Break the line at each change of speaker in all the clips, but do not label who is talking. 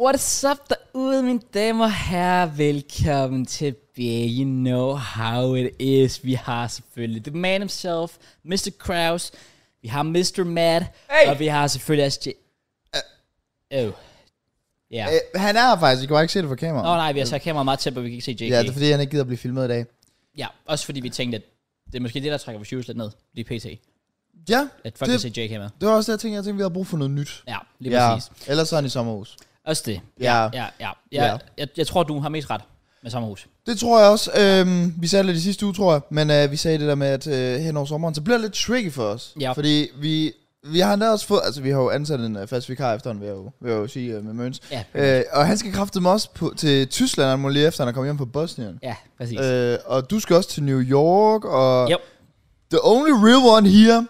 What's up derude, mine damer og herrer. Velkommen tilbage. You know how it is. Vi har selvfølgelig The Man Himself, Mr. Kraus, vi har Mr. Mad, hey. og vi har selvfølgelig også... J- oh. Ja.
Øh, han er her faktisk, I kan bare ikke se det fra kameraet.
Nå nej, vi har sat kameraet meget tæt på, vi kan ikke se JK.
Ja, det er fordi, han ikke gider at blive filmet i dag.
ja, også fordi vi tænkte, at det er måske det, der trækker vores views lidt ned. Lige pt.
Ja,
At folk
det,
kan se JK med.
det var også det, jeg tænkte, jeg tænkte, vi havde brug for noget nyt.
Ja, lige
ja.
præcis.
Ellers er han i sommerhus.
Også det.
Ja.
Ja, ja. ja.
Ja.
Jeg, jeg, jeg tror, du har mest ret med sommerhus.
Det tror jeg også. Øhm, vi sagde det lidt i sidste uge, tror jeg. Men øh, vi sagde det der med, at øh, hen over sommeren, så bliver det lidt tricky for os.
Ja.
Fordi vi, vi har endda også fået... Altså, vi har jo ansat en øh, fast vikar efterhånden, vil jeg jo, vil jeg jo sige øh, med Møns.
Ja,
Øh, og han skal kraftedeme også på, til Tyskland, han må lige efter, han er kommet hjem fra Bosnien.
ja præcis.
Øh, og du skal også til New York, og...
Yep.
The only real one here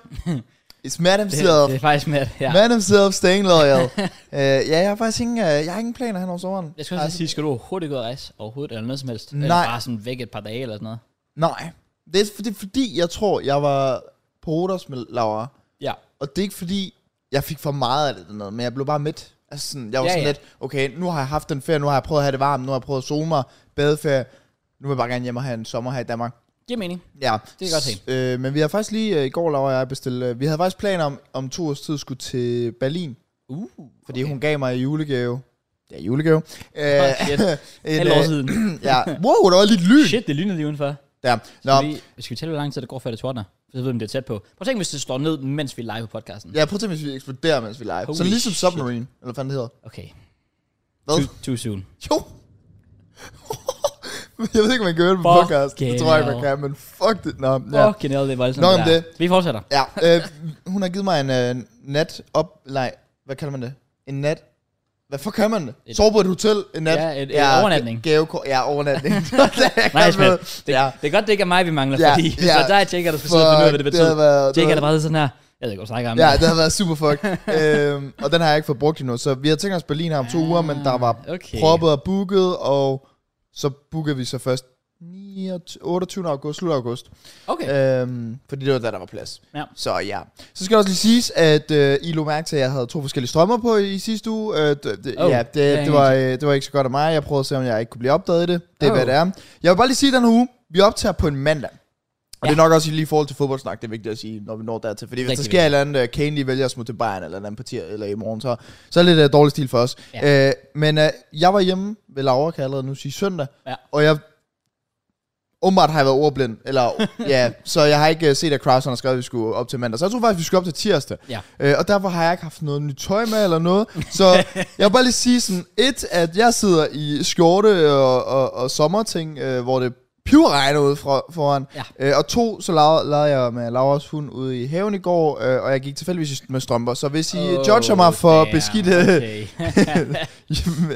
is Matt
det,
himself.
det er faktisk med, ja.
Ja. Man himself staying loyal. uh, ja, jeg har faktisk ingen, uh, jeg har ingen planer hen over sommeren.
Jeg skal også altså, sige, skal du overhovedet ikke ud og rejse? Overhovedet eller noget som helst?
Nej.
Eller bare sådan væk et par dage eller sådan noget?
Nej. Det er, det er fordi, jeg tror, jeg var på Rodos med Laura.
Ja.
Og det er ikke fordi, jeg fik for meget af det eller noget, men jeg blev bare mæt. Altså sådan, jeg var
Ja,
ja, sådan
ja.
ja. lidt, okay, nu har jeg haft den ferie, nu har jeg prøvet at have det varmt, nu har jeg prøvet at zone mig, badeferie. Nu vil jeg bare gerne hjem og have en sommer her i Danmark.
Giver mening.
Ja.
Det kan jeg godt se.
S- Øh, men vi har faktisk lige øh, i går, Laura og jeg bestilte, øh, vi havde faktisk planer om, om to års tid skulle til Berlin.
Uh.
Fordi okay. hun gav mig i julegave. Ja, julegave. Øh,
Fuck, shit.
en,
Halv år
øh,
siden.
ja. Wow, der var lidt lyn.
Shit, det lyner lige udenfor.
Der.
Nå.
Nå,
Vi, skal vi tælle, hvor lang tid det går, før det tordner? Så ved vi, om det er tæt på. Prøv at tænke, hvis det står ned, mens vi er live på podcasten.
ja, prøv at tænke, hvis vi eksploderer, mens vi leger.
Holy
Sådan ligesom
shit.
Submarine, eller hvad fanden det hedder.
Okay.
Hvad?
Too, too soon.
Jo. jeg ved ikke, om man kan høre det på
Fuck
podcast. Det tror jeg ikke, man
hell.
kan, men fuck det. Nå,
Åh,
ja.
oh, genialt, det er voldsomt.
Nå,
det
men
der.
det-
Vi fortsætter.
ja øh, hun har givet mig en øh, nat op... Nej, hvad kalder man det? En nat... Hvad for kan man det?
Et-
Sove på et hotel en nat?
Ja, et- en overnatning.
ga- Gavekort. Ja, overnatning. Det er godt
Nice, man.
med.
Det,
øh, Ja.
det, er godt, det ikke er mig, vi mangler,
Ja,
fordi hvis
ja.
der er dig, Jake, der skal sidde og finde ud af, hvad det
Fuck,
betyder.
har været-
Jake,
har-
der bare sidder sådan her. Jeg ved ikke, hvad du snakker om.
Ja, det har været super fucked. øhm, og den har jeg ikke fået brugt endnu. Så vi havde tænkt os Berlin her om to uger, men der var
Ah, okay.
proppet og booket, og så bookede vi så først 29 28. august, slut af august.
Okay.
Øhm, fordi det var da, der var plads.
Ja.
Så ja. Så skal det også lige siges, at øh, I lå mærke til, at jeg havde to forskellige strømmer på i, i sidste uge. Øh, d- d-
Oh,
oh, ja, det,
det er
det,
ikke
det, var, øh, det var ikke så godt af mig. Jeg prøvede at se, om jeg ikke kunne blive opdaget i det. Det er,
Oh.
hvad det er. Jeg vil bare lige sige den her uge, vi optager på en mandag. Og det er nok også lige i forhold til fodboldsnak, det er vigtigt at sige, når vi når dertil. Fordi hvis
Rigtig
der sker et eller andet, øh, Kane lige vælger at smutte til Bayern eller et eller andet parti, eller i morgen, så, så er det lidt uh, dårlig stil for os. Ja. Øh, men øh, jeg var hjemme ved Laura, kan jeg allerede nu sige, søndag.
Ja.
Og jeg åbenbart har jeg været ordblind, eller ja, så jeg har ikke øh, set, at Krausen har skrevet, at vi skulle op til mandag. Så jeg troede faktisk, vi skulle op til tirsdag.
Ja.
Øh, og derfor har jeg ikke haft noget nyt tøj med eller noget. Så jeg vil bare lige sige sådan, et, at jeg sidder i skjorte og, og, og sommerting, øh, hvor det pivregner ude fra, foran.
Ja.
Øh, og to, så lavede, lavede jeg med Lauras hund ude i haven i går, øh, og jeg gik tilfældigvis med strømper. Så hvis I oh, judger mig for
damn,
beskidte,
Okay.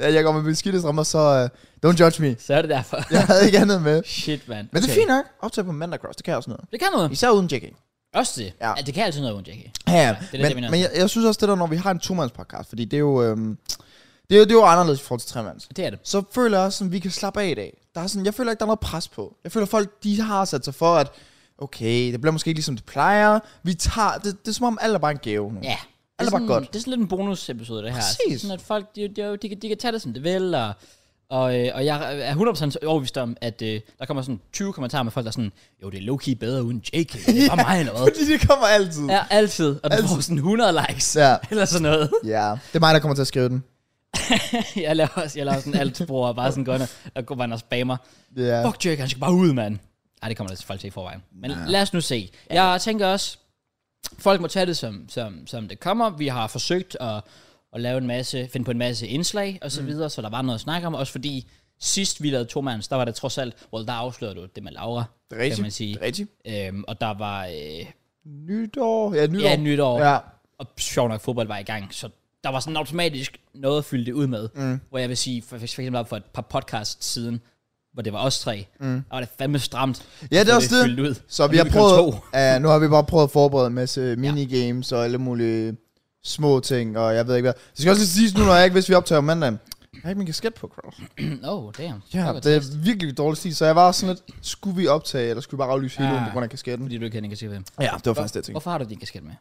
at jeg går med beskidte strømper, så øh, don't judge me.
Så er det derfor.
Jeg havde ikke andet med.
Shit, mand.
Men det er
Okay.
fint nok. Optag på mandag cross, det kan jeg også noget.
Det kan noget.
Især uden Jackie.
Også det. Ja.
Ja.
ja det kan altid noget uden Jackie.
Ja, ja.
det er det, jeg
men,
mener.
men jeg, jeg synes også det der, når vi har en to-mands-podcast, fordi det er jo, øhm, det er, jo- det er jo anderledes i forhold til tre-mands.
Det er det.
Så føler jeg også, sådan, at vi kan slappe af i dag. Der er sådan, jeg føler ikke, der er noget pres på. Jeg føler, folk de har sat sig for, at okay, det bliver måske ikke ligesom det plejer. Vi tager, det, det er som om, alt er bare en gave nu.
Ja.
Alt er bare
sådan,
godt.
Det er sådan lidt en bonusepisode, det her.
Præcis.
Sådan, at folk, de, de, de, kan- de kan tage det, som det vil, og, og, øh, og jeg er 100% overbevist om, at øh, der kommer sådan 20 kommentarer med folk, der er sådan, jo, det er low-key bedre uden JK, det var mig eller hvad.
Fordi det kommer altid.
Ja, altid. Og den
Altid.
får sådan 100 likes,
Ja.
eller sådan noget.
ja. Det er mig, der kommer til at skrive den.
jeg laver også, jeg laver sådan alt bruger bare sådan går ind og- og går bare ind og spammer.
Ja.
Fuck Jake, han skal bare ud, mand. Nej, det kommer der folk til i forvejen. Men ja. lad os nu se. Jeg tænker også, folk må tage det, som, som, som det kommer. Vi har forsøgt at, at lave en masse, finde på en masse indslag og så
Mm.
videre, så der var noget at snakke om. Også fordi sidst vi lavede tomands, der var det trods alt, well, der afslørede du det med Laura,
Det er
kan man
rigtigt.
sige.
Det er rigtigt.
Øhm, og der var, øh,
Nytår. Ja, nytår.
ja, nytår,
Ja.
og sjov nok, fodbold var i gang, så der var sådan automatisk noget at fylde det ud med, mm. hvor jeg vil sige, for, for eksempel op for et par podcasts siden, hvor det var os tre, mm. der var det fandme stramt.
Ja, det er også
Fyldt ud.
det. Så
Og
vi
nu
har
er kun
prøvet,
to.
ja, nu har vi bare prøvet at forberede en masse minigames og alle mulige små ting, og jeg ved ikke hvad. Det skal også lige siges nu, når jeg ikke vidste, vi optager om mandagen. Jeg har ikke min kasket på, Cross.
oh, damn.
Ja,
Fuck,
det er virkelig dårligt stil, så jeg var også sådan lidt, skulle vi optage, eller skulle vi bare aflyse hele
Ja.
ugen på grund af kasketten?
Fordi du ikke havde din kasket med.
Ja, det var faktisk det, jeg tænkte.
Ah, Hvorfor har du din kasket med?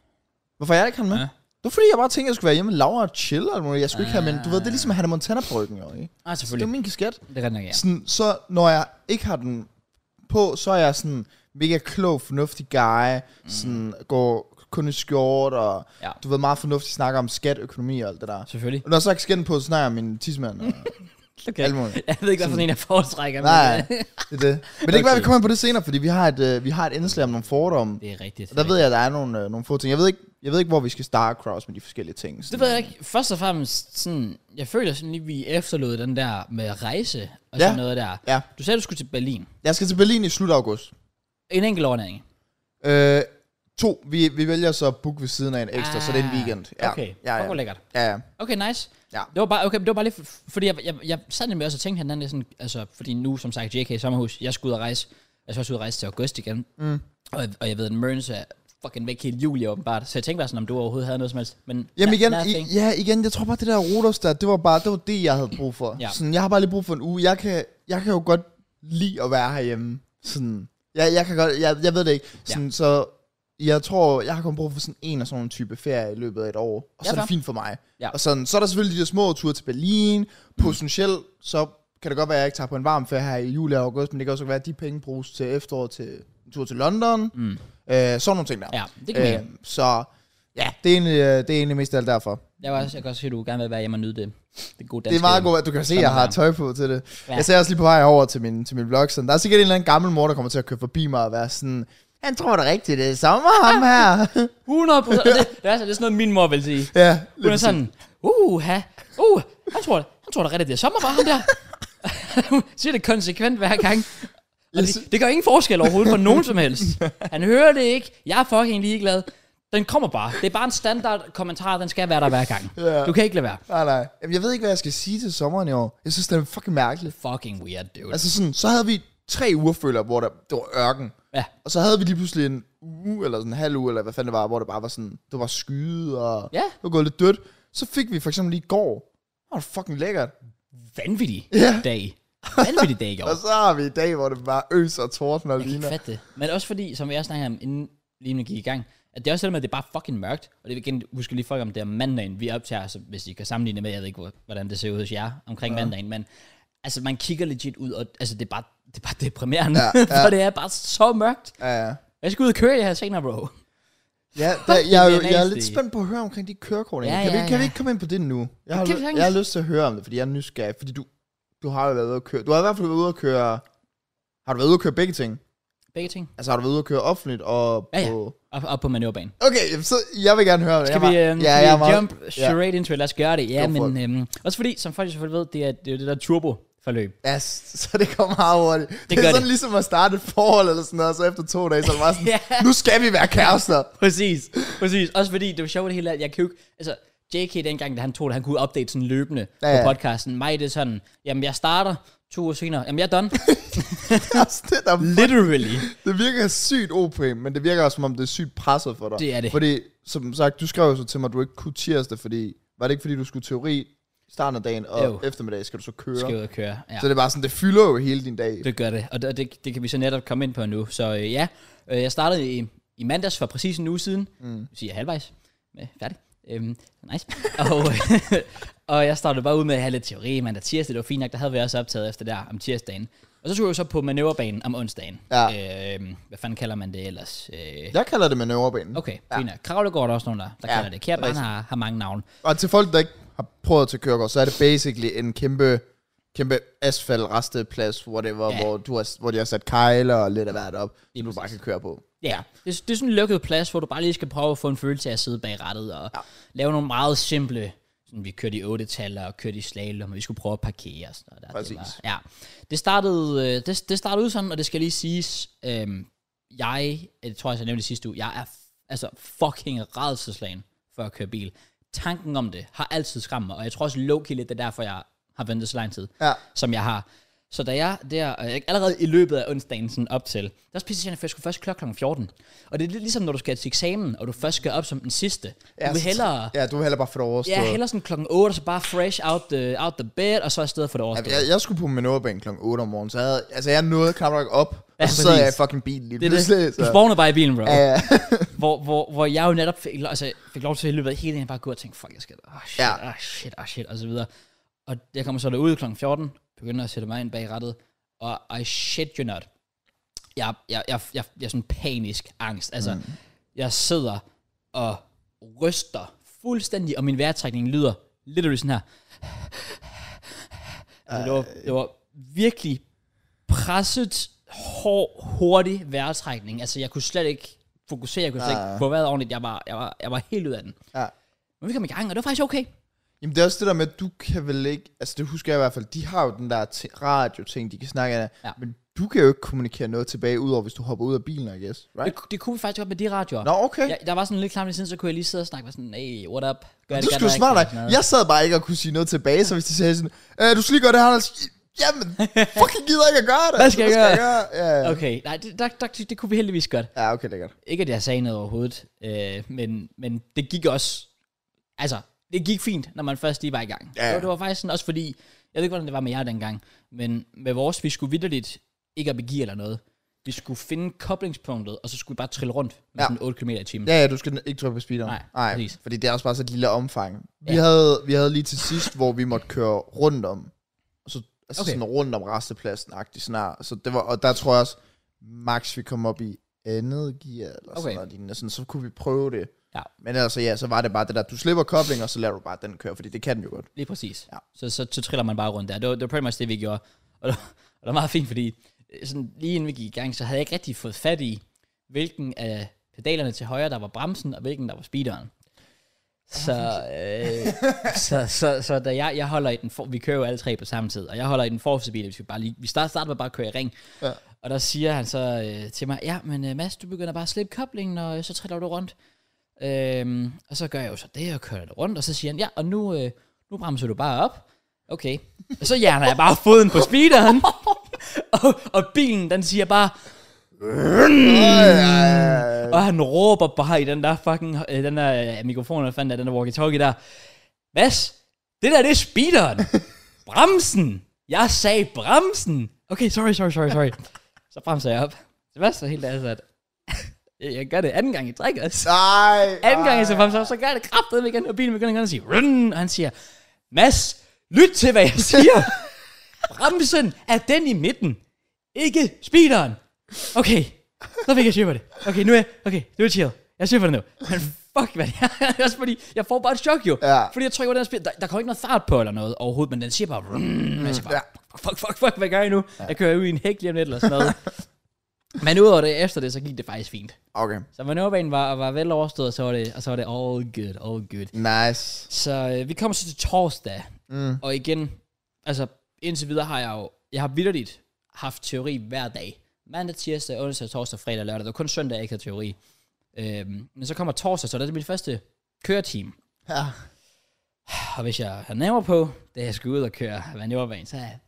Hvorfor jeg ikke har den med?
Ja.
var fordi, jeg bare tænkte, jeg skulle være hjemme med Laura og chill, og alt muligt. jeg skulle ikke have, men du ved, det er ligesom Hannah Montana-bryggen, jo, ikke?
Ah,
Så Altså, det er
selvfølgelig.
min kasket.
Det er rigtig nok, ja.
Sådan, så når jeg ikke har den på, så er jeg sådan mega klog, fornuftig guy, mm. sådan går kun i skjort, og
Ja.
ja. du ved, meget fornuftig snakker om skat, økonomi og alt det der.
Selvfølgelig.
Og når jeg så har skatten på, så snakker jeg om min tidsmand og
Okay.
alt muligt.
Jeg ved ikke, hvad for en jeg foretrækker. men-
Nej, det er det. Men det kan være,
Okay.
vi kommer ind på det senere, fordi vi har et, øh, vi har et indslag om nogle fordomme.
Det er rigtigt.
Og der ved jeg, at der er nogle, øh, nogle få ting. Jeg ved, ikke, jeg ved ikke, hvor vi skal starte cross med de forskellige ting.
Det ved jeg ikke. Først og fremmest, sådan, jeg føler sådan lige, vi efterlod den der med rejse og
Ja.
sådan noget der.
Ja.
Du sagde, du skulle til Berlin.
Jeg skal til Berlin i slut afgust.
En enkelt overnatning.
Øh, to, vi, vi vælger så at booke ved siden af en ekstra, ah, så det er en
Ah,
weekend.
Okay,
ja,
Fuck, hvor
ja.
lækkert.
ja, ja.
Okay, nice.
Ja.
Det var bare, okay, det var bare lige, f- fordi jeg, jeg, jeg sad nemlig også og tænkte hinanden, lidt sådan, altså, fordi nu, som sagt, JK i sommerhus, jeg skulle ud og rejse, jeg skal også ud og rejse til august igen, mm. og, jeg- og jeg ved, at Mørns er fucking væk hele juli åbenbart, så jeg tænkte bare sådan, om du overhovedet havde noget som helst, men
Jamen igen,
na-
i,
nothing.
ja, igen, jeg tror bare, det der Rodos der, det var bare, det var det, jeg havde brug for.
Ja.
Sådan, jeg har bare lige brug for en uge. Jeg kan, jeg kan jo godt lide at være herhjemme. Sådan, jeg, jeg kan godt, jeg, jeg ved det ikke. Sådan, ja. Så jeg tror, jeg har kun brug for sådan en af sådan en type ferie i løbet af et år. Og
Ja,
så er
fair.
det fint for mig.
Ja.
Og sådan, så er der selvfølgelig de der små ture til Berlin. Potentielt, så kan det godt være, at jeg ikke tager på en varm ferie her i juli og august, men det kan også være, at de penge bruges til efterår til en tur til London. Mm. Øh, sådan nogle ting der.
ja, det kan øh,
Øh, så ja, det er, egentlig, øh, det er egentlig mest alt derfor.
jeg, var også, jeg kan også se, at du gerne vil være hjemme og nyde det. Det gode
Det er
danske
meget godt, at du kan se, at jeg har tøj på til det.
Ja.
Ja. Jeg ser også lige på vej over til min, til min vlog, sådan, der er sikkert en eller anden gammel mor, der kommer til at køre forbi mig og være sådan, han tror da rigtigt, det er sommer, ham her.
100 procent. Det, det, er, sådan- det er sådan noget, min mor vil sige.
ja,
Hun er
præcis.
sådan, uh, ha, uh, han tror, han tror da rigtigt, det er sommer for ham der. Hun siger det konsekvent hver gang. Og
Jeg
det, det gør ingen forskel overhovedet for nogen som helst. Han hører det ikke. Jeg er fucking ligeglad. Den kommer bare. Det er bare en standard kommentar, den skal være der hver gang.
Ja.
Du kan ikke lade være.
Nej, nej. Jamen, jeg ved ikke, hvad jeg skal sige til sommeren i år. Jeg synes, det er fucking mærkeligt.
Fucking weird, dude. Altså,
Altså sådan, så havde vi tre uger føler, hvor der, det var ørken.
ja,
Og så havde vi lige pludselig en uge, eller sådan en halv uge, eller hvad fanden det var, hvor det bare var sådan, det var skyde, og
Ja.
det var gået lidt dødt. Så fik vi for eksempel lige i går. Åh, oh, fucking lækkert.
vanvittig
Ja.
dag. Vanvittig dag i år.
Og så har vi i dag, hvor det bare øser og torden og
Jeg kan ikke
ligner.
fatte det. Men også fordi, som jeg snakkede om, inden lige nu gik i gang, at det er også det der med, at det er bare fucking mørkt. Og det vil igen huske lige folk om, det er mandagen, vi optager, så altså, hvis I kan sammenligne med, jeg ved ikke, hvor- hvordan det ser ud hos jer omkring ja. mandagen, men altså, man kigger legit ud, og altså, det er bare, det er bare deprimerende, ja,
Ja,
ja.
ja.
for det er bare så mørkt.
Ja, ja.
Jeg skal ud og køre i her senere, bro.
Ja, der, jeg, er jo-
bliver
jeg er
nasty.
lidt spændt på at høre omkring de kørekort.
Ja,
Ja, kan,
ja,
vi, kan
ja.
vi ikke komme ind på det nu? Jeg har,
Det kan
ly-
vi sagtens.
jeg har lyst til at høre om det, fordi jeg er nysgerrig. Fordi du, du har jo været ude at køre. Du har i hvert fald været ude at køre... Har du været ude at køre begge ting?
Begge ting.
Altså har du været ude at køre offentligt og
Ja, ja.
på...
Op, op på manøvrebanen.
Okay, jamen, så jeg vil gerne høre om det.
Skal
Jeg
vi,
er
øh,
meget-
ja, skal
jeg er
vi
meget-
jump straight into it? Lad os gøre det. Ja,
Go for
men øhm, også fordi, som folk selvfølgelig ved, det er det, er jo det der turbo-forløb.
Ja, s- så det går meget hurtigt. Det, det
gør
er sådan
det.
ligesom at starte et forhold eller sådan noget, og så efter to dage, så er det bare sådan,
Ja.
nu skal vi være kærester.
Præcis, præcis. Også fordi det var sjovt det hele, at jeg kunne jo ikke- altså JK dengang, da han tog det, han kunne update sådan løbende ja,
Ja,
ja.
ja.
på podcasten. Mig det er sådan, jamen jeg starter to uger senere, jamen jeg er done.
Det er også det, der
Literally.
Det virker sygt OP, men det virker også, som om det er sygt presset for dig.
Det er det.
Fordi, som sagt, du skrev jo så til mig, at du ikke kunne tirsdag, fordi... Var det ikke, fordi du skulle teori i starten af dagen, og
Jo.
jo. eftermiddag skal du så køre?
Skal ud og køre. Ja,
Så det er bare sådan, det fylder jo hele din dag.
det gør det. Og det, og det, det kan vi så netop komme ind på nu. Så øh, ja, øh, jeg startede i, i mandags for præcis en uge siden. Mm. Det siger halvvejs. Øh, færdig. Øhm, nice. og, og jeg startede bare ud med at have lidt teori mandag tirsdag. Det var fint nok, der havde vi også optaget efter der om tirsdagen. Og så tog jeg jo så på manøvrebanen om onsdagen. Øhm, hvad fanden kalder man det ellers? Øh,
Jeg kalder det manøvrebanen.
Okay, ja. fint. nok. Kravlegård er der også nogen, der, der ja,
Ja,
kalder det. Kært barn
præcis.
har, har mange navne.
Og til folk, der ikke har prøvet til kørekort, så er det basically en kæmpe kæmpe asfalt resteplads, whatever,
Ja.
ja. hvor, du har, hvor de har sat kejler og lidt af hvert op, som du bare kan køre på.
Ja, det, er- det er sådan en lukket plads, hvor du bare lige skal prøve at få en følelse af at sidde bag rattet og ja. lave nogle meget simple... Sådan, vi kørte i 8-tal og kørte i slalom, og vi skulle prøve at parkere og sådan noget. Der. Det
Præcis.
ja. det, startede, øh, det, det startede ud sådan, og det skal lige siges, øhm, jeg, jeg tror jeg, jeg nævnte det sidste uge, jeg er f- altså fucking redselslagen for at køre bil. Tanken om det har altid skræmt mig, og jeg tror også low lidt, det er derfor, jeg har ventet så lang tid.
Ja.
som jeg har. Så da jeg der, øh, allerede i løbet af onsdagen sådan op til, der spiste jeg, for jeg skulle først klokke kl. 14. Og det er lidt ligesom, når du skal til eksamen, og du først skal op som den sidste. Du vil
så-
hellere,
Ja, du vil hellere bare få det overstået.
ja, hellere sådan klokken 8, og så bare fresh out the, out the bed, og så afsted for det
Altså,
overstået.
jeg, jeg skulle på Minervabanen kl. 8 om morgenen, så jeg, havde, altså, jeg nåede knap nok op, ja, og så
præcis.
sad jeg i fucking bilen lige
Det er
pludselig.
det.
Så.
Du vågner bare i bilen, bro.
Ja, ja.
hvor, hvor, hvor jeg jo netop fik, lo- altså, fik lov til at løbe af hele dagen, bare gå og tænke, fuck, jeg skal, åh oh, shit, åh
Ja.
ja. oh, shit, åh oh, shit, og så videre. Og jeg kommer så derud kl. 14, begynder at sætte mig ind bag rettet, og I shit you not. Jeg, jeg, jeg, jeg, jeg er sådan panisk angst. Altså, mm. jeg sidder og ryster fuldstændig, og min vejrtrækning lyder literally sådan her. Altså, det, var, det var virkelig presset, hård, hurtig vejrtrækning. Altså, jeg kunne slet ikke fokusere, jeg kunne slet
Ah.
ikke få vejret ordentligt. Jeg var, jeg, var, jeg var helt ud af den.
Ja.
Men vi kom i gang, og det var faktisk okay.
Jamen det er også det der med, at du kan vel ikke, altså det husker jeg i hvert fald, de har jo den der t- radio-ting, de kan snakke af,
Ja.
men du kan jo ikke kommunikere noget tilbage, udover hvis du hopper ud af bilen, I guess,
Det,
right?
det kunne vi faktisk godt med de radioer.
Nå, okay.
Jeg, der var sådan lidt klam i siden, så kunne jeg lige sidde og snakke med sådan, hey, what up? Gør godt
du skulle
nok,
smart
og sådan
dig.
noget.
Jeg sad bare ikke og kunne sige noget tilbage, så hvis de sagde sådan, øh, du skal lige gøre det her, Anders." jamen, fucking gider ikke at gøre det.
Hvad skal jeg
gøre? Ja, ja. Okay.
Okay, nej, det, der, der, det, det kunne vi heldigvis godt.
ja, okay, lækkert.
Ikke at jeg sagde noget overhovedet, øh, men, men det gik også, altså, det gik fint, når man først lige var i gang.
Ja.
Det, var- det var faktisk sådan, også fordi, jeg ved ikke, hvordan det var med jer dengang, men med vores, vi skulle vidderligt ikke at begive eller noget. Vi skulle finde koblingspunktet, og så skulle vi bare trille rundt med
Ja.
ja. sådan 8 km i timen.
Ja, ja, du skal ikke trykke på speederen.
Nej,
Nej
præcis.
fordi det er også bare så et lille omfang. Vi,
Ja.
havde, vi havde lige til sidst, hvor vi måtte køre rundt om, og så, altså okay.
Okay.
sådan rundt om restepladsen agtig snart. Så det var, og der tror jeg også, max vi kom op i andet gear, eller okay.
Okay.
sådan noget lignende. Sådan, så kunne vi prøve det.
Ja.
Men altså ja, så var det bare det der, du slipper koblingen, og så lader du bare den køre, fordi det kan den jo godt.
Lige præcis.
Ja.
Ja. Så, så, så triller man bare rundt der. Det var, det var pretty much det, vi gjorde. Og det, var- og det var meget fint, fordi øh, sådan, lige inden vi gik i gang, så havde jeg ikke rigtig fået fat i, hvilken af pedalerne til højre, der var bremsen, og hvilken der var speederen. Så, øh, så, så, så, da jeg, jeg holder i den for, vi kører jo alle tre på samme tid, og jeg holder i den forreste bil, hvis vi bare lige, vi starter, starter med bare at køre i ring,
Ja.
og der siger han så øh, til mig, ja, men øh, Mads, du begynder bare at slippe koblingen, og øh, så triller du rundt. Øhm, og så gør jeg jo så det, og kører det rundt, og så siger han, ja, og nu, øh, nu bremser du bare op. Okay. Og så hjerner jeg bare foden på speederen, og, og bilen, den siger bare,
Mm.
og han råber bare i den der fucking, øh, den der øh, mikrofon, eller fandt den der walkie-talkie der, Mads, det der, det er speederen. Bremsen. Jeg sagde bremsen. Okay, sorry, sorry, sorry, sorry. Så bremser jeg op. Sebastian er helt ansat. Jeg gør det anden gang i træk, altså.
Nej.
Anden gang jeg ser frem, så gør jeg det kraftedeme igen, og bilen begynder igen at sige, Run! og han siger, Mads, lyt til, hvad jeg siger. Bremsen er den i midten, ikke speederen. Okay, så fik jeg styr på det. Okay, nu er jeg, okay, nu er jeg chill. Jeg er styr på det nu. Men fuck, hvad det er. Også fordi, jeg får bare et chok jo.
Ja.
Fordi jeg trykker på den spil. Der, der kommer ikke noget fart på eller noget overhovedet, men den siger bare, Run! Og jeg siger bare, fuck, fuck, fuck, hvad gør jeg nu? Jeg kører ud i en hæk lige om lidt eller sådan noget. Men udover det, efter det, så gik det faktisk fint.
Okay,
Så manøvrebanen var, var vel overstået, og så var, det, og så var det all good, all good.
nice.
Så øh, vi kommer så til torsdag,
Mm.
og igen, altså indtil videre har jeg jo, jeg har vidderligt haft teori hver dag. Mandag, tirsdag, onsdag, torsdag, fredag, lørdag. Det var kun søndag, jeg ikke havde teori. Øhm, men så kommer torsdag, så det er mit første køreteam.
Ja.
Og hvis jeg har naver på, da jeg skal ud og køre manøvrebanen, så er jeg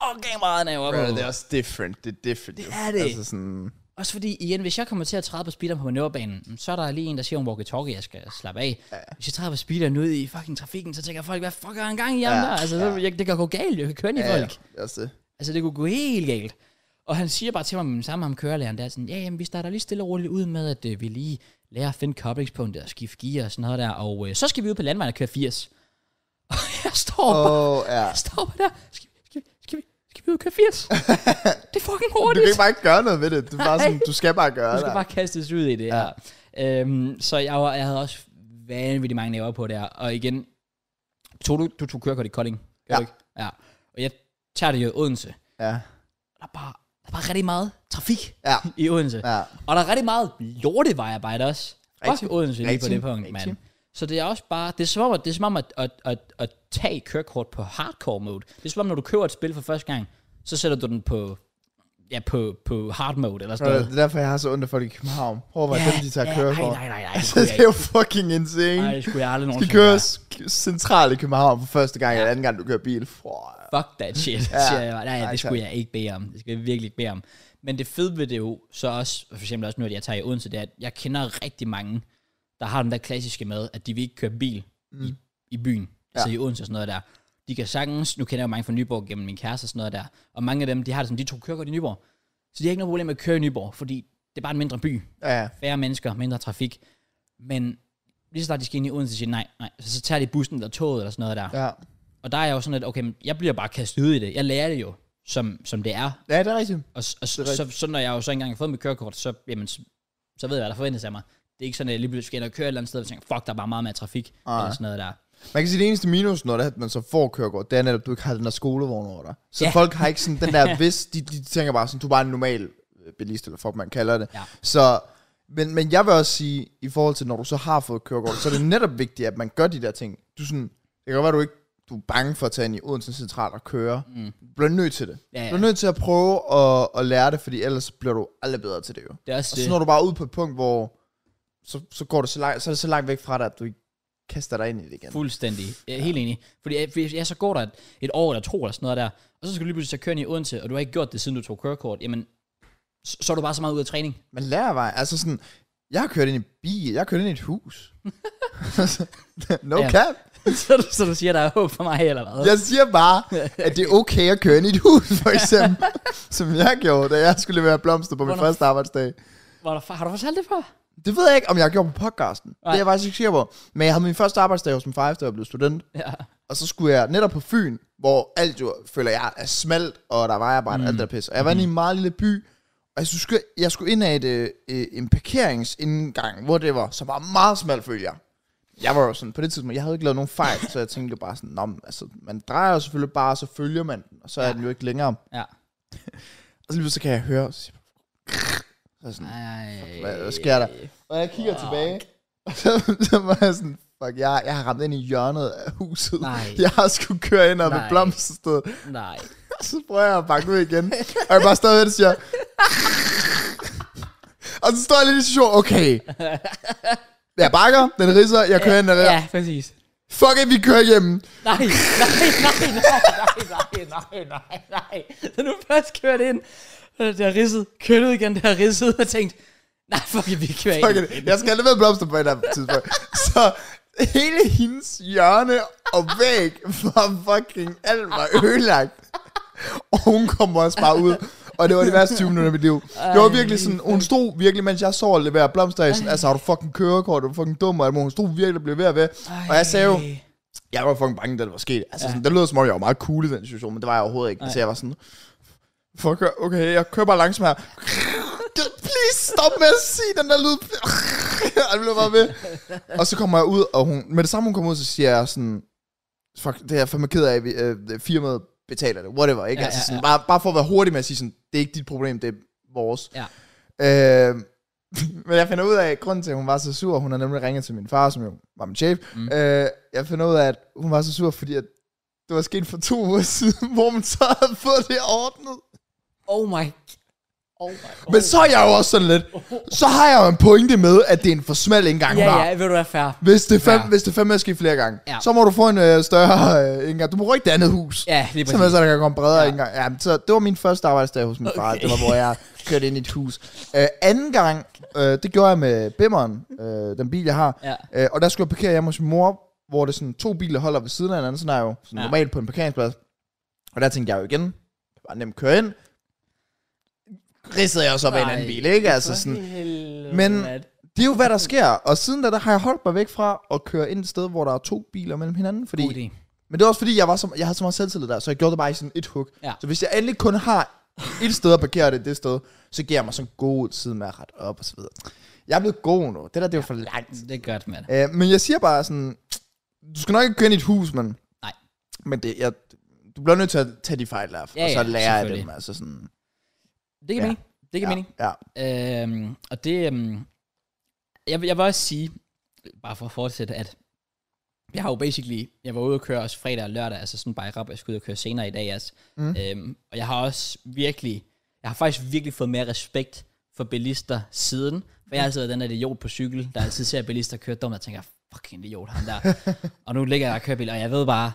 okay meget naver på.
Bro, det er også different. Det er different.
Det
jo.
er det.
Altså sådan...
Også fordi, igen, hvis jeg kommer til at træde på speederen på manøvrebanen, mm, så er der lige en, der siger, om walkie-talkie, jeg skal slappe af. Ja. Hvis jeg træder på speederen ud i fucking trafikken, så tænker folk, hvad fuck er en gang i ham
Ja,
ja. der? Altså,
ja.
ja. jeg, det kan gå galt, jeg kan køre ind i ja, folk.
det er også det.
Altså, det kunne gå helt galt. Og han siger bare til mig med den samme ham kørelæreren, der er sådan, ja, jamen, vi starter lige stille og roligt ud med, at øh, vi lige lærer at finde koblingspunktet og skifte gear og sådan noget der, og øh, så skal vi ud på landvejen og køre 80. Og jeg står bare,
Åh, oh, ja.
jeg står bare der, skal, vi- skal, vi- skal, vi, skal vi ud og køre 80? det er fucking hurtigt.
Du kan ikke bare ikke gøre noget ved det. Du, er bare sådan,
Nej.
du skal bare gøre
Du
det.
skal bare kastes ud i det ja. her. Øhm, så jeg, var, jeg havde også vanvittigt mange næver på der. Og igen, tog du, du tog kørekort i Kolding. gjorde
Ja.
du ikke? ja. Og jeg tager det jo i Odense.
Ja.
Der er bare, der er bare rigtig meget trafik
Ja.
i Odense. Ja.
ja.
Og der er rigtig meget lortevejarbejde også.
Rigtig.
Rigtig. Odense lige på
Rigtig.
det punkt,
Rigtig.
mand. Så det er også bare, det er som om, at, det er som om at, at, at, at tage kørekort på hardcore mode. Det er som om, når du køber et spil for første gang, så sætter du den på, ja, på, på hard mode eller
Bro,
sådan noget.
Det er derfor, jeg har så ondt af folk i København. Prøv at være dem, de tager
ja,
kørekort.
Nej, nej, nej, nej.
Altså,
det
det
kunne
er
jeg
jo fucking insane.
ikke. Nej, det skulle jeg aldrig
Vi
nogensinde
kører
gøre.
sk- centralt i København for første gang, eller anden gang, du kører bil. For,
Fuck that shit,
Ja.
ja. siger jeg bare. Nej,
Nej,
nej, det skulle
tak.
jeg ikke bede om. Det skulle jeg virkelig ikke bede om. Men det fede ved det jo så også, for eksempel også nu, at jeg tager i Odense, det er, at jeg kender rigtig mange, der har den der klassiske med, at de vil ikke køre bil mm. i, i byen, ja. altså i Odense og sådan noget der. De kan sagtens, nu kender jeg jo mange fra Nyborg gennem min kæreste og sådan noget der, og mange af dem, de har det som, de tog kørekort i Nyborg. Så de har ikke noget problem med at køre i Nyborg, fordi det er bare en mindre by.
Ja,
Færre mennesker, mindre trafik. Men lige så snart de skal ind i Odense, siger de nej, nej. Så, så tager de bussen eller toget eller sådan noget der. Ja.
ja.
Og der er jeg jo sådan lidt, okay, men jeg bliver bare kastet ud i det. Jeg lærer det jo, som, som det er.
Ja, det er rigtigt.
Og, s- og
er
så,
rigtigt.
så, så, når jeg jo så engang har fået mit kørekort, så, jamen, så, så ved jeg, hvad der forventes af mig. Det er ikke sådan, at jeg lige pludselig skal ind og køre et eller andet sted, og tænker, fuck, der er bare meget mere trafik,
Nej.
eller sådan noget der.
Man kan sige, det eneste minus, når det er, at man så får kørekort, det er netop, at du ikke har den der skolevogn over dig. Så
Ja.
ja. folk har ikke sådan den der vis, de, de tænker bare sådan, du er bare en normal øh, bilist, eller fuck man kalder det.
Ja.
Så, men, men jeg vil også sige, i forhold til, når du så har fået kørekort, så er det netop vigtigt, at man gør de der ting. Du er sådan, det kan godt være, du ikke du er bange for at tage ind i Odense Central og køre. Mm. Du bliver nødt til det.
Ja, ja.
Du er nødt til at prøve at, at lære det, fordi ellers bliver du aldrig bedre til det jo.
Det er også
Og
det.
så når du bare ud på et punkt, hvor så, så går det så langt, så er det så langt væk fra dig, at du ikke kaster dig ind i det igen.
Fuldstændig. Jeg er helt enig. Fordi jeg, fordi jeg så går der et, et år eller to eller sådan noget der, og så skal du lige pludselig så køre ind i Odense, og du har ikke gjort det, siden du tog kørekort, jamen, så, så er du bare så meget ude af træning.
Man lærer vej. Altså sådan, jeg har kørt ind i en bil, jeg har kørt ind i et hus. no
Ja.
ja. cap.
så, du, så du siger, der er håb for mig, eller hvad?
Jeg siger bare, at det er okay at køre ind i et hus, for eksempel. som jeg gjorde, da jeg skulle levere blomster på min
Hvornår-
første arbejdsdag.
Var der, har du fortalt det før?
Det ved jeg ikke, om jeg gjorde på podcasten. Det
Nej.
er jeg faktisk ikke sikker på. Men jeg havde min første arbejdsdag hos min far, efter jeg blev student.
Ja.
Og så skulle jeg netop på Fyn, hvor alt jo, føler jeg, er smalt, og der er vejarbejde mm. og alt det der pis. Og jeg var mm. inde i en meget lille by, og jeg skulle, jeg skulle ind af et, øh, øh, en parkeringsindgang, hvor det var, så var meget smalt, følger jeg. Jeg var jo sådan, på det tidspunkt, jeg havde ikke lavet nogen fejl, så jeg tænkte bare sådan, Nå, men, altså, man drejer jo selvfølgelig bare, og så følger man den, og så er den jo ikke længere. Og
ja.
så lige så kan jeg høre, og så siger jeg, så er jeg sådan,
Ej.
hvad, hvad sker der? Og jeg kigger tilbage, og så, så var jeg sådan, fuck, jeg, jeg har ramt ind i hjørnet af huset.
Nej.
Jeg har skulle køre ind op
Nej.
et blomstersted.
Nej.
Og så prøver jeg at banke ud igen. Og jeg bare stadigvæk og siger... og så står jeg lidt i situation, okay. Jeg bakker, den ridser, jeg kører ind og der.
Ja, præcis.
Fuck it, vi kører hjem.
Nej, nej, nej, nej, nej, nej, nej, nej, nej. Så nu først kørt ind, og det har ridset, kørt ud igen, det har ridset, og tænkt, nej, fuck it, vi kører ind.
Fuck it. Jeg skal have leveret blomster på et eller andet tidspunkt. Så hele hendes hjørne og væg var fucking alt var ødelagt. Og hun kom også bare ud. Og det var det værste 20 minutter af mit liv. Det var virkelig sådan, hun stod virkelig, mens jeg sov og leverede blomster. i Sådan, altså, har du fucking kørekort? Er du fucking dum? Og alt muligt. hun stod virkelig og blev ved og ved. Og jeg sagde jo, jeg var fucking bange, da det var sket. Altså, sådan, det lød som om, jeg var meget cool i den situation, men det var jeg overhovedet ikke. Så jeg var sådan, fuck, okay, jeg kører bare langsomt her. Please, stop med at sige den der lyd. Og det blev bare ved. Og så kommer jeg ud, og hun, med det samme hun kommer ud, så siger jeg sådan, fuck, det er jeg fandme ked af, vi, øh, firmaet betaler det, whatever, ikke?
Ja,
Ja, altså
ja,
sådan, Bare, bare for at være hurtig med at sige sådan, det er ikke dit problem, det er vores.
Ja.
Øh, men jeg finder ud af, at grunden til, at hun var så sur, hun har nemlig ringet til min far, som jo var min chef. Mm. Øh, jeg finder ud af, at hun var så sur, fordi at det var sket for to uger siden, hvor man så havde fået det ordnet.
Oh my, oh my
Men så er jeg jo også sådan lidt, så har jeg jo en pointe med, at det er en for smal indgang, hun
Ja,
har.
ja, vil du være fair?
Hvis det, fem,
Ja.
ja. hvis det fem er sket flere gange,
Ja.
ja. så må du få en øh, større øh, indgang. Du må rykke det andet hus.
Ja, lige
Simpelthen,
præcis.
så der kan komme bredere ja. indgang. Ja, men så, det var min første arbejdsdag hos min okay. far.
Okay.
Det var, hvor jeg kørte ind i et hus. Øh, anden gang, øh, det gjorde jeg med Bimmeren, øh, den bil, jeg har.
Ja.
Øh, og der skulle jeg parkere hjemme hos min mor, hvor det sådan to biler holder ved siden af hinanden. Sådan er jeg jo sådan
Ja.
normalt på en parkeringsplads. Og der tænkte jeg jo igen, det var nemt køre ind. Ridsede jeg også op af en
Nej,
anden bil, ikke? Altså sådan, Men- det er jo, hvad der sker. Og siden da, der har jeg holdt mig væk fra at køre ind et sted, hvor der er to biler mellem hinanden. Fordi,
God idé.
men det er også fordi, jeg, var så, jeg havde så meget selvtillid der, så jeg gjorde det bare i sådan et hug.
Ja.
Så hvis jeg endelig kun har et sted at parkere det, det sted, så giver jeg mig sådan en god tid med at rette op og så videre. Jeg er blevet god nu. Det der, det er jo for langt.
Det er godt, mand.
Øh, men jeg siger bare sådan, du skal nok ikke køre ind i et hus, men...
Nej.
Men det, jeg, du bliver nødt til at tage de fejl der,
Ja,
og så
ja,
lære af
selvfølgelig.
dem. Altså sådan,
Det giver
Ja.
mening. Det giver
ja,
mening.
ja.
Øhm, og det, øhm, jeg, vil- jeg vil også sige, bare for at fortsætte, at jeg har jo basically, jeg var ude at køre også fredag og lørdag, altså sådan bare i rap, jeg skulle ud og køre senere i dag også. Mm. Øhm, og jeg har også virkelig, jeg har faktisk virkelig fået mere respekt for bilister siden, for jeg har altid været den der idiot på cykel, der altid ser bilister køre dumt, og tænker, fucking idiot ham der. og nu ligger jeg og kører bil, og jeg ved bare,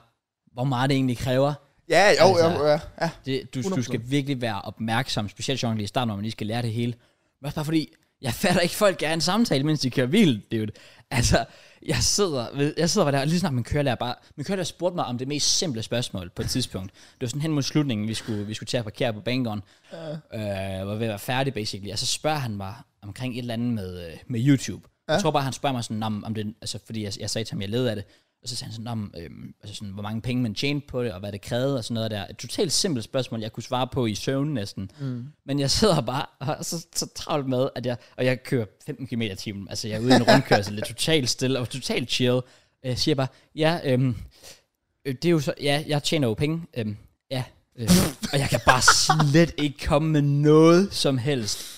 hvor meget det egentlig kræver.
Ja, jo,
Altså,
jo, ja, ja.
Det, du, du
100%.
skal virkelig være opmærksom, specielt Jean, lige i starten, når man lige skal lære det hele. Men også bare fordi, jeg fatter ikke, folk gerne en samtale, mens de kører bil, dude. Altså, Jeg sidder, ved, jeg sidder bare der, og lige snart min kørelærer bare... Min kørelærer spurgte mig om det mest simple spørgsmål på et tidspunkt. Det var sådan hen mod slutningen, vi skulle, vi skulle til at parkere på banegården. Uh. Øh, var ved at være færdig, basically. Og så spørger han mig omkring et eller andet med, øh, med YouTube. Jeg tror bare, han spørger mig sådan, om, om det, altså, fordi jeg, jeg sagde til ham, jeg led af det. Og så sagde han sådan, om, øhm, altså sådan, hvor mange penge man tjente på det, og hvad det krævede, og sådan noget der. Et totalt simpelt spørgsmål, jeg kunne svare på i søvn næsten. Mm. Men jeg sidder bare og er så, så travlt med, at jeg, og jeg kører 15 km i timen. Altså jeg er ude i en rundkørsel, det er totalt stille og totalt chill. Jeg siger bare, ja, øhm, øh, det er jo så, ja, jeg tjener jo penge. Øhm, ja, øh, og jeg kan bare slet ikke komme med noget som helst.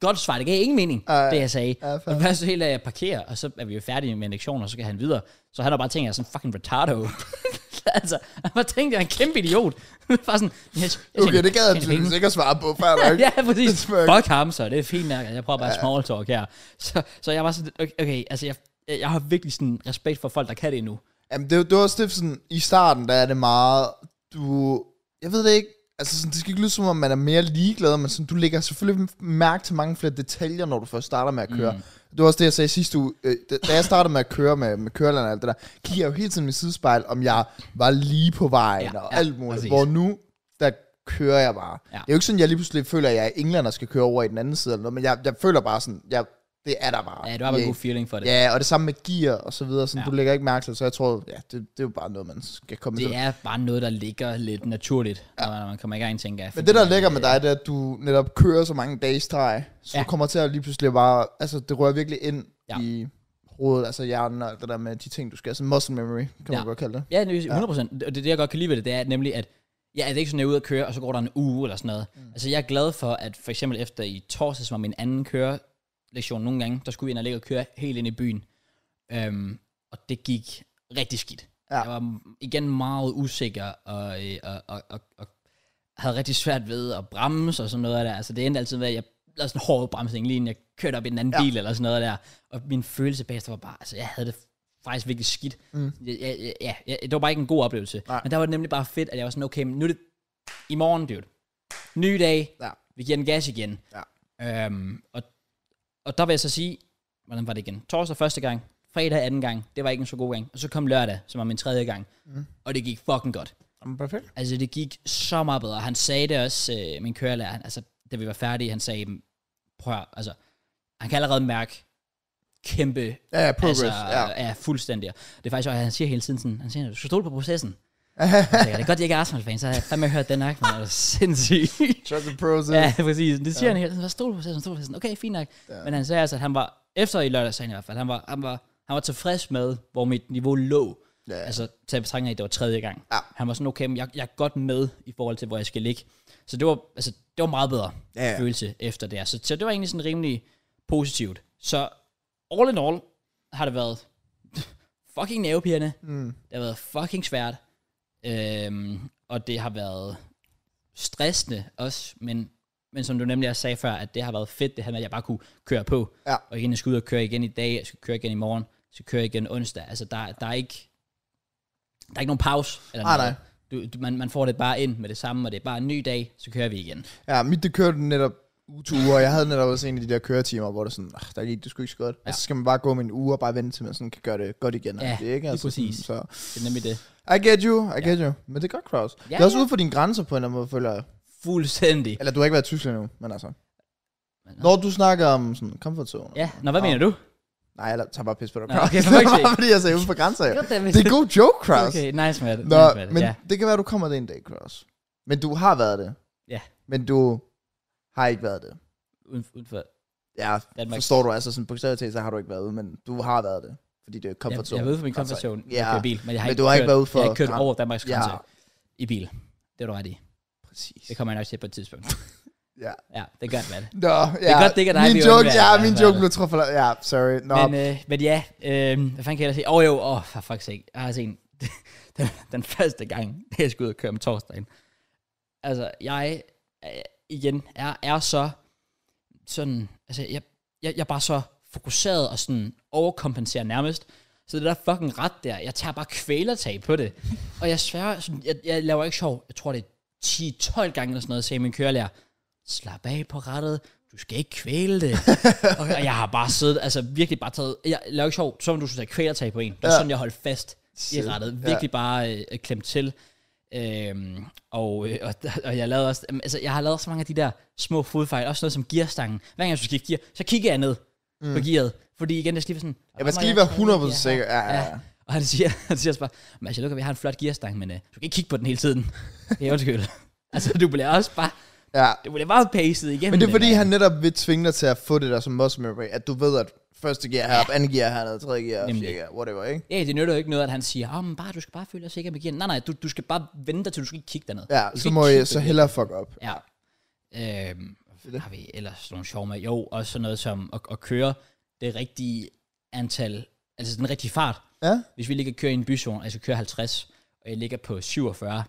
Godt svar, det gav ingen mening,
Ej.
det jeg sagde.
Ja,
og det værste hele er, at jeg parkerer, og så er vi jo færdige med en lektion, og så kan han videre. Så han har bare tænkt, at jeg er sådan fucking retardo. altså, han bare tænkt, at jeg er en kæmpe idiot. bare sådan, jeg, jeg tjener-
Okay, det gad
tjener
jeg
penge.
tydeligvis ikke at svare på før nok.
Ja, præcis.
smukt.
Fuck ham så, det er fint nok. Jeg prøver bare at small talk her. Så, så jeg var sådan, okay, okay altså jeg, jeg har virkelig sådan respekt for folk, der kan det endnu.
Jamen, det, det var også det, sådan, i starten, der er det meget, du, jeg ved det ikke, altså sådan, det skal ikke lyde som om, man er mere ligeglad, men sådan, du lægger selvfølgelig mærke til mange flere detaljer, når du først starter med at køre. Mm. Det var også det, jeg sagde sidste uge, øh, da- da jeg startede med at køre med, med køreland og alt det der, kiggede jeg jo hele tiden i mit sidespejl, om jeg var lige på vejen
Ja,
ja, og
ja,
alt muligt,
præcis.
hvor nu, der kører jeg bare.
Ja.
Ja. Det er jo ikke sådan, jeg lige pludselig føler, at jeg er englænder og skal køre over i den anden side eller noget, men jeg, jeg føler bare sådan, jeg, det er der bare.
Ja, det var bare
Yeah.
en god feeling for det.
Ja, og det samme med gear og så videre, sådan,
Ja.
ja. du lægger ikke mærke til, det, så jeg tror, ja, det, det er jo bare noget, man skal komme til.
Det er bare noget, der ligger lidt naturligt, når man, når man kommer i gang, tænker jeg.
Men
Fordi,
det, der ligger med dig, det er, at du netop kører så mange dage i streg, så
øh, Ja.
ja. du kommer til at lige pludselig bare, altså det rører virkelig ind
Ja.
ja. i hovedet, altså hjernen og alt det der med de ting, du skal, altså muscle memory, kan ja.
Ja.
man godt kalde det.
Ja, det er 100%. Og det, er det, jeg godt kan lide ved det, det er nemlig, at ja, det er ikke sådan, at jeg er ude at køre, og så går der en uge eller sådan noget. Mm. Altså, jeg er glad for, at for eksempel efter i torsdags var min anden kørelektion nogle gange, der skulle vi ind og ligge og køre helt ind i byen. Øhm, og det gik rigtig skidt.
Ja.
Jeg var m- igen meget usikker, og, øh, og, og, og, og havde rigtig svært ved at bremse og sådan noget der. Altså, det endte altid med, at jeg lavede sådan en hård bremsning, lige inden jeg kørte op i den anden ja.
Ja.
bil eller sådan noget der. Og min følelse bagefter var bare, altså, jeg havde det faktisk virkelig skidt. Mm. Jeg, jeg, jeg, ja, jeg, det var bare ikke en god oplevelse. Nej.
Nej.
Men der var det nemlig bare fedt, at jeg var sådan, okay, men nu er det i morgen, dude. Ny dag,
Ja.
vi giver den gas igen. Ja. Øhm, og, og der vil jeg så sige, hvordan var det igen? Torsdag første gang, fredag anden gang, det var ikke en så god gang. Og så kom lørdag, som var min tredje gang. Mm. Og det gik fucking godt.
Jamen, perfekt.
Altså, det gik så meget bedre. Han sagde det også, øh, min kørelærer, han, altså, da vi var færdige, han sagde, prøv at høre, altså, han kan allerede mærke kæmpe
Ja, ja, progress,
altså,
ja.
ja. fuldstændig. Det er faktisk også, at han siger hele tiden sådan, han siger, du skal stole på processen. Jeg tænker, det er godt, jeg ikke er Arsenal-fan, så har jeg fandme hørt den nok, men det er sindssygt.
Trust the process.
ja, præcis. Det siger ja. han hele tiden, så stol på processen, stol på processen. Okay, fint nok. Ja. Men han sagde altså, at han var, efter i lørdag sagde han i hvert fald, han var, han var, han var tilfreds med, hvor mit niveau lå. Ja.
Ja.
Altså, til betragtning af, at det var tredje gang.
Ja.
Han var sådan, okay, men jeg, jeg er godt med i forhold til, hvor jeg skal ligge. Så det var, altså, det var meget bedre
Ja, ja.
følelse efter det her. Så, så det var egentlig sådan rimelig positivt. Så all in all har det været fucking nervepirrende. Mm. Det har været fucking svært. Øhm, og det har været stressende også, men, men som du nemlig også sagde før, at det har været fedt, det her med, at jeg bare kunne køre på.
Ja.
Og igen, jeg skal ud og køre igen i dag, jeg skal køre igen i morgen, jeg skal køre igen onsdag. Altså, der, der er ikke... Der er ikke nogen pause. Eller
Nej,
noget.
nej.
Du, du, man, man får det bare ind med det samme, og det er bare en ny dag, så kører vi igen.
Ja, mit det kørte netop uge til uge, og jeg havde netop også en af de der køretimer, hvor det sådan, ah, der gik det sgu ikke så godt. Ja. Altså, så skal man bare gå med en uge og bare vente til, man sådan kan gøre det godt igen. altså,
Ja,
det er ikke
lige præcis.
Sådan, så.
Det er nemlig det.
I get you, I get you. Men det er godt, Kraus. det er også
ja.
ude for dine grænser på en eller anden måde, føler jeg.
Fuldstændig.
Eller du har ikke været i Tyskland nu, men altså.
Men, nå.
Når du snakker om sådan comfort zone.
Ja, nå, hvad mener du?
Nej, jeg tager bare pis på dig,
Nå,
Kraus.
okay,
det
for fuck's
var
sake.
bare, fordi jeg sagde uden for grænser. jo.
Goddammit.
Det er en god joke, Kraus.
Okay, nice med det.
Nå,
nice med det.
men
ja.
det kan være, du kommer det en dag, Kraus. Men du har været det.
Ja.
Men du har ikke været det.
Uden, uden for,
Ja,
Danmark.
forstår du, altså sådan på til, så har du ikke været ude, men du har været det. Fordi det er
jeg,
comfort zone.
jeg er ude for min comfort zone
Altså,
ja.
Ja,
at køre bil, men jeg har
Men
ikke,
du har ikke
kørt,
været ude for-
jeg har ikke kørt
nej.
over Danmarks
ja,
grænse i bil. Det er du ret i.
præcis.
Det kommer jeg nok til på et tidspunkt.
Ja.
Ja, det er godt med det.
Nå, ja.
er godt, det ikke er dig, vi
min joke,
undværer,
ja,
i
min
hvert fald.
joke blev truffet. Ja, sorry. Nå,
Men, øh, men ja, øh, hvad fanden kan jeg ellers sige? Åh oh, jo, åh, oh, for fuck's sake. Jeg har set en. den, den første gang, da jeg skulle ud og køre om torsdagen. Altså, jeg øh, igen er, er så sådan, altså jeg, jeg, jeg er bare så fokuseret og sådan overkompenserer nærmest. Så det der fucking ret der, jeg tager bare kvælertag på det. Og jeg sværger, sådan, jeg, jeg laver ikke sjov, jeg tror det er 10-12 gange eller sådan noget, sagde min kørelærer, slap af på rettet, du skal ikke kvæle det. og jeg har bare siddet, altså virkelig bare taget, jeg laver ikke sjov, som du synes, jeg kvæler tag på en. Det var
Ja.
sådan, jeg holdt fast i
Shit.
rettet.
Ja.
Virkelig bare øh, øh, klemt til. Øhm, og, øh, og, og, jeg lavede også, jamen, altså jeg har lavet så mange af de der små fodfejl, også noget som gearstangen. Hver gang jeg skulle skifte gear, så kigger jeg ned mm. på gearet. Fordi igen, jeg skal lige være sådan...
Ja, man skal
"Nå,
lige
jeg
være
kan
100%
ikke,
sikker. Ja, ja, ja.
Ja. Og han siger, han siger også bare, Mads, jeg lukker, vi har en flot gearstang, men øh, du kan ikke kigge på den hele tiden. Det er undskyld. altså, du bliver også bare,
ja.
du bliver bare paced igennem.
Men det er fordi,
mand.
han netop vil tvinge dig til at få det der som muscle memory, at du ved, at første gear heroppe, andet gear hernede, tredje gear,
Nemlig.
fjerde gear, whatever, ikke?
Ja, det nytter jo ikke noget, at han siger, oh, men bare, du skal bare føle dig sikker med gear. Nej, nej, du, du skal bare vente, til du skal ikke kigge derned.
Ja,
du
så
skal
må
ikke
jeg
kigge
så
på
hellere fuck op.
gear. Ja. Øhm, har vi ellers nogle sjove med? Jo, også sådan noget som at, at køre det rigtige antal, altså den rigtige fart.
Ja?
hvis vi ligger og kører i en byzone, altså kører 50, og jeg ligger på 47,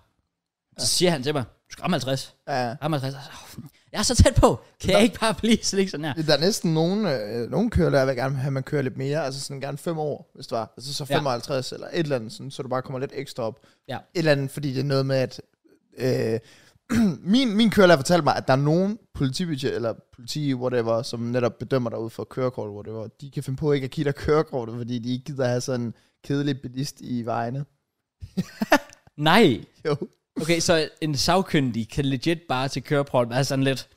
så siger han til mig, du skal ramme 50,
Ja.
ramme 50, og så, jeg er så tæt på, kan jeg ikke bare blive så ligge sådan her?
Der er næsten nogen, øh, nogen kørelærer, jeg vil gerne have, at man kører lidt mere, altså sådan gerne fem år, hvis det var. Altså så
Ja.
55 ja. eller et eller andet, sådan, så du bare kommer lidt ekstra op.
Ja.
Et eller andet, fordi det er noget med, at øh, min, min kørelærer fortalte mig, at der er nogen politibudget, eller politi, whatever, som netop bedømmer dig ud for kørekort, whatever. De kan finde på ikke at give dig kørekortet, fordi de ikke gider have sådan en kedelig bilist i vejene.
Nej.
Jo.
Okay, så en sagkyndig kan legit bare til køreprøven være sådan lidt,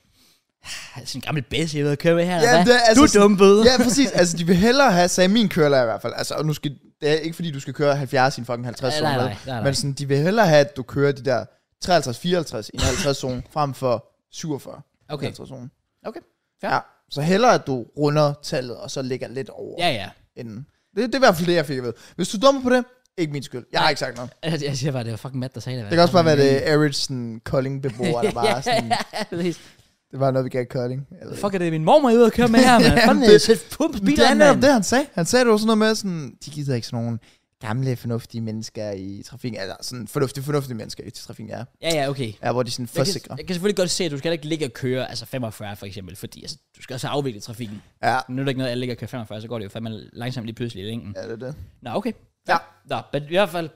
"Ah, sådan en gammel bedst, jeg ved at køre med her, eller hvad?
det er altså
du er
sådan-
dum bøde.
Ja, præcis. Altså, de vil hellere have, sagde min kørelærer i hvert fald. Altså, og nu skal, det er ikke fordi, du skal køre 70 i en fucking 50
Ja,
zone.
nej, nej,
vel?
nej, nej.
Men sådan, de vil hellere have, at du kører de der 53, 54 i en 50 zone, frem for 47
Okay.
50 zone.
Okay, fair.
Ja. Så hellere, at du runder tallet, og så ligger lidt over ja.
Ja, ja.
inden. Det, det er i hvert fald det, jeg fik at vide. Hvis du er dummer på det, ikke min skyld. Jeg har ikke sagt noget.
Altså, Jeg siger bare, det var fucking Matt, der sagde det.
Det kan også bare være det average sådan, Kolding-beboer, der bare sådan, det var noget, vi gav Kolding. Jeg ved ikke.
Fuck, er det min mormor, jeg er ude at køre med her, mand?
Ja,
Fanden,
det-
sæt pump
Men det er
bilen,
netop
mand.
det, han sagde. Han sagde, det var sådan noget med, sådan, de gider ikke sådan nogle gamle, fornuftige mennesker i trafikken. Eller sådan fornuftige, fornuftige mennesker i trafikken, ja.
Ja, ja, okay.
ja hvor de sådan
Jeg
forsikrer.
kan, jeg kan selvfølgelig godt se, at du skal heller ikke ligge og køre altså 45 for eksempel, fordi altså, du skal også afvikle trafikken.
Ja,
Nu er der ikke noget, at alle ligger og kører 45, så går det jo fandme langsomt lige pludselig i længden.
ja, det er det.
Nå, okay.
Ja.
Nå, men i hvert fald,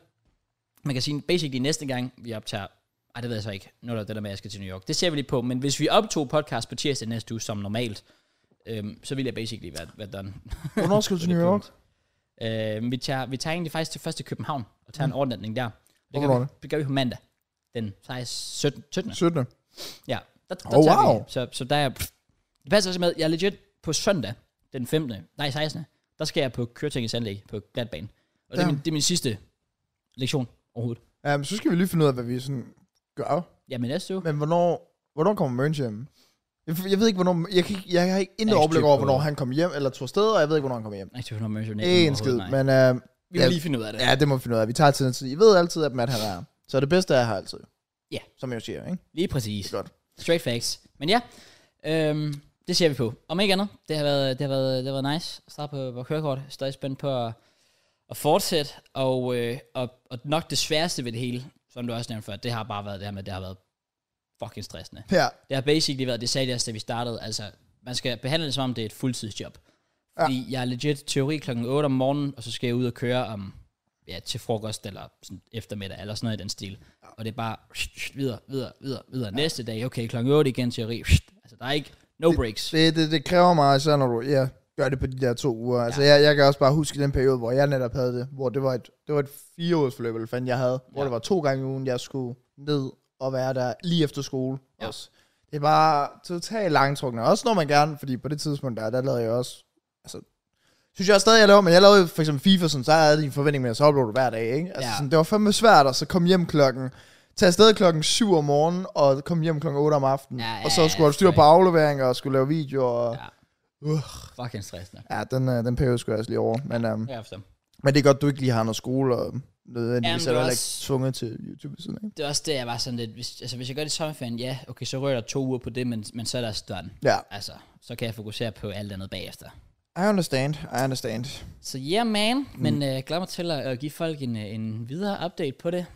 man kan sige, basically næste gang, vi optager, ej, det ved jeg så ikke, nu er der det der med, at jeg skal til New York. Det ser vi lige på, men hvis vi optog podcast på tirsdag næste uge som normalt, øhm, så vil jeg basically være, være done.
Hvornår skal du til
Det er
New York?
Øhm, vi, tager, vi tager egentlig faktisk til først til København og tager mm. en overnatning der. Det
Hvornår
gør, vi,
er
det gør vi på mandag, den 16, 17, 17.
17.
Ja, der, der
Oh,
oh, tager wow.
wow.
vi. Så, så der er... Det passer også med, jeg er legit på søndag, den 15. Nej, 16. Der skal jeg på Køretingens anlæg på glatbanen. Og det er,
Ja.
min, det er min sidste lektion overhovedet.
Ja, men så skal vi lige finde ud af, hvad vi sådan gør.
Ja, men næste uge...
Men hvornår, hvornår kommer Mørns hjem? Jeg, jeg ved ikke, hvornår... Jeg, kan, ikke- jeg har ikke intet
ikke
overblik
styr
over,
på-
hvornår han kom hjem, eller tog afsted, og jeg ved ikke, hvornår han kommer hjem.
Nej, det er jo noget Mercer
Ikke en skid, men øh,
Vi må
ja.
lige finde ud af det.
ja, det må vi finde ud af. Vi tager tiden tid. I ved altid, at Matt han er her. Så det bedste er her altid.
Ja.
Som jeg jo siger, ikke?
Lige præcis.
Godt.
Straight facts. Men ja, øhm, det ser vi på. Om ikke andet, det har været, det har været, det har været nice at starte på, på kørekort. Jeg er Stadig spændt på at, at fortsætte. Og, øh, og, og, nok det sværeste ved det hele, som du også nævnte før, det har bare været det her med, det har været fucking stressende.
Ja,
Det har basically været, det sagde jeg også, da vi startede, altså man skal behandle det som om, det er et fuldtidsjob.
Ja.
Fordi jeg er legit teori klokken 8 om morgenen, og så skal jeg ud og køre om, ja, til frokost eller sådan eftermiddag, eller sådan noget i den stil. Og det er bare videre, videre, videre, videre. Næste dag, okay, klokken 8 igen teori. Altså der er ikke, no breaks.
Det, det, det kræver meget, især når du ja, gør det på de der to uger. Altså, jeg, jeg kan også bare huske den periode, hvor jeg netop havde det, hvor det var et, det var et fireårsforløb, eller fandt jeg havde, hvor
Ja.
det var to gange i ugen, jeg skulle ned og være der lige efter skole
Ja.
ja. også. Det var totalt langtrukne, også når man gerne, fordi på det tidspunkt der, der lavede jeg også, altså, synes jeg stadig, jeg laver, men jeg lavede for eksempel FIFA, sådan, så havde de en forventning med, at så uploadede hver dag, ikke? Altså,
Ja.
ja. sådan, det var fandme svært, og så kom hjem klokken, tage afsted klokken 7 om morgenen, og kom hjem klokken 8 om aftenen,
Ja, ja,
og så
ja,
skulle holde styr
sorry.
på afleveringer, og skulle lave videoer, og
Ja. Fucking stressende.
Ja, den, øh, den periode skulle jeg også lige over. Men, øhm,
Jeg forstår.
men det er godt, du ikke lige har noget skole, og nødvendigvis
Jamen,
er
det
du
er
heller ikke
også-
tvunget til YouTube. ved Siden, af.
Det er også det, jeg var sådan lidt, hvis, altså hvis jeg gør det i sommerferien, ja, okay, så rører der to uger på det, men, men så er der sådan.
Ja,
Altså, så kan jeg fokusere på alt andet bagefter.
I understand, I understand.
Så yeah, man.
Mm.
Men øh, glæder mig til at, at give folk en, øh, en videre update på det.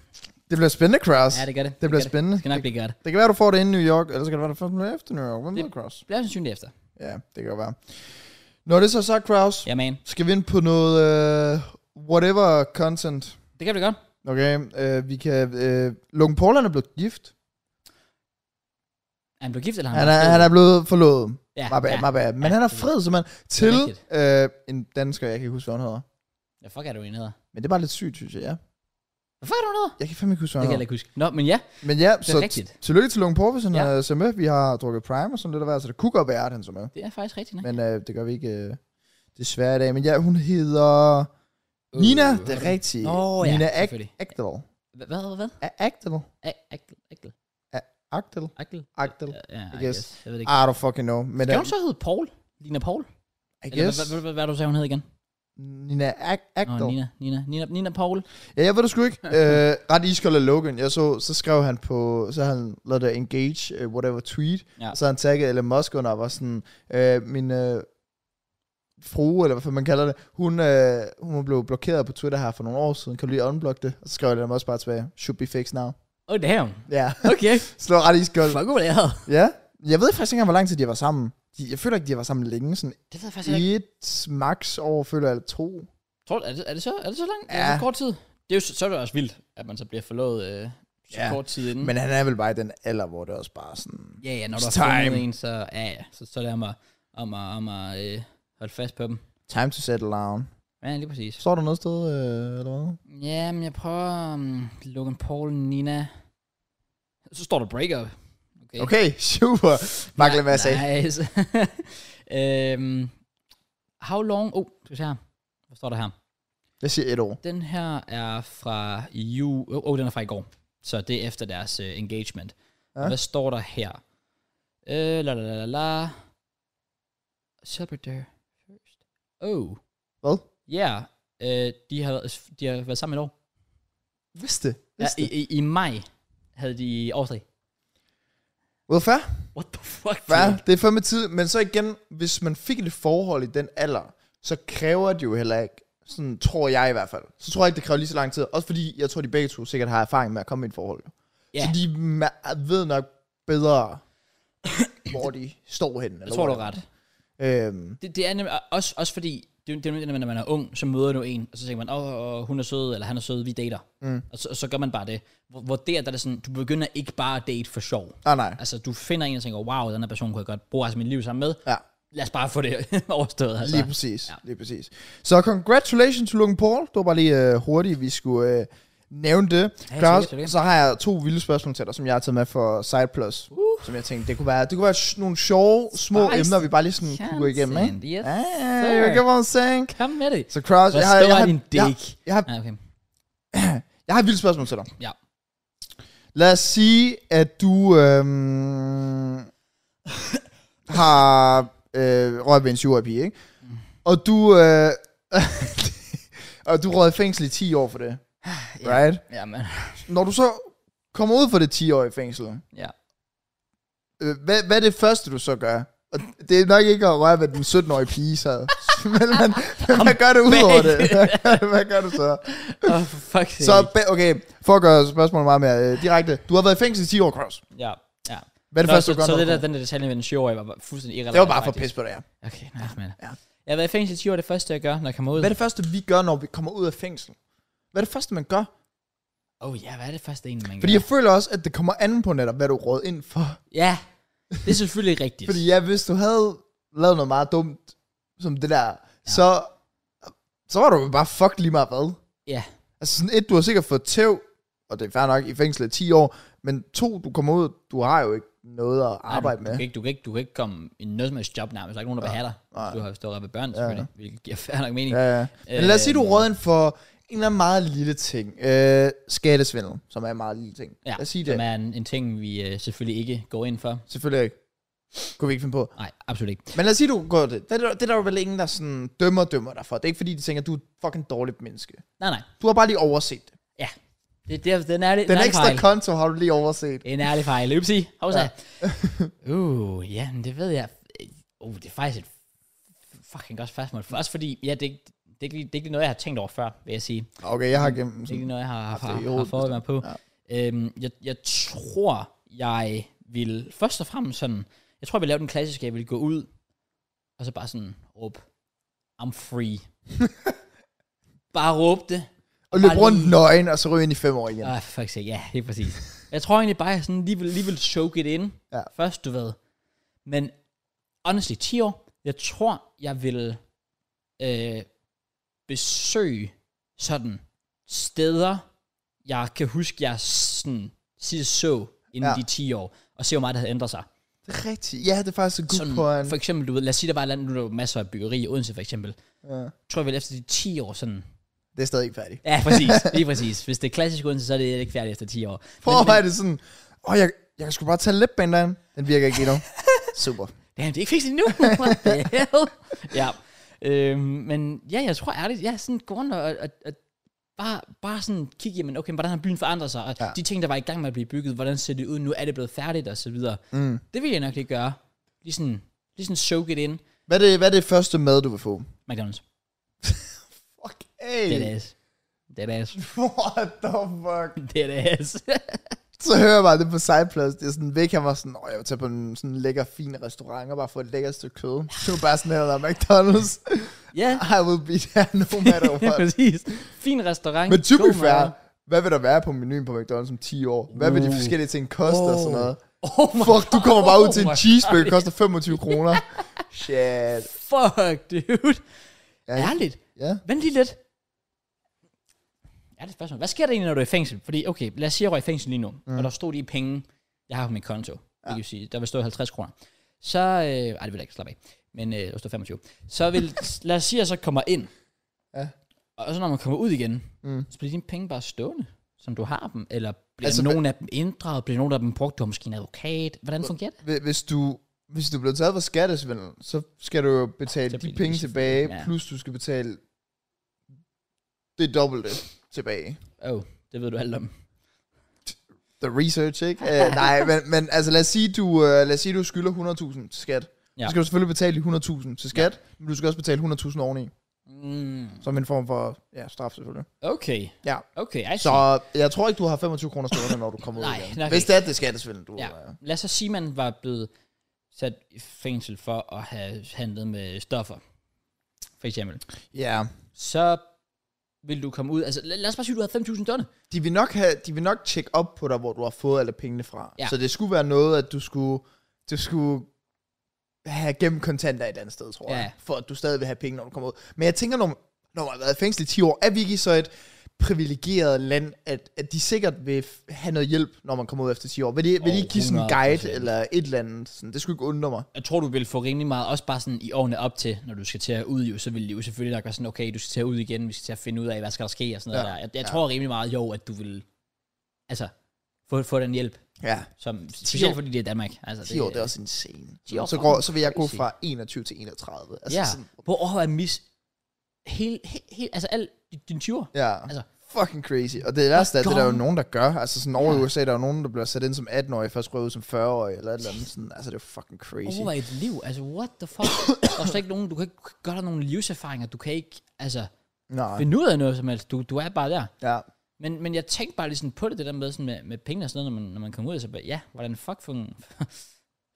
Det bliver spændende, Kraus.
Ja, det gør det.
det bliver
gør
spændende.
Det skal nok blive godt.
Det kan være, du får det inden New York, eller så kan det være, du får det efter New York. Hvem
Det-
ved, Kraus?
Det bliver sandsynligt efter.
Ja, det kan jo være. Når det er så er sagt, Kraus,
Ja, man.
skal vi ind på noget øh, whatever content.
Det kan blive godt.
Okay, øh, vi kan... Øh, Logan Paul han er blevet gift.
Er han blevet gift, eller har
Han
været
er,
fed?
han er blevet forlovet.
Ja,
Ja, my bad,
ja.
my bad. Men han er fred, simpelthen, til
rigtigt.
øh, en dansker, jeg kan ikke huske, hvad hun hedder.
Ja, fuck er du en hedder?
Men det er bare lidt sygt, synes jeg, ja.
Hvad fuck er du en hedder?
Jeg kan fandme ikke huske,
Det kan
hvad hun
jeg ikke
hedder.
huske. Nå, men ja.
Men ja,
er
så
rigtigt.
t- tillykke til Lungen Porpe, som
Ja.
ja. øh, ser med. Vi har drukket Prime og sådan lidt af hver, så det kunne godt være, at han så med.
Det er faktisk rigtigt, nej?
Men øh, det gør vi ikke øh, desværre i dag. Men ja, hun hedder
Øh,
Nina, det er rigtigt.
Nå, ja,
Nina Ag-
selvfølgelig.
Agdal.
Hvad, hvad, hvad?
A- Agdal?
A- Akkel, Akkel,
Agdal?
Akkel.
Agdal?
Ja, I
I
guess.
guess.
Jeg ved det
I
ikke.
don't fucking know. Men
Skal
øh,
hun så hedde Paul? Lina Paul?
I
Eller
guess,
hvad- hvad- hvad- Hvad er det, du sagde, hun hed igen?
Nina Ag-
Nå,
Agdal.
Nina, Nina, Nina, Nina Paul.
Ja, jeg ved det sgu ikke. øh, ret iskold af Logan. Jeg så, så skrev han på, så havde han lavet det engage, uh, whatever tweet.
Ja.
Ja. Så havde han tagget Elon Musk under og var sådan, øh, min øh, frue, eller hvad fanden man kalder det, hun, øh, hun blev blokeret på Twitter her for nogle år siden. Kan du lige unblock det? Og så skrev Elon Musk bare tilbage, should be fixed now.
Oh, damn.
Ja,
Okay.
slå ret iskold.
Fuck, hvor det er.
Ja, jeg ved faktisk ikke engang, hvor lang tid de var sammen. De, jeg føler ikke, de var sammen længe. Sådan
Det ved Altså, jeg faktisk ikke.
et max år, føler jeg, eller to.
Tror, du- er, det, er, det så, er det så langt? Ja. Er
Ja.
det så kort tid? Det er jo, så, så er det også vildt, at man så bliver forlovet øh, så
Ja.
kort tid inden.
Men han er vel bare i den alder, hvor det også bare sådan...
Ja, ja, når du
It's
har fundet
time.
en, så, ja, ja, så, så er det om at, om at, om at øh, holde fast på dem.
Time to settle down.
Ja, lige præcis.
Står der noget sted, øh, eller hvad?
Jamen, jeg prøver um, Logan Paul, Nina. Så står der breakup. Okay,
Okay, super. Bare glem, hvad jeg sagde.
Nej, Nice. øhm, how long... Oh, skal vi se her. Hvad står der her?
Jeg siger et år.
Den her er fra EU... Åh, oh, den er fra i går. Så det er efter deres uh, engagement. Ja.
Ja.
Hvad står der her? Øh, la la la la la. Celebrate their first. Oh.
Hvad?
Ja. Yeah. Øh, de, har, været- de har været sammen et år.
Vidste.
Ja,
Vidste.
i, i, I maj havde de årsdag.
Well, fair.
What the fuck?
fair.
dude?
Det er for med tid. Men så igen, hvis man fik et forhold i den alder, så kræver det jo heller ikke, sådan tror jeg i hvert fald, så tror jeg ikke, det kræver lige så lang tid. Også fordi, jeg tror, de begge to sikkert har erfaring med at komme i et forhold.
Ja.
Så de ma- ved nok bedre, hvor de står henne.
Jeg tror, du er ret.
Øhm,
Det, det er nemlig og- også, også fordi, det, er jo- det er nemlig, det, når man er ung, så møder du en, og så tænker man, åh, oh, hun er sød, eller han er sød, vi dater. Mm. Og, så, og så gør man bare det. Hvor, hvor der, der er det sådan, du begynder ikke bare at date for sjov.
ah, nej.
Altså, du finder en og tænker, wow, den her person kunne jeg godt bruge resten af mit liv sammen med.
Ja.
Lad os bare få det overstået. Altså.
Lige præcis, ja. lige præcis. Så congratulations til Logan Paul. Det var bare lige øh, hurtigt, vi skulle øh, nævne det.
tillykke,
Klaus,
tillykke.
så har jeg to vilde spørgsmål til dig, som jeg har taget med for SidePlus, uh. som jeg tænkte, det kunne være, det kunne være sh- nogle sjove, små
Spicy
emner, vi bare lige sådan kunne gå igennem, ikke?
Chancen, Yes,
Ah,
sir.
you get what I'm saying?
Kom med det.
Så Kraus,
Hvor
jeg har,
stor
jeg,
er
har,
din
jeg,
dick?
jeg, har,
Ja, okay.
jeg har et vildt spørgsmål til dig.
Ja.
Lad os sige, at du øhm, har øh, røget ved en 7 pige, ikke? Og du, øh, og du røget i fængsel i 10 år for det,
Ja.
right?
Jamen,
Når du så kommer ud for det 10 år i fængsel,
ja.
øh, hvad, hvad er det første, du så gør? Og det er nok ikke at røre ved den 17-årige pige, så. Men man, hvad gør du ud over det? Hvad gør, du- hvad gør du så?
Åh, oh, fuck
Så, ba- okay, for at gøre spørgsmålet meget mere øh, direkte. Du har været i fængsel i 10 år, Kraus.
Ja, ja.
Hvad er det
Nå,
første,
så,
du gør?
så
når
det
du
der,
kommer?
den der detalje med den 20-årige var bare fuldstændig irrelevant.
det var bare for
faktisk.
pis på det her.
Okay, nice, man. Ja.
Ja.
Jeg har været i fængsel i 10 år, det første, jeg gør, når jeg kommer ud.
Hvad er det første, vi gør, når vi kommer ud af fængsel? Hvad er det første, man gør?
Åh oh, ja, hvad er det første egentlig, man
Fordi
gør?
jeg føler også, at det kommer an på netop, hvad du råd ind for.
Ja, det er selvfølgelig rigtigt.
Fordi ja, hvis du havde lavet noget meget dumt, som det der, ja. så, så var du jo bare fuck lige meget hvad.
Ja,
Altså sådan et, du har sikkert fået tæv, og det er fair nok i fængsel i 10 år, men to, du kommer ud, du har jo ikke noget at arbejde
du,
med.
kan ikke, du, kan ikke, du kan ikke komme i noget som helst job nærmest. Der er ikke nogen, der vil have dig. hvis Du har stået op ved børn, selvfølgelig. Hvilket giver fair nok mening.
Ja, ja. Men lad os sige, du
Øhm.
råd ind for en eller anden meget lille ting. Øh, skattesvindel, som er en meget lille ting. lad os sige det.
Som er en, en ting, vi øh, selvfølgelig ikke går ind for.
Selvfølgelig ikke. Kunne vi ikke finde på.
Nej, absolut ikke.
Men lad os sige, du går det. Det er, der- det er der jo vel ingen, der sådan dømmer dømmer dig for. Det er ikke fordi, de tænker, at du er et fucking dårligt menneske.
Nej, nej.
Du har bare lige overset det.
Ja. Det, det, er- den er, lidt-
Den
er lidt
ekstra
fejl.
konto har du lige overset.
En ærlig fejl. Upsi. Hovsa. Ja. uh, ja, men det ved jeg. Uh, det er faktisk et fucking godt spørgsmål. For også fordi, ja, det, er ikke- det, er ikke lige- det er ikke lige noget, jeg har tænkt over før, vil jeg sige. Det
Okay, jeg har gennem
er ikke lige
sådan.
noget, jeg har, har,
det er i
har, har
hovedet,
fået mig på. Ja. Øhm, jeg, jeg tror, jeg vil først og fremmest sådan, jeg tror, jeg vil lave den klassiske, jeg vil gå ud, og så bare sådan råbe, I'm free. bare råbe det.
Og løb
bare
rundt
lige-
nøgen, og så ryge ind i fem år igen.
Ah, fuck sake, ja, helt præcis. Jeg tror egentlig bare, at jeg sådan lige vil, lige vil soak it in.
Ja.
Først, du ved. Men honestly, 10 år, jeg tror, jeg vil øh, besøge sådan steder, jeg kan huske, jeg sådan sidst så inden
Ja.
ja. de 10 år, og se, hvor meget der havde ændret sig.
Det er rigtigt. Ja, det er faktisk en good
Sådan,
point.
for eksempel, du ved, lad os sige, der var et land, nu er der jo masser af byggeri i Odense, for eksempel.
Ja.
Tror jeg vel efter de 10 år sådan...
Det er stadig ikke færdigt.
Ja, præcis. lige præcis. Hvis det er klassisk Odense, så er det ikke færdigt efter 10 år.
Prøv at være det sådan, åh, jeg, jeg kan sgu bare tage læbbanderen. Den virker ikke endnu. Super.
Damn, det er ikke fikset endnu. What the hell? ja. Øhm, men ja, jeg tror ærligt, ja, sådan gå rundt og, og, og bare, bare sådan kigge, jamen okay, hvordan har byen forandret sig, og
Ja.
ja. de ting, der var i gang med at blive bygget, hvordan ser det ud nu, er det blevet færdigt, og så videre.
Mm.
Det vil jeg nok lige gøre. Lige sådan, lige sådan soak it in.
Hvad er, det, hvad er det første mad, du vil få?
McDonald's.
Fuck, hey.
Det er det ass. Det er det ass.
What the fuck?
Det er det ass.
Så hører jeg bare det på sideplads. Det er sådan væk, han var sådan, åh, jeg vil tage på en sådan lækker, fin restaurant og bare få et lækkert stykke kød. Det var bare sådan her, der er McDonald's.
ja,
I will be there no matter
ja,
what.
præcis. Fin restaurant.
Men to be
god mad.
fair, hvad vil der være på menuen på McDonald's om 10 år? Hvad vil de
Uh.
forskellige ting koste og sådan
Oh.
noget?
Oh my
Fuck, du kommer bare ud
Oh
til en
my
cheeseburger,
God.
koster 25 kroner. Shit.
fuck, dude.
Ja.
Ja. Ærligt.
Ja.
Vent lige lidt. Ja, det er et spørgsmål. Hvad sker der egentlig, når du er i fængsel? Fordi, okay, lad os sige, at jeg røg i fængsel lige nu, mm. og der stod de penge, jeg har på min konto. Ja. Det vil sige, der vil stå 50 kroner. Så, øh, ej, det vil jeg ikke slappe af, men øh, der står 25. Så vil, lad os sige, at jeg så kommer ind.
Ja.
Og så når man kommer ud igen,
Mm.
mm. så bliver dine penge bare stående, som du har dem. Eller bliver
Altså,
altså, nogen af dem ændret? Bliver nogen af dem brugt? Du har måske en advokat. Hvordan fungerer det?
Hvi- Hvis du, hvis du bliver taget for skattesvindel, så skal du jo betale
Så
de
bliver det
penge
selvfølgelig,
tilbage,
ja.
plus du skal betale det dobbelte tilbage.
Åh, oh, det ved du alt om.
The research, ikke? Uh, nej, men, men altså lad os sige, du, uh, lad os sige, du skylder 100.000 til skat. Ja.
Ja.
Så skal du selvfølgelig betale de 100.000 til skat, ja. men du skal også betale 100.000 oveni,
Mm.
som en form for ja, straf selvfølgelig.
Okay.
Ja.
Okay, I see.
Så jeg tror ikke, du har 25 kroner stående, når du kommer
Nej,
ud igen.
nok
Hvis
ikke.
det er det skattesvindel, du
Ja.
øh,
Lad os så sige, at man var blevet sat i fængsel for at have handlet med stoffer, for eksempel.
Ja.
Så vil du komme ud, altså lad, lad os bare sige, at du havde 5.000 døgn.
De vil nok, have, de vil nok tjekke op på dig, hvor du har fået alle pengene fra. Ja.
Ja.
Så det skulle være noget, at du skulle, du skulle have gemt kontanter et andet sted, tror
Ja.
jeg. For at du stadig vil have penge, når du kommer ud. Men jeg tænker, når man, når man har været i fængsel i 10 år, er vi ikke i så et privilegeret land, at, at de sikkert vil f- have noget hjælp, når man kommer ud efter 10 år. Vil de, vil de
Åh,
ikke give sådan en guide
100%.
eller et eller andet? Sådan, det skulle ikke undre mig.
Jeg tror, du vil få rimelig meget, også bare sådan i årene op til, når du skal til at ud, jo, så vil de jo selvfølgelig nok være sådan, okay, du skal til at ud igen, vi skal til at finde ud af, hvad skal der ske, og sådan noget
Ja.
ja. der. Jeg, jeg
Ja.
ja. tror rimelig meget, jo, at du vil, altså, få, få den hjælp,
Ja.
som,
10 år.
specielt fordi det er Danmark. Altså,
10 år, det er også insane.
10 år
Så,
er
går,
fucking
så vil jeg gå
crazy.
fra 21 til 31. Altså
ja,
sådan,
på år at mis, hele, hele, hele, altså al din 20'er.
Ja.
Altså-
fucking crazy. Og det værste er, at det er der jo
Gone.
nogen, der gør. Altså sådan over i
Ja.
USA, der er jo nogen, der bliver sat ind som 18-årige, først røget ud som 40-årige, eller et eller andet. Sådan, altså det er jo fucking crazy.
over et liv. Altså, what the fuck? der er slet ikke nogen, du kan ikke gøre dig nogle livserfaringer. Du kan ikke, altså,
Nej.
finde ud af noget som helst. Du, du er bare der.
Ja.
Men, men jeg tænkte bare lige sådan på det, det der med, sådan med, med penge og sådan noget, når man, når man kommer ud, så bare, ja, hvordan fuck fun,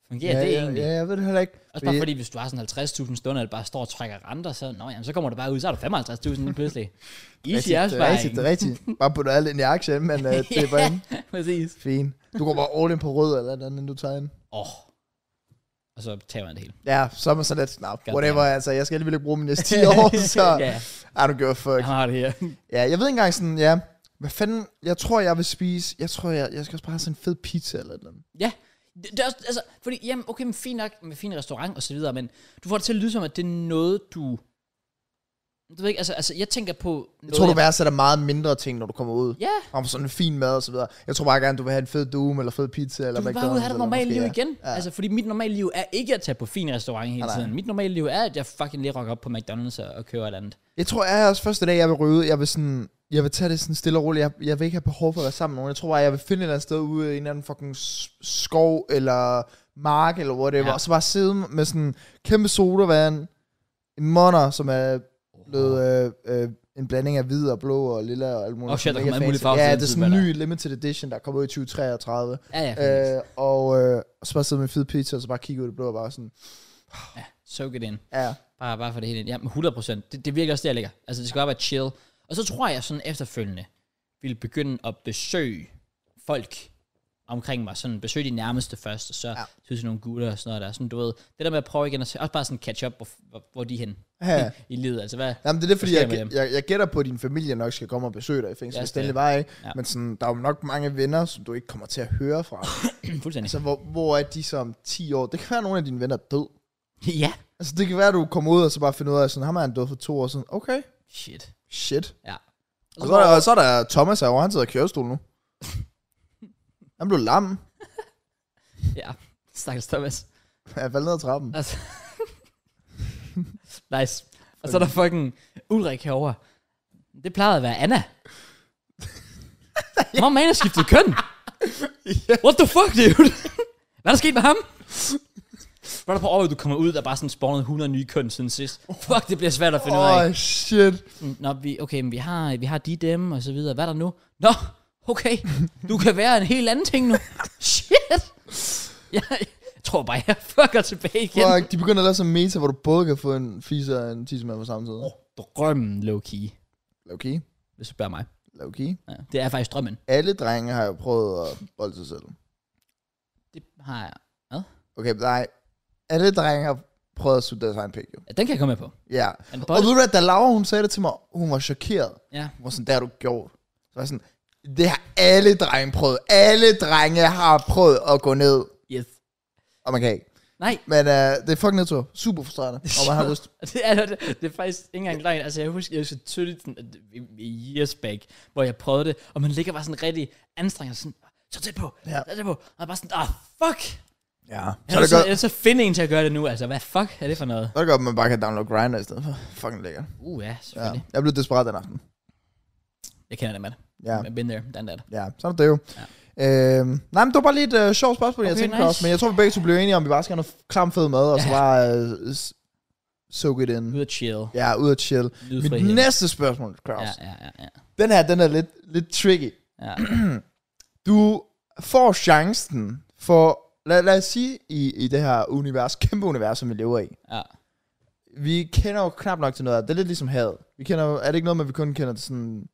fungerer det
ja,
egentlig?
Ja, jeg ved det heller ikke.
Også bare fordi, hvis du har sådan 50.000 stunder, der bare står og trækker renter, så, nå, jamen, så kommer du bare ud, så har du 55.000 lige pludselig. Easy
Rigtigt, det er rigtigt,
afsparing.
det er rigtigt. Bare putte alt ind i aktien, men uh, det er bare en
Præcis.
fin. Du går bare all in på rød eller et eller andet, inden du tager ind.
Åh. Oh. Og så tager man det hele.
Ja, så er man så lidt snap.
God
Whatever, altså, jeg skal alligevel ikke bruge mine næste 10 år, så
ja,
I don't give a fuck.
jeg har det her.
Ja, jeg ved ikke engang sådan, ja, hvad fanden, jeg tror, jeg vil spise, jeg tror, jeg, jeg skal også bare have sådan en fed pizza eller et eller andet.
Ja, det, det er også, altså, fordi, jamen, okay, men fint nok med fin restaurant og så videre, men du får det til at lyde som, at det er noget, du... Du ved ikke, altså, altså jeg tænker på noget...
Jeg tror, du værdsætter meget mindre ting, når du kommer ud.
Ja,
Om sådan en fin mad og så videre. Jeg tror bare gerne, du vil have en fed doom eller fed pizza eller
du vil bare ud og have
eller
det normale
måske,
liv
ja.
igen.
Ja.
Ja. Altså, fordi mit normale liv er ikke at tage på fin restaurant hele
Nej, nej.
tiden. Mit normale liv er, at jeg fucking lige rocker op på McDonald's og, og køber et eller andet.
Jeg tror, jeg er også første dag, jeg vil ryge ud. Jeg vil sådan... Jeg vil tage det sådan stille og roligt. Jeg, jeg vil ikke have behov for at være sammen med nogen. Jeg tror bare, jeg vil finde et eller andet sted ude i en eller anden fucking s- skov eller mark eller whatever. Ja.
Ja.
Og så bare sidde med sådan en kæmpe sodavand. En monner, som er blevet øh, øh, en blanding af hvid og blå og lilla og alt muligt.
Åh, shit, der
Mega
kommer alle mulige
fancy.
farver til
Ja,
den
det
tid,
er sådan en
hvad
ny limited edition, der kommer ud i 2033.
Ja, ja, øh.
Øh, og, øh, og så bare sidde med en fed pizza, og så bare kigge ud i det blå og bare sådan,
Soak it in.
ja,
Bare, bare for det hele ind. Ja, men 100 procent. Det, det virker også der, jeg ligger. Altså, det skal bare være chill. Og så tror jeg sådan efterfølgende, vil begynde at besøge folk, omkring mig. Sådan besøg de nærmeste først, og så ja. synes nogle gutter og sådan noget der. Sådan, du ved, det der med at prøve igen, og se- også bare sådan catch up, hvor, hvor, hvor de er henne
Ja.
i livet. Altså, hvad?
Jamen, det er det, fordi
sker
jeg,
med dem?
jeg, jeg, jeg gætter på, at din familie nok skal komme og besøge dig i fængsel,
Ja,
yes,
det er
det var, ikke?
Ja.
Ja. Men sådan, der er jo nok mange venner, som du ikke kommer til at høre fra.
Fuldstændig.
altså, hvor, hvor er de så om 10 år? Det kan være, at nogle af dine venner er død.
ja.
Altså, det kan være, at du kommer ud og så bare finder ud af, sådan, ham er han død for to år siden. Okay,
Shit.
shit.
Ja.
Og så, er der, og så er der Thomas herovre, han sidder i kørestol nu. Han blev lam.
Ja. Stakkels Thomas.
Han faldt ned ad trappen.
Altså. nice. Og så er der fucking Ulrik herovre. Det plejede at være Anna. Hvor man har skiftet køn. What the fuck, dude? Hvad er der sket med ham? Var der på året, du kommer ud, der er bare sådan spawnet 100 nye køn siden sidst. Fuck, det bliver svært at finde ud af.
Åh, oh, shit.
Mm, Nå, vi, okay, men vi har, vi har de dem, og så videre. Hvad er der nu? Nå, okay. Du kan være en helt anden ting nu. Shit. Jeg, jeg tror bare, jeg fucker tilbage igen.
Fuck, de begynder at lave sådan en meta, hvor du både kan få en fise og en tissemand på samme tid.
Drømmen, low-key,
Low-key.
hvis du spørger mig.
Low-key.
Ja, det er faktisk drømmen.
Alle drenge har jo prøvet at bolde sig selv.
Det har jeg.
Okay, nej. Alle drenge har prøvet at sutte deres egen pik, jo.
Ja, den kan jeg komme med på.
Ja.
Men
Og ved du hvad, da Laura, hun sagde det til mig, hun var chokeret.
Ja.
Hun var sådan, det har du gjort. Så var jeg sådan, det har alle drenge prøvet. Alle drenge har prøvet at gå ned.
Yes.
Og man kan ikke.
Nej.
Men øh, det er fucking nedtur. Super frustrerende. Og man har lyst.
det, er, det, det er faktisk ikke engang løgn. Altså, jeg husker, jeg husker tydeligt sådan, at i- i years back, hvor jeg prøvede det, og man ligger bare sådan rigtig anstrengt, og sådan, så tæt på,
Ja.
så tæt på, og bare sådan, ah, fuck,
Ja. Så
Så
er
er
det
så,
godt,
ellers så finde en til at gøre det nu, altså. Hvad fuck er det for noget?
så er det godt at man bare kan downloade Grindr i stedet for. Fucking lækkert.
Uh, ja,
Ja.
selvfølgelig. Ja.
Jeg blev desperat den aften.
Jeg kender det, mand.
Ja.
I've been there, done that.
Ja, sådan er det jo. Ja. Øhm, nej, men det var bare lige et øh, sjovt spørgsmål, jeg
Okay,
tænkte
nice.
nice. også, men jeg tror, vi begge to blev enige om, at vi bare skal have noget klam fed mad, og så
Ja.
bare øh, s- soak it in.
Ud at chill.
Ja, ud og chill.
Lydfrihed.
Mit næste spørgsmål, Kraus.
Ja,
Ja.
ja, ja, ja.
Den her, den er lidt, lidt tricky.
ja.
Du får chancen for, lad, lad os sige, i, i det her univers, kæmpe univers, som vi lever i.
ja.
Vi kender jo knap nok til noget af det. Det er lidt ligesom havet. Vi kender, jo- er det ikke noget med, at vi kun kender til sådan,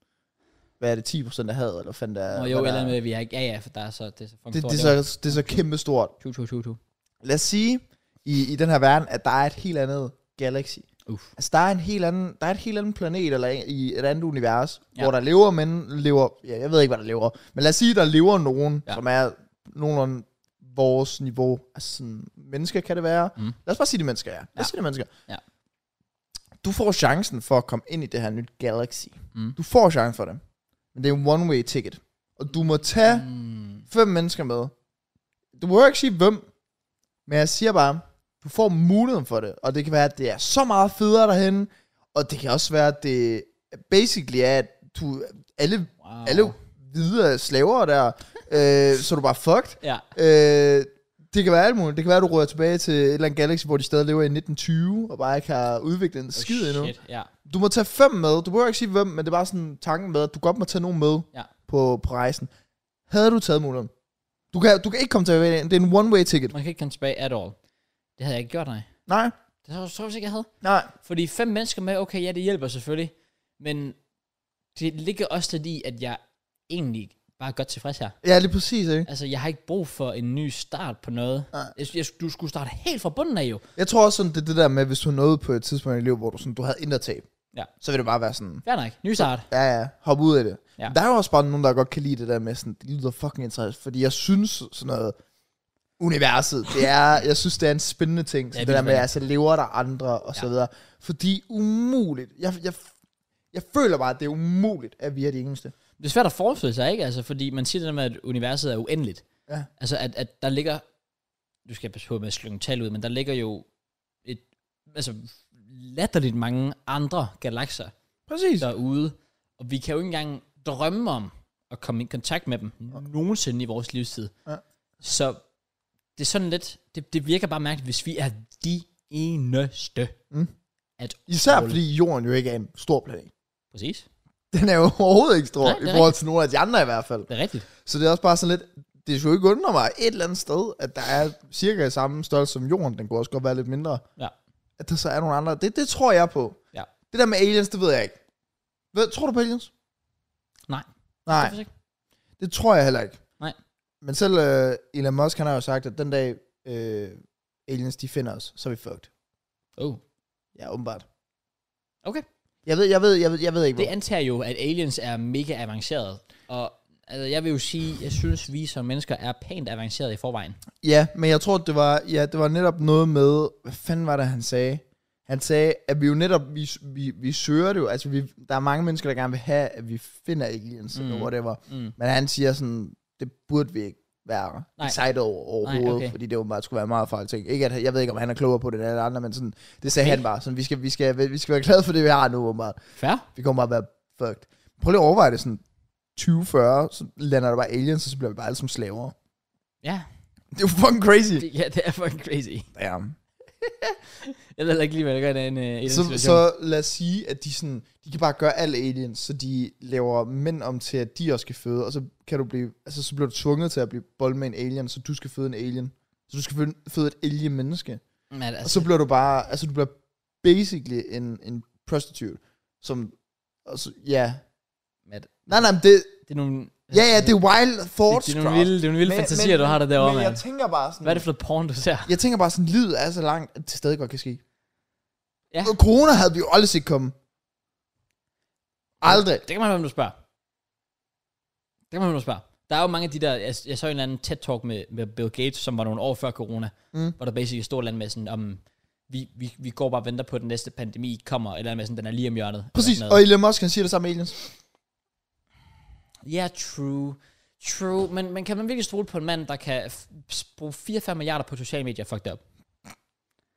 hvad er det, 10% af havet, eller hvad fanden det er?
Og jo,
hvad
et eller andet
der er.
med, at vi er ikke... Ja, ja, for der er så... Det er så fucking
det,
stort,
det, er så, det er så kæmpe stort.
Tu, tu, tu, tu.
lad os sige, i, i den her verden, at der er et helt andet galaxy.
Uff.
Altså, der er, en helt anden, der er et helt andet planet, eller en- i et andet univers,
Ja.
ja. hvor der lever men lever... Ja, jeg ved ikke, hvad der lever. Men lad os sige, der lever nogen,
Ja.
ja. som er nogenlunde vores niveau. Altså, sådan, mennesker kan det være.
Mm.
Mm. Lad os bare sige, de mennesker er. Lad os
Ja.
sige, de mennesker.
Ja.
Du får chancen for at komme ind i det her nyt galaxy.
Mm.
Du får chancen for det. Men det er en one-way ticket. Og du må tage
Mm.
fem mennesker med. Du må jo ikke sige hvem, men jeg siger bare, du får muligheden for det, og det kan være, at det er så meget federe derhen, og det kan også være, at det basically er, at du, alle,
Wow.
alle hvide er slaver der, øh, så er du bare fucked.
Ja.
Øh, det kan være alt muligt. Det kan være, at du rører tilbage til et eller andet galaxy, hvor de stadig lever i 1920, og bare ikke har udviklet en skid
Oh,
endnu.
shit, Ja.
Du må tage fem med. Du behøver ikke sige hvem, men det er bare sådan tanken med, at du godt må tage nogen med
Ja.
på, på rejsen. Havde du taget muligheden? Du kan, du kan ikke komme tilbage ind. Det er en one-way ticket.
Man kan ikke komme tilbage at all. Det havde jeg ikke gjort, nej.
Nej,
Det tror jeg tror jeg ikke, jeg havde.
nej.
Fordi fem mennesker med, okay, ja, det hjælper selvfølgelig. Men det ligger også lidt i, at jeg egentlig bare er godt tilfreds her.
Ja, lige præcis, ikke?
Altså, jeg har ikke brug for en ny start på noget.
Nej.
Jeg, jeg, du skulle starte helt fra bunden af jo.
Jeg tror også sådan, det er det der med, hvis du nåede på et tidspunkt i livet, hvor du, sådan, du havde intet tab.
Ja.
Så vil det bare være sådan,
Fair nok. Ny start.
ja ja, hop ud af det.
Ja.
Ja. Der er jo også bare nogen, der godt kan lide det der med sådan, det lyder fucking interessant, fordi jeg synes sådan noget, universet, det er, jeg synes, det er en spændende ting,
Ja,
ja, det
vildt
der med,
spændende.
altså lever der andre, og
Ja.
ja. så videre, fordi umuligt, jeg, jeg, jeg føler bare, at det er umuligt, at vi er de eneste.
Det er svært at forestille sig, ikke? Altså, fordi man siger det der med, at universet er uendeligt.
Ja.
Altså, at, at der ligger... Du skal passe på med at slynge tal ud, men der ligger jo et... Altså, latterligt mange andre galakser
Præcis.
derude. Og vi kan jo ikke engang drømme om at komme i kontakt med dem nogensinde i vores livstid.
Ja.
Så det er sådan lidt... Det, det virker bare mærkeligt, hvis vi er de eneste.
Mm.
At
Især fordi jorden jo ikke er en stor planet.
Præcis.
Den er jo overhovedet ikke stor,
Nej,
Nej,
det
i
er
forhold til nogle af de andre i hvert fald.
Det er rigtigt.
Så det er også bare sådan lidt, det skulle ikke undre mig et eller andet sted, at der er cirka samme størrelse som jorden, den kunne også godt være lidt mindre.
Ja.
At der så er nogle andre, det, det tror jeg på.
Ja.
Det der med aliens, det ved jeg ikke. Ved, tror du på aliens?
Nej.
Nej,
Hvorfor ikke?
det tror jeg heller ikke.
Nej.
Men selv øh, Elon Musk, han har jo sagt, at den dag øh, aliens, de finder os, så er vi fucked.
Oh.
Ja, åbenbart.
Okay.
Jeg ved, jeg ved, jeg ved, jeg ved ikke,
Det
hvor.
antager jo, at aliens er mega avanceret. Og altså, jeg vil jo sige, jeg synes, vi som mennesker er pænt avanceret i forvejen.
Ja, men jeg tror, det var, ja, det var netop noget med, hvad fanden var det, han sagde? Han sagde, at vi jo netop, vi, vi, vi søger det jo, altså vi, der er mange mennesker, der gerne vil have, at vi finder aliens, mm. eller
Mm.
whatever.
Mm.
Men han siger sådan, det burde vi ikke være
Nej.
excited over overhovedet, Nej, okay.
okay.
fordi det åbenbart skulle være meget farligt ting. Ikke at, jeg ved ikke, om han er klogere på det eller andre, men sådan, det sagde okay.
Okay.
han bare. Sådan, vi, skal, vi, skal, vi skal være glade for det, vi har nu åbenbart.
Fair?
Vi kommer bare at være fucked. Prøv lige at overveje det sådan, 2040, så lander der bare aliens, og så bliver vi bare alle som slaver.
Ja.
Det er jo fucking crazy.
Det, ja, det er fucking crazy.
Ja.
Jeg ved heller ikke lige, hvad jeg gør i den, øh, i den
Så,
situation.
så lad os sige, at de, sådan, de kan bare gøre alle aliens, så de laver mænd om til, at de også skal føde, og så, kan du blive, altså, så bliver du tvunget til at blive bold med en alien, så du skal føde en alien. Så du skal føde, føde et alien-menneske.
Men, altså,
Og så bliver du bare, altså du bliver basically en, en prostitute, som, altså, ja.
Matt,
Nej, nej, men det,
det er nogle...
ja, ja, det er wild thoughts,
det, det er nogle
bro.
vilde, det er nogle vilde
Men-
fantasier,
men-
du har der derovre,
Men
mand.
jeg tænker bare sådan,
Hvad er det for noget porn, du ser?
jeg tænker bare sådan, livet er så langt, at det stadig godt kan ske.
Ja.
Og corona havde vi jo aldrig set komme. Aldrig.
Det kan man høre, om du spørger. Det kan man høre, om du spørger. Der er jo mange af de der, jeg, jeg så en eller anden TED-talk med, med Bill Gates, som var nogle år før corona,
Mm.
hvor der basically stod et eller andet med sådan, om vi, vi, vi går bare og venter på, at den næste pandemi kommer, eller andet med sådan, den er lige om hjørnet. eller
Præcis,
sådan
og
noget.
Elon Musk, han siger det samme med aliens.
Ja, true. True, men, men kan man virkelig stole på en mand, der kan f- s- bruge 4-5 milliarder på sociale medier fucked up?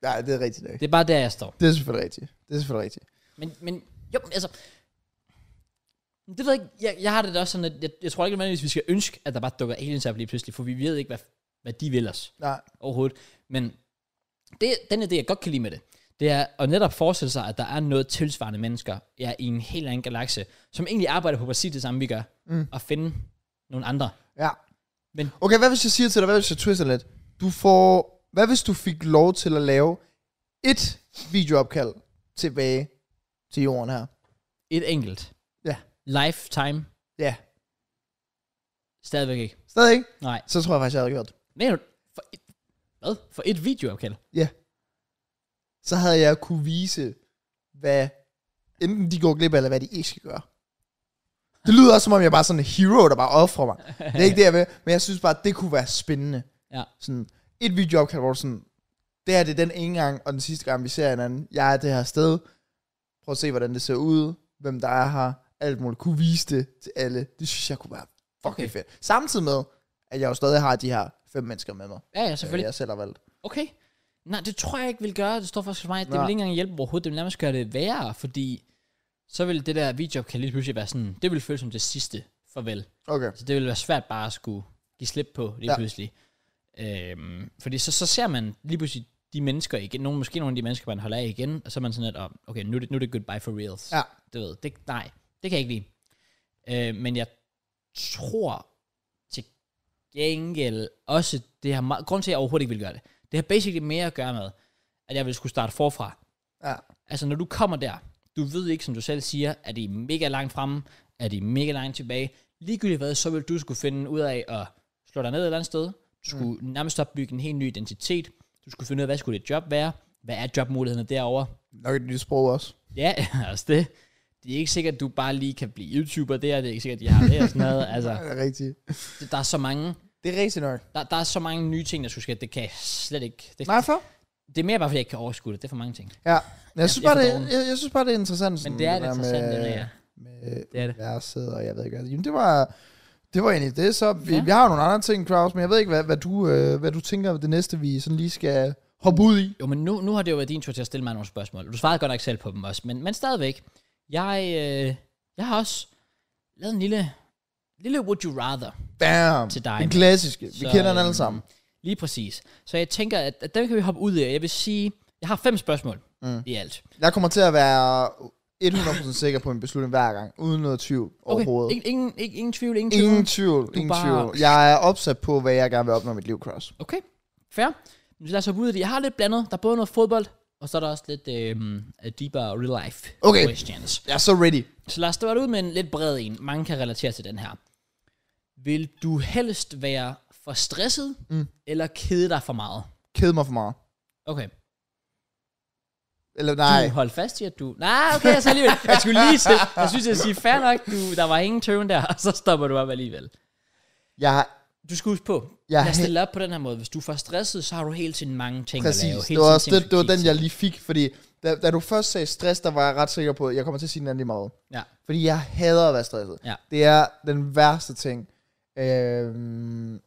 Nej, det er rigtigt. Det,
Det er bare der, jeg står.
det er selvfølgelig rigtigt. Det er selvfølgelig rigtigt.
Men, men jo, altså... Det ved jeg ikke. Jeg, jeg har det da også sådan, at jeg, jeg tror ikke nødvendigvis, vi skal ønske, at der bare dukker aliens op lige pludselig, for vi ved ikke, hvad, hvad de vil os
Nej.
overhovedet. Men det, den idé, jeg godt kan lide med det, det er at netop forestille sig, at der er noget tilsvarende mennesker ja, i en helt anden galakse, som egentlig arbejder på præcis det samme, vi gør,
Mm.
og finde nogle andre.
Ja.
Men-
okay, hvad hvis jeg siger til dig, hvad hvis jeg twister lidt? Du får, hvad hvis du fik lov til at lave et videoopkald tilbage til jorden her?
Et enkelt.
Ja.
Lifetime.
Ja.
Stadigvæk ikke.
Stadig ikke?
Nej.
Så tror jeg faktisk, jeg havde gjort det.
Men for et, hvad? For et videoopkald?
Så havde jeg kunne vise, hvad enten de går glip af, eller hvad de ikke skal gøre. Det lyder også, som om jeg er bare sådan en hero, der bare offrer mig. Det er ikke det, jeg vil. Men jeg synes bare, det kunne være spændende.
Ja.
Sådan et videoopkald, hvor du sådan, det her det er den ene gang, og den sidste gang, vi ser hinanden. Jeg er det her sted. Prøv at se, hvordan det ser ud. Hvem der er her. Alt muligt. Kunne vise det til alle. Det synes jeg kunne være fucking
Okay.
okay. fedt. Samtidig med, at jeg jo stadig har de her fem mennesker med mig.
Ja, ja, selvfølgelig.
Jeg selv har valgt.
Okay. Nej, det tror jeg ikke vil gøre. Det står faktisk for mig. at Det
Nej.
vil ikke engang hjælpe overhovedet. Det vil nærmest gøre det værre, fordi så vil det der video kan lige pludselig være sådan, det vil føles som det sidste farvel.
Okay.
Så det vil være svært bare at skulle give slip på lige
Ja.
ja. pludselig. Øhm, fordi så, så ser man lige pludselig de mennesker igen. Nogle, måske nogle af de mennesker, man holder af igen. Og så er man sådan lidt, oh, okay, nu er, det, nu er det goodbye for reals.
Ja.
Du ved, det, nej, det kan jeg ikke lide. Øh, men jeg tror til gengæld også, det har meget, grund til, at jeg overhovedet ikke vil gøre det, det har basically mere at gøre med, at jeg vil skulle starte forfra.
Ja.
Altså, når du kommer der, du ved ikke, som du selv siger, er de mega langt fremme, er de mega langt tilbage. Ligegyldigt hvad, så vil du skulle finde ud af at slå dig ned et eller andet sted. Du skulle mm. nærmest opbygge en helt ny identitet. Du skulle finde ud af, hvad skulle dit job være? Hvad er jobmulighederne derovre?
Nok et nyt sprog også.
Ja, også det. Det er ikke sikkert, at du bare lige kan blive YouTuber der. Det er ikke sikkert, at jeg har det og sådan noget.
Ja.
Altså,
Det er rigtigt.
det- der er så mange,
Det er rigtigt nok.
der, der er så mange nye ting, der skulle ske. Det kan jeg slet ikke. Det,
Nej, for?
det er mere bare, fordi jeg ikke kan overskue det. Det er for mange ting.
Ja. Jeg synes, bare,
det
det,
er for dårligt.
jeg, jeg synes bare, Mm, det er interessant.
Men
sådan,
det er et
der
interessant, det er.
Med
Det er det.
universet, og jeg ved ikke hvad. Jamen, det var, det var egentlig det. Så vi,
Ja.
ja. vi har jo nogle andre ting, Kraus, men jeg ved ikke, hvad, hvad, du, øh, hvad du tænker, det næste, vi sådan lige skal hoppe ud i.
Jo, men nu, nu har det jo været din tur til at stille mig nogle spørgsmål. Du svarede godt nok selv på dem også, men, men stadigvæk. Jeg, øh, jeg har også lavet en lille, lille would you rather
Bam!
til dig.
Den klassiske. Vi
Så,
kender den
øhm,
alle sammen.
Lige præcis. Så jeg tænker, at, at den kan vi hoppe ud i. og Jeg vil sige, jeg har fem spørgsmål
Mm.
mm. i alt.
Jeg kommer til at være 100% sikker på en beslutning hver gang, uden noget tvivl overhovedet.
Ingen, ingen, ingen, ingen tvivl, ingen tvivl.
Ingen tvivl,
Du
ingen
bare-
tvivl. Jeg er opsat på, hvad jeg gerne vil opnå i mit liv, Kraus.
Okay, fair. Men lad os hoppe ud af det. Jeg har lidt blandet. Der er både noget fodbold, og så er der også lidt øh, deeper real life
Okay.
questions.
Jeg er så ready.
Så lad os starte ud med en lidt bred en. Mange kan relatere til den her. Vil du helst være for stresset,
Mm.
mm. eller kede dig for meget?
Kede mig for meget.
Okay.
Eller
Nej.
nej.
Du holdt fast i, at du... Nej, okay, jeg, alligevel... jeg skulle lige til... Jeg synes, jeg siger, fair nok, du... der var ingen tøven der, og så stopper du op alligevel.
Jeg har
Du skal huske på,
Ja,
ja, lad os
he-
stille op på den her måde. Hvis du er for stresset, så har du hele tiden mange ting at
Præcis,
lave.
det
Hele
var,
tiden
også
ting, du
det, det var
skal
den, jeg lige fik, fordi da, da du først sagde stress, der var jeg ret sikker på, at jeg kommer til at sige den anden lige meget.
kigge til. Ja,
Fordi jeg hader at være stresset.
Ja.
Det er den værste ting. Øhm,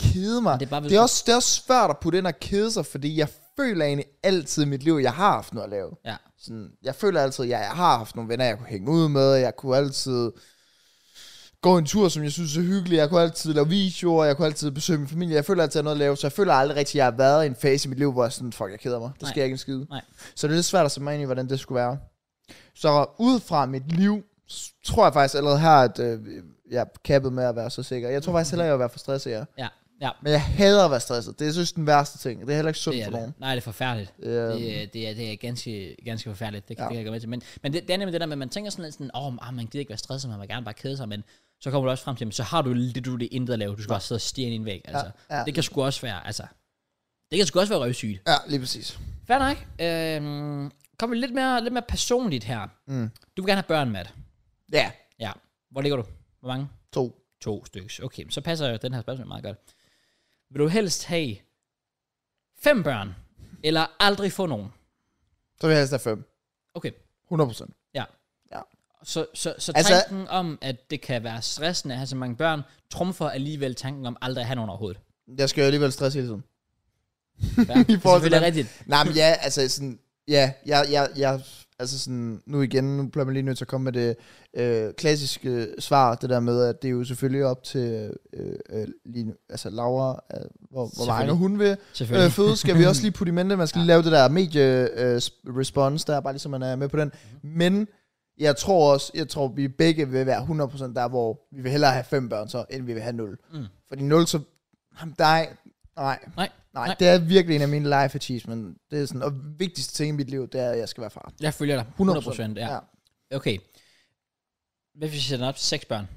kede mig.
Men det er bare, hvis
det, er
du-
også, det er også svært at putte ind og kede sig, fordi jeg føler egentlig altid i mit liv, jeg har haft noget at lave.
ja.
Sådan, jeg føler altid, at jeg har haft nogle venner, jeg kunne hænge ud med. Jeg kunne altid gå en tur, som jeg synes er hyggelig. Jeg kunne altid lave videoer. Jeg kunne altid besøge min familie. Jeg føler altid, at jeg har noget at lave. Så jeg føler aldrig rigtigt, at jeg har været i en fase i mit liv, hvor jeg sådan, fuck, jeg keder mig. Der
Nej.
sker ikke en skide.
Nej.
Så det er lidt svært at sætte mig ind i, hvordan det skulle være. Så ud fra mit liv, s- tror jeg faktisk allerede her, at øh, jeg er kappet med at være så sikker. Jeg tror
Mhm.
faktisk heller, at jeg vil være for stresset, ja.
Ja, ja.
Men jeg hader at være stresset. Det er, jeg synes, den værste ting. Det er heller ikke sundt
Det
for
er
nogen.
det. Nej, det er forfærdeligt.
Øhm,
Det, er- det, er, det er ganske, ganske forfærdeligt. Det kan, ja.
Ja.
det kan jeg gå med til. Men, men det, det er nemlig det der med, at man tænker sådan lidt sådan, åh, oh, man gider ikke være stresset, man vil gerne bare kede sig, men så kommer du også frem til, "Men så har du det, du det intet at lave. Du skal bare sidde og stige ind i en væg. Altså.
Ja, ja.
Det kan sgu også være, altså. Det kan sgu også være røvsygt.
Ja, lige præcis.
Fair nok. Øhm, kom vi lidt mere, lidt mere personligt her.
Mm.
Du vil gerne have børn, Matt.
Ja,
Ja. Hvor ligger du? Hvor mange?
to.
To stykker. Okay, så passer jo den her spørgsmål meget godt. Vil du helst have fem børn, eller aldrig få nogen?
Så vil jeg helst have fem.
Okay,
100 procent.
ja.
Ja.
Så, så, så
Altså-
altså, tanken om, at det kan være stressende at have så mange børn, trumfer alligevel tanken om aldrig at have nogen overhovedet.
Jeg skal jo alligevel stresse hele tiden.
Ja, I
forhold til
det er
den.
rigtigt.
Nej, men ja, altså sådan... Ja, jeg, jeg, jeg, altså sådan, nu igen, nu bliver man lige nødt til at komme med det øh, klassiske svar, det der med, at det er jo selvfølgelig op til øh, øh, lige, nu- altså Laura, øh, hvor, hvor
Selvfølgelig.
mange hun vil øh,
Selvfølgelig.
føde, skal vi også lige putte i mente, man skal lige lave det der medie-response der, bare ligesom man er med på den,
Mhm.
men jeg tror også, jeg tror vi begge vil være 100% der, hvor vi vil hellere have fem børn så, end vi vil have nul.
Mm.
Fordi 0, så... Jamen, nej, nej,
Nej,
nej,
Nej.
det er virkelig en af mine life achievements. Det er sådan, og vigtigste ting i mit liv, det er, at jeg skal være far.
jeg følger dig. 100
100%,
procent, ja. Okay. Hvad hvis vi sætter den op til seks børn?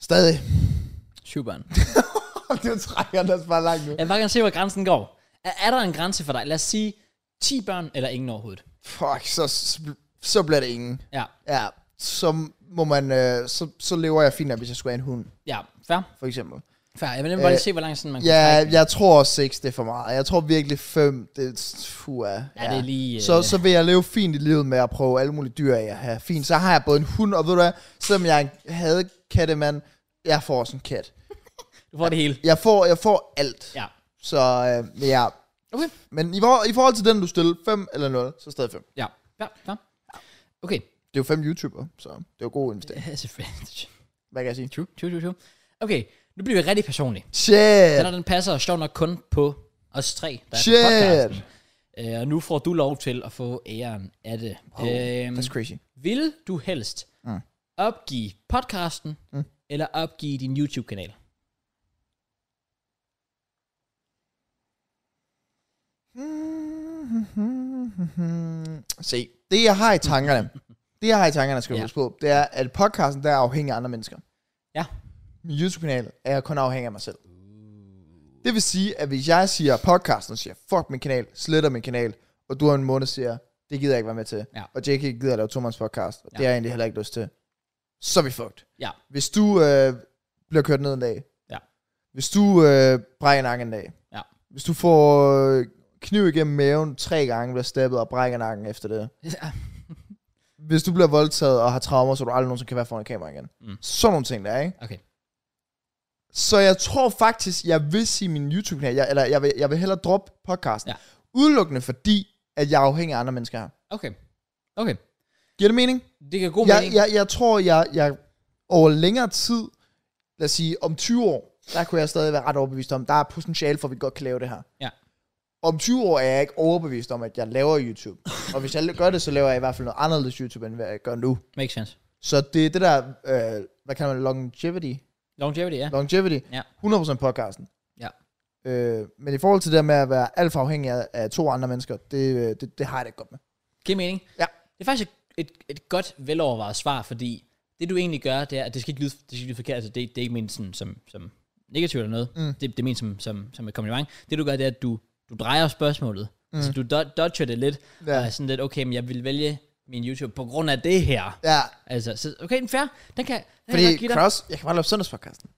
Stadig.
Syv børn.
det trækker den også bare langt nu.
Jeg vil bare gerne se, hvor grænsen går. Er, er der en grænse for dig? Lad os sige 10 børn eller ingen overhovedet.
Fuck, så, så bliver det ingen.
Ja,
Ja, så må man, øh, så, så lever jeg fint af, hvis jeg skulle have en hund,
ja, fair.
for eksempel.
fair. Jeg vil nemlig bare
Øh,
lige se, hvor langt sådan man kan
Ja,
trække den.
jeg tror 6, det er for meget. Jeg tror virkelig 5, det fuh, ja.
Ja, det er lige,
Så,
øh,
så vil jeg leve fint i livet med at prøve alle mulige dyr, jeg har. Fint, så har jeg både en hund, og ved du hvad, selvom jeg havde kattemand, jeg får også en kat.
Du får det hele.
Jeg får, jeg får alt.
Ja.
Så øh, ja.
Okay.
Men i, for, i forhold til den, du stillede 5 eller 0, så stadig 5.
Ja, ja, ja. Okay.
Det er jo fem YouTubere, så det er jo god investering.
Ja, selvfølgelig.
Hvad kan jeg sige?
True, true, true, true. Okay, nu bliver vi rigtig personlige. Den
Shit!
her, den passer sjovt nok kun på os tre, der er på
Shit!
podcasten. Øh, Og nu får du lov til at få æren af det.
Oh,
Øhm,
That's crazy.
vil du helst
Mm.
opgive podcasten,
Mm.
eller opgive din YouTube-kanal?
Se, det jeg har i tankerne, det jeg har i tankerne, skal du
Ja.
huske på, det er, at podcasten der er afhængig af andre mennesker.
Ja.
Min YouTube-kanal er jeg kun afhængig af mig selv. Det vil sige, at hvis jeg siger podcasten, og siger, fuck min kanal, sletter min kanal, og du om en måned siger, det gider jeg ikke være med til,
Ja.
og Jake ikke gider at lave Thomas podcast, og ja. det
Ja.
har jeg egentlig heller ikke lyst til, så er vi fucked.
Ja.
Hvis du øh, bliver kørt ned en dag,
Ja.
hvis du øh, brækker nakken en dag,
Ja.
hvis du får øh, kniv igennem maven tre gange, bliver stabbet og brækker nakken efter det,
Ja.
hvis du bliver voldtaget og har traumer, så du aldrig nogensinde kan være foran et kamera igen. Mm.
Mm.
Sådan nogle ting der, ikke?
Okay.
Så jeg tror faktisk, jeg vil sige min YouTube-kanal, jeg, eller jeg vil, jeg vil hellere droppe podcasten, ja.
Ja.
udelukkende fordi, at jeg er afhængig af andre mennesker her.
Okay. Okay.
Giver det mening?
Det kan god
Jeg,
mening.
jeg, jeg tror, jeg, jeg over længere tid, lad os sige om 20 år, der kunne jeg stadig være ret overbevist om, der er potentiale for, at vi godt kan lave det her.
Ja.
Om 20 år er jeg ikke overbevist om, at jeg laver YouTube. og hvis jeg gør det, så laver jeg i hvert fald noget anderledes YouTube, end hvad jeg gør nu.
Makes sense.
Så det er det der, øh, hvad kalder man det, longevity?
Longevity, ja.
Longevity.
Ja.
100% podcasten.
Ja.
Øh, men i forhold til det der med at være alt for afhængig af, af to andre mennesker, det, øh, det, det har jeg det ikke godt med.
Giver mening?
Ja.
Det er faktisk et, et godt velovervejet svar, fordi det du egentlig gør, det er, at det skal ikke lyde, det skal ikke lyde forkert, altså det, det er ikke ment sådan, som, som negativt eller noget, mm. det, det er ment som, som, som et kompliment. Det du gør, det er, at du, du drejer spørgsmålet, mm. altså du do- dodger det lidt,
Ja.
ja. og er sådan lidt, okay, men jeg vil vælge min YouTube på grund af det her.
Ja,
Altså, så, okay, den fair, den kan, den kan
fordi
jeg godt give dig.
cross, jeg kan bare lave søndagspodcasten.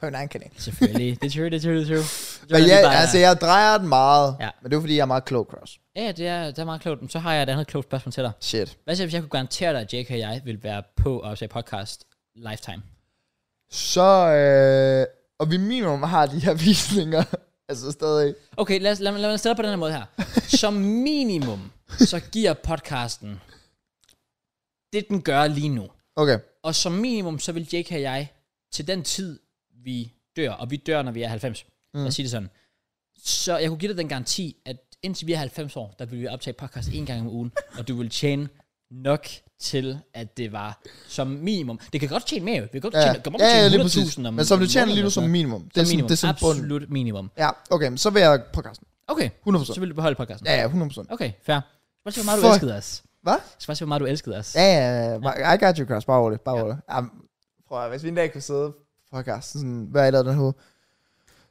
På min egen kanal.
Selvfølgelig, det er true, det er true, det er true.
Men
Det er
ja,
bare-
altså jeg drejer den meget,
Ja.
men det er fordi, jeg er meget klog cross.
Ja, det er, det er meget klogt. Men så har jeg et andet klogt spørgsmål til dig.
Shit.
Hvad så, hvis jeg kunne garantere dig, at Jake og jeg ville være på at optage podcast lifetime?
Så, øh, og vi minimum har de her visninger, altså stadig.
Okay, lad os, lad, mig- lad mig stille op på den her måde her. Som minimum, så giver podcasten det, den gør lige nu.
Okay,
Og som minimum, så vil Jake og jeg til den tid, vi dør, og vi dør, når vi er 90. Mm. Lad os sige det sådan. Så jeg kunne give dig den garanti, at indtil vi er 90 år, der vil vi optage podcast en gang om ugen, og du vil tjene nok til, at det var som minimum. Det kan godt tjene mere, jo. Vi kan godt tjene, kan godt tjene 100.000 om
Men som du tjener
måneden
lige nu
eller
som
sådan noget.
minimum. Det er
som
sådan,
minimum.
det er sådan bunden.
Absolut minimum.
Ja, okay, men så vil jeg podcasten.
Okay,
100%.
så vil du beholde podcasten.
Ja, ja, 100%.
Okay, fair. Jeg skal bare se, hvor meget du
Fuck.
elskede os.
Hvad?
Jeg skal bare se, hvor meget du elskede os.
Ja, ja, ja. I got you, Cross. Bare over det. Bare over det. Ja. Prøv at, høre, hvis vi en dag kunne sidde på podcasten, sådan, hvad er der den hoved?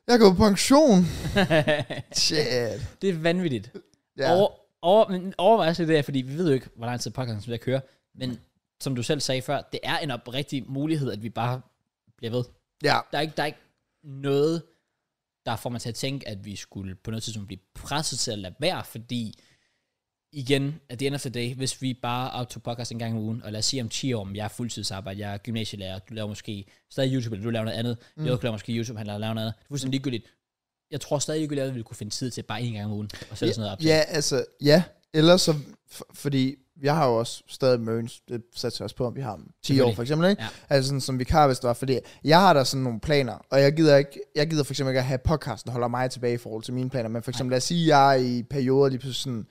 Jeg går på pension. Shit.
det er vanvittigt.
Ja.
Over, over, men overvej også lidt det her, fordi vi ved jo ikke, hvor lang tid podcasten skal køre. Men som du selv sagde før, det er en oprigtig mulighed, at vi bare bliver ved.
ja.
Der er ikke, der er ikke noget, der får mig til at tænke, at vi skulle på noget tidspunkt blive presset til at lade være, fordi igen, at the end of the day, hvis vi bare optog podcast en gang om ugen, og lad os sige om 10 år, om jeg er fuldtidsarbejde, jeg er gymnasielærer, du laver måske stadig YouTube, eller du laver noget andet, mm. jeg laver måske YouTube, han laver noget andet, det er fuldstændig ligegyldigt. Jeg tror stadig ligegyldigt, at vi kunne finde tid til bare en gang om ugen, og sætte sådan noget op.
Ja, altså, ja. Ellers så, f- fordi jeg har jo også stadig Møns, det satser jeg også på, om vi har om 10 år
Selvfølgelig.
for eksempel, ikke?
Ja.
Altså sådan, som vikar, hvis det var, fordi jeg har da sådan nogle planer, og jeg gider, ikke, jeg gider for eksempel ikke at have podcasten, der holder mig tilbage i forhold til mine planer, men for eksempel, lad os sige, jeg er i perioder lige pludselig sådan,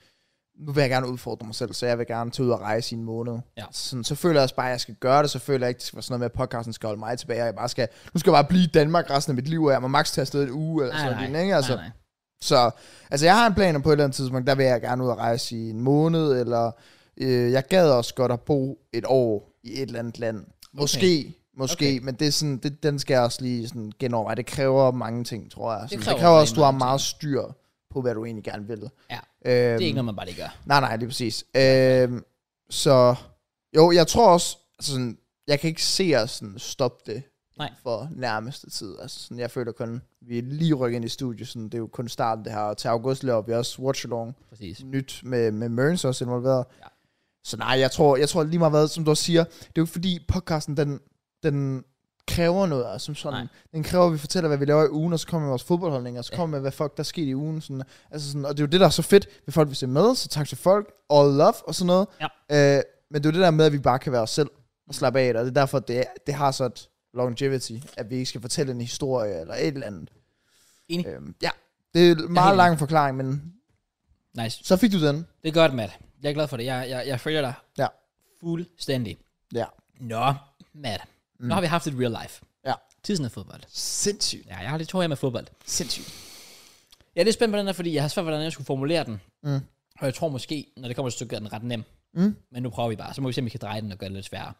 nu vil jeg gerne udfordre mig selv, så jeg vil gerne tage ud og rejse i en måned.
Ja.
Sådan, så føler jeg også bare, at jeg skal gøre det, så føler jeg ikke, det skal være sådan noget med, at podcasten skal holde mig tilbage, og jeg bare skal, nu skal jeg bare blive i Danmark resten af mit liv, og jeg må maks tage afsted et uge, eller sådan noget, ikke? Altså,
nej, nej.
så altså, jeg har en plan om på et eller andet tidspunkt, der vil jeg gerne ud og rejse i en måned, eller øh, jeg gad også godt at bo et år i et eller andet land. Måske, okay. måske, okay. men det er sådan, det, den skal jeg også lige sådan genoverveje. Det kræver mange ting, tror jeg. Sådan, det,
kræver
kræver det kræver også,
rigtig
at du har
mange
meget styr på, hvad du egentlig gerne vil.
Ja,
Øhm,
det er ikke noget, man bare lige gør.
Nej, nej, lige præcis. Øhm, så jo, jeg tror også, altså sådan, jeg kan ikke se os sådan stoppe det
Nej.
for nærmeste tid. Altså sådan, jeg føler kun, vi er lige rykket ind i studiet, sådan, det er jo kun starten det her, og til august laver vi også Watch Along
Præcis.
nyt med, med Mørns også involveret. Ja.
Ja.
Så nej, jeg tror, jeg tror lige meget hvad, som du også siger, det er jo ikke fordi podcasten, den, den kræver noget af os som sådan. Nej.
Nej.
Den kræver, at vi fortæller, hvad vi laver i ugen, og så kommer vi med vores fodboldholdning, og så
Ja.
kommer vi med, hvad folk der er sket i ugen. Sådan, altså sådan, og det er jo det, der er så fedt, ved folk vil se med, så tak til folk, all love og sådan noget. Ja. Øh, men det er jo det der med, at vi bare kan være os selv og slappe af, og det er derfor, det, er, det har så et longevity, at vi ikke skal fortælle en historie eller et eller andet.
Enig.
Øhm, ja, det er en meget
enig.
lang forklaring, men
Nice.
så fik du den.
Det er godt, Matt. Jeg er glad for det. Jeg, jeg, jeg følger dig
Ja.
fuldstændig.
Ja.
Nå, Matt. Mm. Nu har vi haft et real life.
Ja.
Tidsen af fodbold.
Sindssygt.
Ja, jeg har lidt to her med fodbold.
Sindssygt.
Jeg er lidt spændt på den her, fordi jeg har svært, hvordan jeg skulle formulere den. Mm. Og jeg tror måske, når det kommer til stykket, er den ret nem.
Mm.
Men nu prøver vi bare. Så må vi se, om vi kan dreje den og gøre det lidt sværere.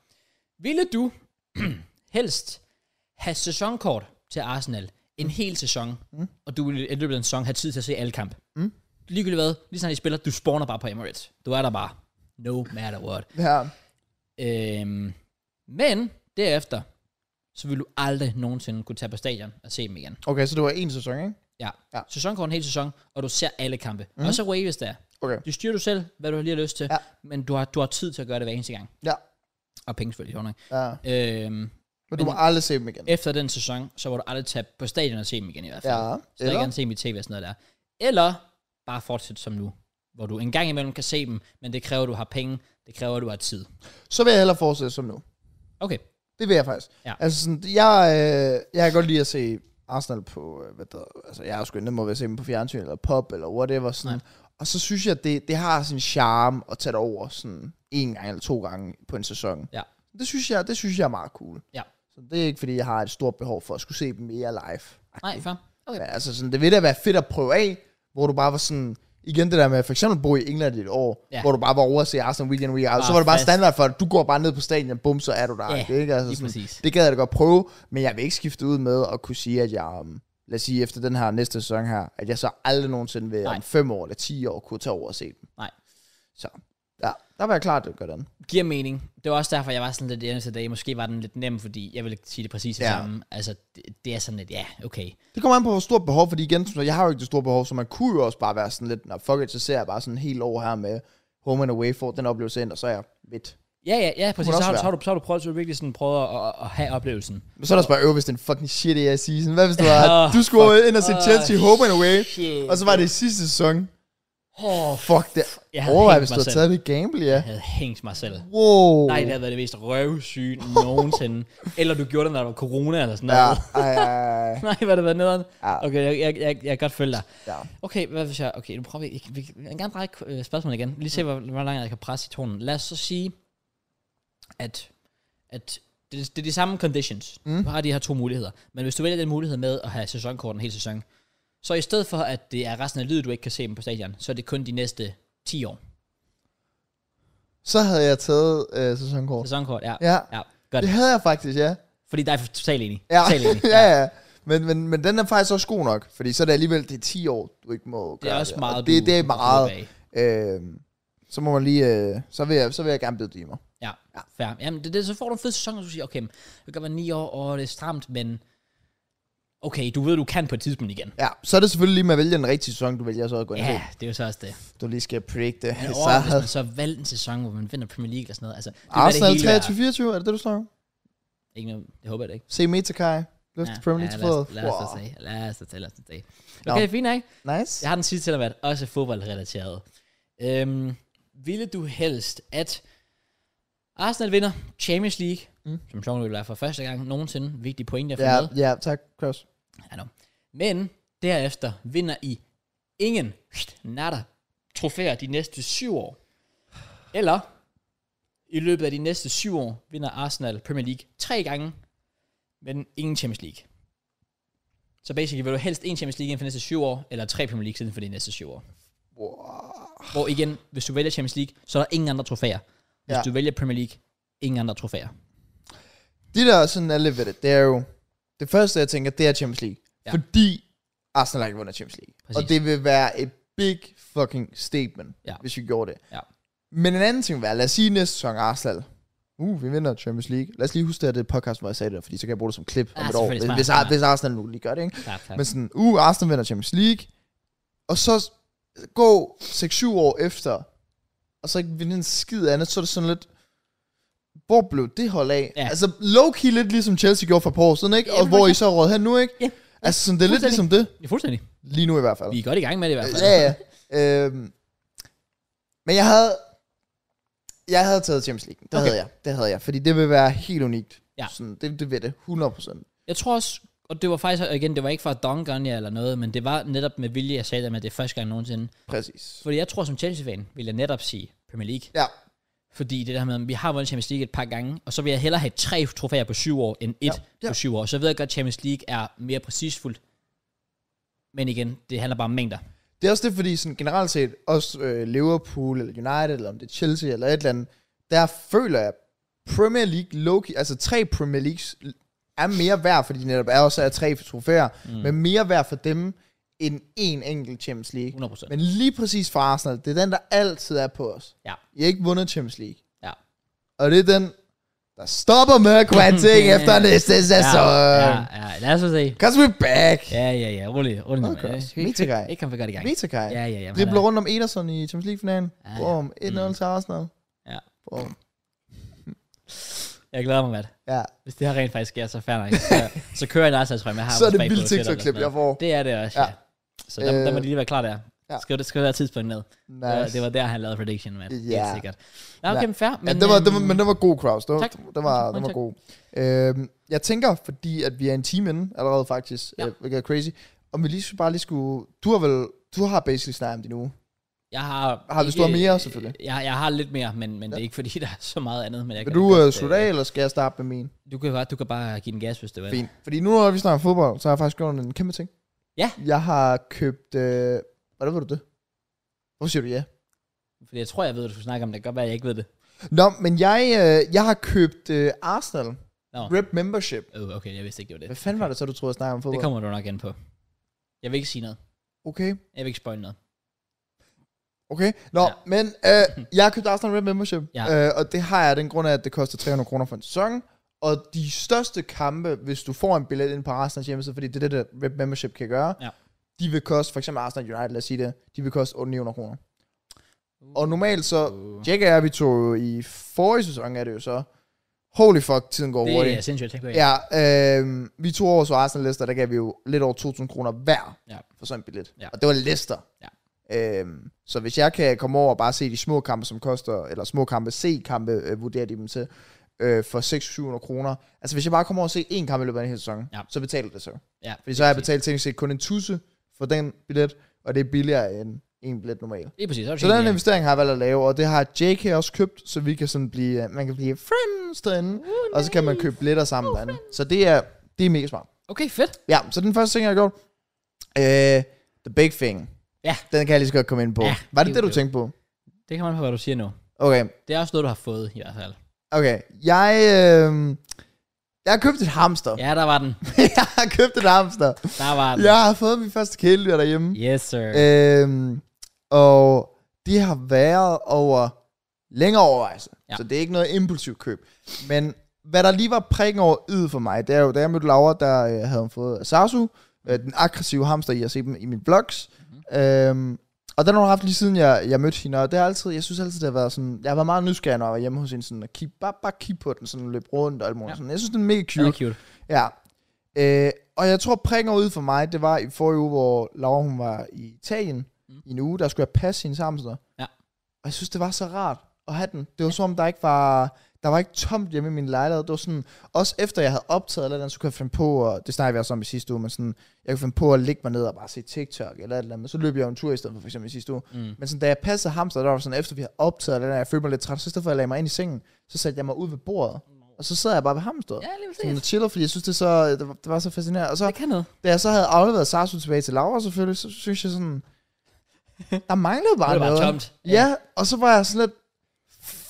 Ville du helst have sæsonkort til Arsenal en hel sæson, mm. og du vil i løbet af en sæson have tid til at se alle kamp? Mm. Ligegyldigt hvad, lige snart I spiller, du spawner bare på Emirates. Du er der bare. No matter what.
Ja.
Øhm, men derefter, så vil du aldrig nogensinde kunne tage på stadion og se dem igen.
Okay, så det var en sæson, ikke?
Ja.
Ja.
ja. Sæsonkort en hel sæson, og du ser alle kampe. Mm. Og så away, hvis det er.
Okay.
Du styrer du selv, hvad du lige har lyst til,
Ja.
ja. men du har, du har tid til at gøre det hver eneste gang.
Ja.
Og penge selvfølgelig, sjovt nok.
ja.
Øhm,
Men du må aldrig se dem igen.
efter den sæson, så var du aldrig tage på stadion og se dem igen i hvert fald.
Ja.
Så jeg
Eller?
gerne se dem i tv og sådan noget der. Eller bare fortsætte som nu, hvor du en gang imellem kan se dem, men det kræver, at du har penge, det kræver, at du har tid.
Så vil jeg hellere fortsætte som nu.
Okay,
Det vil jeg faktisk.
Ja.
Altså sådan, jeg, øh, jeg kan godt lide at se Arsenal på, øh, hvad der, altså jeg er jo sgu nemmere ved at se dem på fjernsyn, eller pop, eller whatever, sådan. Og så synes jeg, det, det har sin charme at tage det over sådan en gang eller to gange på en sæson.
ja.
Det synes jeg, det synes jeg er meget cool.
ja.
Så det er ikke, fordi jeg har et stort behov for at skulle se dem mere live.
Nej, fair. Okay.
Men altså sådan, det ville da være fedt at prøve af, hvor du bare var sådan, igen det der med, for eksempel bo i England i et år,
Ja.
ja. hvor du bare var over og se Arsenal weekend, weekend out, så
Bare
var det bare
fast.
standard for, at du går bare ned på stadion, bum, så er du der.
Ja,
ikke? ikke?
lige
Altså, sådan,
præcis.
det gad jeg da godt prøve, men jeg vil ikke skifte ud med at kunne sige, at jeg, øhm, lad os sige, efter den her næste sæson her, at jeg så aldrig nogensinde vil
Nej.
om fem år eller ti år kunne tage over og se dem.
Nej.
Så ja, der var jeg klar, at det gør den.
Giver mening. Det var også derfor, jeg var sådan lidt eneste dag. Måske var den lidt nem, fordi jeg ville sige det præcis det
Ja.
samme. Altså, det, det, er sådan lidt, ja, okay.
Det kommer an på, hvor stort behov, fordi igen, som sagt, jeg har jo ikke det store behov, så man kunne jo også bare være sådan lidt, når fuck it, så ser jeg bare sådan helt over her med home and away for den oplevelse ind, og så er jeg midt.
Ja, ja, ja, præcis.
det
Så
også
har, du,
være.
så, har du, så har du prøvet, så har du virkelig sådan prøvet at, at, at have oplevelsen.
Men så er der også bare øvrigt, hvis det er en fucking shit af season. Hvad hvis du
Åh,
var, du skulle
fuck.
ind og se
Åh,
Chelsea home and away,
shit.
og så var det i sidste sæson.
Åh,
Fuck det.
Jeg havde
Overvej,
hængt
hvis du
mig
havde
selv.
taget det gamble, ja.
Jeg havde hængt mig selv.
Wow.
Nej, det havde været det mest røvsyge nogensinde. Eller du gjorde det, når der var corona eller sådan
Ja,
noget.
ej, ej, ej.
Nej, hvad det været nederen?
Ja.
Okay, jeg, jeg, jeg, jeg kan godt følge dig.
Ja.
Okay, hvad hvis jeg... Okay, nu prøver vi... Jeg, vi jeg vil gerne dreje øh, spørgsmålet igen. Lige
Mm.
se, hvor, hvor langt jeg kan presse i tonen. Lad os så sige, at, at det, det er de samme conditions. Mm. Du har de her to muligheder. Men hvis du vælger den mulighed med at have sæsonkorten hele sæson, så i stedet for, at det er resten af livet, du ikke kan se dem på stadion, så er det kun de næste 10 år.
Så havde jeg taget øh, sæsonkort.
Sæsonkort, ja.
Ja.
ja godt.
Det havde jeg faktisk, ja.
Fordi der er jeg totalt enig.
Ja,
Totalt enig.
ja, ja. Men, men, men den er faktisk også god nok, fordi så er det alligevel, det er 10 år, du ikke må
Det
gøre
er også
og
meget,
det,
du-
det er
du
meget.
kan løbe af.
Øh, så må man lige, øh, så, vil jeg, så vil jeg gerne bide i mig.
Ja, ja. fair. Jamen, det, det, så får du en fed sæson, og du siger, okay, det kan være ni år, og det er stramt, men okay, du ved, du kan på et tidspunkt igen.
Ja, så er det selvfølgelig lige med at vælge den rigtige sæson, du vælger så at gå ind
Ja,
ja.
det er jo så også det.
Du lige skal predict det.
Men
Så
over, hvis
havde
man så valgte en sæson, hvor man vinder Premier League eller sådan noget, altså, det er det
Arsenal
hele værd.
23-24, er det det, du snakker om?
Ikke noget, det håber jeg da ikke.
Se Metakai, løft ja, Premier League til
lad os,
fodret.
lad os da
Wow.
sige, lad os da sige, lad os da sige.
Nå.
Okay, fint, ikke?
Nice.
Jeg har den sidste til at være også fodboldrelateret. Øhm, ville du helst, at Arsenal vinder Champions League, mm. som sjovt vil være for første gang nogensinde, vigtig point, jeg får
Ja,
med.
ja, tak, Kraus.
I know. Men derefter vinder I ingen natter trofæer de næste syv år. Eller i løbet af de næste syv år vinder Arsenal Premier League tre gange, men ingen Champions League. Så basically vil du helst en Champions League inden for de næste syv år, eller tre Premier League inden for de næste syv år. Wow. Hvor igen, hvis du vælger Champions League, så er der ingen andre trofæer. Hvis ja.
Ja.
du vælger Premier League, ingen andre trofæer.
Det der sådan er lidt ved det, det er jo... Det første, jeg tænker, det er Champions League.
Ja.
Ja. Fordi Arsenal har ikke vundet Champions League.
Præcis.
Præcis. Og det vil være et big fucking statement,
Ja.
ja. hvis vi gjorde det.
Ja.
Men en anden ting vil være, lad os sige næste sæson Arsenal. Uh, vi vinder Champions League. Lad os lige huske det, at det er podcast, hvor jeg sagde det, fordi så kan jeg bruge det som klip om
Ah,
et år.
selvfølgelig,
Hvis,
smart, smart.
hvis, hvis Arsenal nu lige gør det, ikke?
Klar, klar.
Men sådan, uh, Arsenal vinder Champions League. Og så s- gå 6-7 år efter, og så ikke vinde en skid andet, så er det sådan lidt, hvor blev det hold af?
Ja.
Altså low-key lidt ligesom Chelsea gjorde for et par år siden, ikke? Og
Jamen,
hvor
ja.
I så er råd hen nu, ikke?
Ja.
Altså sådan, det er lidt ligesom
Fuldstændig.
det,
Ja, fuldstændig.
lige nu i hvert fald.
Vi er godt i gang med det i hvert fald.
Ja, ja. Øhm, men jeg havde, jeg havde taget Champions League. Det
Okay.
okay. havde jeg, det havde jeg. Fordi det vil være helt unikt.
Ja.
Sådan, det, det vil det, 100%.
Jeg tror også, og det var faktisk, og igen, det var ikke for at donke jer eller noget, men det var netop med vilje, jeg sagde det med, at det er første gang nogensinde.
Præcis.
Fordi jeg tror, som Chelsea-fan, vil jeg netop sige Premier League.
Ja,
Fordi det der med, at vi har vundet Champions League et par gange, og så vil jeg hellere have tre trofæer på syv år, end et ja, ja.
ja.
på syv år. Så ved jeg godt, at Champions League er mere præcisfuldt. Men igen, det handler bare om mængder.
Det er også det, fordi sådan generelt set, også øh, Liverpool eller United, eller om det er Chelsea eller et eller andet, der føler jeg Premier League, low altså tre Premier Leagues er mere værd, fordi de netop er også er tre trofæer, mm. men mere værd for dem end en enkelt Champions League.
100%.
Men lige præcis for Arsenal, det er den, der altid er på os.
Ja,
I har ikke vundet Champions League.
ja.
Og det er den, der stopper med at kunne have ting efter næste sæson.
ja, ja, ja. Lad os så se.
Cause we're back.
Ja, ja, ja. Rolig, rolig. nu,
Okay,
mand.
også. Metaguy.
Ikke kom for godt i gang.
Metakai.
Ja, ja, øh, ja.
Det blev rundt om Ederson i Champions League-finalen.
Ja, ja.
Boom. 1-0 til Arsenal.
Ja.
Boom.
Jeg glæder mig, Matt.
Ja.
Hvis det her rent faktisk sker, så fair nok. Så, så kører jeg en Arsenal, tror jeg, men jeg har
Så er
vores
det
bag på
vildt
Twitter eller
TikTok-klip,
sådan noget.
jeg får.
Det er det også, ja. ja.
Ja.
Så der, der, må
Øh,
de lige være klar der. Ja.
ja.
Skriv det, skriv det her tidspunkt ned.
Nice.
Det var der, han lavede prediction, man. Ja.
Ja.
Helt sikkert. Nå, okay, men fair. Men,
ja, det var, det var,
øhm,
men det var god, Kraus. Det var,
tak.
Det var, det var
Tak.
god. Øhm, jeg tænker, fordi at vi er en time inde allerede faktisk,
Ja.
ja. øh, hvilket er crazy, om vi lige skulle bare lige skulle... Du har vel... Du har basically snakket om din uge.
jeg har...
Har vi
ikke-
stået mere, selvfølgelig?
Jeg, jeg har lidt mere, men, men det er ikke fordi, der er så meget andet. Men jeg
Vil
kan
du
godt,
øh, slutte af, eller skal jeg starte med min?
Du kan, bare, du kan bare give den gas, hvis du vil.
Fint. Fordi nu, når vi snakker fodbold, så har jeg faktisk gjort en kæmpe ting.
Ja.
Jeg har købt... Øh, hvordan ved du det? Hvorfor siger du ja?
Fordi jeg tror, jeg ved, at du skal snakke om det. Det kan godt være, at jeg ikke ved det.
Nå, men jeg, øh, jeg har købt øh, Arsenal
Nå.
Rep Membership.
Øh, okay, jeg vidste ikke, det var det.
Hvad fanden var det så, du troede, jeg snakkede om fodbold?
Det kommer du nok igen på. Jeg vil ikke sige noget.
Okay,
Jeg vil ikke spoil noget.
okay. Nå,
Ja.
ja. men øh, jeg har købt Arsenal Rep Membership,
Ja.
ja. øh, og det har jeg af den grund af, at det koster 300 kroner for en sæson. Og de største kampe, hvis du får en billet ind på Arsenals hjemmeside, fordi det er det, der Rep Membership kan gøre,
Ja.
de vil koste, for eksempel Arsenal United, lad os sige det, de vil koste 800 kroner. Og normalt så, Jack og jeg, vi tog jo i forrige sæson, er det jo så, holy fuck, tiden går
Det
hurtigt.
er sindssygt, jeg tænker på. Ja.
Ja, øh, vi tog over så Arsenal Leicester, der gav vi jo lidt over 2.000 kroner hver
Ja.
ja. for sådan en billet.
Ja.
Og det var Leicester.
Ja.
Øhm, så hvis jeg kan komme over og bare se de små kampe, som koster, eller små kampe, C-kampe, øh, vurderer de dem til, øh, for 600-700 kroner. Altså hvis jeg bare kommer over og ser én kamp i løbet af en hel sæson,
Ja.
så betaler det så.
ja.
Fordi så har jeg betalt teknisk set kun en tusse for den billet, og det er billigere end en billet normalt.
Lige præcis. Så er det
Så den
sådan,
investering har jeg valgt at lave, og det har JK også købt, så vi kan sådan blive, øh, man kan blive friends derinde, uh, og så kan man købe billetter sammen derinde. Så det er, det er mega smart.
Okay, fedt.
Ja, så den første ting, jeg har gjort, øh, The Big Thing.
Ja.
Den kan jeg lige så godt komme ind på.
Ja,
Ja, Var det
det
det,
er
du
jo-
tænkte på?
Det kan man på, hvad du siger nu.
Okay,
Det er også noget, du har fået i hvert fald.
okay. Jeg, øh, jeg har købt et hamster. Ja.
Ja, der var den.
jeg har købt et hamster.
Der var den.
Jeg har fået min første kæledyr derhjemme.
Yes, sir.
Øhm, og det har været over længere overvejelse.
Ja.
Ja. Så det er ikke noget impulsivt køb. Men hvad der lige var prikken over yd for mig, det er jo, da jeg mødte Laura, der øh, havde hun fået Sasu, øh, den aggressive hamster, I har set dem i mine vlogs. Mm-hmm. Øhm, og den har hun haft lige siden jeg, jeg mødte hende, og det har altid, jeg synes altid, det har været sådan, jeg har været meget nysgerrig, når jeg var hjemme hos hende, sådan at kigge, bare, bare kigge på den, sådan løbe rundt og alt muligt.
Ja.
Ja. Sådan. Jeg synes, den er mega
Den
cute.
er cute.
Ja. Øh, og jeg tror, prikker ud for mig, det var i forrige uge, hvor Laura hun var i Italien
Mm.
mm. i en uge, der skulle jeg passe hendes hamster.
Ja.
Og jeg synes, det var så rart at have den. Det var som om, der ikke var... Der var ikke tomt hjemme i min lejlighed. Det var sådan, også efter jeg havde optaget eller andet, så kunne jeg finde på, og det snakkede vi også om i sidste uge, men sådan, jeg kunne finde på at ligge mig ned og bare se TikTok eller et eller andet, men så løb jeg jo en tur i stedet for, for eksempel i sidste uge.
Mm.
Men sådan, da jeg passede hamster, der var sådan, efter vi havde optaget eller andet, jeg følte mig lidt træt, så i stedet for at jeg lagde mig ind i sengen, så satte jeg mig ud ved bordet,
Mm.
og så sad jeg bare ved hamsteret.
Ja, lige
Sådan
præcis.
og chiller, fordi jeg synes, det, er så, øh, det, var, det var så fascinerende. Og så,
Det kan noget.
da jeg så havde afleveret Sarsu tilbage til Laura selvfølgelig, så synes jeg sådan, der manglede
Det
bare
var
noget.
bare tomt.
Ja, og så var jeg sådan lidt,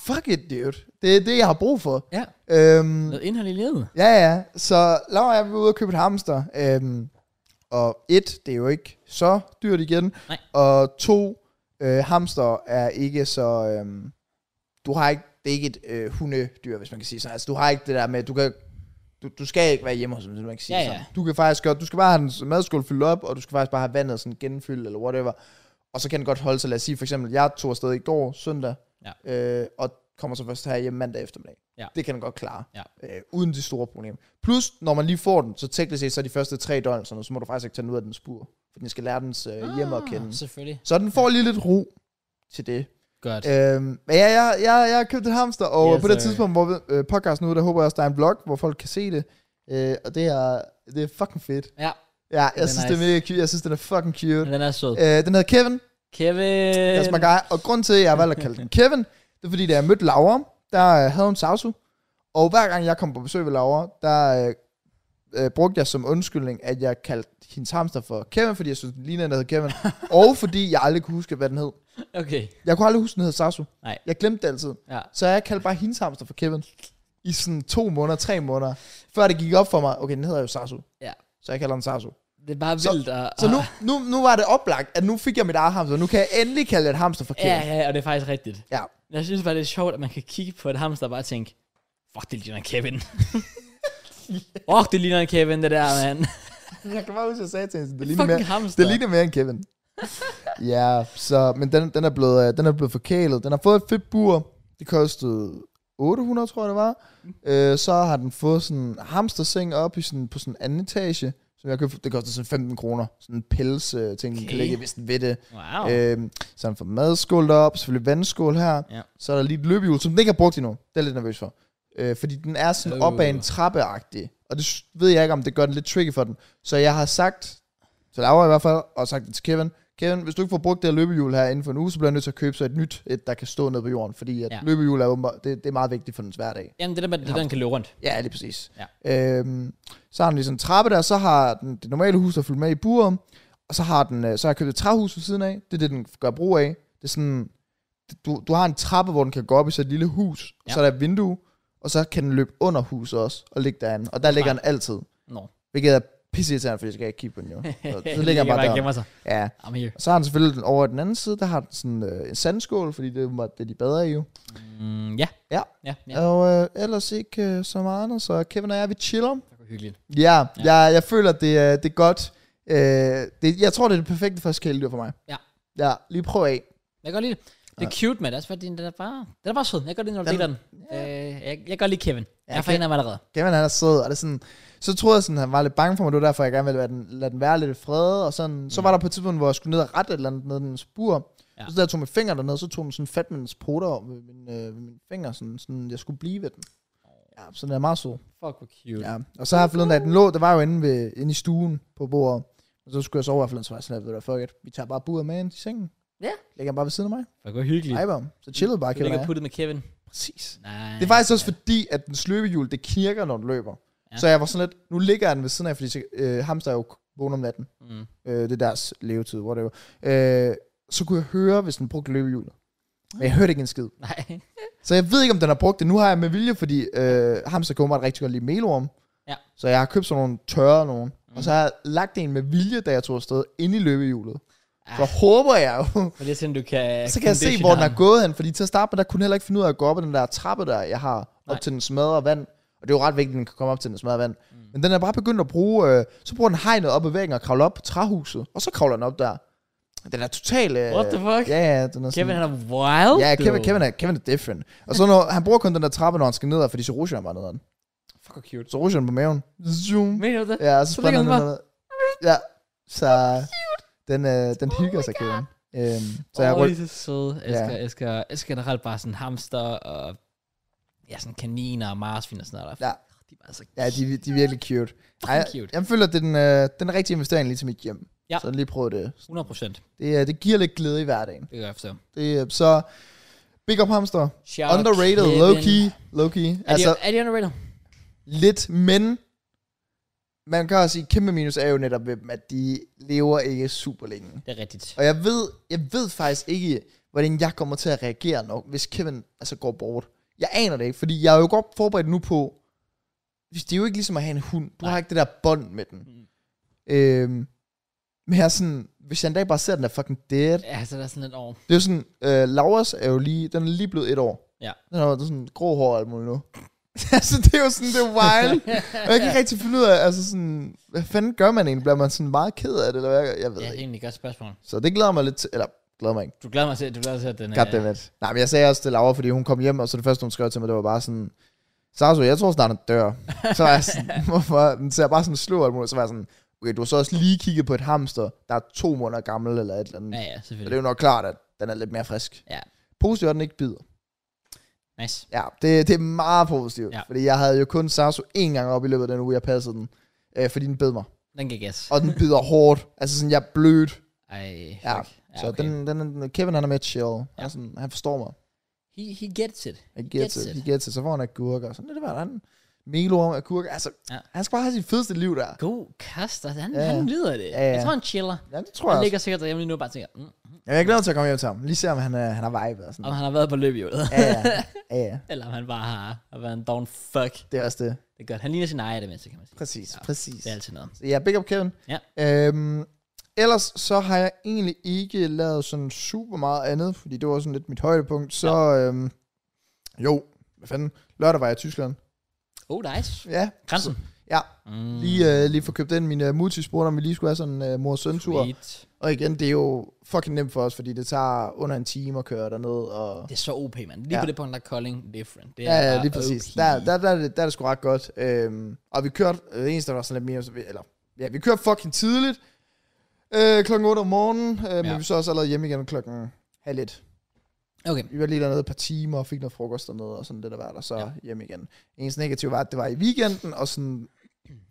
fuck it, dude. Det er det, jeg har brug for.
Ja.
Øhm,
Noget indhold i livet.
ja, ja. Så Laura og jeg var ude og købe et hamster. Øhm, og et, det er jo ikke så dyrt igen.
Nej.
Og to, øh, hamster er ikke så... Øhm, du har ikke, det er ikke et øh, hundedyr, hvis man kan sige sådan. Altså, du har ikke det der med, du kan... Du, du skal ikke være hjemme hos dem, hvis man kan sige
Ja,
sådan.
ja.
Du kan faktisk godt, du skal bare have dens madskål fyldt op, og du skal faktisk bare have vandet sådan genfyldt, eller whatever. Og så kan den godt holde sig, lad os sige, for eksempel, jeg tog afsted i går, søndag, ja. øh, og kommer så først her hjem mandag eftermiddag.
Ja.
Det kan den godt klare,
Ja.
øh, uden de store problemer. Plus, når man lige får den, så teknisk set, så er de første tre døgn, sådan noget, så må du faktisk ikke tage den ud af den spur, for den skal lære dens
Ah.
øh, hjem at kende.
Selvfølgelig.
Så den får lige lidt ro til det.
Godt.
Øhm, men ja, jeg, jeg, jeg har købt et hamster, og
Yes,
yes, på det
sir.
tidspunkt, hvor vi- øh, podcasten er ude, der håber jeg også, der er en vlog, hvor folk kan se det. Øh, og det er, det er fucking fedt.
Ja,
Ja, jeg
er
synes,
nice.
det er mega cute. Jeg synes, den er fucking cute.
den er sød.
Øh, den hedder Kevin.
Kevin.
That's my guy. Og grund til, at jeg har valgt at kalde den Kevin, det er fordi, da jeg mødte Laura, der øh, havde hun Sausu. Og hver gang jeg kom på besøg ved Laura, der øh, øh, brugte jeg som undskyldning, at jeg kaldte hendes hamster for Kevin, fordi jeg synes, den lignede, at den hed Kevin. og fordi jeg aldrig kunne huske, hvad den hed.
Okay.
Jeg kunne aldrig huske, den hed Sasu.
Nej.
Jeg glemte det altid.
Ja.
Så jeg kaldte bare hendes hamster for Kevin. I sådan to måneder, tre måneder. Før det gik op for mig, okay, den hedder jo Sasu.
Ja. Ah.
Så jeg kalder den Sasu.
Det er bare
Så-
vildt. at-
Så nu, nu, nu var det oplagt, at nu fik jeg mit eget hamster. Nu kan jeg endelig kalde et hamster for Kevin.
Ah, Ja, ja, og det er faktisk rigtigt.
ja.
Jeg synes bare, det er sjovt, at man kan kigge på et hamster og bare tænke, fuck, det ligner en Kevin. Fuck, det ligner en Kevin, det der, mand.
Jeg kan bare huske, at jeg sagde til hende, det ligner mere,
Fucking hamster.
det ligner mere end Kevin. ja, så, men den, den, er blevet, øh, den er blevet forkælet. Den har fået et fedt bur. Det kostede 800, tror jeg det var. Øh, så har den fået sådan en hamsterseng op i sådan, på sådan anden etage, som jeg købte. Det kostede sådan 15 kroner. Sådan en pels øh, ting, okay.
Okay.
kan ligge, i, hvis den ved det.
Wow.
Øh, så han får madskål derop, selvfølgelig vandskål her.
Ja.
Så er der lige et løbehjul, som den ikke har brugt endnu. Det er jeg lidt nervøs for. Øh, fordi den er sådan
Øh.
øh. op ad en trappeagtig. Og det s- ved jeg ikke, om det gør den lidt tricky for den. Så jeg har sagt, til Laura i hvert fald, og sagt det til Kevin, Kevin, hvis du ikke får brugt det her løbehjul her inden for en uge, så bliver jeg nødt til at købe så et nyt, et, der kan stå ned på jorden. Fordi at
Ja.
ja. løbehjul er, åbenbart- det, det er meget vigtigt for dens hverdag.
Jamen, det der med, at den kan løbe rundt.
Ja, lige præcis. Ja. Øhm, så har den ligesom en trappe der, så har den det normale hus, der er fyldt med i buret, og så har den, øh, så har jeg købt et træhus ved siden af, det er det, den gør brug af. Det er sådan, du, du har en trappe, hvor den kan gå op i så et lille hus,
Ja.
ja. så er der et vindue, og så kan den løbe under huset også, og ligge derinde. Og der ligger den altid,
Nå.
hvilket er pisseirriterende, fordi jeg skal ikke kigge på den jo. Så, så ligger den bare der.
glemmer sig.
Ja.
I'm here.
Og så har den selvfølgelig den over i den anden side, der har den sådan øh, en sandskål, fordi det er åbenbart det, de bader i jo.
Mm, ja.
Ja.
Ja, ja.
Ja. Og øh, ellers ikke øh, så meget andet, så Kevin og jeg, vi chiller.
Det var hyggeligt.
Ja, ja. Jeg, jeg føler, det, er- det er godt. Øh, det, jeg tror, det er det perfekte første kæledyr for mig.
Ja.
Ja, lige prøv af.
Jeg kan godt lide det. Det er cute, mand. Altså, fordi den er bare, den er bare sød. Jeg kan godt lide, når du
Den-
deler den. Øh, jeg, jeg kan godt lide Kevin. Jeg er
Ke-
fan af ham allerede.
Kevin han er sød, og det er sådan, så troede jeg sådan, han var lidt bange for mig, det var derfor, jeg gerne ville lade den, lade den være lidt i fred, og sådan, så var der på et tidspunkt, hvor jeg skulle ned og rette et eller andet ned i den spur,
Ja.
ja. så der tog min finger derned, så tog den sådan fat med dens poter over ved min, øh, ved min finger, sådan, sådan, jeg skulle blive ved den. Ja, så den er meget sød.
Fuck, hvor cute.
Ja. Og så har jeg forleden, da den lå, det var jo inde, ved, inde i stuen på bordet, og så skulle jeg sove her forleden, så var jeg sådan, "Ved du hvad, fuck it, vi tager bare buret med ind i sengen.
Ja.
Lægger den bare ved siden af mig.
Fuck, hvor hyggeligt.
Ej, bam. Så chillede
Du
bare, Kevin. og
ligger
jeg.
puttet med Kevin.
Præcis.
Nej.
Det er faktisk også fordi, at den sløbehjul, det knirker, når den løber.
Ja.
Ja. Så jeg var sådan lidt, nu ligger jeg den ved siden af, fordi så- øh, hamster er jo vågen om natten.
Mm.
Øh, det er deres levetid, whatever. Øh, så kunne jeg høre, hvis den brugte løbehjulet. Men jeg hørte ikke en skid.
Nej.
Så jeg ved ikke, om den har brugt det. Nu har jeg med vilje, fordi øh, hamster kommer åbenbart rigtig godt lide melorm.
Ja. Mhm.
Så jeg har købt sådan nogle tørre nogen. Mm. Og så har jeg lagt en med vilje, da jeg tog afsted, ind i løbehjulet. Så
Ah.
håber jeg jo,
Men det er sådan, du kan...
så kan jeg se, hvor den er gået hen. Fordi til at starte med, der kunne den heller ikke finde ud af at gå op ad den der trappe, der jeg har op
Nej.
Nej. til den smadre vand. Og det er jo ret vigtigt, at den kan komme op til den smadre vand. Mm. Men den er bare begyndt at bruge... Øh, så bruger den hegnet op ad væggen og kravler op på træhuset. Og så kravler den op der. Den er totalt... Øh,
What the fuck?
Ja, ja, den er
Kevin,
sådan,
han er wild.
Ja,
du.
Kevin, Kevin, er, Kevin er different. Og så når, han bruger kun den der trappe, når han skal ned, fordi så rusher han bare nedad.
Fuck, hvor cute.
Så rusher han på maven. Zoom.
Mener du det?
Ja, og så,
Så
så
ligger
han
den bare-
nedad. Ja, så... Den, øh, den hygger sig, Kevin. Øhm, så jeg
Oh Åh,
rykker...
de er så søde. Jeg elsker, jeg elsker, jeg elsker generelt bare sådan hamster og ja, sådan kaniner og marsvin og sådan noget.
Ja.
De er bare så
Ja, de, de er virkelig cute. Ej,
fucking cute.
jeg, jeg føler, at det er den, øh, den rigtige investering lige til mit hjem.
Ja.
Så lige prøv det.
100 procent.
det. øh, Det giver lidt glæde i hverdagen.
Det gør jeg forstå.
Det, øh, så Big Up Hamster.
Shout out
Underrated,
Kevin.
low-key, low-key.
Er, altså,
Altså
de, er de underrated?
lidt, men man kan også sige, kæmpe minus er jo netop ved dem, at de lever ikke super længe.
Det er rigtigt.
Og jeg ved, jeg ved faktisk ikke, hvordan jeg kommer til at reagere nok, hvis Kevin altså går bort. Jeg aner det ikke, fordi jeg er jo godt forberedt nu på, hvis det er jo ikke ligesom at have en hund. Du
Nej.
Nej. har ikke det der bånd med den.
Mm.
Øhm, men jeg er sådan, hvis jeg en dag bare ser, at den er fucking dead.
Ja, så der er sådan lidt over.
Det er jo sådan, øh, Lauras er jo lige, den er lige blevet et år.
Ja.
Den har jo sådan grå hår og alt muligt nu. altså, det er jo sådan, det er wild. og jeg kan ikke rigtig finde ud af, altså sådan, hvad fanden gør man egentlig? Bliver man sådan meget ked af det, eller hvad? Jeg ved
Ja,
ja.
det er
ikke.
egentlig et godt spørgsmål.
Så det glæder mig lidt til, eller glæder mig ikke.
Du glæder mig til, du glæder mig til at den øh,
God damn it. Nej, men jeg sagde også til Laura, fordi hun kom hjem, og så det første, hun skrev til mig, det var bare sådan, Sarso, jeg tror snart, han dør. Så var jeg sådan, hvorfor? Den ser bare sådan slå og alt muligt. Så var jeg sådan, okay, du har så også lige kigget på et hamster, der er to måneder gammel eller et eller andet.
Ja, ja,
Så det er
selvfølgelig.
jo nok klart, at den er lidt mere frisk.
Ja.
Positivt, at den ikke bider.
Nice.
Ja, det, det er meget positivt.
Ja.
Ja. Fordi jeg havde jo kun Sarso én gang op i løbet af den uge, jeg passede den. Øh, fordi den bed mig.
Den kan gas.
Og den bider hårdt. Altså sådan, jeg er blødt.
Ej,
Ja,
fuck. Ja,
Så
okay.
den, den, den, Kevin han er med chill. Ja. Han, er sådan, han forstår mig.
He, he gets it.
Han gets,
Gets
gets
it.
it. He gets it. Så får han agurker. og Sådan er det bare andet. Milo om agurker. Altså,
Ja.
ja. han skal bare have sit fedeste liv der.
God kaster. Han,
Ja.
han lyder det.
Ja, ja.
Jeg tror, han chiller.
Ja, det tror jeg
Han
også.
ligger sikkert derhjemme lige nu og bare tænker, mm,
Jamen, jeg glæder mig til at komme hjem til ham. Lige se, om han, er, han har vibe og sådan
om
noget.
han har været på løbehjulet.
Ja, ja, ja, ja.
Eller om han bare har, har været en down fuck.
Det er også det.
Det er godt. Han ligner sin ejer, det mindste, kan man sige.
Præcis,
Ja.
ja. præcis.
Det er altid noget.
Så Ja, big up Kevin.
Ja.
Øhm, ellers så har jeg egentlig ikke lavet sådan super meget andet, fordi det var sådan lidt mit højdepunkt. Så ja. øhm, jo, hvad fanden, lørdag var jeg i Tyskland.
Oh, nice.
Ja,
Grænsen.
ja.
Mm,
lige, øh, lige få købt ind min uh, multisport, om vi lige skulle have sådan en uh, mor-søn-tur.
sweet.
Og igen, det er jo fucking nemt for os, fordi det tager under en time at køre derned. Og...
Det er så OP, mand. Lige
Ja.
på det punkt, der er Kolding different. Det er
Ja, ja,
bare
lige præcis.
OP.
Der, der, der, er det- der er det sgu ret godt. Øhm, og vi kørte, øh, det eneste, der var sådan lidt mere, så vi- eller, ja, vi kørte fucking tidligt, øh, klokken 8 om morgenen, øh, men
Ja.
vi var så også allerede hjemme igen klokken halv et.
Okay.
Vi var lige dernede et par timer og fik noget frokost dernede, og sådan det der var der, så
Ja.
ja. hjem igen. Eneste negativ var, at det var i weekenden, og sådan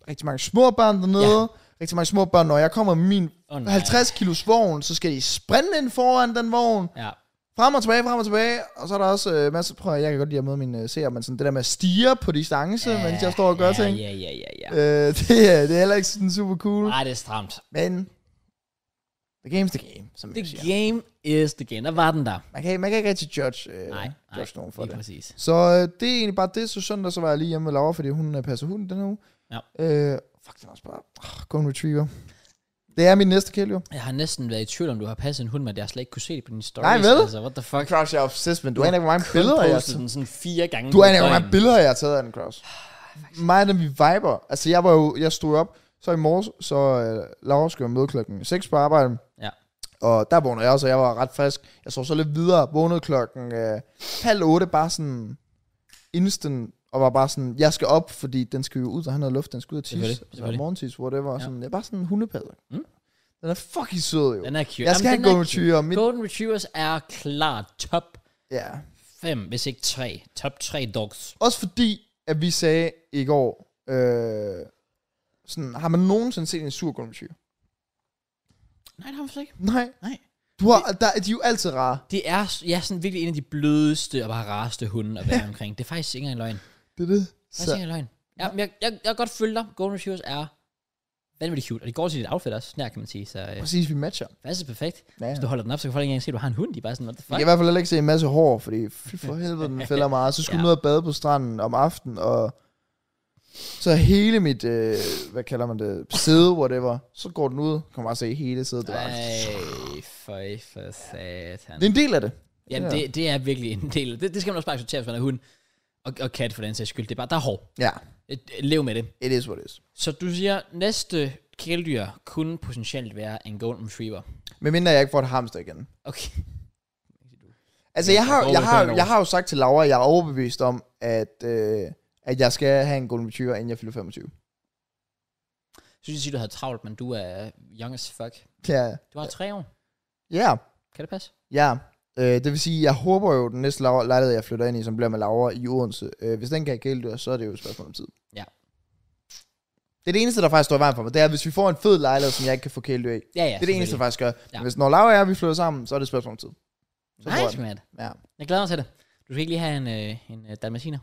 rigtig mange små børn dernede, ja. rigtig mange små børn, når jeg kommer med min
Oh, nej.
50 kilos vogn, så skal de sprinte ind foran den vogn,
Ja.
Frem og tilbage, frem og tilbage. Og så er der også øh, masser... Prøv at, jeg kan godt lide at møde mine øh, seere, men sådan det der med at stige på distance, ja, mens jeg står og gør
ja,
ting.
Ja, ja, ja, ja.
Øh, det, er- det er heller ikke sådan super cool.
Nej, det er stramt.
Men The game's the game, som
The
jeg siger.
game is the game. Der var den der.
Man kan, man kan ikke rigtig judge, øh,
Nej, nej,
judge nogen for
Lige
det.
præcis.
Så øh, det er egentlig bare det, så søndag, så var jeg lige hjemme med Laura, fordi hun øh, passer hunden den her uge.
Ja.
Øh, fuck, den er også bare, oh, golden retriever. Det er min næste kill, jo.
Jeg har næsten været i tvivl, om du har passet en hund, men jeg har slet ikke kunne se det på dine stories.
Nej, vel?
Altså, what the fuck?
Crouch, jeg er obsessed, men du aner ikke, hvor mange
Kun
billeder jeg har
postet den sådan fire gange.
Du
på
aner ikke, hvor mange
døgn.
billeder jeg har taget af den,
Ah,
Kraus. Mig og den, vi viber. Altså, jeg var jo, jeg stod op, så i morges, så øh, Laura skulle jeg møde klokken 6 på arbejde.
Ja.
Og der vågnede jeg også, og jeg var ret frisk. Jeg sov så lidt videre, vågnede klokken øh, halv otte, bare sådan instant, og var bare sådan, jeg skal op, fordi den skal jo ud og have noget luft, den skal ud og
Selvfølgelig,
tisse, eller
selvfølgelig.
morgentis, whatever. og
Ja.
Sådan, jeg er bare sådan en hundepadder.
Mm.
Den er fucking sød, jo.
Den er cute.
Jeg skal have
Jamen,
en
den er
golden
cute.
retriever. Mit,
Golden Retrievers er klart top
ja.
5, hvis ikke 3. Top 3 dogs.
Også fordi, at vi sagde i går, øh, sådan, har man nogensinde set en sur golden retriever?
Nej, det har man slet ikke.
Nej.
Nej.
Du har, der, de er jo altid rare.
Det er ja, sådan virkelig en af de blødeste og bare rareste hunde at være omkring. Det er faktisk ikke engang løgn. Det
Det er det.
er faktisk
Så,
ikke engang løgn. Ja, men jeg, jeg, jeg kan godt følge dig. Golden Retrievers er vanvittigt cute. Og det går til dit outfit også, snart kan man sige. Så øh,
præcis, vi matcher.
faktisk perfekt.
Ja.
Hvis du holder den op, så kan folk ikke engang se, at du har en hund. De er bare sådan, what the
Jeg
fuck?
kan i hvert fald heller ikke se en masse hår, fordi fy for helvede, den fælder meget. Så skulle
Ja.
ja. ned og bade på stranden om aftenen, og så hele mit, øh, hvad kalder man det, sæde, whatever, så går den ud, kommer bare se hele sædet. Det, var,
Ej, for, for satan.
det er en del af det.
Jamen,
Ja.
det, det er virkelig en del. Det, det skal man også bare acceptere, hvis man er hund. Og, og kat for den sags skyld. Det er bare, der er hår.
Ja,
Øh, Lev med det.
it is what it is.
Så du siger, næste kæledyr kunne potentielt være en golden retriever.
Men mindre jeg ikke får et hamster igen.
Okay.
Altså,
Ja,
jeg har,
jeg
jeg, har,
overbevist.
jeg har jo sagt til Laura, at jeg er overbevist om, at, øh, at jeg skal have en Golden Retriever, inden jeg fylder 25.
Jeg synes, jeg siger, du havde travlt, men du er young as fuck.
Ja,
Du har tre år.
ja,
Kan det passe?
ja. Øh, det vil sige, jeg håber jo, den næste Laura- lejlighed, jeg flytter ind i, som bliver med Laura i Odense. Øh, hvis den kan have kæledyr, så er det jo et spørgsmål om tid.
Ja.
Det er det eneste, der faktisk står i vejen for mig. Det er, hvis vi får en fed lejlighed, som jeg ikke kan få kæledyr i. Det
Ja, ja.
er det eneste, der faktisk gør.
Ja.
Men hvis når Laura og jeg vi flytter sammen, så er det et spørgsmål om tid. Så får
faktisk.
jeg
Nice,
den.
man.
Ja.
Jeg glæder mig til det. Du skal ikke lige have en, øh, en øh, dalmatiner?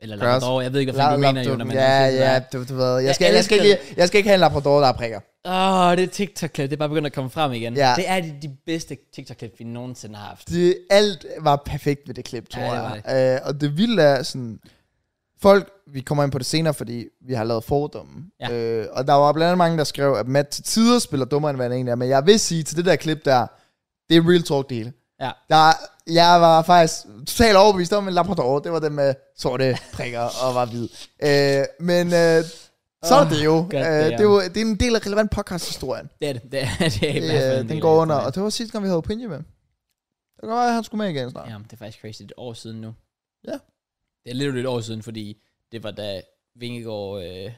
Eller
Kraus.
Labrador. Jeg ved ikke, hvad fanden du
Lab-
mener, jo, når man siger
Ja,
sådan
ja,
der.
du, du ved.
Jeg
Jeg skal, jeg, skal
elsker
ikke, jeg skal ikke have en Labrador, der er prikker.
Åh, oh, det TikTok-klip, det er bare begyndt at komme frem igen.
Ja.
Det er de, de bedste TikTok-klip, vi nogensinde har haft.
det, alt var perfekt ved det klip, tror
Ja, det var
jeg. Det. Øh, og det vilde er sådan... Folk, vi kommer ind på det senere, fordi vi har lavet fordomme.
Ja.
Øh, og der var blandt andet mange, der skrev, at Matt til tider spiller dummere, end hvad han egentlig er. Men jeg vil sige til det der klip der, det er real talk det hele.
Ja.
Der, jeg var faktisk totalt overbevist om en Labrador. Det var den med sorte prikker og var hvid. Øh, men øh, så er
Åh,
det jo. Øh, det,
goddamn.
er jo det er en del af relevant podcast-historien.
Det er det. Det er, det er i hvert fald en
Øh, den
del
går
af
under,
det.
og det var sidste gang, vi havde Opinion med. Det kan godt være, at han skulle med igen snart.
Ja, det er faktisk crazy. Det er et år siden nu.
Ja.
Det er lidt et år siden, fordi det var da Vingegaard øh,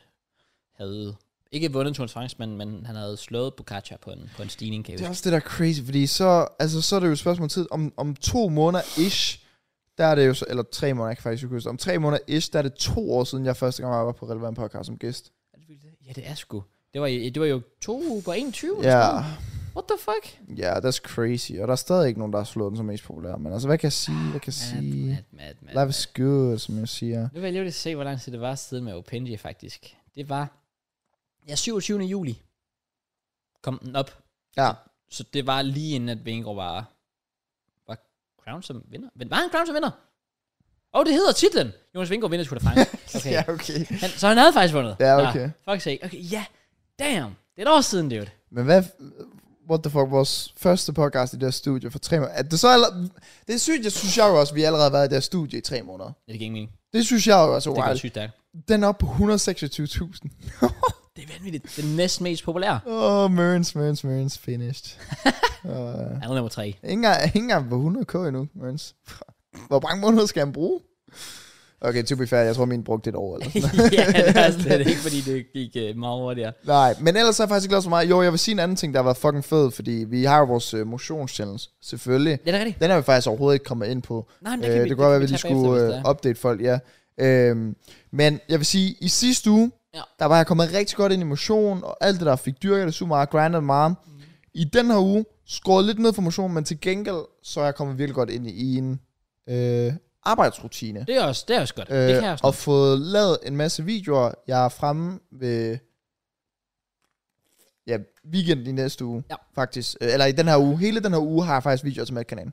havde ikke vundet Tour de France, men, men han havde slået Bukaccia på en, på en stigning, kan jeg
Det er
huske.
også det, der er crazy, fordi så, altså, så er det jo et spørgsmål om tid. Om, om to måneder ish, der er det jo så, eller tre måneder, jeg kan faktisk ikke huske. det. Om tre måneder ish, der er det to år siden, jeg første gang var på Relevant Podcast som gæst.
Er det vildt? Ja, det er sgu. Det var, i- det var jo 2 på 21. eller
Ja,
sådan noget. What the fuck?
ja, that's crazy. Og der er stadig ikke nogen, der har slået den som mest populær. Men altså, hvad kan jeg sige? Hvad kan jeg sige?
Mad, mad, mad, mad.
Life is good, som jeg siger.
Nu vil jeg lige se, hvor lang tid det var siden med Opinji, faktisk. Det var ja, 27. juli. Kom den op.
Ja,
Så det var lige inden, at Vingegaard var... Var Crown som vinder? Men var han Crown som vinder? Åh, oh, det hedder titlen! Jonas Vingegaard vinder Tour de France. Okay. Ah.
ja okay.
han, så han havde faktisk vundet?
Ja,
Nå,
okay.
fuck sake. Okay, ja. Damn. Det er et år siden, dude.
Men hvad... What the fuck, vores første podcast i det her studie for tre måneder. Er det, så allerede, det er sygt, jeg synes jeg jo også, vi allerede har været i det her studie i tre måneder.
Ja, det gik ikke mening.
Det synes jeg jo også er
Det går
wild.
sygt der.
Den er oppe på 126.000.
Det er vanvittigt. Det er næsten mest populære.
Åh, oh, Mørens, Mørens, Mørens finished. uh,
Han er nummer tre.
ikke, engang, ikke engang på 100k endnu, Mørens. Hvor mange måneder skal han bruge? Okay, to be fair, jeg tror, min brugte et år eller sådan noget.
ja, det er slet ikke, fordi det gik øh, meget hurtigere.
Nej, men ellers er jeg faktisk ikke glad så meget. Jo, jeg vil sige en anden ting, der har været fucking fed, fordi vi har jo vores uh, motionschallenge, selvfølgelig.
Ja, det er rigtigt.
Den er vi faktisk overhovedet ikke kommet ind på.
Nej, men det
Det,
kan
øh,
vi,
det kunne godt være, at vi
kan
lige
tage bagefter,
skulle
hvis
øh,
det er.
update folk, ja. Øhm, men jeg vil sige, i sidste uge,
Ja.
ja. der var jeg kommet rigtig godt ind i motion, og alt det der fik dyrket det super meget, grindet meget. Mm. I den her uge, skåret lidt ned for motion, men til gengæld, så er jeg kommet virkelig godt ind i en øh, arbejdsrutine.
Det er også, det er også godt. det
Øh,
kan jeg også.
og fået lavet en masse videoer. Jeg er fremme ved... ja, weekenden i næste uge,
Ja.
faktisk. Øh, Eller i den her uge. Hele den her uge har jeg faktisk videoer til Madkanalen.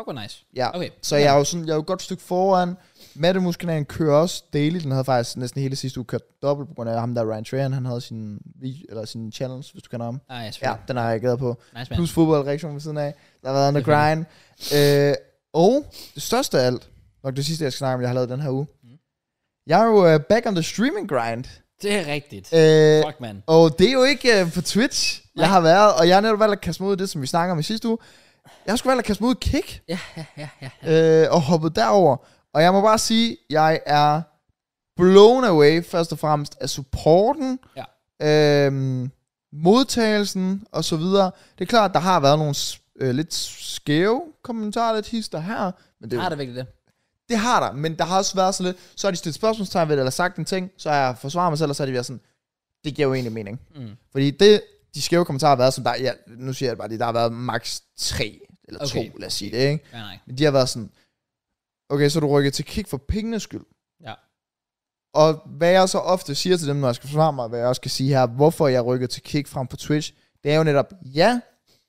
Fuck, hvor nice.
Ja.
Okay.
Så jeg er jo sådan, jeg er jo et godt stykke foran. Mattemus-kanalen kører også daily. Den havde faktisk næsten hele sidste uge kørt dobbelt, på grund af ham der Ryan Trahan. Han havde sin, vi- eller sin challenge, hvis du kender ham.
Ah, ja,
Ja,
selvfølgelig.
den har jeg gået på.
Nice, man.
Plus fodboldreaktion ved siden af. Der har været under
Det er
grind. Øh, og det største af alt, nok det sidste, jeg skal snakke om, jeg har lavet den her uge.
Mm.
Jeg er jo uh, back on the streaming grind.
Det er rigtigt.
Øh,
Fuck, man.
og det er jo ikke øh, på Twitch,
Nej.
jeg har været, og jeg har netop valgt at kaste mig ud i det, som vi snakker om i sidste uge. Jeg har sgu valgt at kaste mig ud i Kick,
Ja, ja, ja, ja.
øh, og hoppet derover. Og jeg må bare sige, jeg er blown away, først og fremmest, af supporten,
Ja.
øhm, modtagelsen, og så videre. Det er klart, der har været nogle s- øh, lidt skæve kommentarer, lidt hister her, men det, er
Har
jo-
Ah, det virkelig det?
det har der, men der har også været sådan lidt, så har de stillet spørgsmålstegn ved det, eller sagt en ting, så har jeg forsvaret mig selv, og så har de været sådan, det giver jo egentlig mening.
Mm.
Fordi det, de skæve kommentarer har været, som der, ja, nu siger jeg det bare lige, der har været maks 3 eller 2,
Okay.
lad os sige det, ikke?
Ja, nej.
Men de har været sådan, okay, så er du rykker til kick for pengenes skyld.
Ja.
Og hvad jeg så ofte siger til dem, når jeg skal forsvare mig, hvad jeg også skal sige her, hvorfor jeg rykker til kick frem på Twitch, det er jo netop, ja,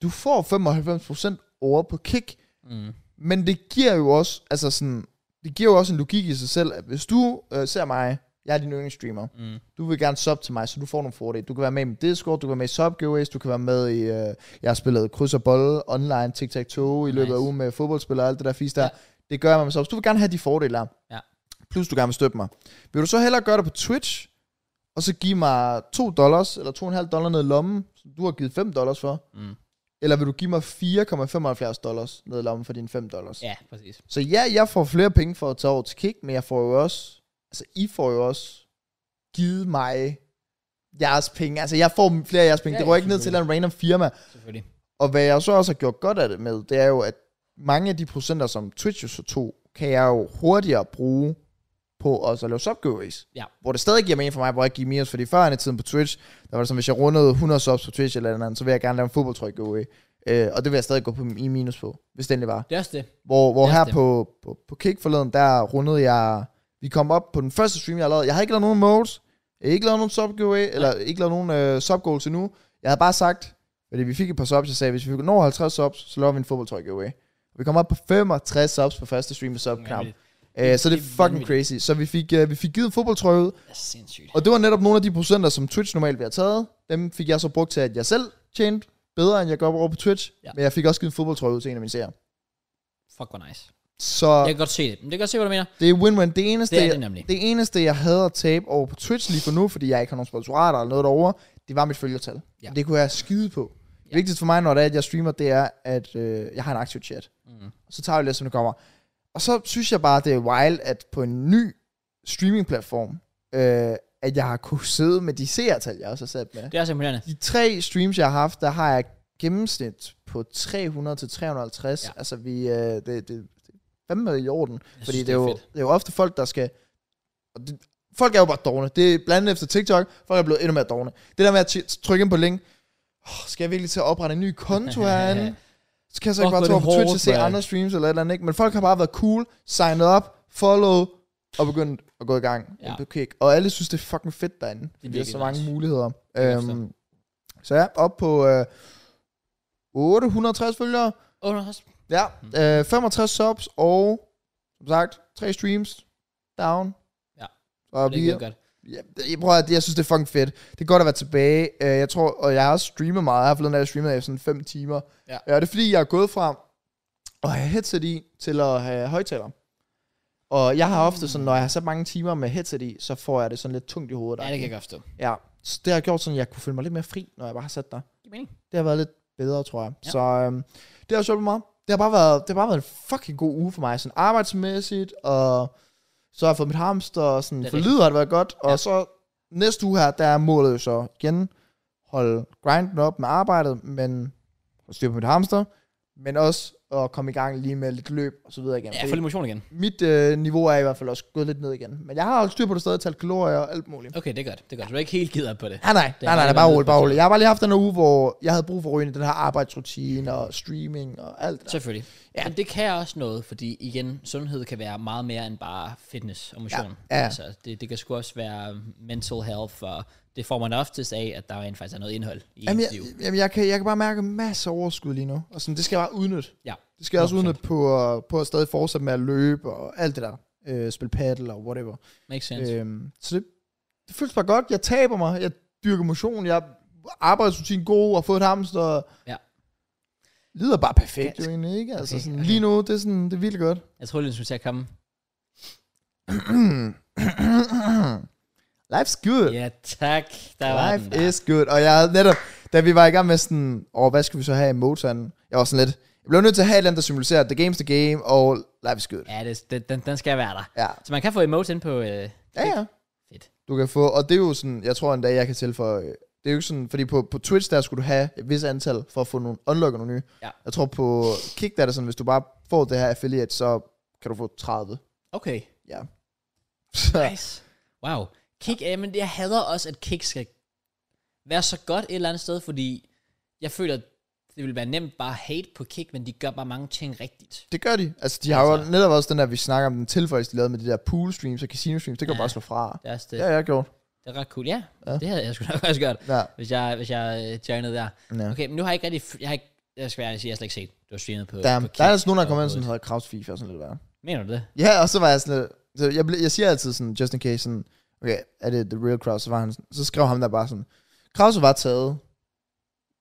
du får 95% over på kick,
Mm.
men det giver jo også, altså sådan, det giver jo også en logik i sig selv, at hvis du øh, ser mig, jeg er din yndlingsstreamer,
Mm.
du vil gerne sub til mig, så du får nogle fordele. Du kan være med i min Discord, du kan være med i sub giveaways, du kan være med i, øh, jeg har spillet kryds og bold online, tic-tac-toe i løbet af
Nice.
ugen med fodboldspillere og alt det der fisk der.
Ja.
Ja. Det gør jeg med mig subs. Du vil gerne have de fordele der.
Ja.
Plus du gerne vil støtte mig. Vil du så hellere gøre det på Twitch, og så give mig 2 dollars, eller 2,5 dollar ned i lommen, som du har givet 5 dollars for?
Mm.
Eller vil du give mig 4,75 dollars ned i lommen for dine 5 dollars?
Ja, præcis.
Så ja, jeg får flere penge for at tage over til kick, men jeg får jo også, altså I får jo også givet mig jeres penge. Altså jeg får flere af jeres penge.
Ja,
Ja, det går ikke ned til en
selvfølgelig.
eller anden random firma.
Selvfølgelig.
Og hvad jeg så også har gjort godt af det med, det er jo, at mange af de procenter, som Twitch jo så tog, kan jeg jo hurtigere bruge på også at lave subgiveaways.
Ja.
Hvor det stadig giver mening for mig, hvor jeg ikke giver minus, fordi før i tiden på Twitch, der var det som, hvis jeg rundede 100 subs på Twitch eller andet, så vil jeg gerne lave en fodboldtrøj giveaway. Øh, og det vil jeg stadig gå på i minus på, hvis det endelig var.
Det er også det.
Hvor, hvor
Ja,
her
det-
på, på, på Kick forleden, der rundede jeg... Vi kom op på den første stream, jeg lavede. Jeg havde ikke lavet nogen modes. Jeg havde ikke lavet nogen sub giveaway, eller ikke lavet nogen øh, sub goals endnu. Jeg havde bare sagt, fordi vi fik et par subs, jeg sagde, hvis vi når 50 subs, så laver vi en fodboldtrøj giveaway. Vi kom op på 65 subs på første stream med subknap.
Vanvittigt.
Øh, så det
Det
er
er
fucking crazy. Så vi fik, øh, vi fik givet en fodboldtrøje ud,
Det er sindssygt.
og det var netop nogle af de procenter, som Twitch normalt ville have taget. Dem fik jeg så brugt til, at jeg selv tjente bedre, end jeg går over på Twitch.
Ja.
Ja. Men jeg fik også givet en fodboldtrøje ud til en af mine seere.
Fuck, hvor nice.
Så
Jeg kan godt se det. Men det kan godt se, hvad du mener.
det er win-win. Det eneste,
Det er
jeg-
det nemlig.
Det eneste, jeg havde at tabe over på Twitch lige for nu, fordi jeg ikke har nogen sponsorater eller noget derovre, det var mit følgertal.
Ja.
Ja. Det kunne jeg skide på. Det
Ja.
vigtigste for mig, når det er, at jeg streamer, det er, at øh, jeg har en aktiv chat.
Mm.
Og så tager jeg det, som det kommer. Og så synes jeg bare, det er wild, at på en ny streamingplatform, øh, at jeg har kunnet sidde med de seertal, jeg også har sat med.
Det er også imponerende.
De tre streams, jeg har haft, der har jeg gennemsnit på 300-350. Ja. Altså, vi, øh, det, det, det er fandme i orden.
Jeg
Fordi
synes,
det, er jo,
fedt.
det er jo ofte folk, der skal... Og det, folk er jo bare dogne. Det er blandt andet efter TikTok, folk er blevet endnu mere dogne. Det der med at t- trykke ind på link, oh, skal jeg virkelig til at oprette en ny konto herinde? Så kan jeg så ikke
Fuck, hvor
bare tage
er
over
det
på Twitch
hårdt,
og se
mand.
andre streams eller et eller andet, ikke? Men folk har bare været cool, signet op, follow og begyndt at gå i gang
Ja.
ja. på kick. Og alle synes, det er fucking fedt derinde. Det er
virkelig
så mange
nice.
muligheder.
er også
Øhm, så ja, op på øh, 860 følgere.
Åh, oh, også.
Ja, øh, 65 subs og, som sagt, tre streams down.
Ja.
Og
Det
vi,
er godt.
ja, jeg, prøver, at jeg synes, det er fucking fedt. Det er godt at være tilbage. Øh, jeg tror, og jeg har også streamet meget. Jeg har forleden, at jeg streamede i sådan 5 timer. Øh,
Ja.
og det er fordi, jeg er gået fra at have headset i, til at have højtaler. Og jeg har ofte sådan, når jeg har så mange timer med headset i, så får jeg det sådan lidt tungt i hovedet.
Ja, det kan jeg godt forstå.
ja. Så det har gjort sådan, at jeg kunne føle mig lidt mere fri, når jeg bare har sat der
Giver mening.
det har været lidt bedre, tror jeg.
Ja.
Ja. Så øhm, det har sjovt meget. Det har bare været, det har bare været en fucking god uge for mig, sådan arbejdsmæssigt, og så har jeg fået mit hamster, og sådan,
Det er
for
rigtigt.
lyd har det været godt, og
Ja.
så næste uge her, der er målet jo så igen, holde grinden op med arbejdet, men holde styr på mit hamster, men også at komme i gang lige med lidt løb og så videre igen.
Ja,
Fordi
få lidt motion igen.
mit øh, niveau er i hvert fald også gået lidt ned igen. Men jeg har holdt styr på det stadig, talt kalorier og alt muligt.
Okay, det er godt. Det er godt. Du er ikke helt gider på det.
Nej, nej,
har
nej, nej, nej
aldrig
bare
været
roligt,
nede på
bare roligt. Jeg har bare lige haft den her uge, hvor jeg havde brug for at ryge ind i den her arbejdsrutine og streaming og alt det der.
Selvfølgelig. Ja.
Ja.
Men det kan også noget, fordi igen, sundhed kan være meget mere end bare fitness og motion.
Ja.
Altså, det, det kan sgu også være mental health og det får man oftest af, at der rent faktisk er noget indhold i
Jamen,
ens
jeg,
liv.
jamen jeg, kan, jeg kan bare mærke masser af overskud lige nu. Og sådan, det skal jeg bare udnytte.
Ja.
Det skal jeg også
100%.
udnytte på, at- på at stadig fortsætte med at løbe og alt det der. Øh, spille paddle og whatever.
Makes sense. Øh,
Øhm, så det, det føles bare godt. Jeg taber mig. Jeg dyrker motion. Jeg arbejdsrutin god og fået et hamster.
Ja.
Lider bare perfekt
Ja.
jo egentlig, ikke? Altså,
Okay,
sådan,
okay.
Lige nu, det er, sådan, det er virkelig godt.
jeg tror, det skulle til at komme.
Life's good.
Ja, tak. Der var den
Life
der.
is good. Og jeg havde netop, da vi var i gang med sådan, åh, hvad skal vi så have i motoren? Jeg var sådan lidt, jeg blev nødt til at have et eller andet, der symboliserer the game's the game, og life is good.
Ja, det, det, den, den skal være der.
Ja,
Så man kan få emotes ind på... Øh,
ja, ja.
Fedt.
Du kan få, og det er jo sådan, jeg tror en dag, jeg kan tilføje, det er jo ikke sådan, fordi på, på Twitch der skulle du have et vis antal for at få nogle, unlocker nogle nye.
Ja.
Jeg tror på Kick, der er det sådan, hvis du bare får det her affiliate, så kan du få 30.
Okay.
Så,
Nice. Wow. Kick, ja. men jeg hader også, at kick skal være så godt et eller andet sted, fordi jeg føler, at det ville være nemt bare at hate på kick, men de gør bare mange ting rigtigt.
det gør de. Altså, de har jo netop også den der, vi snakker om, den tilføjelse, de lavede med de der pool streams og casino streams, det kan ja.
Ja.
bare slå fra.
Det er, også det,
Det
ja.
har jeg gjort.
det er ret cool. Ja,
Ja.
ja, det havde jeg sgu nok også gjort,
Ja.
hvis jeg, hvis jeg øh, joinede der.
ja.
Okay, men nu har jeg ikke rigtig... Jeg har ikke, jeg skal være ærlig og sige, jeg har slet ikke set, du har streamet på,
Der,
på
der er altså nogen, der kommer ind
overhovedet.
sådan, hedder Kraus FIFA og sådan lidt værre.
Mener du det?
Ja, og så var jeg sådan lidt, så jeg, ble, jeg siger altid sådan, just in case, sådan, okay, er det the real Kraus? Så, var han, sådan- så skrev han der bare sådan, Kraus var taget.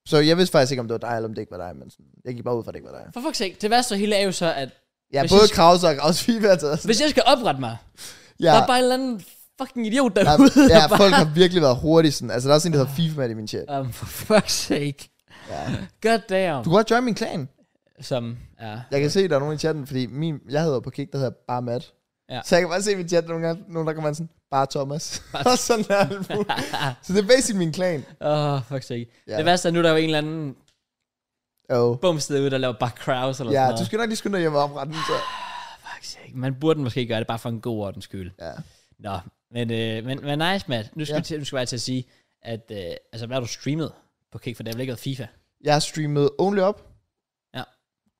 Så jeg vidste faktisk ikke, om det var dig, eller om det ikke var dig, men sådan, jeg gik bare ud fra, at det ikke var dig.
For fuck's sake, det værste af hele er jo så, at
Ja,
Hvis
både
jeg sk-
Kraus og Kraus FIFA er taget. Sådan,
hvis jeg skal oprette mig,
ja,
der er bare en eller anden fucking idiot
ja,
derude. der
ja,
bare-
folk har virkelig været hurtige sådan. Altså, der er også en, der hedder FIFA i min chat.
Um, for fuck's sake.
Ja.
God damn.
Du kan godt join min klan.
Som er...
Jeg kan se, der er nogen i chatten, fordi min, jeg hedder på kick, der hedder bare Matt.
Ja.
Så jeg kan bare se i min chat nogle gange, nogen der kommer ind sådan, bare Thomas. og sådan er alt muligt. Så det er basic min klan.
Åh, oh, fuck's sake.
Ja.
Yeah. Det værste er, nu er der er jo en eller anden
Oh.
bums derude, der laver bare crowds eller
Ja,
sådan noget.
du skal nok lige skynde dig hjem og oprette den, så.
Fuck's sake. Man burde måske gøre det bare for en god ordens skyld.
Ja.
Nå, men, øh, men, men nice, Matt. Nu skal,
Ja.
yeah. til, nu skal jeg til at sige, at øh, altså, hvad har du streamet på Kick? For det har vel ikke været FIFA?
Jeg har streamet Only Up.
Ja.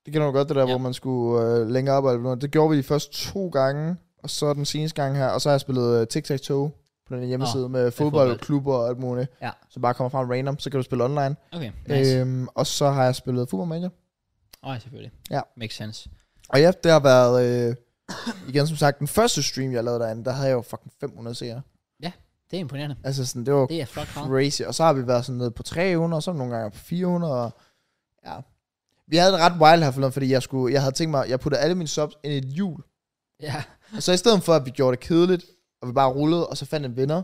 Det kender du godt, det der, ja.
Ja.
hvor man skulle øh, længere op. og alt muligt. Det gjorde vi de første to gange, og så den seneste gang her. Og så har jeg spillet øh, tic tac toe på den hjemmeside oh, med fodbold,
fodbold.
klubber og alt muligt.
Ja.
Så bare kommer frem random, så kan du spille online.
Okay, nice. Øh.
Øhm, og så har jeg spillet Football Manager.
Oh, selvfølgelig.
Ja.
Makes sense.
Og ja, det har været, øh, igen som sagt, den første stream, jeg lavede derinde, der havde jeg jo fucking 500 seere.
Det er imponerende.
Altså sådan, det var
Det er flot krav.
crazy. Og så har vi været sådan nede på 300, og så nogle gange på 400. Og ja. Vi havde det ret wild her forleden, fordi jeg, skulle, jeg havde tænkt mig, jeg puttede alle mine subs ind i et hjul.
Ja.
Og så i stedet for, at vi gjorde det kedeligt, og vi bare rullede, og så fandt en vinder,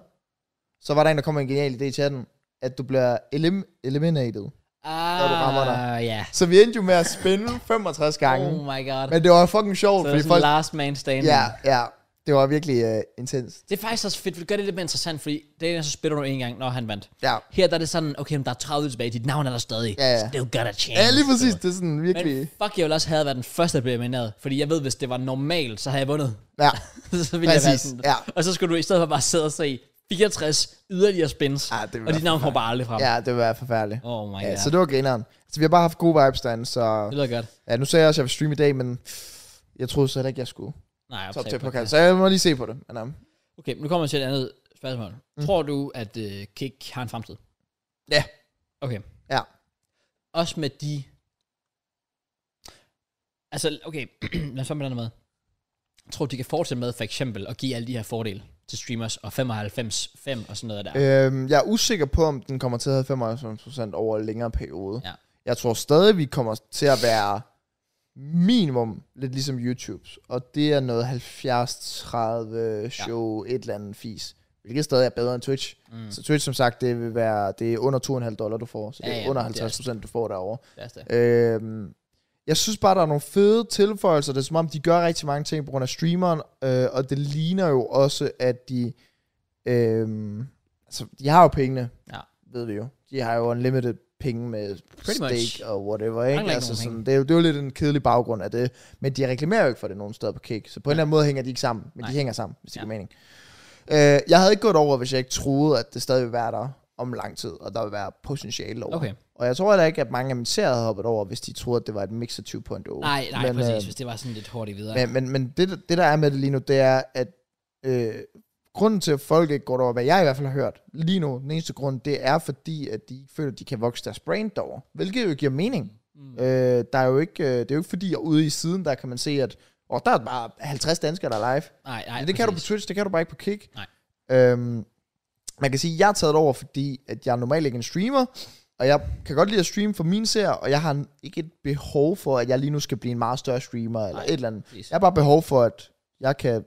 så var der en, der kom med en genial idé i chatten, at du bliver elim- eliminated.
Ah,
du rammer dig.
ja.
Så vi endte jo med at spille 65 gange.
Oh my god.
Men det var fucking sjovt,
Så er
fordi
det sådan
folk...
last man standing.
Ja, ja. Det var virkelig uh, intens.
Det er faktisk også fedt, for det gør det lidt mere interessant, fordi det er så spiller du en gang, når han vandt.
Ja.
Her der er det sådan, okay, men der er 30 tilbage, dit navn er der stadig.
Ja, ja.
Still got a chance.
Ja, lige præcis. Det er sådan virkelig...
Men fuck, jeg ville også have været den første, der blev elimineret. Fordi jeg ved, hvis det var normalt, så havde jeg vundet.
Ja,
så ville jeg være
præcis.
sådan.
Ja.
Og så skulle du i stedet for bare sidde og se 64 yderligere spins.
Ah, det ville
og
være
dit navn kommer bare aldrig frem.
ja, det var forfærdeligt.
Oh my
Ja,
god.
så det var grineren. Så vi har bare haft gode vibes derinde, så...
det lyder godt.
Ja, nu sagde jeg også, at jeg vil streame i dag, men jeg troede så heller ikke, jeg skulle
Nej, jeg
top
optager
til podcast.
podcast.
Så jeg må lige se på det. Men, um,
Okay, nu kommer jeg til et andet spørgsmål. Mm. Tror du, at øh, Kick har en fremtid?
Ja.
Okay.
Ja.
Også med de... Altså, okay, lad os svare med den med. Jeg tror, de kan fortsætte med for eksempel at give alle de her fordele til streamers og 95, 5 og sådan noget der.
øhm, jeg er usikker på, om den kommer til at have 95% over en længere periode.
Ja.
Jeg tror stadig, vi kommer til at være minimum lidt ligesom YouTubes. Og det er noget 70-30 show, ja. et eller andet fis. Hvilket stadig er bedre end Twitch. Mm. Så Twitch, som sagt, det vil være det er under 2,5 dollar, du får. Så det
Ja,
er ja,
ja,
ja, under
det er
50%, du får derovre.
Det er det.
Øhm, jeg synes bare, der er nogle fede tilføjelser. Det er som om, de gør rigtig mange ting på grund af streameren. Øh, og det ligner jo også, at de... Øhm, altså, de har jo pengene,
Ja.
ved vi jo. De har jo unlimited penge med
Pretty
steak
much.
og whatever.
Mangler
Ikke?
ikke
Altså,
nogen
sådan,
penge.
det, er jo, det er jo lidt en kedelig baggrund af det. Men de reklamerer jo ikke for det nogen steder på Kick. Så på en eller anden måde hænger de ikke sammen. Men Nej.
Nej.
de hænger sammen, hvis det
Ja.
giver mening. Øh, jeg havde ikke gået over, hvis jeg ikke troede, at det stadig ville være der om lang tid. Og der vil være potentiale over.
Okay.
Og jeg tror heller ikke, at mange af mine serier havde hoppet over, hvis de troede, at det var et mix af 20.0.
Nej, nej, men, præcis,
Øh,
hvis det var sådan lidt hurtigt videre.
men men, men det, det, der er med det lige nu, det er, at øh, grunden til, at folk ikke går derover, hvad jeg i hvert fald har hørt lige nu, den eneste grund, det er fordi, at de ikke føler, at de kan vokse deres brand derover, hvilket jo giver mening. Mm. Øh, der er jo ikke, øh, det er jo ikke fordi, at ude i siden, der kan man se, at og der er bare 50 danskere, der er live.
Nej, nej.
Men det kan du på
præcis.
Twitch, det kan du bare ikke på Kick.
Nej.
Øhm, man kan sige, at jeg er taget over, fordi at jeg er normalt ikke en streamer, og jeg kan godt lide at streame for mine serier, og jeg har en- ikke et behov for, at jeg lige nu skal blive en meget større streamer, eller
Nej.
et eller andet.
Præcis.
Jeg har bare behov for, at jeg kan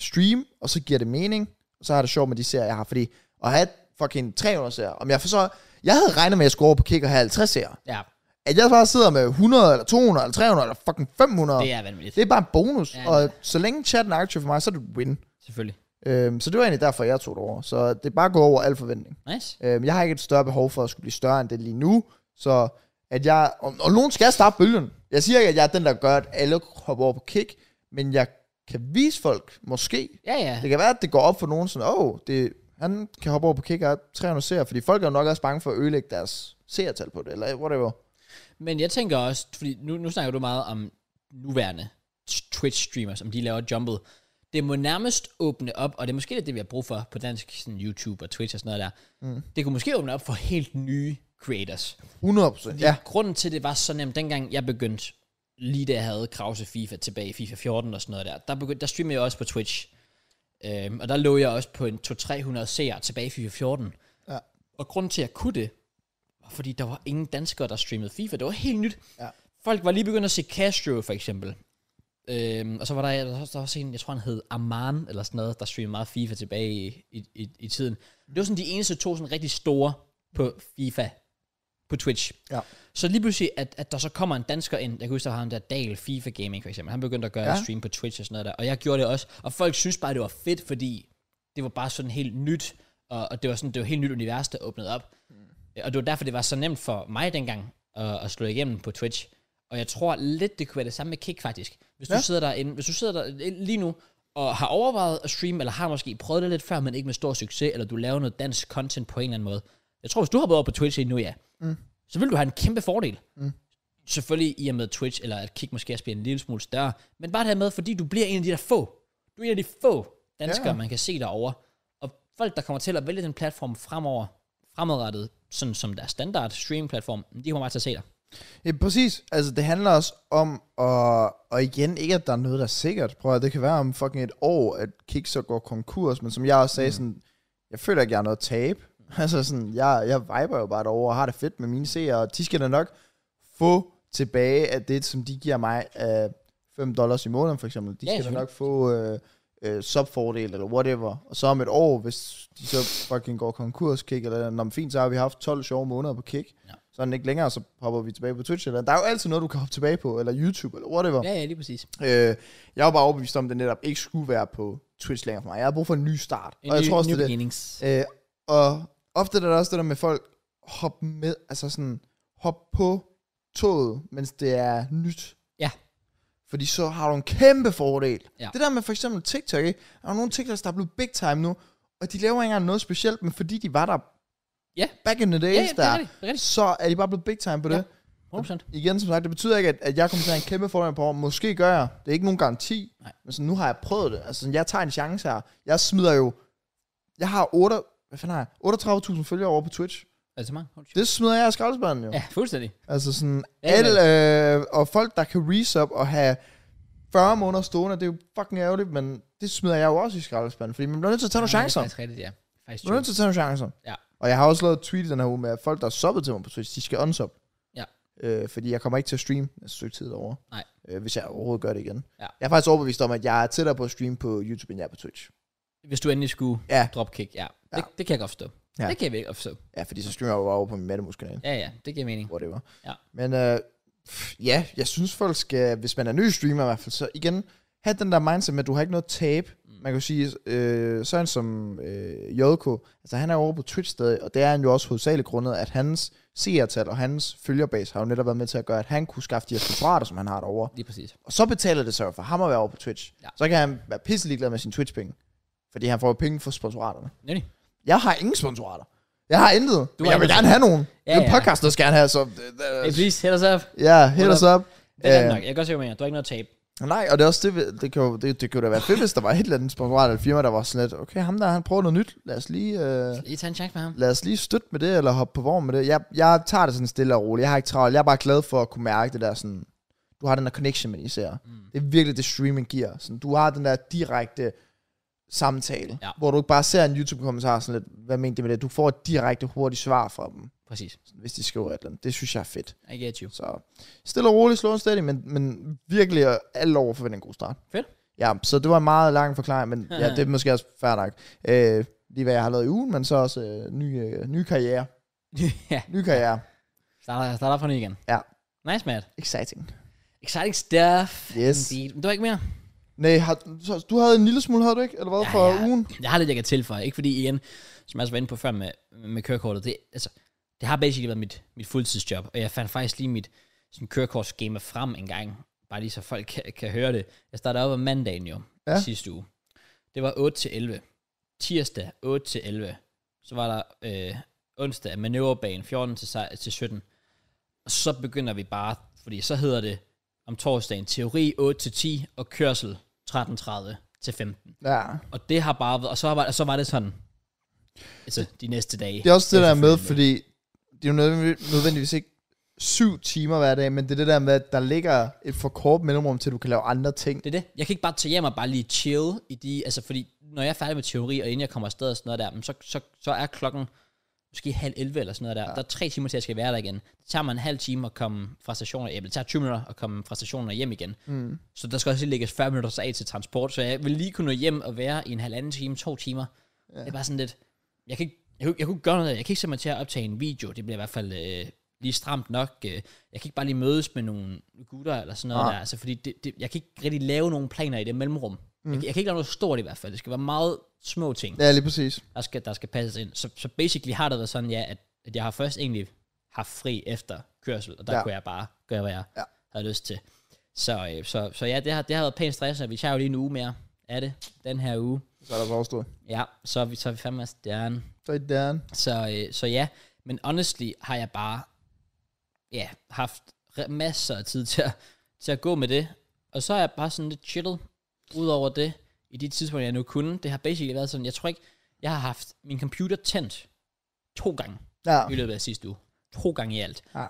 streame, og så giver det mening, og så har jeg det sjovt med de serier, jeg har, fordi at have fucking 300 serier, om jeg for så... Jeg havde regnet med, at jeg skulle over på Kick og have 50 serier.
Ja,
At jeg bare sidder med 100, eller 200, eller 300, eller fucking 500,
det er vanvittigt.
det er bare en bonus,
Ja.
ja. og så længe chatten er aktiv for mig, så er det et win.
Selvfølgelig.
Øhm, så det var egentlig derfor, jeg tog det over. Så det er bare gået over al forventning.
Nice.
Øhm, jeg har ikke et større behov for at skulle blive større end det lige nu, så at jeg... Og, og nogen skal starte bølgen. Jeg siger ikke, at jeg er den, der gør, at alle hopper over på kick, men jeg kan vise folk, måske.
Ja, ja.
Det kan være, at det går op for nogen sådan, åh, oh, det, han kan hoppe over på kick og har 300 seere, fordi folk er jo nok også bange for at ødelægge deres seertal på det, eller whatever.
Men jeg tænker også, fordi nu, nu snakker du meget om nuværende Twitch-streamers, om de laver jumpet. Det må nærmest åbne op, og det er måske lidt det, vi har brug for på dansk sådan YouTube og Twitch og sådan noget der. Mm. Det kunne måske åbne op for helt nye creators.
100%. Ja,
Grunden til, det var så nemt, dengang jeg begyndte, lige da jeg havde Krause FIFA tilbage i FIFA 14 og sådan noget der, der, begyndte, der streamede jeg også på Twitch. Øhm, og der lå jeg også på en 200-300 seere tilbage i FIFA 14.
Ja.
Og grunden til, at jeg kunne det, var fordi der var ingen danskere, der streamede FIFA. Det var helt nyt.
Ja.
Folk var lige begyndt at se Castro, for eksempel. Øhm, og så var der, der, var- der var også en, jeg tror han hed Aman, eller sådan noget, der streamede meget FIFA tilbage i, i, i, i tiden. Det var sådan de eneste to sådan rigtig store på FIFA, på Twitch.
Ja.
Så lige pludselig, at, at der så kommer en dansker ind, jeg kan huske, der var ham der Dal FIFA Gaming for eksempel, han begyndte at gøre ja.
Ja.
stream på Twitch og sådan noget der, og jeg gjorde det også, og folk synes bare, det var fedt, fordi det var bare sådan helt nyt, og, og det var sådan, det var et helt nyt univers, der åbnede op. Og det var derfor, det var så nemt for mig dengang at, at slå igennem på Twitch. Og jeg tror lidt, det kunne være det samme med Kick faktisk. Hvis du ja.
Ja.
sidder derinde, hvis du sidder der lige nu og har overvejet at streame, eller har måske prøvet det lidt før, men ikke med stor succes, eller du laver noget dansk content på en eller anden måde. Jeg tror, hvis du har været over på Twitch endnu, ja, mm. så vil du have en kæmpe fordel. Mm. Selvfølgelig i og med Twitch, eller at Kick måske også bliver en lille smule større, men bare det her med, fordi du bliver en af de der få. Du er en af de få danskere, ja.
Ja.
man kan se derovre. Og folk, der kommer til at vælge den platform fremover, fremadrettet, sådan som deres standard streaming-platform, de kommer bare til at se dig.
Ja, præcis. Altså, det handler også om, at, og igen, ikke at der er noget, der er sikkert. Prøv at det kan være om fucking et år, at Kik så går konkurs, men som jeg også sagde, mm. sådan, jeg føler ikke, jeg har noget at tabe. Altså sådan, jeg, jeg viber jo bare derovre og har det fedt med mine seere, og de skal da nok få tilbage af det, som de giver mig af 5 dollars i måneden, for eksempel. De
Ja,
ja, skal
selvfølgelig.
da nok få øh, øh, subfordel eller whatever. Og så om et år, hvis de så fucking går konkurs, Kik, eller når fint, så har vi haft 12 sjove måneder på Kik så er den ikke længere, så hopper vi tilbage på Twitch. Eller, der er jo altid noget, du kan hoppe tilbage på, eller YouTube, eller whatever.
Ja, ja, lige præcis.
Ja. Øh, jeg var bare overbevist om, at det netop ikke skulle være på Twitch længere for mig. Jeg har brug for en ny start.
En
og jeg
ny,
tror også,
new
det er det.
beginnings.
Øh, og ofte er der også det der med folk, hop med, altså sådan, hop på toget, mens det er nyt.
Ja.
Fordi så har du en kæmpe fordel.
Ja.
Det der med for eksempel TikTok, ikke? Der er jo nogle TikToks, der er blevet big time nu, og de laver ikke engang noget specielt, men fordi de var der
Ja.
back in the days,
Ja, ja, det er
der,
rigtigt, det er rigtigt.
så er de bare blevet big time på det.
Ja. 100%.
Igen, som sagt, det betyder ikke, at, at jeg kommer til at have en kæmpe fordel på år. Måske gør jeg. Det er ikke nogen garanti.
Nej.
Men sådan, nu har jeg prøvet det. Altså, sådan, jeg tager en chance her. Jeg smider jo... Jeg har 8, hvad fanden har jeg? 38.000 følgere over på Twitch.
Altså mange. Hold
Det smider jeg i skraldespanden jo.
Ja, fuldstændig.
Altså sådan...
Ja, ja.
Alle, øh, og folk, der kan resub og have 40 måneder stående, det er jo fucking ærgerligt, men det smider jeg jo også i skraldespanden, fordi man bliver nødt til at tage nogle chancer.
Ja, det er faktisk rigtigt, ja. Faktisk
Man bliver nødt til at tage nogle chancer.
Ja.
Og jeg har også lavet et tweet i den her uge med, at folk, der er subbet til mig på Twitch, de skal unsub.
Ja.
Øh, fordi jeg kommer ikke til at streame næste stykke tid over.
Nej.
Øh, hvis jeg overhovedet gør det igen.
Ja.
Jeg er faktisk overbevist om, at jeg er tættere på at streame på YouTube, end jeg er på Twitch.
true. Hvis du endelig skulle
Ja.
dropkick, ja.
Ja.
Det, det kan jeg godt forstå.
Ja.
Det kan jeg ikke godt forstå.
Ja, fordi så streamer jeg jo bare over på min Mattemus-kanal.
Ja, ja, det giver mening.
Whatever.
Ja.
Men øh, pff, ja, jeg synes folk skal, hvis man er ny streamer i hvert fald, så igen, have den der mindset med, at du har ikke noget tab.
Mm.
Man kan jo sige, øh, sådan som øh, JK, altså han er over på Twitch stadig, og det er han jo også hovedsageligt grundet, at hans seertal og hans følgerbase har jo netop været med til at gøre, at han kunne skaffe de her sponsorater, som han har derovre.
Lige præcis.
Og så betaler det sig jo for ham at være over på Twitch.
Ja.
Så kan han være pisselig glad med sine Twitch-penge. Fordi han får jo penge for sponsoraterne.
Nemlig.
Jeg har ingen sponsorater. Jeg har intet. Du men
har
jeg vil
intet.
gerne have nogen.
Ja,
Ja,
ja.
ja. Podcasten skal gerne have, så... øh,
Hey, please, hit us up.
Ja, hit
What
os op.
Det er
Øhm,
øh, nok. Jeg kan godt se, hvad jeg mener. Du har ikke noget tab.
Nej, og det er også det, det kan jo, det, det kan jo da være fedt, hvis der var et eller andet sponsorat eller firma, der var sådan lidt, okay, ham der, han prøver noget nyt, lad os lige, øh,
Lige tage en chance med ham.
lad os lige støtte med det, eller hoppe på vogn med det. Jeg, jeg tager det sådan stille og roligt, jeg har ikke travlt, jeg er bare glad for at kunne mærke det der sådan, du har den der connection med de serier. Mm. Det er virkelig det streaming giver. Sådan, du har den der direkte samtale,
Ja.
hvor du ikke bare ser en YouTube-kommentar sådan lidt, hvad mente de med det? Du får et direkte hurtigt svar fra dem,
Præcis.
sådan, hvis de skriver et eller andet. Det synes jeg er fedt.
I get you.
Så stille og roligt, slå en steady, men, men virkelig øh, alt over forventer en god start.
Fedt.
Ja, så det var en meget lang forklaring, men ja, det er måske også fair nok. Øh, lige hvad jeg har lavet i ugen, men så også øh, ny, øh, ny karriere.
ja,
Ny karriere.
starter, starter fra ny igen.
Ja.
Nice, Matt.
Exciting.
Exciting stuff.
Yes.
Indeed. Men du har ikke mere?
Nej, har, så, du havde en lille smule, havde du ikke? Eller hvad ja, for ja. ugen?
Jeg har lidt, jeg kan tilføje. Ikke fordi, igen, som jeg også var inde på før med, med kørekortet, det, altså, det har basically været mit, mit fuldtidsjob, og jeg fandt faktisk lige mit sådan, kørekortskema frem en gang, bare lige så folk kan, kan høre det. Jeg startede op om mandagen jo,
Ja.
ja. sidste uge. Det var 8 til 11. Tirsdag 8 til 11. Så var der øh, onsdag manøvrebanen 14 til, se- til 17. Og så begynder vi bare, fordi så hedder det om torsdagen teori 8 til 10 og kørsel 13.30 til 15.
Ja.
Og det har bare været, og så var, og så var det sådan, altså de næste dage.
Det er også det, der er med,
Efterfølgende.
fordi det er jo nødvendigvis, nødvendigvis ikke syv timer hver dag, men det er det der med, at der ligger et for kort mellemrum til, at du kan lave andre ting.
Det er det. Jeg kan ikke bare tage hjem og bare lige chill i de, altså fordi, når jeg er færdig med teori, og inden jeg kommer afsted og sådan noget der, men så, så, så er klokken måske halv 11 eller sådan noget der. Ja. Der er tre timer til, at jeg skal være der igen. Det tager mig en halv time at komme fra stationen, eller det tager 20 minutter at komme fra stationen og hjem igen. Mm. Så der skal også lige lægges 40 minutter af til transport, så jeg vil lige kunne nå hjem og være i en halvanden time, to timer. Ja. Det er bare sådan lidt, jeg kan ikke, jeg, kunne- jeg kunne ikke gøre noget, af det. jeg kan ikke sætte mig til at optage en video, det bliver i hvert fald øh, lige stramt nok. Øh, jeg kan ikke bare lige mødes med nogle gutter eller sådan noget
Nej.
der, altså, fordi det, det, jeg kan ikke rigtig lave nogle planer i det mellemrum. Mm. Jeg, kan- jeg kan ikke lave noget stort i hvert fald, det skal være meget små ting
Ja, lige præcis.
der skal, der skal passes ind. Så, så basically har det været sådan, ja, at, at jeg har først egentlig haft fri efter kørsel, og der
Ja.
ja. kunne jeg bare gøre, hvad jeg
Ja.
ja. havde lyst til. Så, øh, så, så ja, det har, det har været pænt stressende. Vi tager jo lige en uge mere af det, den her uge.
Så er der forstået.
Ja, så er vi, så er vi fandme af stjernen.
Så er det der.
Så, øh, så ja, men honestly har jeg bare ja, haft re- masser af tid til at, til at gå med det. Og så er jeg bare sådan lidt chillet ud over det i de tidspunkter, jeg nu kunne. Det har basically været sådan, jeg tror ikke, jeg har haft min computer tændt to gange
Ja.
i løbet af sidste uge. To gange i alt.
Ja.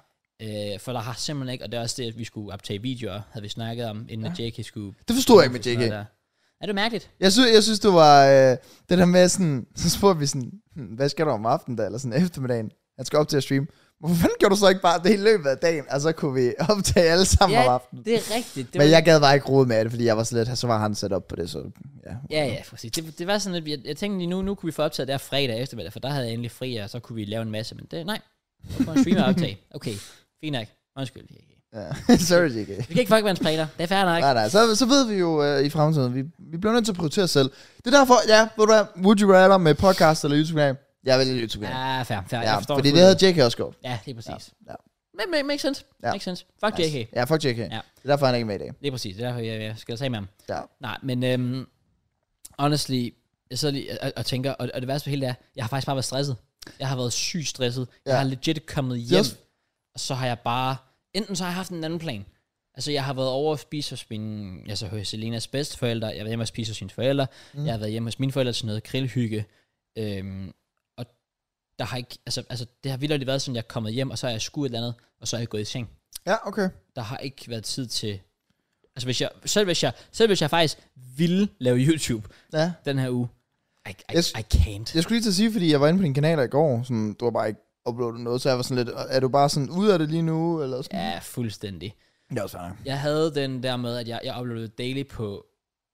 Øh, for der har simpelthen ikke, og det er også det, at vi skulle optage videoer, havde vi snakket om, inden ja. JK skulle...
Det forstod jeg ikke med JK.
Sådan noget der. Er det mærkeligt?
Jeg synes, jeg synes, det var øh, det der med sådan, så spurgte vi sådan, "Hm, hvad skal du om aftenen da, eller sådan eftermiddagen? Han skal op til at streame. Hvorfor fanden gjorde du så ikke bare det i løbet af dagen, og så kunne vi optage alle sammen om aftenen?
det er rigtigt. Det
Men
var-
jeg gad bare ikke rode med det, fordi jeg var så lidt, så var han sat op på det, så ja.
Ja, ja, præcis. Det, det var sådan, at jeg, jeg tænkte lige nu, nu kunne vi få optaget der fredag eftermiddag, for der havde jeg endelig fri, og så kunne vi lave en masse, men det, nej. Så en streamer optag. Okay, fint nok. Undskyld.
ja. Sorry, JK.
Vi kan ikke fuck med hans fredag. Det er fair nok.
Nej, nej, så, så ved vi jo øh, i fremtiden, vi, vi bliver nødt til at prioritere os selv. Det er derfor, ja, ved du hvad, would you rather med podcast eller YouTube? Jeg vælger YouTube. Ja,
Ja, fair, fair.
ja
jeg forstår
fordi det
fuldt ud.
havde JK også gjort.
Ja, lige præcis.
Ja, ja.
Men, men makes sense.
Ja.
Makes sense. Fuck nice. JK.
Ja, fuck JK. Ja. Det er derfor, han er ikke med i dag.
Lige præcis. Det er derfor, jeg, jeg skal sige med ham.
Ja.
Nej, men øhm, honestly, jeg sidder lige og, og tænker, og, og det værste på hele er, jeg har faktisk bare været stresset. Jeg har været sygt stresset. Ja.
Ja.
Jeg har legit kommet
er
hjem,
også-
og så har jeg bare, enten så har jeg haft en anden plan. Altså, jeg har været over at spise hos min, altså hos Selenas bedsteforældre, jeg har været hjemme og spise hos sine forældre, mm. jeg har været hjemme hos mine forældre til noget grillhygge, øhm, og der har ikke, altså, altså det har vildt været sådan, jeg er kommet hjem, og så har jeg skudt et eller andet, og så er jeg gået i seng
Ja, okay.
der har ikke været tid til... Altså, hvis jeg, selv, hvis jeg, selv hvis jeg faktisk ville lave YouTube
Ja.
den her uge, I, I,
Jeg s-
I can't.
Jeg skulle lige til at sige, fordi jeg var inde på din kanaler i går, sådan, du har bare ikke uploadet noget, så jeg var sådan lidt, er du bare sådan ude af det lige nu, eller sådan?
Ja, fuldstændig.
Det er også fair nok.
Jeg havde den der med, at jeg, jeg uploadede daily på,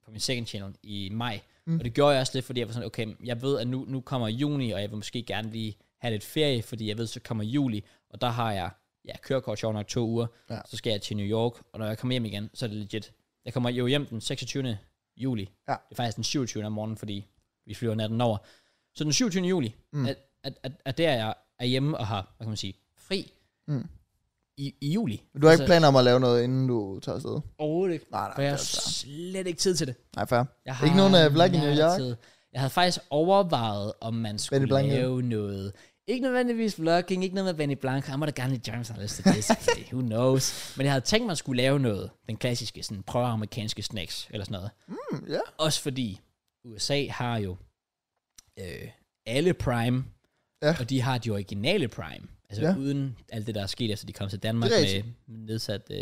på min second channel i maj. Mm. Og det gjorde jeg også lidt, fordi jeg var sådan, okay, jeg ved, at nu, nu kommer juni, og jeg vil måske gerne lige have lidt ferie, fordi jeg ved, så kommer juli, og der har jeg ja, kørekort sjovt nok to uger.
Ja.
Ja. Så skal jeg til New York, og når jeg kommer hjem igen, så er det legit. Jeg kommer jo hjem den 26. juli.
Ja.
Det er faktisk den 27. om morgenen, fordi vi flyver natten over. Så den 27. juli, mm. at, at, at, at der jeg er hjemme og har, hvad kan man sige, fri
Mm.
i, i juli.
Men Du har ikke planer om at lave noget, inden du tager afsted?
Overhovedet ikke.
Nej, nej,
For jeg
det
har
er fair.
slet ikke tid til det.
Nej, fair.
Jeg
Ikke nogen af Black in
nær
New York?
tid. Jeg havde faktisk overvejet, om man skulle
Blank, ja.
lave noget. Ikke nødvendigvis vlogging, ikke noget med Benny Blanco. Han må da gerne lidt James, har lyst til det, selvfølgelig. who knows. Men jeg havde tænkt mig, at skulle lave noget, den klassiske, sådan prøve amerikanske snacks, eller sådan noget.
Mm, ja.
Også fordi USA har jo øh, alle Prime,
Ja.
ja. og de har de originale Prime. Altså
Ja.
ja. uden alt det, der er sket, efter de kom til Danmark
Det er
med
rigtigt.
nedsat øh,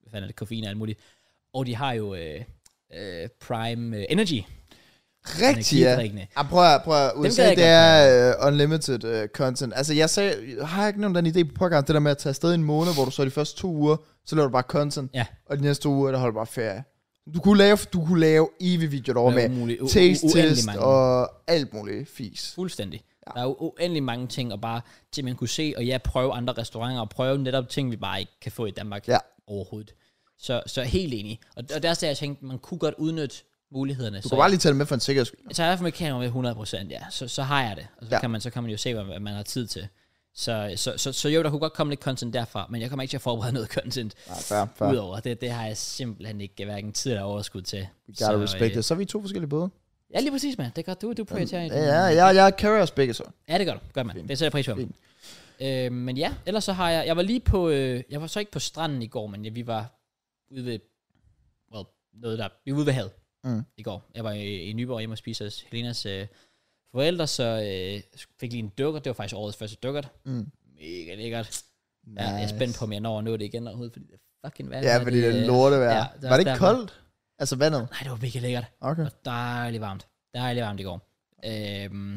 hvad fanden er det, koffein og alt muligt. Og de har jo øh, øh, Prime øh, Energy,
Rigtig, ja.
energidrikkene.
Ah, prøv at, prøv at USA,
gad jeg
det
godt
er uh, unlimited uh, content. Altså, jeg sagde, har jeg ikke nævnt den idé på podcast, det der med at tage afsted i en måned, hvor du så de første to uger, så laver du bare content,
Ja.
og de næste uger, der holder du bare ferie. Du kunne lave, du kunne lave evige videoer derovre
Med
med,
umulig- u- u-
taste
uendelig
test
mange.
og alt muligt fis.
Fuldstændig. Ja. Der er jo uendelig mange ting, og bare til man kunne se, og ja, prøve andre restauranter, og prøve netop ting, vi bare ikke kan få i Danmark
Ja.
overhovedet. Så, så helt enig. Og, og der er jeg tænkte, man kunne godt udnytte mulighederne.
Du
så
kan bare lige tage det med for en sikkerheds skyld.
Så er jeg med kamera med 100%, ja. Så, så har jeg det. Og så,
Ja.
ja. kan man, så kan man jo se, hvad hvad man har tid til. Så, så, så, så jo, der kunne godt komme lidt content derfra, men jeg kommer ikke til at forberede noget content
Nej, Ah, fair, fair.
udover. Det, det har jeg simpelthen ikke hverken tid eller overskud til.
We gotta respect
øh,
it. Så er vi to forskellige både.
Ja, lige præcis, mand. Det er godt. Du, du prioriterer i
Ja,
din-
ja, jeg, jeg carry os begge så.
Ja, det gør du. Gør man. Det sætter jeg pris på.
Fint.
Øh, men ja, ellers så har jeg... Jeg var lige på... Øh, jeg var så ikke på stranden i går, men jeg, vi var ude ved... Well, noget der... Vi var ude ved havet
Mm.
i går. Jeg var i, i Nyborg hjemme og spiste hos Helenas øh, forældre, så øh, fik lige en dukkert. Det var faktisk årets første dukkert.
Mm.
Mega lækkert.
Nice.
Ja, jeg er spændt på, om jeg når at nå det igen overhovedet, fordi det er fucking værd.
Ja, fordi det er lorte vejr.
ja, det er
Ja, var
også
det ikke
derfor.
koldt? Altså vandet?
Nej, det var mega lækkert.
Okay.
Og dejligt varmt. Dejligt varmt i går. Øhm,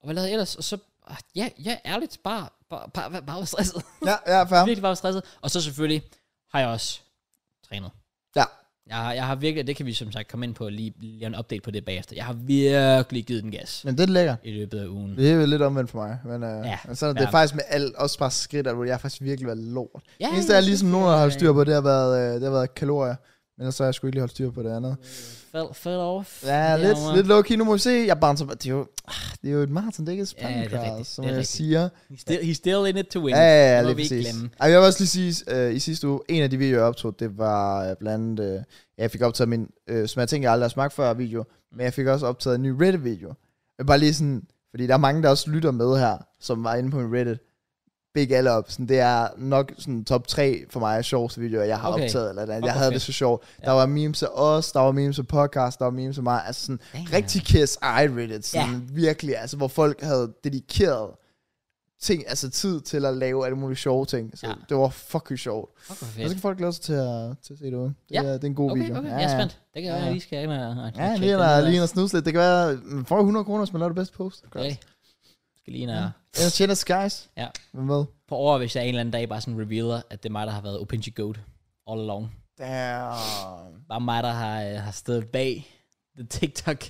og hvad lavede jeg ellers? Og så, ah, ja, ja ærligt, bare, bare, bare, bare var stresset.
Ja, ja, fair.
virkelig bare var stresset. Og så selvfølgelig har jeg også trænet.
Ja.
Jeg har, jeg har virkelig, og det kan vi som sagt komme ind på, lige lave en update på det bagefter. Jeg har virkelig givet den gas
Men det er lækkert.
i løbet af ugen.
Det er jo lidt omvendt for mig, men øh,
Ja,
ja, sådan, det er
ja.
faktisk med alt, også bare skridt, at jeg har faktisk virkelig været lort.
Ja,
Ja, det eneste, jeg ligesom nogen har holdt
øh,
styr på, det har været, øh, det har været kalorier, men ellers så har jeg sgu ikke lige holdt styr på det andet.
Fell, fell off.
Ja, lidt,
Derovre.
lidt low-key, nu må vi se. Jeg bare det er jo, ah, det er jo et maraton, det er ikke et
Ja, det er
sprint, ja,
rigtigt,
som
det
jeg
er rigtigt.
siger.
He's still, he's still in it to win.
Ja, ja, ja,
Det må
lige
vi ikke
præcis.
glemme.
Ej, jeg vil også lige sige, øh, i sidste uge, en af de videoer, jeg optog, det var øh, blandt andet, øh, ja, jeg fik optaget min, øh, som jeg tænker, jeg aldrig har smagt før, video, men jeg fik også optaget en ny Reddit-video. Men bare lige sådan, fordi der er mange, der også lytter med her, som var inde på min Reddit. Big all up. Sådan, det er nok sådan top 3 for mig sjoveste videoer, jeg har
Okay.
optaget. Eller andet.
Fuck,
Jeg
hvor
havde det
fedt.
så sjovt. Der var memes af os, der var memes af podcast, der var memes af mig. Altså sådan,
Damn.
rigtig kiss eye Reddit, sådan ja. virkelig, altså hvor folk havde dedikeret ting, altså tid til at lave alle mulige sjove ting. Så ja.
Ja.
det var fucking sjovt.
Fuck, hvor
Og så
fedt.
kan folk glæde sig til at, til at se det ud. Det,
Ja.
er, det er en god
Okay,
video.
okay, jeg er spændt. Det kan
Ja,
være,
ja.
jeg lige skal ind og, og
Ja,
tjekke
lige,
den
ind
ud
og,
af.
lige ind og snuse lidt. Det kan være, man får 100 kroner, hvis man laver det bedste post.
Det er det. Skal lige ind og...
Jeg tjener skies.
Ja.
Hvem ved?
På over, hvis jeg en eller anden dag bare sådan revealer, at det er mig, der har været Opinji Goat all along.
Damn.
Bare mig, der har, øh, har stået bag the TikTok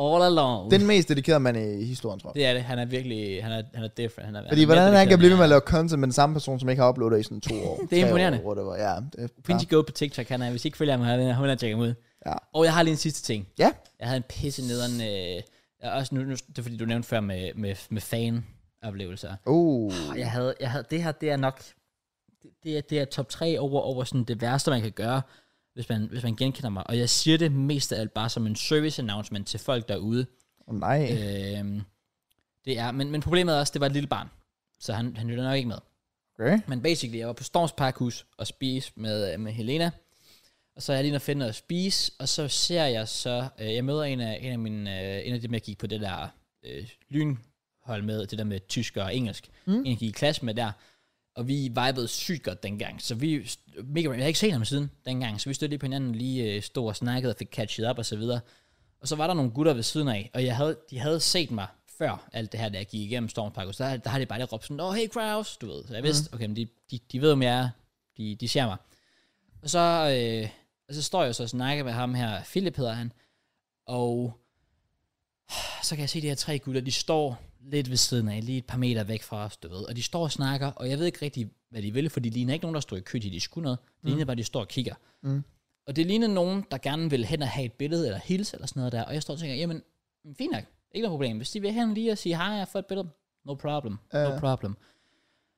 all along.
Den mest dedikerede mand i historien, tror jeg.
det er det. Han er virkelig... Han er, han er different. Han er,
Fordi
er mere
hvordan han kan
dedikeret,
blive ved
end
med at lave content med den samme person, som ikke har uploadet i sådan to år.
Det er imponerende.
År, whatever. Ja, det er,
jeg er. Opinji Goat på TikTok, han er. Hvis I ikke følger ham, han er 100 tjekker ham ud.
Ja.
Og jeg har lige en sidste ting.
ja.
Jeg havde en pisse nederen... Øh, jeg er også nu, nu, det er fordi, du nævnte før med, med, med fan-oplevelser.
Oh.
Og Jeg havde, jeg havde, det her, det er nok, det, det, er, det er top 3 over, over sådan det værste, man kan gøre, hvis man, hvis man genkender mig. Og jeg siger det mest af alt bare som en service announcement til folk derude.
oh nej.
Øhm, det er, men, men problemet er også, det var et lille barn, så han, han lytter nok ikke med.
Okay.
Men basically, jeg var på Storms Parkhus og spise med, øh, med Helena. Og så er jeg lige nede og finde noget at spise, og så ser jeg så, øh, jeg møder en af, en af, mine, øh, en af dem, jeg gik på det der øh, lynhold med, det der med tysk og engelsk. Mm. En, jeg gik i klasse med der, og vi vibede sygt godt dengang. Så vi, st- mega, jeg har ikke set ham siden dengang, så vi stod lige på hinanden, lige øh, stod og snakkede og fik catchet op og så videre. Og så var der nogle gutter ved siden af, og jeg havde, de havde set mig før alt det her, da jeg gik igennem Storms Park, og så der, der har de bare lige råbt sådan, åh, oh, hey Kraus, du ved. Så jeg vidste, okay, men de, de, de ved, om jeg er, de, de ser mig. Og så, øh, og så står jeg så og snakker med ham her, Philip hedder han, og så kan jeg se de her tre gutter, de står lidt ved siden af, lige et par meter væk fra os, du ved, og de står og snakker, og jeg ved ikke rigtig, hvad de vil, for de ligner ikke nogen, der står i kø til, de skulle noget. Det ligner bare, de står og kigger. Og det ligner nogen, der gerne vil hen og have et billede, eller hilse, eller sådan noget der. Og jeg står og tænker, jamen, fint nok. Ikke noget problem. Hvis de vil hen lige og sige, hej, jeg får et billede. No problem.
Ja.
No problem.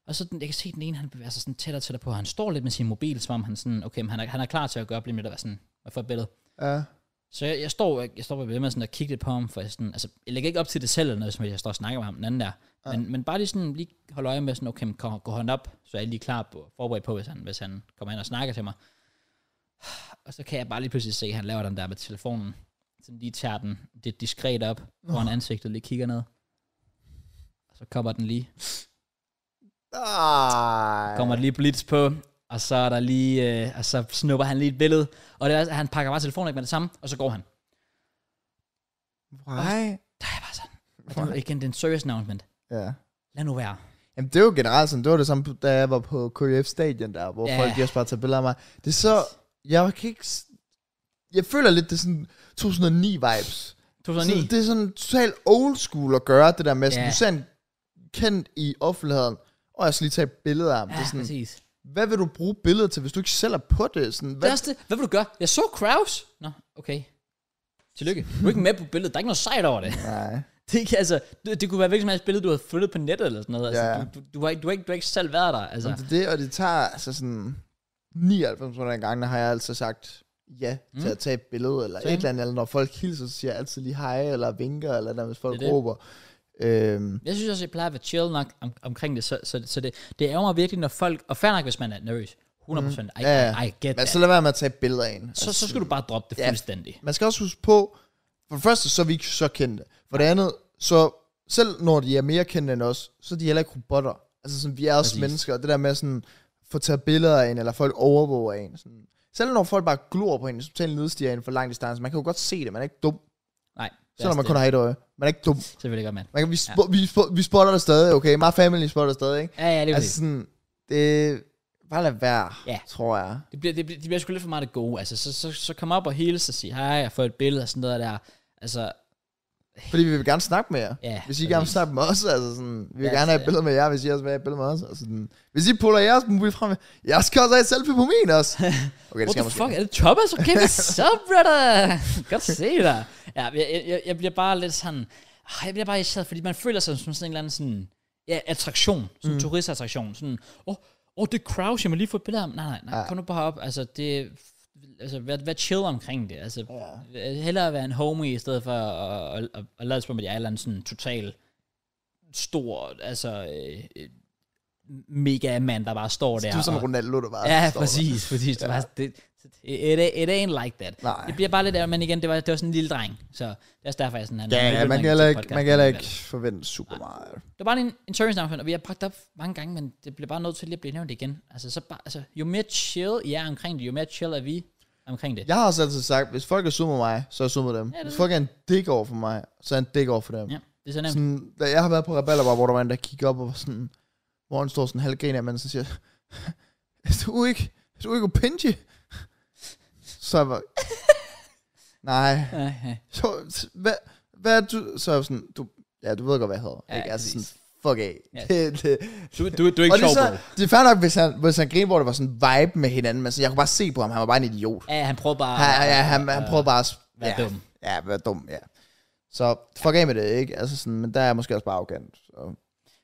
Og så den, jeg kan se, at den ene, han bevæger sig sådan tættere og tættere på. Han står lidt med sin mobil, som om han sådan, okay, men han er, han er klar til at gøre op lige med at være sådan, jeg får et billede.
Ja.
Så jeg, jeg står, jeg, jeg står ved med sådan at kigge lidt på ham, for jeg sådan, altså, jeg lægger ikke op til det selv, eller noget, som helst. jeg står og snakker med ham, den anden der. Ja. Men, men bare lige sådan, lige holde øje med sådan, okay, men kom, gå hånden op, så jeg er lige klar på, forberedt på, hvis han, hvis han kommer hen og snakker til mig. Og så kan jeg bare lige pludselig se, at han laver den der med telefonen. Sådan lige tager den lidt diskret op foran ansigtet, lige kigger ned. Og så kommer den lige.
Ej.
kommer der lige blitz på, og så er der lige, øh, og så snupper han lige et billede, og det er, altså, han pakker bare telefonen ikke med det samme, og så går han.
Nej.
Der er jeg bare sådan. Og det var igen, det er en service announcement.
Ja.
Lad nu være.
Jamen, det er jo generelt sådan, det var det samme, da jeg var på KF Stadion der, hvor
Ja.
yeah. folk de også bare tager billeder af mig. Det er så, jeg kan ikke, s- jeg føler lidt, det er sådan 2009-vibes.
2009.
det er sådan totalt old school at gøre det der med,
Ja.
yeah. du ser en kendt i offentligheden, og jeg skal lige tage et billede af ham. Ja,
Ja,
det er sådan,
præcis.
hvad vil du bruge billedet til, hvis du ikke selv er på det? Sådan,
Det
hvad,
er også det. Hvad vil du gøre? Jeg så Kraus. Nå, okay. Tillykke. Du er ikke med på billedet. Der er ikke noget sejt over det.
nej.
Det, kan, altså, det, det kunne være hvilket som helst billede, du havde flyttet på nettet eller sådan noget. Altså,
Ja.
du, du, du, har ikke, du, har ikke, du har ikke selv været der. Altså.
Jamen, det er det, og det tager altså sådan 99 af gange, har jeg altså sagt ja mm. til at tage et billede, eller
Same.
et eller andet, eller når folk hilser, så siger jeg altid lige hej, eller vinker, eller der, hvis folk
Det er det.
råber. Øhm,
Jeg synes også, jeg plejer at være chill nok om, omkring det, så, så, så det, det ærger mig virkelig, når folk, og fair nok, hvis man er nervøs, 100%, mm. I,
Ja,
I, I get
men
that.
så lad være med at tage et billede af en. Altså,
Så, så skal du bare droppe det
Ja.
fuldstændig.
Man skal også huske på, for det første, så er vi ikke så kendte. For det andet, så selv når de er mere kendte end os, så er de heller ikke robotter. Altså sådan, vi er også
Præcis.
Præcis. mennesker, og det der med sådan, få taget billeder af en, eller folk overvåger en. Sådan. Selv når folk bare glor på en, så totalt nedstiger en for lang distance. Man kan jo godt se det, man er ikke dum.
Nej.
Selvom man kun har et øje. Man er ikke dum.
Selvfølgelig gør man.
Man kan, vi, spo- vi, spo- vi spotter dig stadig, okay? My family spotter dig stadig, ikke?
Ja, ja, det er
Altså
altså,
sådan, det... Bare lad være,
Ja.
ja. tror jeg.
det. Bliver, det, bliver, det bliver sgu lidt for meget det gode. Altså, så, så, så kom op og hils og sige, hej, jeg får et billede og sådan noget der. Altså,
Fordi vi vil gerne snakke med jer.
Ja,
hvis I gerne vil
præcis.
snakke med os, altså sådan... Vi vil
Ja,
gerne have
ja.
et billede med jer, hvis I også vil have et billede med os. Altså sådan, hvis I puller jeres mobil frem, jeg skal også have et selfie på min også. Okay,
what
det skal jeg
the
måske.
fuck,
ikke.
er det Thomas? Okay, what's up, brother? Godt se dig. Ja, jeg, jeg, jeg bliver bare lidt sådan, ah, jeg bliver bare irriteret, fordi man føler sig som sådan en eller anden sådan, ja, attraktion, sådan mm. turistattraktion, sådan, åh, oh, oh, det er Kraus, jeg må lige få et billede af ham. Nej, nej, nej, ja.
Ja.
kom nu bare op, altså det, altså vær, vær chill omkring det, altså ja. hellere være en homie, i stedet for at, at, at, at lade som om, at jeg er en eller anden sådan total stor, altså øh, øh, mega mand, der bare står der.
Du er sådan
og-
en Ronaldo, der bare
Ja,
står der.
præcis, præcis. Det, var, det, it, it, it ain't like that.
Nej.
Det bliver bare lidt af, men igen, det var, det var sådan en lille dreng, så det er også derfor, jeg sådan... Han,
Ja,
han
ja,
lytter
man kan heller
til
ikke, man
podcasten
kan heller
alligevel.
ikke forvente super meget.
Det var bare en, en service announcement, og vi har bragt op mange gange, men det bliver bare nødt til lige at blive nævnt igen. Altså, så bare, altså jo mere chill I er omkring det, jo mere chill er vi omkring det.
Jeg har også altid sagt, hvis folk er sur mod mig, så er jeg sur mod dem.
det er
Hvis folk er en dick over for mig, så er jeg en dick over for dem.
ja det er så nemt.
Sådan, da jeg har været på Reballerbar, hvor der var en, der kiggede op og var sådan, hvor han står sådan halvgrin af, men så siger, er du ikke, er du ikke Opinji? Så jeg var, nej,
Ja, ja.
så, hvad, hvad er du, så er jeg sådan, du, ja, du ved godt, hvad jeg hedder,
Ja,
ja, ikke? Altså sådan,
præcis.
fuck af.
Ja.
Det, det.
Du, du, du er
Og
ikke
det er,
sjov,
så, det er fair nok, hvis han, hvis han griner, hvor det var sådan vibe med hinanden, men så jeg kunne bare se på ham, han var bare en idiot.
Ja, han prøver bare...
Han, ja, han, han prøvede bare at...
være
ja,
dum.
Ja, være dum, ja. Så fuck af med det, ikke? Altså sådan, men der er jeg måske også bare arrogant. Så,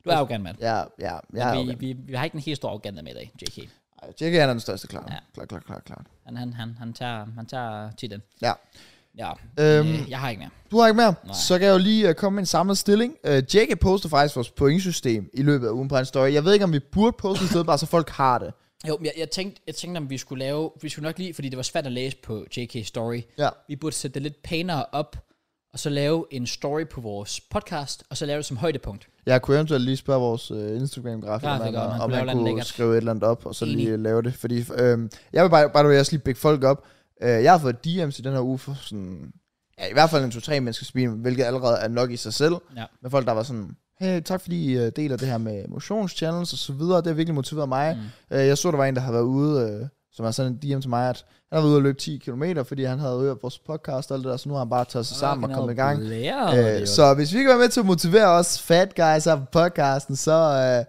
Du er arrogant, mand.
ja, ja, jeg er
Vi,
arrogant.
vi, vi har ikke den helt store arrogante med i dag, JK.
Ej, Jackie han er den største, klar.
Ja.
Ja. Klar, klar, klar, klar.
Han, han, han, han, tager, han tager titlen.
Ja.
Ja,
Øhm.
øhm, jeg har ikke mere.
Du har ikke mere? Nej. Så kan jeg jo lige uh, komme med en samlet stilling. Uh, Jackie poster faktisk vores pointsystem i løbet af ugen på en story. Jeg ved ikke, om vi burde poste et sted, bare så folk har det.
Jo, men jeg, jeg, tænkte, jeg tænkte, om vi skulle lave, vi skulle nok lige, fordi det var svært at læse på JK Story,
Ja.
vi burde sætte det lidt pænere op, og så lave en story på vores podcast, og så lave det som højdepunkt.
Jeg kunne eventuelt lige spørge vores øh, Instagram-grafiker,
Grafiker, om han
om, han-
kunne
om
lave
han
et eller
kunne
andet lækkert.
skrive et eller andet op, og så
Enig.
lige lave det. Fordi, øh, jeg vil bare, bare du, jeg også lige bække folk op. Øh, jeg har fået DM's i den her uge for sådan, ja, i hvert fald en to-tre mennesker spil, hvilket allerede er nok i sig selv.
Ja.
Med folk, der var sådan, hey, tak fordi I øh, deler det her med motionschannels og så videre. Det har virkelig motiveret mig. Mm. Øh, jeg så, der var en, der har været ude, øh, som har sendt en DM til mig, at han har været ude og løbe 10 km, fordi han havde hørt vores podcast og alt det der, så nu har han bare taget sig sammen og kommet i gang. Øh, så hvis vi kan være med til at motivere os fat guys her på podcasten, så... Øh,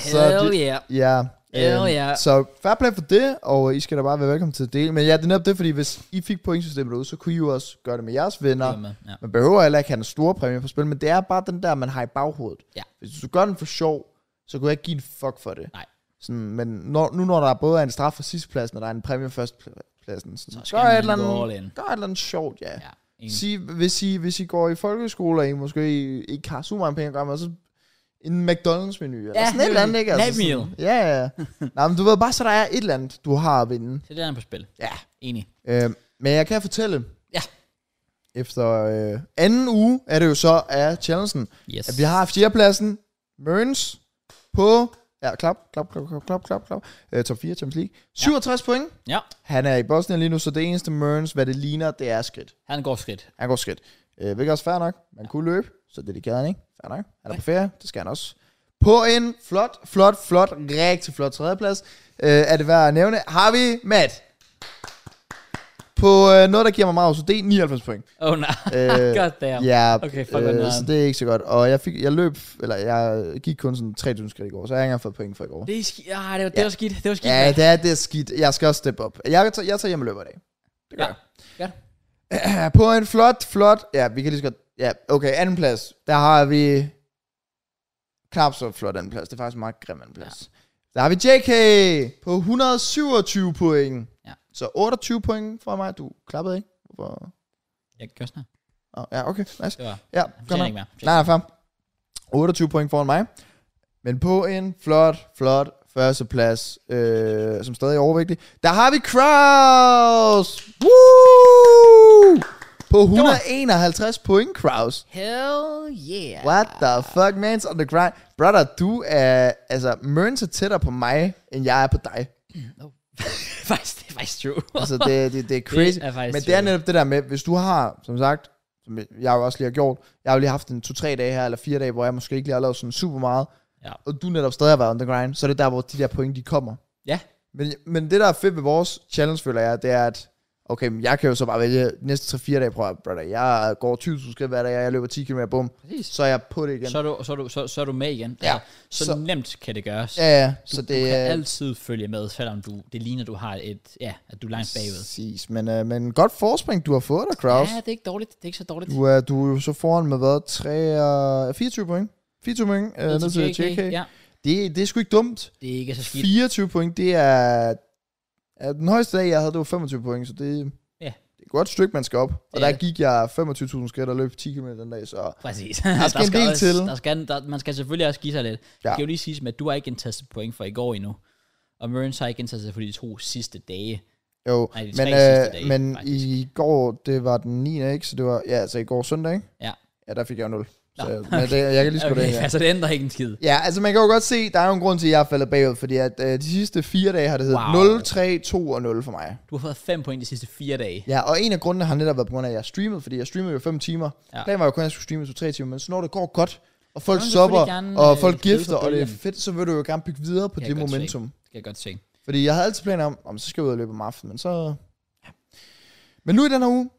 så
Hell yeah.
ja.
Hell
øh,
yeah.
Så fair play for det, og I skal da bare være velkommen til at dele. Men ja, det er netop det, fordi hvis I fik pointsystemet derude, så kunne I jo også gøre det med jeres venner.
Nå. Ja.
Man behøver heller ikke have en stor præmie på spil, men det er bare den der, man har i baghovedet.
Ja.
Hvis du gør den for sjov, så kunne jeg ikke give en fuck for det.
Nej.
Sådan, men når, nu når der både er en straf for sidstepladsen, og der er en præmie for førstepladsen, sådan,
Så
så
skal
gør,
man
et eller
gå all
andet,
in.
gør et eller andet sjovt, ja.
ja. enig.
Sige, hvis, I, hvis I går i folkeskole, og I måske ikke har super mange penge at gøre med, så en McDonald's-menu, eller
Ja,
sådan et eller andet, ikke? Altså,
Natmeal.
sådan- Ja, ja, ja. Nej, men du ved bare, så der er et eller andet, du har at vinde.
Så det er på spil.
Ja.
Enig.
Øh, men jeg kan fortælle,
Ja.
efter øh, anden uge er det jo så af challengen,
Yes.
at vi har fjerdepladsen, Mørns, på, ja, klap, klap, klap, klap, klap, klap, klap, øh, top 4 Champions League, 67 ja. point.
Ja,
Han er i Bosnien lige nu, så det eneste Mørns, hvad det ligner, det er skridt.
han går skridt.
Han går skridt. Øh, hvilket er også fair nok. Man kunne løbe, så det kan han ikke. Fair nok. Han er på ferie, det skal han også. På en flot, flot, flot, rigtig flot tredjeplads, øh, er det værd at nævne, har vi Matt. På øh, noget, der giver mig meget OCD, 99 point.
Oh nej.
Øh,
God damn.
Ja, øh,
Okay, fuck, hvor nederen.
så det er ikke så godt. Og jeg, fik, jeg løb, eller jeg gik kun sådan 3000 skridt i går, så jeg har ikke engang fået point for i går.
Det er skidt. Ah, det var, det var skidt. Det var skidt.
Ja,
mand.
det er, det er skidt. Jeg skal også steppe op. Jeg, tager, jeg tager hjem og løber i dag. Det gør
Ja.
jeg.
Godt.
Ja, på en flot, flot... Ja, vi kan lige så godt... Ja, okay, anden plads. Der har vi... Knap så flot anden plads. Det er faktisk en meget grim anden plads. Ja. Der har vi JK på 127 point.
Ja.
Så 28 point fra mig. Du klappede ikke? Hvorfor?
Jeg gør sådan her.
Oh, ja, okay. Nice.
Det var...
Ja,
Han
godt
tjener
nok.
ikke mere.
Nej, nej, fair. 28 point foran mig. Men på en flot, flot førsteplads, øh, som stadig er overvægtig, der har vi Kraus! Woo! På 151 point, Kraus.
Hell yeah.
What the fuck, man's on the grind. Brother, du er, altså, Mørns er tættere på mig, end jeg er på dig.
No. faktisk, det er faktisk true.
Altså, det, det, det er crazy.
Det er faktisk
Men det er
true.
netop det der med, hvis du har, som sagt, som jeg jo også lige har gjort, jeg har jo lige haft en 2-3 dage her, eller 4 dage, hvor jeg måske ikke lige har lavet sådan super meget,
Ja.
og du netop stadig har været on the grind, så er det der, hvor de der point, de kommer.
ja.
Men, men det, der er fedt ved vores challenge, føler jeg, det er, at okay, men jeg kan jo så bare vælge de næste 3-4 dage, prøv at, brother, jeg går 20.000 skridt hver dag, jeg løber 10 km, bum,
Præcis.
så er jeg på det igen.
Så er, du, så, er du, så, så er du med igen.
Ja.
Altså, så,
Så-
så nemt kan det gøres.
ja, ja, så
du
det
kan
er...
altid følge med, selvom du, det ligner, du har et, ja, at du er langt bagud.
Præcis, men, øh, men godt forspring, du har fået der, Kraus.
Ja, det er ikke dårligt. Det er ikke så dårligt.
Du er, du er jo så foran med hvad? 3, og 24 point. 24 point øh, ned til JK. Ja.
Ja,
Det, det er sgu ikke dumt.
det er ikke så skidt.
24 point, det er... Ja, den højeste dag, jeg havde, det var 25 point, så det,
Ja.
det er et godt stykke, man skal op. Og
Det
der
er det.
gik jeg 25.000 skridt og løb 10 km den dag, så...
Præcis.
Der skal en del
også,
til.
Der skal, der, man skal selvfølgelig også give sig lidt. Ja.
Ja.
Det kan jo lige siges med, at du har ikke indtastet point for i går endnu. Og Mørens har ikke indtastet for de to sidste dage.
Jo,
Nej, de tre
men, øh,
sidste dage,
men
faktisk.
i går, det var den 9. ikke? Så det var... Ja, altså i går søndag, ikke?
Ja.
Ja, der fik jeg jo 0. Så,
Nå,
okay. men det, jeg kan lige sgu okay. det,
Okay,
ja.
altså det ændrer ikke en skid.
Ja, altså man kan jo godt se, der er jo en grund til, at jeg er faldet bagud, fordi at øh, de sidste fire dage har det heddet
Wow.
0, 3, 2 og 0 for mig.
Du har fået fem point de sidste fire dage.
Ja, og en af grundene har netop været på grund af, at jeg streamede, fordi jeg streamede jo 5 timer. Ja.
Ja.
Planen var jo kun, at jeg skulle streame 2-3 timer, men så når det går godt, og folk
Nå, men så vil
sopper,
de gerne,
og
øh,
folk
skride
gifter,
på
og det er
bølgen.
fedt, så vil du jo gerne bygge videre på
Kan
det
jeg godt se.
momentum.
Det kan jeg godt se.
Fordi jeg havde altid planer om, om så skal jeg ud og løbe om aftenen, men så... Ja. Men nu i den her uge,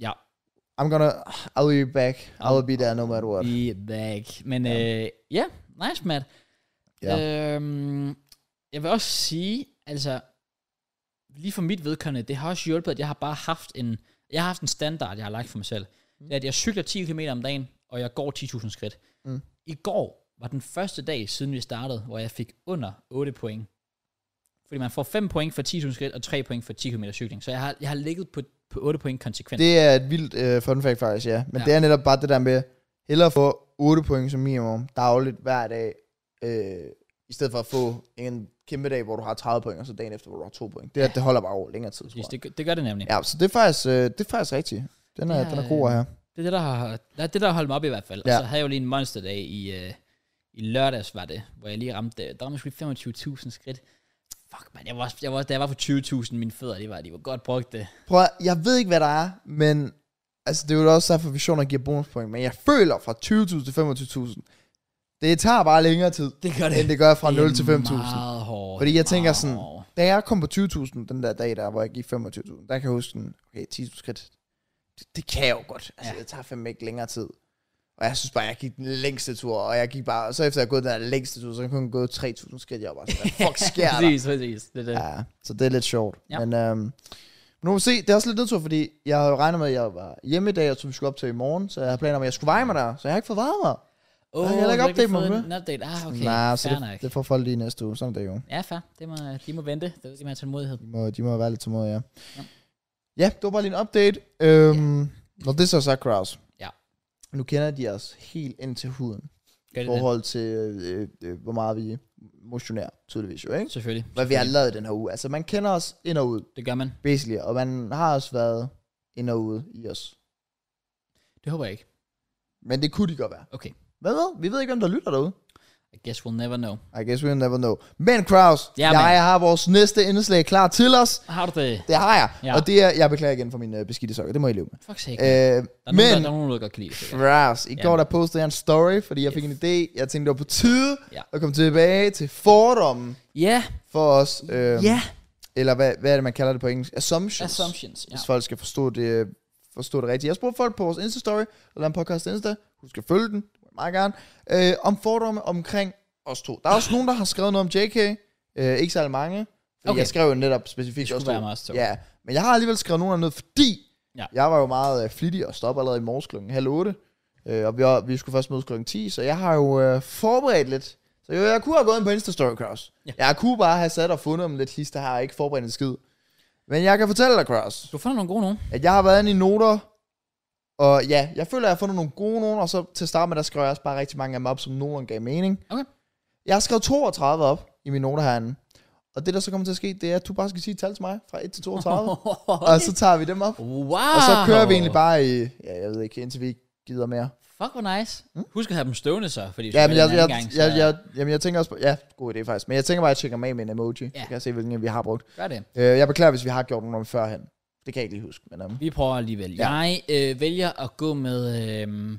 Ja.
I'm gonna... I'll be back. I'll be there no matter what.
Vi er back. Men ja, øh, ja nice, Matt.
Ja.
Øhm, jeg vil også sige, altså, lige for mit vedkommende, det har også hjulpet, at jeg har bare haft en, jeg har haft en standard, jeg har lagt for mig selv. Det er, at jeg cykler 10 km om dagen, og jeg går 10.000 skridt.
Mm.
I går var den første dag, siden vi startede, hvor jeg fik under 8 point. Fordi man får 5 point for 10.000 skridt, og 3 point for 10 km cykling. Så jeg har, jeg har ligget på, på 8 point konsekvent.
Det er et vildt øh, fun fact faktisk, ja. Men ja.
Ja.
det er netop bare det der med, hellere få 8 point som minimum dagligt hver dag, øh, i stedet for at få en kæmpe dag, hvor du har 30 point, og så dagen efter, hvor du har 2 point. Det, ja. det holder bare over længere tid, tror
Præcis,
jeg.
det, gør- det gør det nemlig.
Ja, så det er faktisk, øh, det er faktisk rigtigt. Den er,
Det er,
den er god her.
Det er det, der har, det, er det, der har holdt mig op i hvert fald.
Ja.
Ja. Og så havde jeg jo lige en monsterdag i, øh, i lørdags, var det, hvor jeg lige ramte, der ramte jeg sgu 25.000 skridt. Fuck, man, jeg var, også- jeg var, da jeg var på 20.000, mine fødder, de var, de var godt brugt det.
Prøv at, jeg ved ikke, hvad der er, men altså, det er jo også derfor, vi sjovt nok giver bonuspoint, men jeg føler fra 20.000 til 25.000, det tager bare længere tid,
Det gør
end det gør fra 0 til 5.000.
5.000. Meget hårdt.
Fordi jeg tænker
meget
sådan,
hårdt.
da jeg kom på 20.000 den der dag der, hvor jeg gik 25.000, der kan jeg huske sådan, okay, 10.000 skridt, det, det kan jeg jo godt. Altså, ja.
Ja.
det tager fandme ikke længere tid. Og jeg synes bare, jeg gik den længste tur, og jeg gik bare, og så efter jeg havde gået den der længste tur, så jeg kun gået 3.000 skridt, jeg var bare sådan, hvad fuck sker der?
præcis, præcis. Det, er det. Ja.
Ja, så det er lidt sjovt. Ja.
Ja.
Men øhm, nu må vi se, det er også lidt nedtur, fordi jeg havde jo regnet med, at jeg var hjemme i dag, og så vi skulle op til i morgen, så jeg havde planer om, at jeg skulle veje mig der, så jeg har ikke fået vejet mig.
Oh,
jeg har heller ikke opdate mig med.
En update. Ah, okay.
Nej,
Nej,
så
fair det, nok.
det, det får folk lige næste uge, sådan er det jo.
Ja, fair. Det må, de må vente. Det er det, man har tålmodighed.
De må, de må være lidt tålmodige, ja. ja.
Ja.
Ja, det var bare lige en update. Øhm, Når det så er sagt, Kraus.
Ja.
Nu kender de os helt ind til huden.
Gør
i
det
forhold til, øh, øh, hvor meget vi motionerer, tydeligvis jo,
den?
ikke?
Selvfølgelig.
Hvad vi har lavet den her uge. Altså, man kender os ind og ud,
Det gør man.
basically, og man har også været ind og ude i os.
Det håber jeg ikke.
Men det kunne de godt være.
Okay.
Hvad ved? Vi ved ikke, hvem der lytter derude.
I guess we'll never know.
I guess we'll never know. Men Kraus,
Ja,
ja, jeg
mand.
har vores næste indslag klar til os.
Har du det?
Det har jeg.
Ja.
Ja. Og det er, jeg beklager igen for mine øh, beskidte sokker. Det må I leve med.
Fuck sake.
Øh,
der, er nogen, der,
men,
der er nogen, der godt kan lide. det, sikkert.
Kraus, i går
Ja.
der postede jeg en story, fordi jeg fik en idé. Jeg tænkte, det var på tide
Ja.
at komme tilbage til fordommen
Ja.
for os. Øh,
Ja.
Eller hvad, hvad er det, man kalder det på engelsk? Assumptions.
Assumptions. Ja.
Hvis folk skal forstå det, forstå det rigtigt. Jeg spurgte folk på vores Insta-story, eller en podcast Insta, husk at følge den, det må I meget gerne, øh, om fordomme omkring os to. Der er også nogen, der har skrevet noget om JK, øh, ikke særlig mange, fordi
Okay.
okay. jeg skrev jo netop specifikt
Det
os
skulle
to.
være mig også to.
Ja, men jeg har alligevel skrevet nogen ned, fordi
Ja.
ja. jeg var jo meget øh, flittig og stoppede allerede i morges klokken halv otte, øh, og vi, var, vi skulle først mødes klokken 10, så jeg har jo øh, forberedt lidt. Så jo, jeg kunne have gået ind på Insta-story, Kraus.
Ja.
Ja. Jeg kunne bare have sat og fundet om lidt hister her, og ikke forberedt en skid. Men jeg kan fortælle dig, Kraus,
Du har fundet nogle gode nogen.
at jeg har været inde i noter, og ja, jeg føler, at jeg har fundet nogle gode noter, og så til at starte med, der skrev jeg også bare rigtig mange af dem op, som nogenlunde gav mening.
Okay.
Jeg har skrevet 32 op i mine noter herinde, og det, der så kommer til at ske, det er, at du bare skal sige et tal til mig, fra 1 til 32, og så tager vi dem op,
wow.
og så kører vi egentlig bare i, ja, jeg ved ikke, indtil vi ikke gider mere.
Fuck, hvor nice. Husk at have dem stående så, fordi hvis
Hmm? Ja,
du
men
gør
jeg,
det en
jeg,
anden gang, så
jeg, jeg, jamen, jeg tænker også på, ja, god idé faktisk, men jeg tænker bare, at jeg tjekker dem af med en emoji, ja. så kan jeg se, hvilken vi har brugt.
gør det.
Øh, jeg beklager, hvis vi har gjort nogen om førhen. Det kan jeg ikke lige huske, men um,
Vi prøver alligevel. Ja.
Ja.
Jeg øh, vælger at gå med, øh,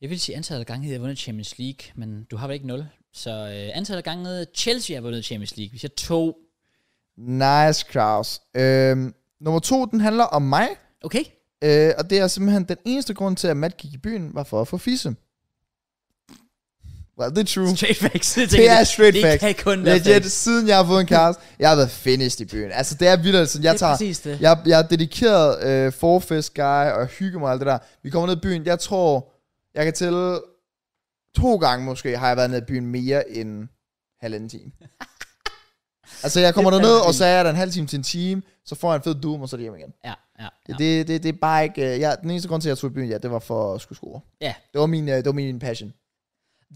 jeg vil sige antallet af gange, jeg har vundet Champions League, men du har vel ikke 0. Så øh, antallet af gange, Chelsea har vundet Champions League. Vi siger to.
Nice, Kraus. Øhm, nummer to, den handler om mig.
Okay,
Øh, og det er simpelthen den eneste grund til, at Matt gik i byen, var for at få fisse. Well, det er true.
straight facts.
Det er straight
det,
facts.
Det kan kun være
Legit, siden jeg har fået en kæreste, jeg har været finished i byen. Altså, det er vildt, sådan, jeg
det er
tager...
præcis det.
Jeg, jeg er dedikeret øh, forfest guy, og hygger mig og alt det der. Vi kommer ned i byen, jeg tror, jeg kan tælle to gange måske, har jeg været ned i byen mere end halvanden time. altså, jeg kommer
Det er
derned,
vildt.
og så er der en halv time til en time, så får jeg en fed doom, og så er det hjem igen.
Ja, ja,
Ja.
ja.
Det, det, det er bare ikke... øh, Ja, den eneste grund til, at jeg tog i byen, ja, det var for at skulle score.
Ja.
Det var min, øh, det var min passion.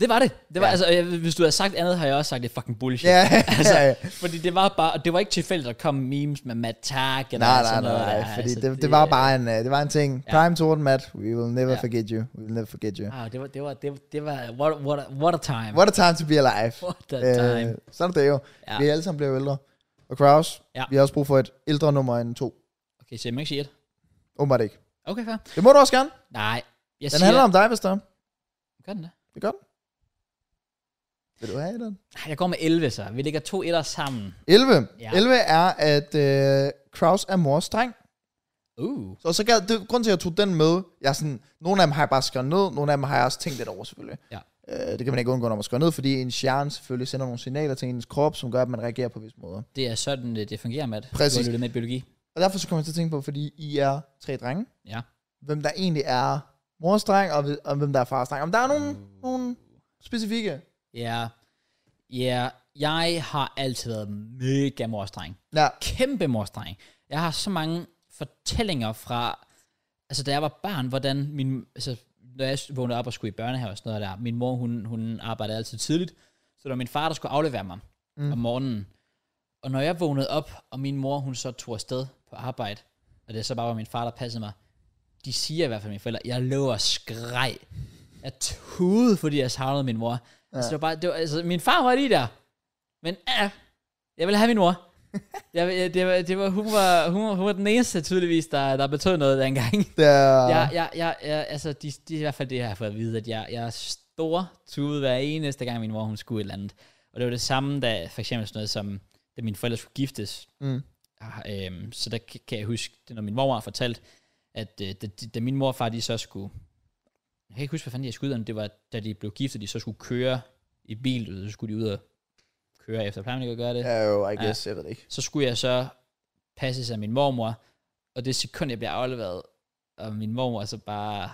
Det var det. det var, ja.
Ja.
altså, øh, hvis du havde sagt andet, har jeg også sagt, det er fucking bullshit.
Ja,
Altså,
altså, ja.
Fordi det var bare, og det var ikke tilfældigt, at der kom memes med Matt Tag. eller
Nej, nej,
sådan
nej,
noget der.
nej, fordi
Altså,
det, det, var bare en, øh, det var en ting.
Ja.
Ja. Prime Torten, Matt, we will never
Ja.
ja. forget you. We will never forget you.
Wow, Ah, det var, det var, det, var- det var, what, what, a- what a time.
What a time to be alive.
What a time.
Øh, sådan er det jo.
Ja.
Ja. Vi alle sammen bliver ældre. Og Kraus,
Ja.
ja. vi har også brug for et ældre nummer end to.
Okay, så jeg må ikke sige et.
Åbenbart ikke.
Okay, fair.
Det må du også gerne.
Nej, jeg
Den
siger...
handler om dig, hvis der er.
Gør den det?
Det gør den. Vil du have den?
Ej, Jeg går med 11, så. Vi lægger to etter sammen.
11.
Ja.
Ja. 11 er, at øh, Kraus er mors dreng.
Uh.
Så, så gad, det, grunden til, at jeg tog den med, jeg er sådan, nogle af dem har jeg bare skrevet ned, nogle af dem har jeg også tænkt lidt over selvfølgelig.
Ja.
Øh, det kan man ikke undgå, når man skriver ned, fordi ens hjerne selvfølgelig sender nogle signaler til ens krop, som gør, at man reagerer på visse måder.
Det er sådan, øh, det, det fungerer, Matt.
Præcis.
Du har lyttet med i biologi.
Og derfor så kommer jeg til at tænke på, fordi I er tre drenge,
Ja.
hvem der egentlig er mors dreng, og, og hvem der er fars dreng. Om der er nogen, mm. nogen specifikke.
Ja. Ja, jeg har altid været mega morstreng.
Ja,
Kæmpe morstreng. Jeg har så mange fortællinger fra... Altså, da jeg var barn, hvordan min... Altså, når jeg vågnede op og skulle i børnehave og sådan noget der. Min mor, hun, hun arbejdede altid tidligt. Så det var min far, der skulle aflevere mig mm. om morgenen. Og når jeg vågnede op, og min mor, hun så tog afsted på arbejde, og det så bare var min far, der passede mig, de siger i hvert fald mine forældre, jeg lå og skreg. Jeg tudede, fordi jeg savnede min mor. Ja. Altså, det var bare, det var, altså, min far var lige der. Men ja, jeg ville have min mor. Jeg, vil- jeg, det var, det var, hun, var, hun, var, hun var den eneste, tydeligvis, der, der betød noget dengang.
det er...
Jeg, jeg, jeg, jeg, altså, de, de, i hvert fald det, jeg har fået at vide, at jeg, jeg store tude hver eneste gang, min mor hun skulle et eller andet. Og det var det samme, da for eksempel sådan noget som, da mine forældre skulle giftes.
Mm.
Ah, Øhm, så der kan- kan jeg huske, det er, når min mor har fortalt, at øh, da, da, min mor og far, de så skulle, jeg kan ikke huske, hvad fanden de skulle ud, af, men det var, da de blev gift, og de så skulle køre i bil, du ved, så skulle de ud og køre efter, plejer man ikke at gøre det?
Ja, jo, I guess, ja. jeg ved det ikke.
så skulle jeg så passes af min mormor, og det sekund, jeg bliver afleveret, og min mormor så bare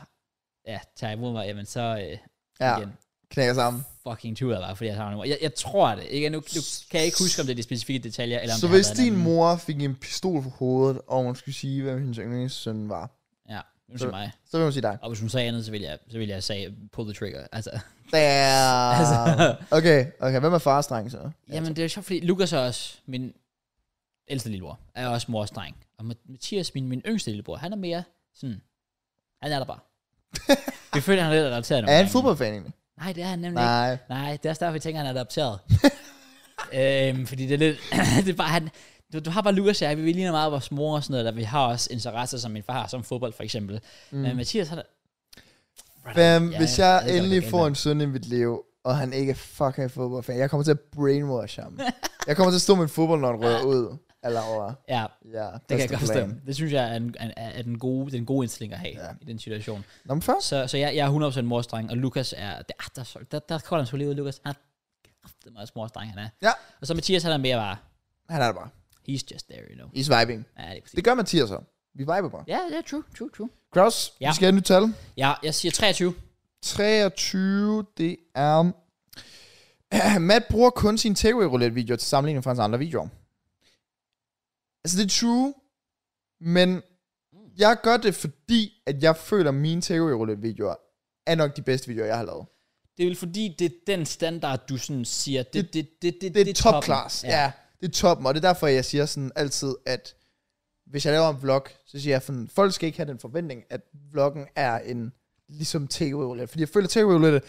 ja, tager imod mig, jamen så øh,
Ja,
igen,
knækker sammen.
fucking tur jeg var, fordi jeg har en mor. Jeg, jeg tror det, ikke? Nu, nu, kan jeg ikke huske, om det er de specifikke detaljer, eller om
Så
det har
hvis
været en
din
anden-
mor fik en pistol for hovedet, og hun skulle sige, hvem hendes yndlingssøn var,
Ja. Nu siger mig.
Så vil hun sige dig.
Og hvis hun sagde andet, så ville jeg, så ville jeg sige, pull the trigger. Altså,
Damn. Ah, Okay, okay. Hvem er fars dreng så?
jamen det er sjovt, fordi Lukas er også min ældste lillebror, er også mors dreng. Og Ma- Mathias, min, min yngste lillebror, han er mere sådan, han er der bare. Vi føler, han er lidt adopteret. nogle
Er han
gange.
fodboldfan egentlig?
Nej, det er han nemlig ikke.
Nej.
Nej, det er også derfor, jeg tænker, han er adopteret. øhm, fordi det er lidt... det er bare, han, du, du har bare Lukas og jeg, vi vi ligner meget vores mor og sådan noget, der vi har også interesser, som min far har, som fodbold for eksempel. Mm. Men Mathias, han er...
Hvem,
Ja,
hvis
jeg ved
jeg
godt,
endelig
det
får
kan
en søn i mit liv, og han ikke er fucking fodboldfan, jeg kommer til at brainwash ham. jeg kommer til at stå med en fodboldnål rød ud. Eller over.
Ja,
Ja,
det kan jeg
bedste
godt
plan.
forstå. Det synes jeg er, en, er, er den, gode, den gode indstilling at have
Ja.
ja. i den situation.
Nå, men først.
Så, så jeg, jeg er 100% morstreng, og Lukas er... Der, der, er så- der, der kommer han så lige ud, Lukas. Han er det meget morstreng, han er.
Ja.
Og så Mathias, han er mere bare...
Han er der bare.
He's just there, you know.
He's vibing.
Ja, det er præcis.
Det gør Mathias så. Vi viber bare.
Ja, det er true, true, true.
Kraus, ja.
Ja.
vi skal have et nyt tal.
Ja, jeg siger 23.
23, det er... Matt bruger kun sine takeaway roulette videoer til sammenligning fra hans andre videoer. Altså, det er true, men jeg gør det, fordi at jeg føler, at mine takeaway roulette videoer er nok de bedste videoer, jeg har lavet.
Det er vel fordi, det er den standard, du sådan siger, det, det, det, det, det,
Det er, det er top
toppen.
class. Ja. ja, det er toppen, og det er derfor, jeg siger sådan altid, at hvis jeg laver en vlog, så siger jeg, at folk skal ikke have den forventning, at vloggen er en ligesom takeaway roulette. Fordi jeg føler, at takeaway roulette,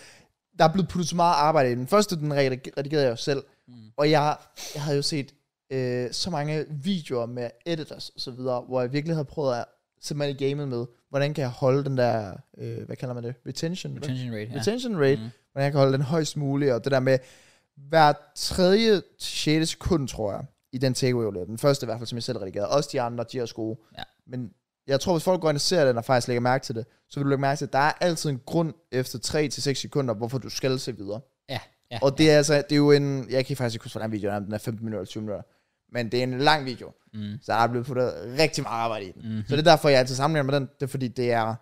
der er blevet puttet så meget arbejde i den. Første, den redig- redigerede jeg jo selv, mm. og jeg, jeg havde jo set øh, så mange videoer med editors og så videre, hvor jeg virkelig havde prøvet at sætte mig ind i gamet med, hvordan kan jeg holde den der, øh, hvad kalder man det, retention?
Retention rate, ja. Mhm.
retention rate, mm. hvordan jeg kan holde den højst muligt, og det der med hver tredje, til sjette sekund, tror jeg, i den takeaway jeg lavede. Den første i hvert fald, som jeg selv redigerede. Også de andre, de er også gode.
Ja.
Men jeg tror, hvis folk går ind og ser den, og faktisk lægger mærke til det, så vil du lægge mærke til, at der er altid en grund efter 3-6 sekunder, hvorfor du skal se videre.
ja, ja.
Og det er altså, det er jo en, jeg kan faktisk ikke huske, hvordan videoen er, om den er 15 minutter eller 20 minutter, men det er en lang video, mm. så der er blevet puttet rigtig meget arbejde i den.
Mm.
Mm-hmm.
Mhm.
Så det er derfor, jeg altid sammenligner med den, det er fordi, det er,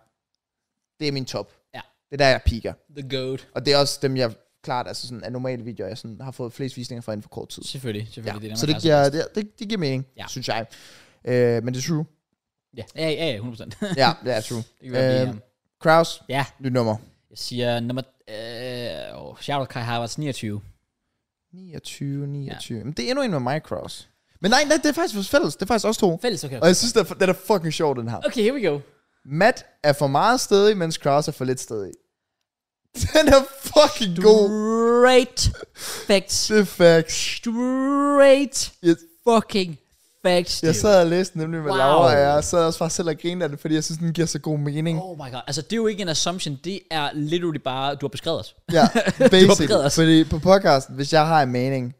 det er min top.
Ja.
Det er der, jeg piker.
The goat.
Og det er også dem, jeg klart, altså sådan af normale videoer, jeg sådan, har fået flest visninger fra inden for kort tid.
Selvfølgelig,
Ja,
selvfølgelig.
så
der,
det
man
giver, det, det, det giver mening, ja.
Ja.
synes jeg. Øh, men det er true.
klarer sig bedst. Ja, ja, ja, 100 procent.
Ja, det er true.
det kan vi godt
Øhm,
blive enige om.
Kraus,
Ja,
nyt nummer.
jeg siger nummer... Øh, oh, shout out Kai Havertz, 29.
29, 29. Ja. Men det er endnu en med mig, Kraus. Men nej, nej, det er faktisk vores fælles. Det er faktisk også to.
Fælles, okay.
Og jeg synes, den er, den er fucking sjov, den her.
Okay, here we go.
Matt er for meget stedig, mens Kraus er for lidt stedig. Den er fucking god.
Great facts.
Det er facts.
Great
Yes.
fucking facts,
Jeg
dude.
sad og læste nemlig med wow.
Wow.
Laura, og jeg sad også bare selv og grinede af det, fordi jeg synes, den giver så god mening.
Oh my god. Altså, det er jo ikke en assumption. Det er literally bare, du har beskrevet os.
Ja, basic.
beskrevet os.
fordi på podcasten, hvis jeg har en mening,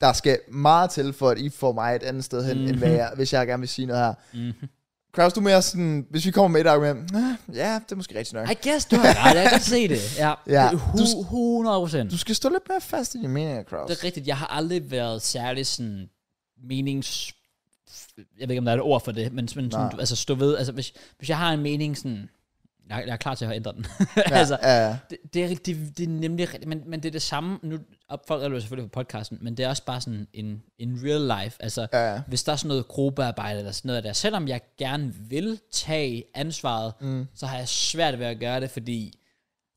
der skal meget til, for at I får mig et andet sted hen, mm-hmm. end hvad jeg, hvis jeg gerne vil sige noget her. Mm-hmm. Kraus, du er mere sådan, hvis vi kommer med et argument, "Ah, ja, det er måske rigtigt nok.
I guess, du har ret. Jeg kan godt se det. Ja,
Ja. Du-
100 procent.
Du skal stå lidt mere fast i dine meninger, Kraus.
Det er rigtigt. Jeg har aldrig været særlig sådan menings... Jeg ved ikke, om der er et ord for det, men, men sådan,
Nej.
du, altså stå ved. Altså, hvis, hvis jeg har en mening sådan... Jeg, jeg er klar til at ændre den.
Ja,
Ja, altså,
ja.
det, det, er, rigt- det, det er nemlig rigtigt, men, men det er det samme, nu op, folk er jo selvfølgelig på podcasten, men det er også bare sådan en, en real life, altså
Ja, ja.
hvis der er sådan noget gruppearbejde eller sådan noget der, selvom jeg gerne vil tage ansvaret, mm. så har jeg svært ved at gøre det, fordi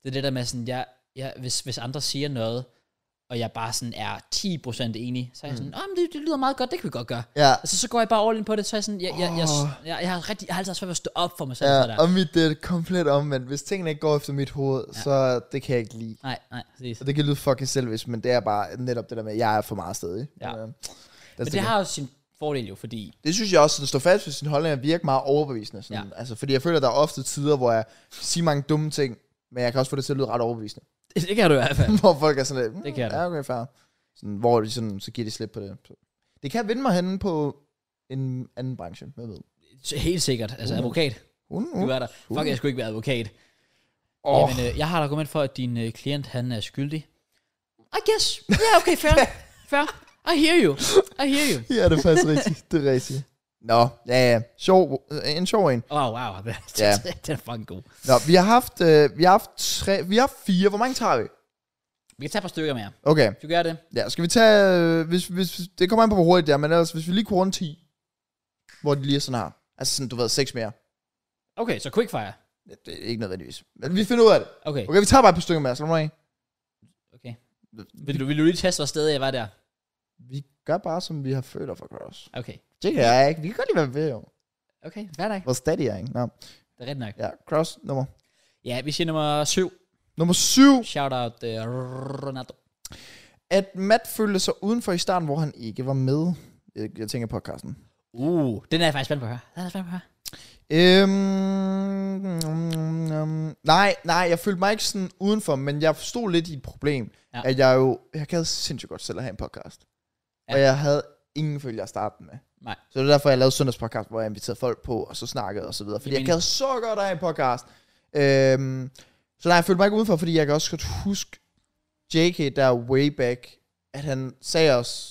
det er det der med sådan, jeg, jeg, hvis, hvis andre siger noget, og jeg bare sådan er 10% enig, så er
Mm.
jeg sådan, åh, men det, det lyder meget godt, det kan vi godt gøre.
Ja.
Altså, så går jeg bare all in på det, så er jeg sådan, jeg, jeg, jeg,
Åh.
jeg, jeg, har, rigtig, jeg har altid haft svært ved at stå op for mig selv. Ja,
Ja,
der.
og mit det er komplet omvendt. Hvis tingene ikke går efter mit hoved, ja. så det kan jeg ikke lide.
Nej, nej, præcis.
Og det kan lyde fucking selvisk, men det er bare netop det der med, at jeg er for meget stedig.
Ja.
Men, øh,
Men det har jo sin fordel jo, fordi
Det synes jeg også, at stå fast ved sin holdning er virke meget overbevisende. Sådan. Ja. Altså, fordi jeg føler, at der er ofte tider, hvor jeg siger mange dumme ting, men jeg kan også få det til at lyde ret overbevisende.
Det kan du i hvert fald.
hvor folk er sådan lidt, mm,
Det kan jeg da.
ja, okay, fair. Sådan, hvor de sådan, så giver de slip på det. Så. Det kan vinde mig henne på en anden branche, jeg ved.
Helt sikkert. Altså advokat.
Hun,
Du
hun.
er der. Fuck, jeg skulle ikke være advokat.
Åh.
Oh. Jamen, øh, jeg har et argument for, at din øh, klient, han er skyldig. I guess. Ja, yeah, okay, fair. fair. I hear you. I hear you.
Ja, det er faktisk rigtigt. Det er rigtigt. Nå, ja, ja. Sjov, øh, en sjov en.
Oh, wow. Det,
Ja.
yeah. det er fucking god.
Nå, vi har haft, øh, vi har haft tre, vi har haft fire. Hvor mange tager vi?
Vi kan tage et par stykker mere.
Okay,
Skal vi gøre det?
ja, skal vi tage, øh, hvis, hvis, det kommer an på, hvor hurtigt det er, men ellers, hvis vi lige kunne runde 10, hvor det lige er sådan her, altså sådan, du ved, seks mere,
Okay, så quickfire.
Ja, Det er ikke nødvendigvis. Men vi finder ud af det.
Okay.
Okay, vi tager bare et par stykker med, slå mig af.
okay. Vil, du, vil du lige teste, hvor sted jeg var der?
Vi gør bare, som vi har føler for Cross.
Okay.
Det kan jeg ikke. Vi kan godt lige være ved, jo.
Okay, hver dag.
Hvor stadig er, ikke? Nå.
Det er rigtigt nok.
Ja, Cross nummer.
Ja, vi siger nummer syv.
Nummer syv.
Shout out uh, Ronaldo.
At Matt følte sig udenfor i starten, hvor han ikke var med. Jeg, jeg tænker podcasten.
Uh, den er jeg faktisk spændt på at høre. Den er jeg spændt på at høre.
Øhm, mm, mm, nej, nej, jeg følte mig ikke sådan udenfor, men jeg stod lidt i et problem,
Ja.
ja. at jeg jo, jeg gad sindssygt godt selv at have en podcast.
Ja.
Ja. Og jeg havde ingen følger at starte med.
Nej.
Så det er derfor, jeg lavede søndagspodcast, hvor jeg inviterede folk på, og så snakkede og så videre. Fordi
Giver
jeg gad så godt at have en podcast. Øhm, så nej, jeg følte mig ikke udenfor, fordi jeg kan også godt huske JK der way back, at han sagde os,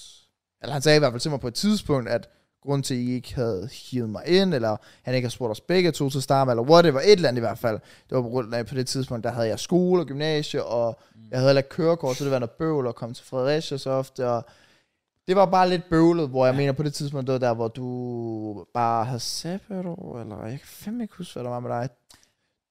eller han sagde i hvert fald til mig på et tidspunkt, at grund til, at I ikke havde hivet mig ind, eller han ikke har spurgt os begge to til start, eller whatever, et eller andet i hvert fald. Det var på grund af, på det tidspunkt, der havde jeg skole og gymnasie, og
Mm.
jeg havde heller ikke kørekort, så det var noget bøvl at komme til Fredericia så ofte, og det var bare lidt bøvlet, hvor jeg mener på det tidspunkt, det var der, hvor du bare havde sabbatår, eller jeg kan fandme ikke huske, hvad der var med dig.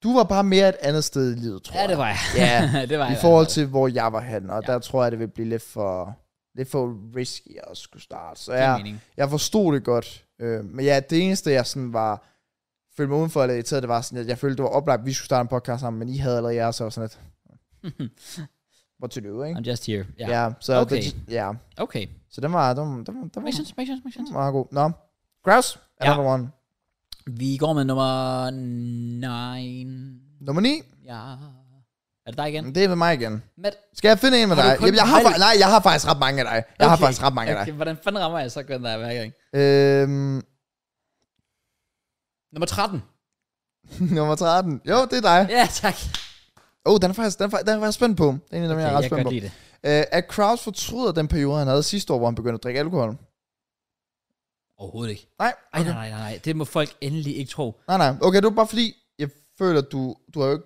Du var bare mere et andet sted i livet, tror
Ja,
jeg.
det var jeg.
Ja,
det var
i
jeg.
forhold til, hvor jeg var hen, og
Ja.
ja. der tror jeg, det vil blive lidt for, lidt for risky at skulle starte. Så
ja.
jeg, jeg forstod det godt. Øh, men ja, det eneste, jeg sådan var, følte mig udenfor eller irriteret, det var sådan, at jeg følte, det var oplagt, at vi skulle starte en podcast sammen, men I havde allerede jeres, og sådan lidt, hvor til det ikke?
I'm just here. Ja. Yeah.
Ja, så,
Okay.
det, ja.
Okay.
så den var, den, den, den, var- den
Makes
var
sense, makes sense, makes sense.
meget god. Nå, Kraus, another one.
Vi går med nummer 9.
Nummer 9,
Ja. Er det dig igen?
det er ved mig igen.
Matt.
Skal jeg finde en med
Har du
dig?
kun
Jamen, jeg har,
valgt-
fa- nej, jeg har faktisk ret mange af dig. Jeg har faktisk ret mange af dig.
okay. Hvordan fanden rammer jeg så godt der hver gang?
Øhm,
Nummer 13.
nummer 13. Jo, det er dig.
Ja, tak.
Åh, oh, den er faktisk, den er, fa- den er jeg spændt på. Den er en af dem,
Okay,
jeg er ret
jeg kan
spændt på.
godt lide det.
Øh, at Kraus fortryder den periode, han havde sidste år, hvor han begyndte at drikke alkohol.
Overhovedet ikke.
Nej,
Ej, nej, nej, nej. Det må folk endelig ikke tro.
nej, nej. Okay, det var bare fordi, jeg føler, at du, du har jo ikke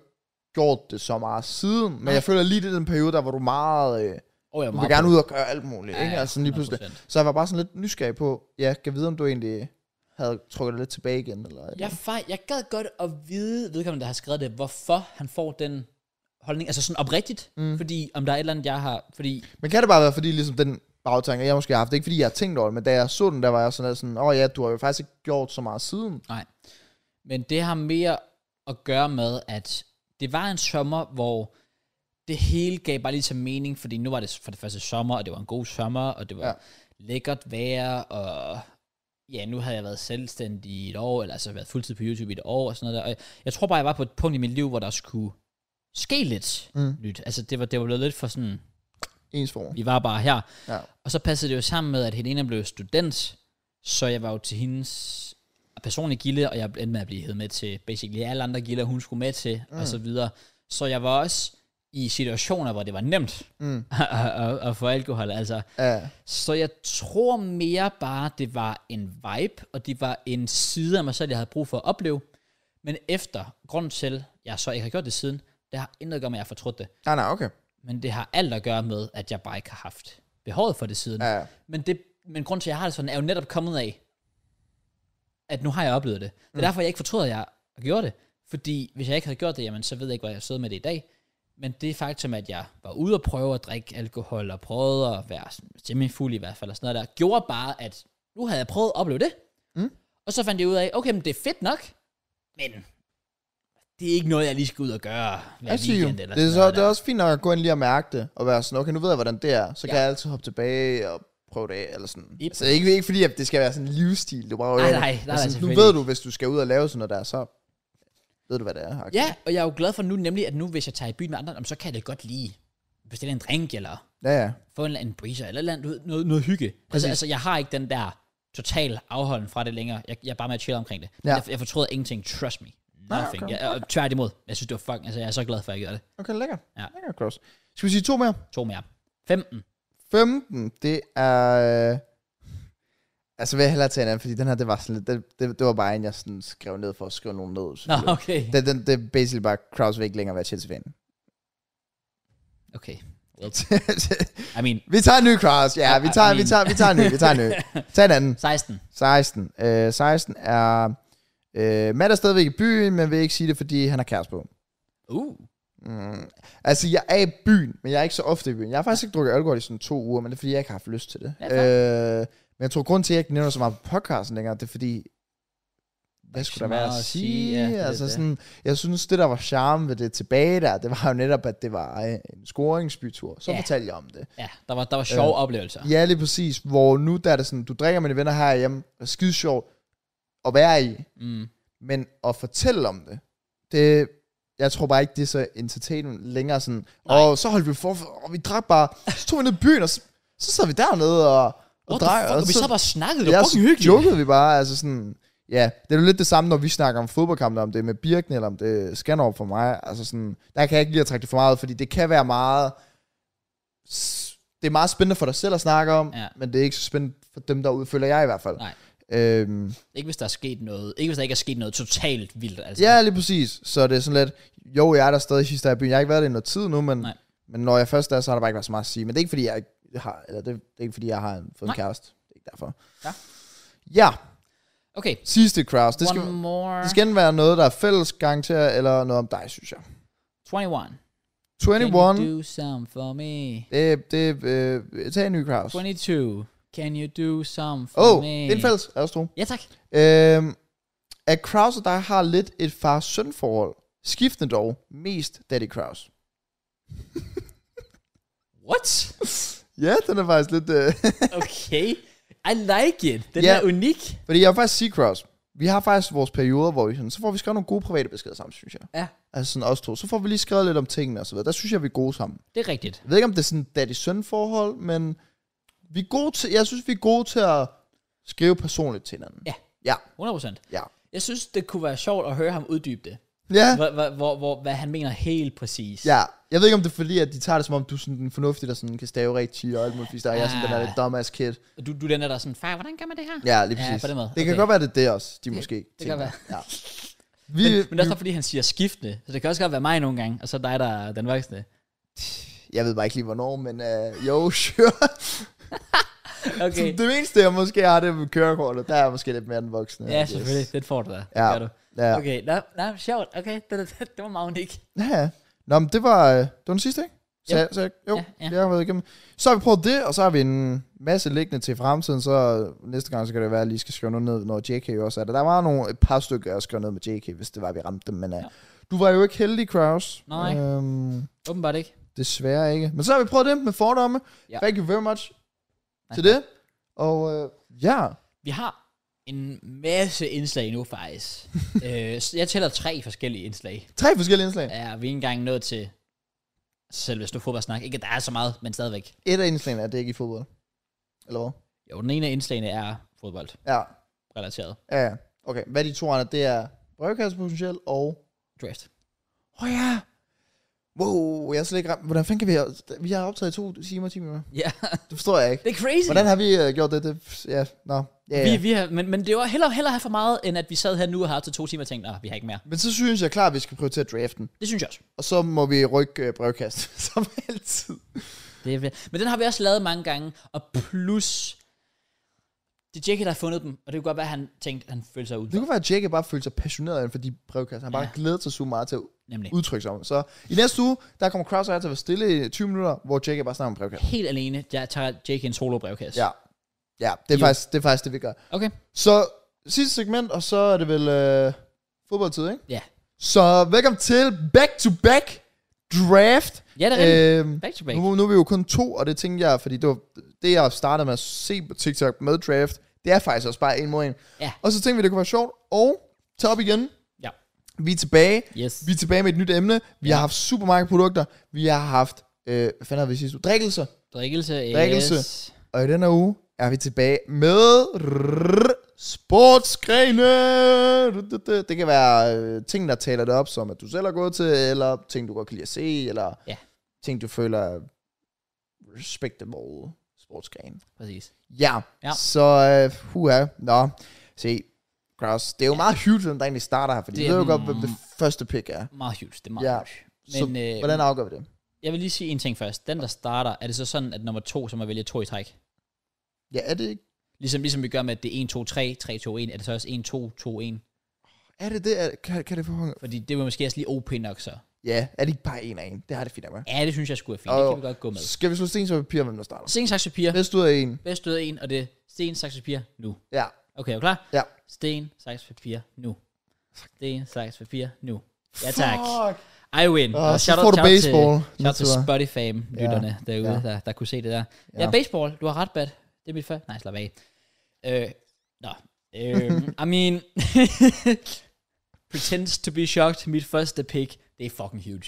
gjort det så meget siden, men
Nej.
jeg føler lige det er den periode, der hvor du meget, øh,
Oh, jeg er
du vil
meget
gerne
på.
ud og gøre alt muligt, ikke? Altså sådan lige pludselig.
100%.
Så jeg var bare sådan lidt nysgerrig på, ja, kan vide, om du egentlig havde trukket dig lidt tilbage igen, eller et
Jeg, fej, jeg gad godt at vide, vedkommende, der har skrevet det, hvorfor han får den holdning, altså sådan oprigtigt, mm. fordi om der er et eller andet, jeg har, fordi,
Men kan det bare være, fordi ligesom den bagtanke, jeg måske har haft, ikke fordi jeg har tænkt over det, men da jeg så den, der var jeg sådan lidt sådan, åh oh, ja, du har jo faktisk ikke gjort så meget siden.
nej, men det har mere at gøre med, at det var en sommer, hvor det hele gav bare lige så mening, fordi nu var det for det første sommer, og det var en god sommer, og det var ja.
Ja.
lækkert vejr, og ja, nu havde jeg været selvstændig i et år, eller altså været fuldtid på YouTube i et år, og sådan noget der. Og jeg- jeg tror bare, jeg var på et punkt i mit liv, hvor der skulle ske lidt mm.
Mm.
nyt. Altså, det var, det var blevet lidt for sådan,
Ens form.
vi var bare her.
Ja.
Og så passede det jo sammen med, at Helena blev student, så jeg var jo til hendes personlige gilde, og jeg endte med at blive hævet med til basically alle andre gilder, hun skulle med til, mm. og så videre. Så jeg var også i situationer, hvor det var nemt
Mm.
at, at, at få alkohol. Altså,
Ja.
så jeg tror mere bare, det var en vibe, og det var en side af mig selv, jeg havde brug for at opleve. Men efter, grund til, jeg så ikke har gjort det siden, det har intet at gøre med, at jeg har fortrudt det.
Nej, nej, okay.
Men det har alt at gøre med, at jeg bare ikke har haft behovet for det siden.
Ja.
Men, det, men grund til, at jeg har det sådan, er jo netop kommet af, at nu har jeg oplevet det. Det er mm. derfor, jeg ikke fortryder, at jeg gjorde det. Fordi hvis jeg ikke havde gjort det, jamen, så ved jeg ikke, hvor jeg sidder med det i dag. Men det faktum, at jeg var ude og prøve at drikke alkohol, og prøvede at være sådan semifuld i hvert fald, og sådan noget der, gjorde bare, at nu havde jeg prøvet at opleve det.
Mm.
Og så fandt jeg ud af, okay, men det er fedt nok, men det er ikke noget, jeg lige skal ud og gøre hver
Jeg siger jo,
weekend. Eller
det er,
sådan
så,
noget
det er
der.
også fint nok at gå ind lige og mærke det, og være sådan, okay, nu ved jeg, hvordan det er, så kan
Ja.
jeg altid hoppe tilbage og prøve det af, eller sådan.
Yep.
Yep. Så ikke, ikke fordi, at det skal være sådan en livsstil, du bare
Nej,
Men
nej, nej, nej,
sådan, Nu
selvfølgelig
ved
ikke.
du, hvis du skal ud og lave sådan noget der, så ved du, hvad det er. Okay.
Ja, og jeg er jo glad for nu nemlig, at nu hvis jeg tager i byen med andre, jamen, så kan jeg det godt lige bestille en drink, eller
Ja, ja.
få en, eller anden breezer, eller et eller andet, du ved, noget, noget hygge. Altså,
Præcis.
altså, jeg har ikke den der total afholden fra det længere. Jeg, jeg er bare med at chill omkring det. Ja.
Ja.
Jeg, jeg fortryder ingenting. Trust me.
Nej,
Nothing.
okay.
Jeg, og tværtimod. Jeg synes, det var fucking... Altså, jeg er så glad for, at jeg gjorde det.
Okay, lækker.
Ja.
Ja. Lækker, Klaus. Skal vi sige to mere?
To mere. 15.
15, det er... øh, Altså vil jeg hellere tage en anden, fordi den her, det var sådan lidt, det, det, det var bare en, jeg sådan skrev ned for at skrive nogen ned.
Nå,
selvfølgelig.
okay.
Det, den, det er basically bare, Kraus vil ikke længere være Chelsea-fan.
Okay. Well, I mean,
Vi tager en ny cross. Ja, vi
I- I
tager, vi
mean-
tager, vi tager en ny, vi tager en ny. Tag en anden.
16.
16. Øh, 16 er, Øh, Matt er stadigvæk i byen, men vil ikke sige det, fordi han har kæreste på.
Uh.
Mm. Altså, jeg er i byen, men jeg er ikke så ofte i byen. Jeg har faktisk ikke drukket alkohol i sådan to uger, men det er, fordi jeg ikke har haft lyst til det.
Ja,
øh, men jeg tror, grund til, at jeg ikke nævner så meget på podcasten længere, det er fordi, hvad
ikke så
skulle der være
meget
at
at
sige?
sige, ja, det
Ja,
er
altså,
det.
sådan, jeg synes, det der var charme ved det tilbage der, det var jo netop, at det var øh, en scoringsbytur. Så
Ja.
ja. fortalte jeg om det.
Ja, der var, der var sjove øh. oplevelser.
Ja, lige præcis. Hvor nu der er det sådan, du drikker med dine venner herhjemme, og skide sjovt at være i,
Mm.
men at fortælle om det, det, jeg tror bare ikke, det er så entertainment længere sådan, og så holdt vi for, og vi drak bare, så tog vi ned i byen, og så, så sad vi dernede og, og altså,
What
drak,
the fuck? Og vi
så,
så bare snakkede, det
ja,
var
så
fucking hyggeligt.
jokede vi bare, altså sådan, ja, det er jo lidt det samme, når vi snakker om fodboldkampe, om det er med Birken, eller om det er Skanderup for mig, altså sådan, der kan jeg ikke lige at trække det for meget, fordi det kan være meget, s- det er meget spændende for dig selv at snakke om,
Ja.
men det er ikke så spændende for dem derude, føler jeg i hvert fald.
Nej.
Øhm,
Ikke hvis der er sket noget. Ikke hvis der ikke er sket noget totalt vildt. Altså.
Ja, lige præcis. Så det er sådan lidt, jo, jeg er der stadig sidst i byen. Jeg har ikke været der i noget tid nu, men,
Nej.
men når jeg først er, så har der bare ikke været så meget at sige. Men det er ikke, fordi jeg ikke har, eller det, det er ikke, fordi jeg har en- fået
Nej.
en kæreste. Det er ikke derfor.
Ja.
Ja,
Okay,
sidste crowds. Det skal,
one more.
det skal enten være noget, der er fælles garanteret, eller noget om dig, synes jeg.
21. Can
21,
you do some for me?
det, det, øh, tag en ny crowds.
22. Can you do some for
Åh, oh,
me?
det er en fælles, er også to.
Ja, tak.
Øhm, at Kraus og dig har lidt et far-søn forhold. Skiftende dog, mest Daddy Kraus.
What?
Ja, den er faktisk lidt... Øh,
Okay. I like it. Den
Ja.
er unik.
fordi jeg vil faktisk sige, Kraus, vi har faktisk vores perioder, hvor vi sådan, så får vi skrevet nogle gode private beskeder sammen, synes jeg.
Ja,
Altså sådan os to. Så får vi lige skrevet lidt om tingene og så videre. Der synes jeg, vi er gode sammen.
det er rigtigt.
Jeg ved ikke, om det er sådan et daddy-søn forhold, men vi er gode til, jeg synes, vi er gode til at skrive personligt til hinanden.
Ja.
Ja,
100%.
ja.
Jeg synes, det kunne være sjovt at høre ham uddybe det.
Ja,
Hvor, hvor, hvor, hvor, hvad han mener helt præcis.
ja. Jeg ved ikke, om det er fordi, at de tager det som om, du er sådan den fornuftige, der sådan kan stave rigtigt og alt muligt. fisk, Der er jeg sådan den der lidt dumbass kid.
Og Du, du er den der, der er sådan, far, hvordan gør man det her?
Ja, lige
Ja,
præcis.
på den måde.
Det kan
Okay.
godt være, det er det også, de måske
det
tænker.
kan være.
Ja. Vi,
Men, men det er
vi-
også bare, fordi han siger skiftende. Så det kan også godt være mig nogle gange, og så dig, der er den voksne.
Jeg ved bare ikke lige hvornår, men øh, jo, sure.
Okay.
det eneste, jeg måske har, det er med kørekortet. Der er jeg måske lidt mere den voksne.
ja, selvfølgelig. Den får du da.
Ja.
Gør du.
Ja. Okay.
Okay, nej, nej, sjovt. Okay, det, det, det var meget unik.
ja. Nå, men det var, øh, det var den sidste, ikke? Så,
Ja.
ja. så, jo,
Ja,
ja,
ja.
ja. jeg har været igennem. Så har vi prøvet det, og så har vi en masse liggende til fremtiden, så næste gang, så kan det være, at jeg lige skal skrive noget ned, når JK også er der. Der var nogle, et par stykker, jeg skrev ned med JK, hvis det var, vi ramte dem, men øh,
Ja.
ja. du var jo ikke heldig, Kraus.
Nej.
Øhm,
Åbenbart ikke.
desværre ikke. Men så har vi prøvet det med fordomme.
Ja.
Ja. Thank you very much til
Nej.
det. Og øh, ja,
Vi har en masse indslag nu, faktisk. øh, så jeg tæller tre forskellige indslag.
tre forskellige indslag.
Ja, vi er ikke engang nået til selv hvis du fodboldsnak. Ikke, at der er så meget, men stadigvæk.
Et af indslagene er, at det ikke er i fodbold. Eller hvad?
Jo, den ene af indslagene er fodboldrelateret.
Ja, ja, ja. Okay, hvad er de to andre? Det er brevkasse potentielt og...
Draft.
Åh oh, ja! Wow, jeg har slet ikke ramt. Hvordan fanden kan vi have... Vi har optaget i to timer, 10 minutter.
Ja,
Det forstår jeg ikke.
det er crazy.
Hvordan har vi uh, gjort det? det? Ja, nå. Ja,
Vi,
ja.
vi har, men, men det var hellere, hellere have for meget, end at vi sad her nu og har til to timer og tænkt, at vi har ikke mere.
Men så synes jeg klart, at vi skal prioritere draften.
Det synes jeg også.
Og så må vi rykke uh, brevkast, som altid.
Det er, fedt. men den har vi også lavet mange gange, og plus, det er Jackie, der har fundet dem, og det kunne godt være, at han tænkte, at han følte sig ud.
Det kunne være, at Jake bare følte sig passioneret inden for de brevkast. Han bare
Ja.
ja. glæder sig så meget til at
Nemlig.
udtrykke sig om. Så i næste uge, der kommer Kraus og jeg til at være stille i 20 minutter, hvor Jake bare snakker om brevkast.
Helt alene, der tager Jackie en solobrevkasse.
Ja. Ja, det er,
Jo.
faktisk, det er faktisk det, vi gør.
Okay.
Så sidste segment, og så er det vel øh, fodboldtid, ikke?
Ja.
Så velkommen til Back to Back Draft.
Ja, det er rigtigt.
Øhm,
Back to back.
nu, nu er vi jo kun to, og det tænkte jeg, fordi det, var, det jeg startede med at se på TikTok med draft, det er faktisk også bare en mod en.
Ja.
Og så tænkte vi, det kunne være sjovt, og tage op igen.
Ja.
Vi er tilbage.
Yes.
Vi er tilbage med et nyt emne. Vi har haft supermarkedprodukter. Vi har haft, øh, hvad fanden havde vi sidst? Drikkelser.
Drikkelse.
Drikkelse.
Yes.
Og i denne uge er vi tilbage med sportsgrene. Du, du, du. Det kan være øh, ting, der taler det op, som at du selv har gået til, eller ting, du godt kan lide at se, eller
Ja.
ting, du føler er respectable sportsgren.
Præcis.
Ja,
Ja.
så øh, huha. Nå, se, Kraus, det er jo meget huge, hvem der egentlig starter her, fordi
Det
vi
er
ved jo
den-
godt, hvem det første pick er.
Meget huge. Det er meget
Ja.
huge.
så
Men øh,
hvordan afgør vi det?
jeg vil lige sige en ting først. Den, der starter, er det så sådan, at nummer to, som er vælge to i træk?
Ja, er det ikke?
Ligesom, ligesom vi gør med, at det er 1, 2, 3, 3, 2, 1. Er det så også 1, 2, 2, 1?
Er det det? Er, kan, kan det få hunger?
Fordi det var måske også lige OP nok så.
Ja, er det ikke bare en af en? Det har det fint af mig.
Ja, det synes jeg skulle være fint.
Og-
Det kan vi godt gå med.
Skal vi slå sten, så papir, hvem der starter?
Sten, saks, papir.
Bedst ud af en.
Bedst ud af en, og det er sten, saks, papir nu.
Ja.
Okay, er du klar?
Ja.
Sten, saks, papir nu. Sten, saks, papir nu. Ja tak.
Fuck.
I win.
Åh,
Og
så
shout
får
out,
du
shout out til,
baseball.
shout out til
Naturligvis.
Spotify-lytterne ja. derude,
Ja.
ja. der, der kunne se det der. Ja,
Ja.
ja baseball. Du har ret, Bad. Det er mit første. Nej, slap af. Øh, nå. Øh, I mean, pretends to be shocked. Mit første pick, det er fucking huge.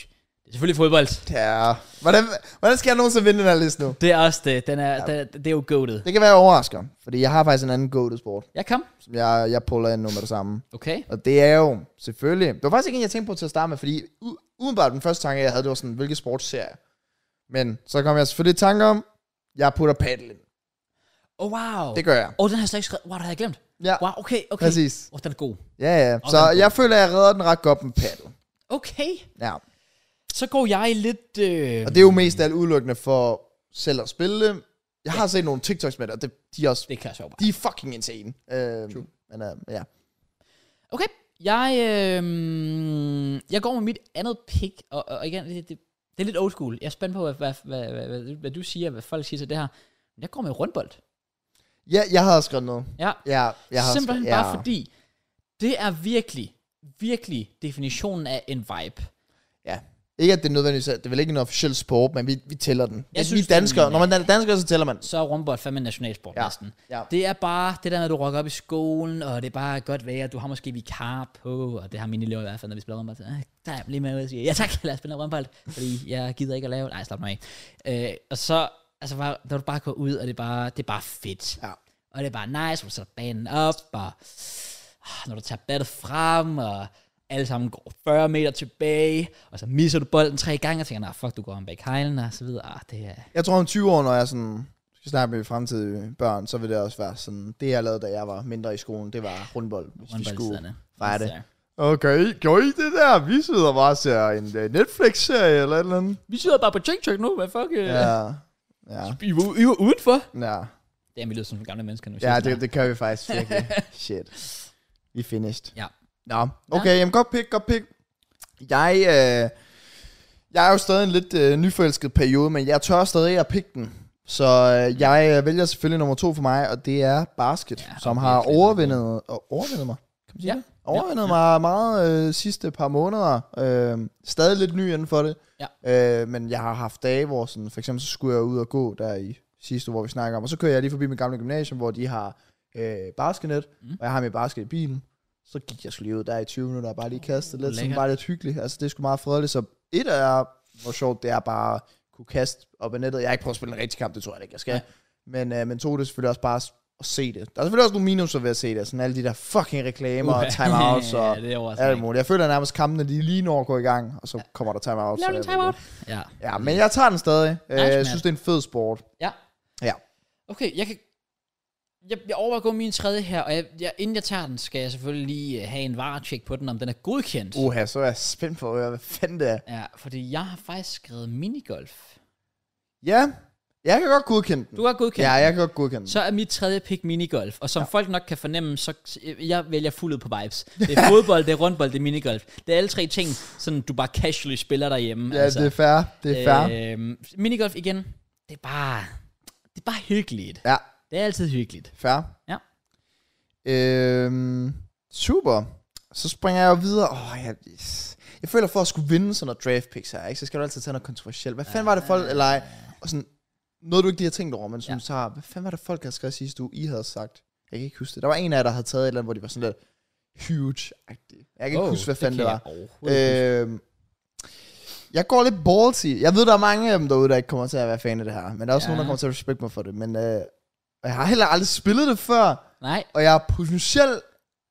Det er selvfølgelig fodbold.
Ja. Hvordan, hvordan skal jeg nogensinde vinde den her liste nu?
Det er også det. Den er, ja. den, det er jo goated.
Det kan være overrasker, fordi jeg har faktisk en anden go sport,
Jeg kom.
som jeg, jeg puller ind nu med det samme.
Okay.
Og det er jo selvfølgelig... Det var faktisk ikke en, jeg tænkte på til at starte med, fordi u- udenbart den første tanke, jeg havde, det var sådan, hvilke sportsserie. Men så kom jeg selvfølgelig i tanke om, jeg putter paddle ind.
Oh, wow.
Det gør jeg.
Åh, oh, den har jeg slet ikke skrevet. Wow, den har jeg glemt.
Ja,
Wow, okay, okay.
præcis.
Åh, oh, den er god.
Ja, ja.
Og
Så
den er god.
jeg føler, at jeg redder den ret godt med paddle.
Okay.
Ja.
Så går jeg lidt... Øh...
Og det er jo mest af alt udelukkende for selv at spille det. Jeg har set nogle TikToks med det, og det, de er også...
Det kan jeg så bare.
De er fucking insane. Øh, men øh, ja.
Okay, jeg, øh, jeg går med mit andet pick, og, og igen, det, det, det er lidt old school. Jeg er spændt på, hvad, hvad, hvad, hvad, hvad, hvad du siger, hvad folk siger til det her. Men jeg går med rundbold.
Ja, jeg havde skrevet noget.
Ja,
Ja, jeg har
simpelthen
skrevet,
bare fordi, det er virkelig, virkelig definitionen af en vibe.
Ja. Ikke at det er nødvendigvis, er- det er vel ikke en officiel sport, men vi, vi tæller den. Jeg
synes,
synes,
det
vi
er
danskere,
en-
når man er dansker, så tæller man.
Så er rundbold fandme en nationalsport ja.
Ja.
næsten.
Ja.
Det er bare det der med, at du rocker op i skolen, og det er bare godt vejr, du har måske vikar på, og det har mine elever i hvert fald, når vi spiller rundbold. Så, "Ah, Der er lige med ud og siger, ja tak, lad os spille noget rundbold, fordi jeg gider ikke at lave, nej slap mig af. Øh, og så, altså bare, når du bare går ud, og det er bare, det er bare fedt.
Ja.
Og det er bare nice, hvor du sætter banen op, og ah, når du tager battet frem, og alle sammen går 40 meter tilbage, og så misser du bolden tre gange, og tænker, nej, fuck, du går om bag hejlen, og så videre. Ah, det er,
Jeg tror om 20 år, når jeg sådan skal snakke med fremtidige børn, så vil det også være sådan, det jeg lavede, da jeg var mindre i skolen, det var rundbold, hvis vi skulle
rundboldsiderne.
fejre det. Okay, gjorde I det der? Vi sidder bare og ser en øh, Netflix-serie eller et eller andet.
Vi sidder bare på TikTok nu, hvad fuck? øh,
Ja, ja,
I var, I var udenfor.
ja.
Det er, vi lyder som gamle mennesker nu.
ja det, det kan vi faktisk virkelig. Shit. Vi finished.
Ja.
Nå, okay, jamen godt pick, godt pick. Jeg, øh, jeg er jo stadig i en lidt øh, nyforelsket periode, men jeg tør stadig at pick den. Så øh, jeg øh, vælger selvfølgelig nummer to for mig, og det er basket,
Ja,
ja, som
og
har
virkelig
overvindet, og overvindet mig. Kan man sige
Ja,
det? Overvindet ja, mig meget øh, sidste par måneder. Øh, stadig lidt ny inden for det. Øh, men jeg har haft dage, hvor sådan, for eksempel så skulle jeg ud og gå der i sidste uge, hvor vi snakker om, og så kører jeg lige forbi mit gamle gymnasium, hvor de har øh, basketnet, mm. og jeg har min basket i bilen. Så gik jeg sgu lige ud der i 20 minutter og bare lige kastede lidt, sådan
lækkert.
bare lidt hyggeligt. Altså det er sgu meget fredeligt, så et af hvor sjovt det er bare at kunne kaste op ad nettet. Jeg har ikke prøvet at spille en rigtig kamp, det tror jeg da ikke, jeg skal.
Nej.
Men, øh, men to, det er selvfølgelig også bare at s- at se det. Der er selvfølgelig også nogle minuser ved at se det, sådan alle de der fucking reklamer og timeouts og
ja, det er altså overraskende.
alt muligt. Jeg føler nærmest kampene, de lige når at gå i gang, og så kommer der timeouts.
Lav
og
en
jeg ved
timeout.
det.
Ja.
Ja, men jeg tager den stadig. Nice, jeg
mand.
synes, det er en fed sport.
ja.
Ja.
Okay, jeg kan... Jeg, jeg overvejer at gå min tredje her, og jeg, jeg, inden jeg tager den, skal jeg selvfølgelig lige øh, have en varetjek på den, om den er godkendt.
Uha, så er jeg spændt på, hvad fanden det er.
Ja, fordi jeg har faktisk skrevet minigolf.
Ja, jeg kan godt godkende den.
Du har godkendt
Ja,
den.
jeg kan godt godkende den.
Så er mit tredje pick minigolf, og som ja. folk nok kan fornemme, så øh, jeg vælger fuldt ud på vibes. Det er fodbold, det er rundbold, det er minigolf. Det er alle tre ting, sådan du bare casually spiller derhjemme.
Ja, det er fair. Det er fair. Øh,
altså. Øh, minigolf igen, det er bare, det er bare hyggeligt.
ja,
Det er altid hyggeligt.
fair.
Ja.
Øhm, super. Så springer jeg jo videre. Åh, oh, jeg, jeg føler, for at skulle vinde sådan noget draft picks her, ikke, så skal du altid tage noget kontroversielt. Hvad fanden var det folk, eller ej, og sådan, noget du ikke lige har tænkt over, men som
Ja.
ja. så har, hvad fanden var det folk, havde skrevet sidste uge, I havde sagt? Jeg kan ikke huske det. Der var en af jer, der havde taget et eller andet, hvor de var sådan lidt huge-agtige. Jeg kan ikke huske, hvad fanden det var.
Øh,
Øh, jeg går lidt ballsy. Jeg ved, der er mange af dem derude, der ikke kommer til at være fan af det her. Men der er også
Ja.
ja. nogen, der kommer til at respekte mig for det. Men øh, og jeg har heller aldrig spillet det før.
Nej,
Og jeg har potentielt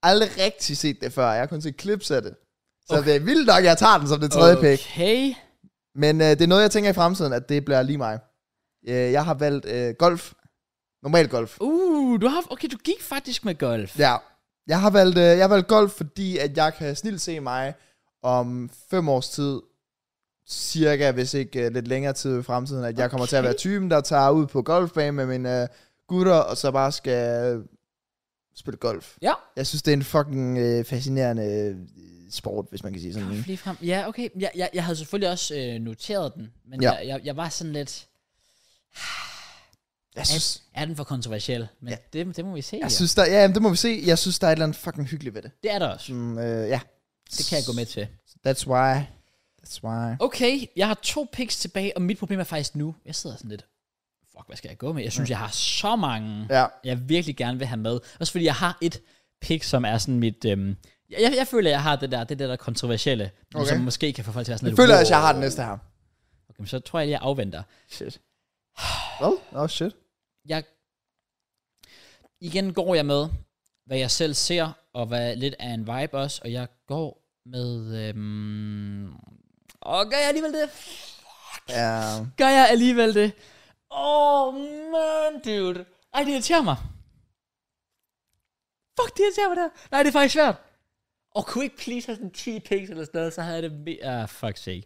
aldrig rigtig set det før. Jeg har kun set clips af det. Så
Okay.
okay. det er vildt nok, at jeg tager den som det tredje okay. pick.
Okay,
Men øh, det er noget, jeg tænker i fremtiden, at det bliver lige mig. Øh, jeg har valgt øh, golf. Normal golf.
uh, du har, okay, du gik faktisk med golf.
Ja. Jeg har valgt, øh, jeg har valgt golf, fordi at jeg kan snilt se mig om fem års tid, cirka, hvis ikke øh, lidt længere tid i fremtiden, at jeg okay. kommer til at være
Okay.
typen, der tager ud på golfbanen med mine øh, gutter, og så bare skal spille golf.
Ja.
Jeg synes, det er en fucking øh, fascinerende øh, sport, hvis man kan sige sådan.
Lige frem. Ja, okay. Jeg, jeg, jeg havde selvfølgelig også øh, noteret den, men
Ja.
ja. jeg, jeg, jeg var sådan lidt,
Jeg synes,
er den for kontroversiel? Men
Ja.
ja. det, det må vi se.
jeg
jo.
synes der, ja, jamen, det må vi se. Jeg synes, der er et eller andet fucking hyggeligt ved det.
Det er der også.
Mm, øh, ja.
Det kan jeg gå med til.
That's why. That's why.
Okay, jeg har to picks tilbage, og mit problem er faktisk nu. Jeg sidder sådan lidt, fuck, hvad skal jeg gå med? Jeg synes, jeg har så mange,
Ja.
jeg virkelig gerne vil have med. Også fordi jeg har et pick, som er sådan mit... Øhm, jeg, jeg, jeg føler, jeg har det der, det der kontroversielle, okay.
Okay.
som måske kan få folk til at være sådan
Jeg
lidt...
føler
wow.
også, jeg har den næste her.
Okay, men så tror jeg, jeg afventer.
Shit. Hvad? Well, oh shit.
Jeg, igen går jeg med, hvad jeg selv ser, og hvad lidt er en vibe også, og jeg går med... Øhm, og gør jeg alligevel det?
Ja.
Gør jeg alligevel det? Oh man, dude. Ej, det irriterer mig. Fuck, det irriterer mig der. Nej, det er faktisk svært. Og kunne I ikke please have sådan 10 picks eller sådan noget, så havde jeg det mere... Ah, fuck sake.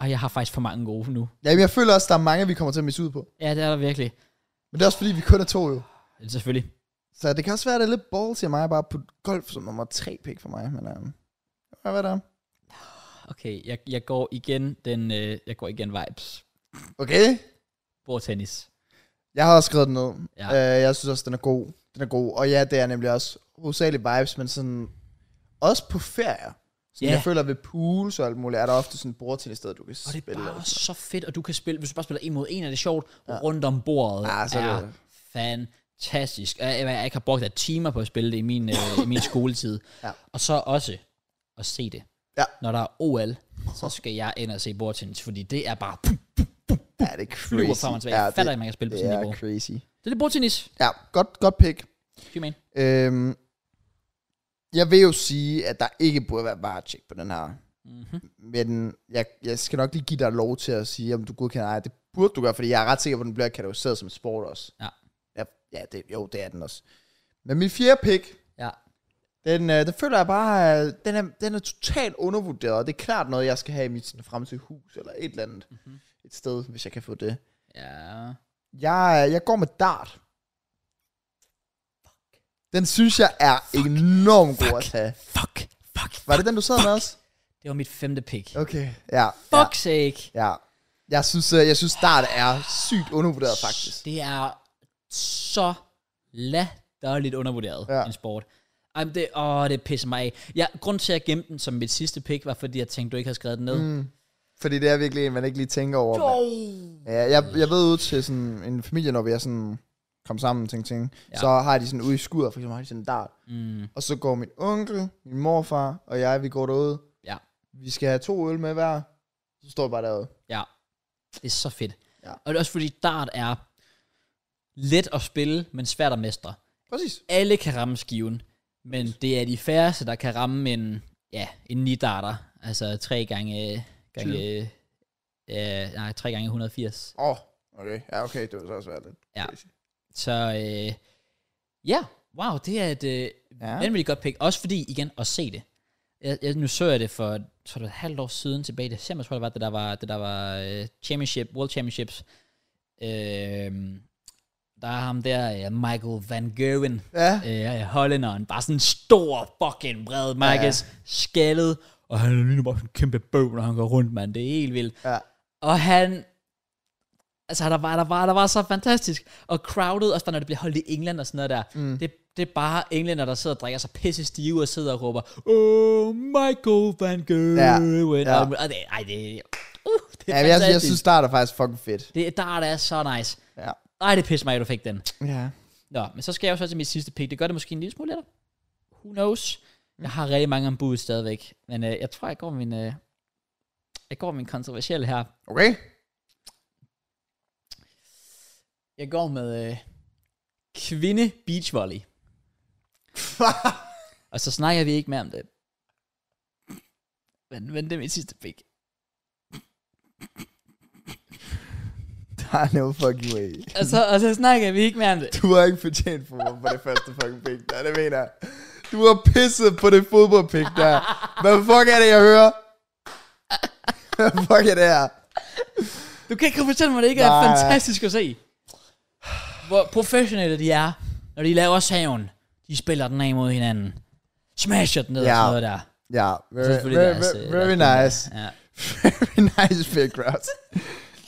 Og jeg har faktisk for mange gode nu.
Jamen, jeg føler også, der er mange, vi kommer til at misse ud på.
Ja, det er der virkelig.
Men det er også fordi, vi kun er to jo.
Ja, Selvfølgelig.
Så det kan også være, at det er lidt ballsy af mig at bare putte golf som nummer tre pick for mig. Men um, hvad er der? er.
Okay, jeg, jeg går igen den... Øh, jeg går igen vibes.
Okay.
Bordtennis.
Jeg har også skrevet den ned.
Ja.
Ja. Øh, jeg synes også, den er god. Den er god. Og ja, det er nemlig også hovedsageligt vibes, men sådan... Også på ferier. Sådan,
Ja.
Jeg føler ved pools og alt muligt, er der ofte sådan et bordtennis sted, du kan
Og det er
spille.
bare så fedt, og du kan spille, hvis du bare spiller en mod en, er det sjovt, ja. rundt om bordet
Ja, så er
er
det det.
fantastisk. Jeg, jeg, jeg ikke har brugt af timer på at spille det i min, øh, i min skoletid.
Ja.
Og så også at se det.
Ja.
Når der er OL, så skal jeg ind og se bordtennis, fordi det er bare pum,
Ja, det er crazy.
flyver frem og tilbage.
Ja,
Jeg
det,
fatter ikke, man kan spille på
det
sådan et
er
niveau.
crazy.
Det er det bordtennis,
Ja, godt, godt pick.
G-man.
Øhm, jeg vil jo sige, at der ikke burde være varetjek på den her.
Mm-hmm.
Men jeg, jeg skal nok lige give dig lov til at sige, om du godkender ej, det burde du gøre, fordi jeg er ret sikker på, at den bliver kategoriseret som sport også.
Ja.
Ja, ja det, jo, det er den også. Men min fjerde pick,
Ja.
den, øh, den føler jeg bare, øh, den er, den er totalt undervurderet, og det er klart noget, jeg skal have i mit sådan, fremtidige hus, eller et eller andet mm-hmm. et sted, hvis jeg kan få det.
Ja.
Jeg, jeg går med dart. Den synes jeg er enormt god at tage.
Fuck, fuck,
Var det den, du sad med også?
det var mit femte pick.
Okay, ja.
Fuck sake.
Ja. ja. Jeg synes, øh, jeg synes dart er sygt undervurderet, faktisk.
Det er så latterligt undervurderet
Ja.
ja. en sport. Ej, men det, åh, det pisser mig af. Jeg, grunden til, at jeg gemte den som mit sidste pick, var fordi jeg tænkte, du ikke havde skrevet den ned. Mm.
Fordi det er virkelig en, man ikke lige tænker over. men- Ja, jeg, jeg ved ud til sådan en familie, når vi er sådan kom sammen, ting, ting. Ja.
Ja.
Så har de sådan ude i skuder, for eksempel har de sådan en dart.
Mm,
Og så går min onkel, min morfar og jeg, vi går derude.
Ja.
Vi skal have to øl med hver. Så står jeg bare derude.
ja, det er så fedt.
Ja.
Ja. Og det er også fordi, dart er let at spille, men svært at mestre.
Præcis.
Alle kan ramme skiven, men det er de færreste, der kan ramme en, ja, en nidarter. Altså 3 gange, gange øh, nej, 3 gange 180.
Åh, oh, okay. Ja, okay, det var så også være lidt
Ja.
crazy.
Så øh, ja, wow, det er et øh,
Ja.
vanvittigt godt pick. Også fordi, igen, at se det. Jeg, jeg, nu så jeg det for tror det var et halvt år siden tilbage i december, tror jeg det var, det der var, det der var øh, championship, World Championships. Øh, der er ham der, øh, Michael Van Gerwen,
Ja.
øh, hollænderen, bare sådan en stor fucking bred Marcus, ja. skaldet, og han ligner bare sådan en kæmpe bøv, når han går rundt, mand. Det er helt vildt.
Ja.
Og han... Altså, der var, der, var, der var så fantastisk. Og crowded, også bare når det bliver holdt i England og sådan noget der. Mm. Det, det er bare englænder, der sidder og drikker sig pisse stive og sidder og råber, Oh, Michael Van Gerwen.
Ja, ja.
Ja. Og, og det, ej, det, uh, det er
Ja,
ja,
men jeg, jeg
fantastisk.
synes, start er faktisk fucking fedt.
det, der er det er så nice.
Ja.
Ej, det pisse mig, at du fik den.
Ja.
Nå, men så skal jeg jo så til mit sidste pick. Det gør det måske en lille smule lettere. Who knows?
Mm.
Jeg har rigtig mange ombud stadigvæk. Men øh, jeg tror, jeg går med min, øh, jeg går med min kontroversielle her.
Okay.
Jeg går med øh, kvinde beachvolley. Og så snakker vi ikke mere om det. Men, men det er mit sidste pick.
Der er no fucking way.
Og så, og så snakker vi ikke mere om det.
Du har ikke fortjent fodbold på det første fucking pick der, det mener jeg. Du har pisset på det fodboldpick der. Hvad fuck er det, jeg hører? Hvad fuck er det her?
Du kan ikke fortælle mig, at det ikke Nej. er
Nej.
fantastisk at se. Hvor professionelle de er. når de laver saven, de spiller den af mod hinanden. Smasher den ned
Ja.
og sådan noget der.
Ja,
Så
very,
selvfølgelig
very,
deres, øh,
very, very
deres-
nice.
Ja.
Very nice, Phil Gross.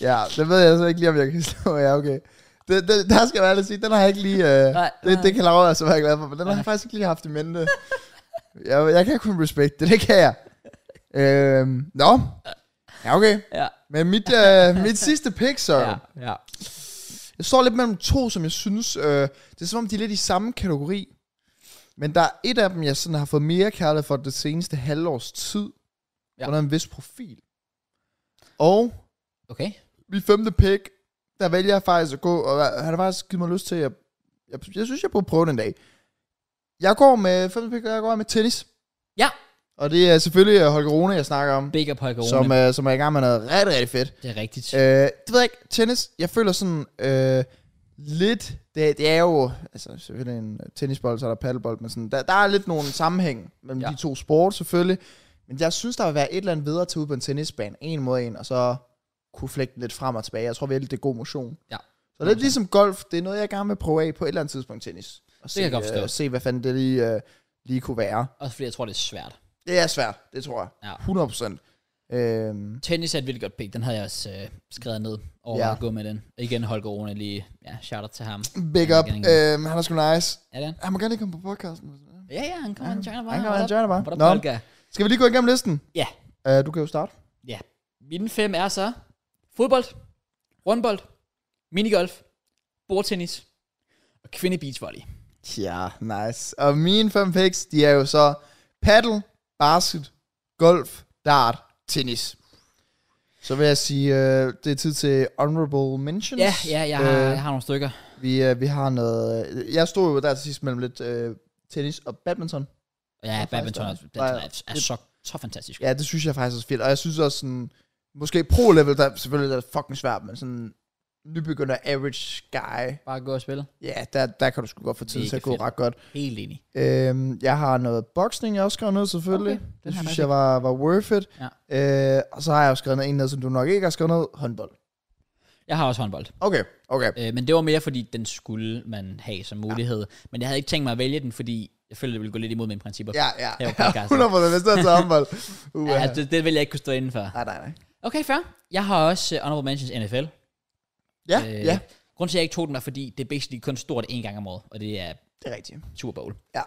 ja, det ved jeg så ikke lige, om jeg kan slå. Ja, okay. Det, det, der skal jeg være sige, den har jeg ikke lige... Øh,
Nej,
det,
nej.
det kan Laura altså være glad for, men den har
Nej.
jeg faktisk ikke lige haft i mente. jeg, jeg kan kun respekte det, det kan jeg. Øhm, nå, ja okay.
Ja.
Men mit, øh, mit sidste pick så...
Ja. ja.
Jeg står lidt mellem to, som jeg synes, øh, det er som om, de er lidt i samme kategori. Men der er et af dem, jeg sådan har fået mere kærlighed for det seneste halvårs tid.
Ja.
Ja. Under en vis profil. Og
Okay.
mit femte pick, der vælger jeg faktisk at gå, og han har faktisk givet mig lyst til, at jeg, jeg, jeg synes, jeg burde prøve den dag. Jeg går med, femte pick, jeg går med tennis.
Ja.
Og det er selvfølgelig øh, Holger Rune, jeg snakker om,
Big up Holger Rune.
som, øh, som er i gang med noget rigtig, rigtig fedt.
Det er rigtigt.
Øh, det ved jeg ikke. Tennis, jeg føler sådan øh, lidt... Det, det er jo... Altså, selvfølgelig en tennisbold, så er der paddlebold, men sådan, der, der er lidt nogle sammenhæng mellem
Ja.
ja. de to sport, selvfølgelig. Men jeg synes, der vil være et eller andet videre at tage ud på en tennisbane, en mod en, og så kunne flække den lidt frem og tilbage. Jeg tror virkelig, det er god motion.
Ja.
Så lidt ligesom golf, det er noget, jeg gerne vil prøve af på et eller andet tidspunkt tennis. Og se,
kan jeg godt forstå.
øh, se, hvad fanden det lige, øh, lige kunne være.
Også fordi jeg tror, det er svært.
Det er svært, det tror jeg.
Ja.
100 procent. Øhm,
Tennis er et vildt godt pick. Den havde jeg også øh, skrevet ned over ja.
Ja.
at gå med den. Og igen Holger Rune lige. Ja, shout out til ham.
big up.
igen, igen.
Øhm, han er sgu nice.
Er det?
Han må gerne lige komme på podcasten. hvis det er.
Ja, ja, han kommer
Ja,
en joiner bare.
han kommer
What
og
up?
joiner bare.
What up,
Nå.
Holger?
Skal vi lige gå igennem listen?
Ja.
Uh, du kan jo starte.
Ja. Mine fem er så fodbold, rundbold, minigolf, bordtennis og kvinde beachvolley.
Ja, nice. Og mine fem picks, de er jo så paddle, basket, golf, dart, tennis. Så vil jeg sige, øh, det er tid til honorable mentions.
Ja, ja, jeg har,
Øh,
jeg har nogle stykker.
Vi, øh, vi har noget... øh, Jeg stod jo der til sidst mellem lidt øh, tennis og badminton.
Ja,
faktisk
badminton er,
også.
badminton er,
Nej,
er, er
det-
så, så fantastisk.
Ja, det synes jeg faktisk er fedt. Og jeg synes også sådan... Måske pro-level, der selvfølgelig der er det fucking svært, men sådan nybegynder average guy,
Bare gå og spille.
ja, der, der kan du sgu godt få tid
Mega
til at gå
fedt.
ret godt.
Helt enig.
Øhm, jeg har noget boksning, jeg også skrev ned selvfølgelig.
Okay,
Okay,
den
det
har jeg
synes
faktisk
jeg var, var worth it. Ja. Øh, og så har jeg jo skrevet ned en ned, som du nok ikke har skrevet ned. Håndbold.
Jeg har også håndbold.
Okay, okay.
Øh, men det var mere, fordi den skulle man have som mulighed. Ja. Men jeg havde ikke tænkt mig at vælge den, fordi jeg følte, det ville gå lidt imod mine principper.
Ja, ja.
Det var podcasten.
100 procent, hvis det er til håndbold. Uh,
Ja, det, det ville jeg ikke kunne stå inden for.
Nej, nej, nej.
Okay, fair. Jeg har også uh, honorable mentions NFL.
Ja,
Øh.
ja.
Grunden til, at jeg ikke tog den, er, fordi det er basically kun stort en gang om året, og det er
Det er rigtigt.
Super Bowl.
Ja.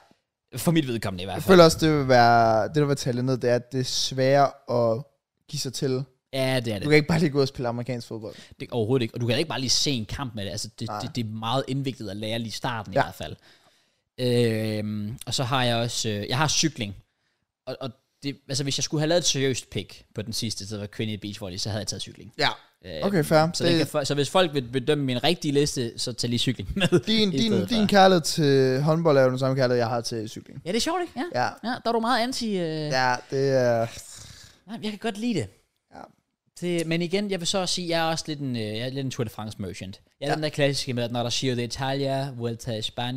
For mit vedkommende i hvert
Jeg
fald.
føler også, det vil være, det der vil tale ned, det er, at det er svært at give sig til.
Ja, det er
Du
det.
kan ikke bare lige gå ud og spille amerikansk fodbold.
det. Overhovedet ikke. Og du kan da ikke bare lige se en kamp med det. Altså, det,
Nej.
det, det er meget indviklet at lære lige i starten ja. i
Ja.
hvert fald. Øhm, og så har jeg også... Øh, jeg har cykling. Og, og det, altså, hvis jeg skulle have lavet et seriøst pick på den sidste, så var kvinde i beachvolley, så havde jeg taget cykling.
Ja.
Øh,
Okay, fair.
Så,
Det-
det, kan, for- så hvis folk vil bedømme min rigtige liste, så tag lige cykling med.
Din,
i
din,
stedet for.
din kærlighed til håndbold er jo den samme kærlighed, jeg har til cykling.
Ja, det er sjovt, ikke? Ja. ja.
Ja,
ja der er du meget anti... Øh... Ja.
ja det er...
Nej, jeg kan godt lide det.
Ja.
det. Men igen, jeg vil så også sige, jeg er også lidt en, øh, jeg er lidt en Tour de France merchant. Jeg er ja.
Ja.
den der klassiske med, at når der siger det Italia, Vuelta a España,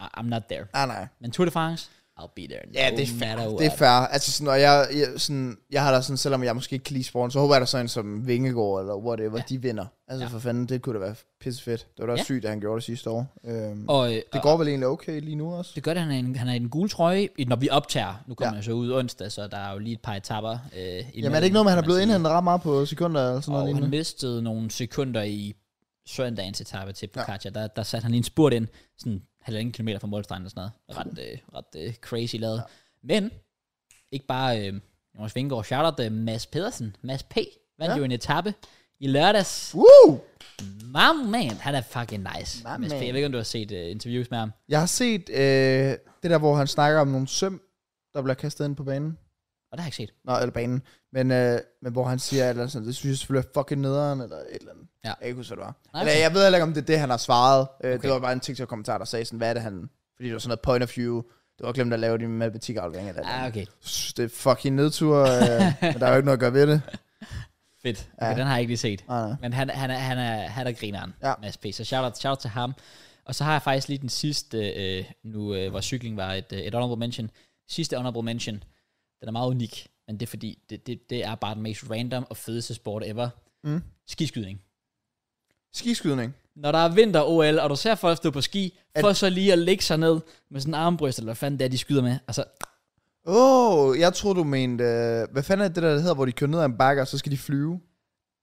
I- I'm not there.
Nej, nej.
Men Tour de France, I'll be there.
Ja,
no
det er fair.
matter
Det er
what.
fair. Altså sådan, og jeg, jeg, sådan, jeg har da sådan, selvom jeg måske ikke kan lide sporten, så håber jeg da sådan en som Vingegaard eller whatever,
Ja.
ja. de vinder. Altså
Ja.
ja. for fanden, det kunne da være pissefedt. Det var da
Ja.
ja. sygt, at han gjorde det sidste år. Øhm, og,
Og, øh,
det går vel egentlig okay lige nu også?
Det gør det, han er en, han er en gul trøje, i- når vi optager. Nu kommer
Ja.
ja. jeg så ud onsdag, så der er jo lige et par etapper. Øh,
Jamen er det ikke noget med, at han er blevet indhentet ret meget på sekunder eller sådan noget
Og han
lignende?
mistede nogle sekunder i søndagens etape til Pogacar. Ja. Der, der satte han lige en spurt ind, sådan halvanden kilometer fra målstregen og sådan noget. Ret, øh, ret øh, crazy lavet. Ja. Men, ikke bare øh, Jonas Vingård, shout out øh, Mads Pedersen, Mads P, vandt ja.
Ja.
jo en etape i lørdags.
Woo!
My man, han er fucking nice.
My
Mads P,
man.
jeg ved ikke, om du har set øh, interviews med ham.
Jeg har set øh, det der, hvor han snakker om nogle søm, der bliver kastet ind på banen.
Og det har jeg ikke set.
Nå, eller banen. Men, øh, men hvor han siger, et eller andet sådan, det synes jeg selvfølgelig er fucking nederen, eller et eller andet.
Ja.
Jeg kan ikke huske, hvad det var.
Nej,
Nej, eller,
okay.
jeg ved heller ikke, om det er det, han har svaret. Okay.
Okay.
Det var bare en TikTok-kommentar, der sagde sådan, hvad er det, han... Fordi det var sådan noget point of view. Du har glemt at lave din matematikaflevering eller et eller
Ah,
andet.
okay.
Synes, Det er fucking nedtur, øh, men der er jo ikke noget at gøre ved det.
Fedt. Okay, ja. Den har jeg ikke lige set.
Nej, nej.
Men han, han, er, han, er, han er grineren, ja.
Ja.
Mads P. Så shout out, shout out til ham. Og så har jeg faktisk lige den sidste, øh, nu øh, hvor cykling var et, øh, et honorable mention. Sidste honorable mention. Den er meget unik, men det er fordi, det, det, det er bare den mest random og fedeste sport ever.
Mm.
Skiskydning.
Skiskydning.
når der er vinter-OL, og du ser folk stå på ski, at... for så lige at ligge sig ned med sådan en armbryst, eller hvad fanden det er, de skyder med. Altså,
Åh, oh, jeg tror du mente... øh, Hvad fanden er det der, der hedder, hvor de kører ned ad en bakke, og så skal de flyve?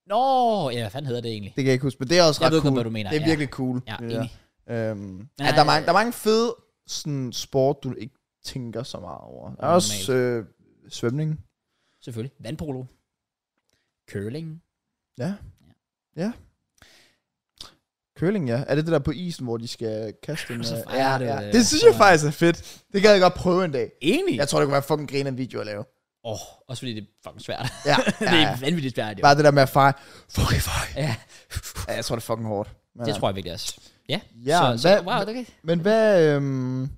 nå, ja, hvad fanden hedder det egentlig?
Det kan jeg ikke huske, men det er også
Jeg
ret
ved
cool.
godt, hvad du mener,
Det er
ja.
virkelig cool.
Ja,
det der.
enig.
Øhm,
Nej,
at der, er mange, der er mange fede sådan, sport, du ikke tænker så meget over. Der er også øh, svømning.
Selvfølgelig. Vandpolo. Curling.
Ja. Ja. Curling, ja. Er det det der på isen, hvor de skal kaste en...
Så
øh,
fejrer det, øh,
Det synes jeg
så-
faktisk er fedt. Det gad jeg godt prøve en dag.
Egentlig? Åh,
Jeg tror, det kunne være fucking griner en video at lave.
oh, også fordi det er fucking svært.
Ja, ja,
det
ja.
er vanvittigt svært, jo.
Bare det der med at fejre. Fuck, fuck.
Ja.
Ja, jeg tror, det er fucking hårdt. Men,
Det tror jeg virkelig også. Ja.
Ja,
så,
hvad-
så, wow, det kan...
Men hvad... Øhm,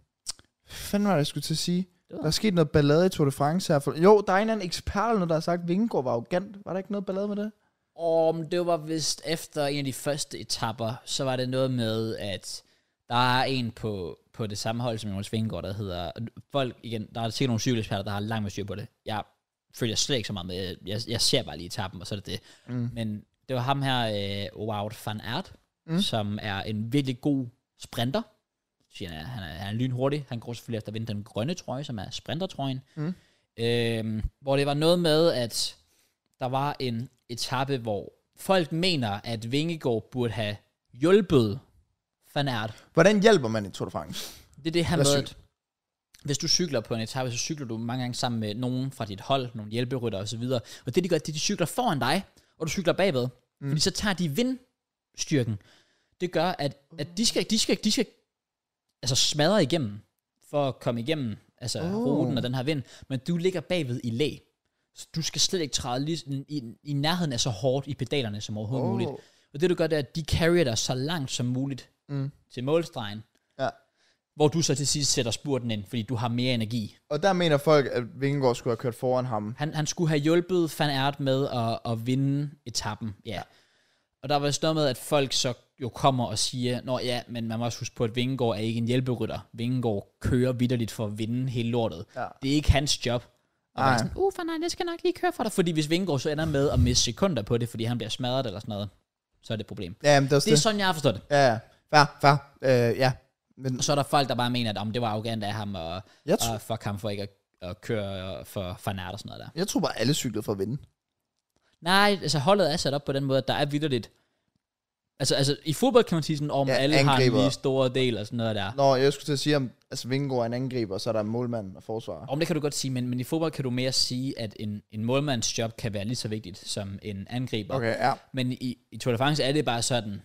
fanden var det, jeg skulle til at sige?
ved
Der er sket noget ballade i Tour de France her. For, jo, der er en eller anden ekspert eller noget, der har sagt, at Vingegaard var arrogant. Var der ikke noget ballade med det?
Og det var vist efter en af de første etapper, så var det noget med, at der er en på, på det samme hold som Jonas Vingegaard, der hedder... Folk, igen, der er sikkert nogle cykeleksperter, der har langt med styr på det. Jeg følger slet ikke så meget med. Jeg, jeg ser bare lige etappen, og så er det det.
Mm.
Men det var ham her, øh, Wout van Aert,
Mm.
mm. som er en virkelig god sprinter. Siger Han er, han er, han er lynhurtig. Han går selvfølgelig efter at vinde den grønne trøje, som er sprintertrøjen.
Mm.
Øhm, hvor det var noget med, at der var en etape, hvor folk mener, at Vingegaard burde have hjulpet Van Aert
Hvordan hjælper man i Tour de France?
det er det her
Eller
med,
cykel.
at hvis du cykler på en etape, så cykler du mange gange sammen med nogen fra dit hold, nogle hjælperytter osv. Og det de gør, det er, de cykler foran dig, og du cykler bagved. Mm. Fordi så tager de vindstyrken. Det gør, at, at de, skal, de, skal, de skal altså smadre igennem, for at komme igennem altså
Oh.
oh. ruten og den her vind. Men du ligger bagved i læ. Så du skal slet ikke træde lige, i, i nærheden af så hårdt i pedalerne som overhovedet oh. muligt. Og det du gør, det er, at de carrier dig så langt som muligt
Mm.
til målstregen.
Ja.
Hvor du så til sidst sætter spurten ind, fordi du har mere energi.
Og der mener folk, at Vingegaard skulle have kørt foran ham.
Han, han skulle have hjulpet Van Aert med at, at vinde etappen. Ja. ja. Og der var vist noget med, at folk så jo kommer og siger, Nå ja, men man må også huske på, at Vingegaard er ikke en hjælperytter. Vingegaard kører vidderligt for at vinde hele lortet.
Ja.
Det er ikke hans job. Og man
Nej.
er sådan, uh, nej, det skal nok lige køre for dig. Fordi hvis Vingegaard så ender med at miste sekunder på det, fordi han bliver smadret eller sådan noget, så er det et problem.
Ja, men det er også
Det er
det.
sådan, jeg har forstået det.
Ja, ja. Fair, fair. Øh, ja. Men
Og så er der folk, der bare mener, at om det var arrogant af ham, og,
jeg, tr-
og fuck ham for ikke at, at køre for fanart og sådan noget der.
jeg tror bare, alle cyklede for at vinde.
Nej, altså holdet er sat op på den måde, at der er vidderligt. Altså, altså i fodbold kan man sige sådan, om
Ja,
ja, alle angriber. har en
angriber.
lige store del og sådan noget der.
Nå, jeg skulle til at sige, om altså, Vingegaard er en angriber, og så er der en målmand og forsvarer.
Om det kan du godt sige, men, men i fodbold kan du mere sige, at en, en målmands job kan være lige så vigtigt som en angriber.
Okay, ja.
Men i, i Tour de France er det bare sådan,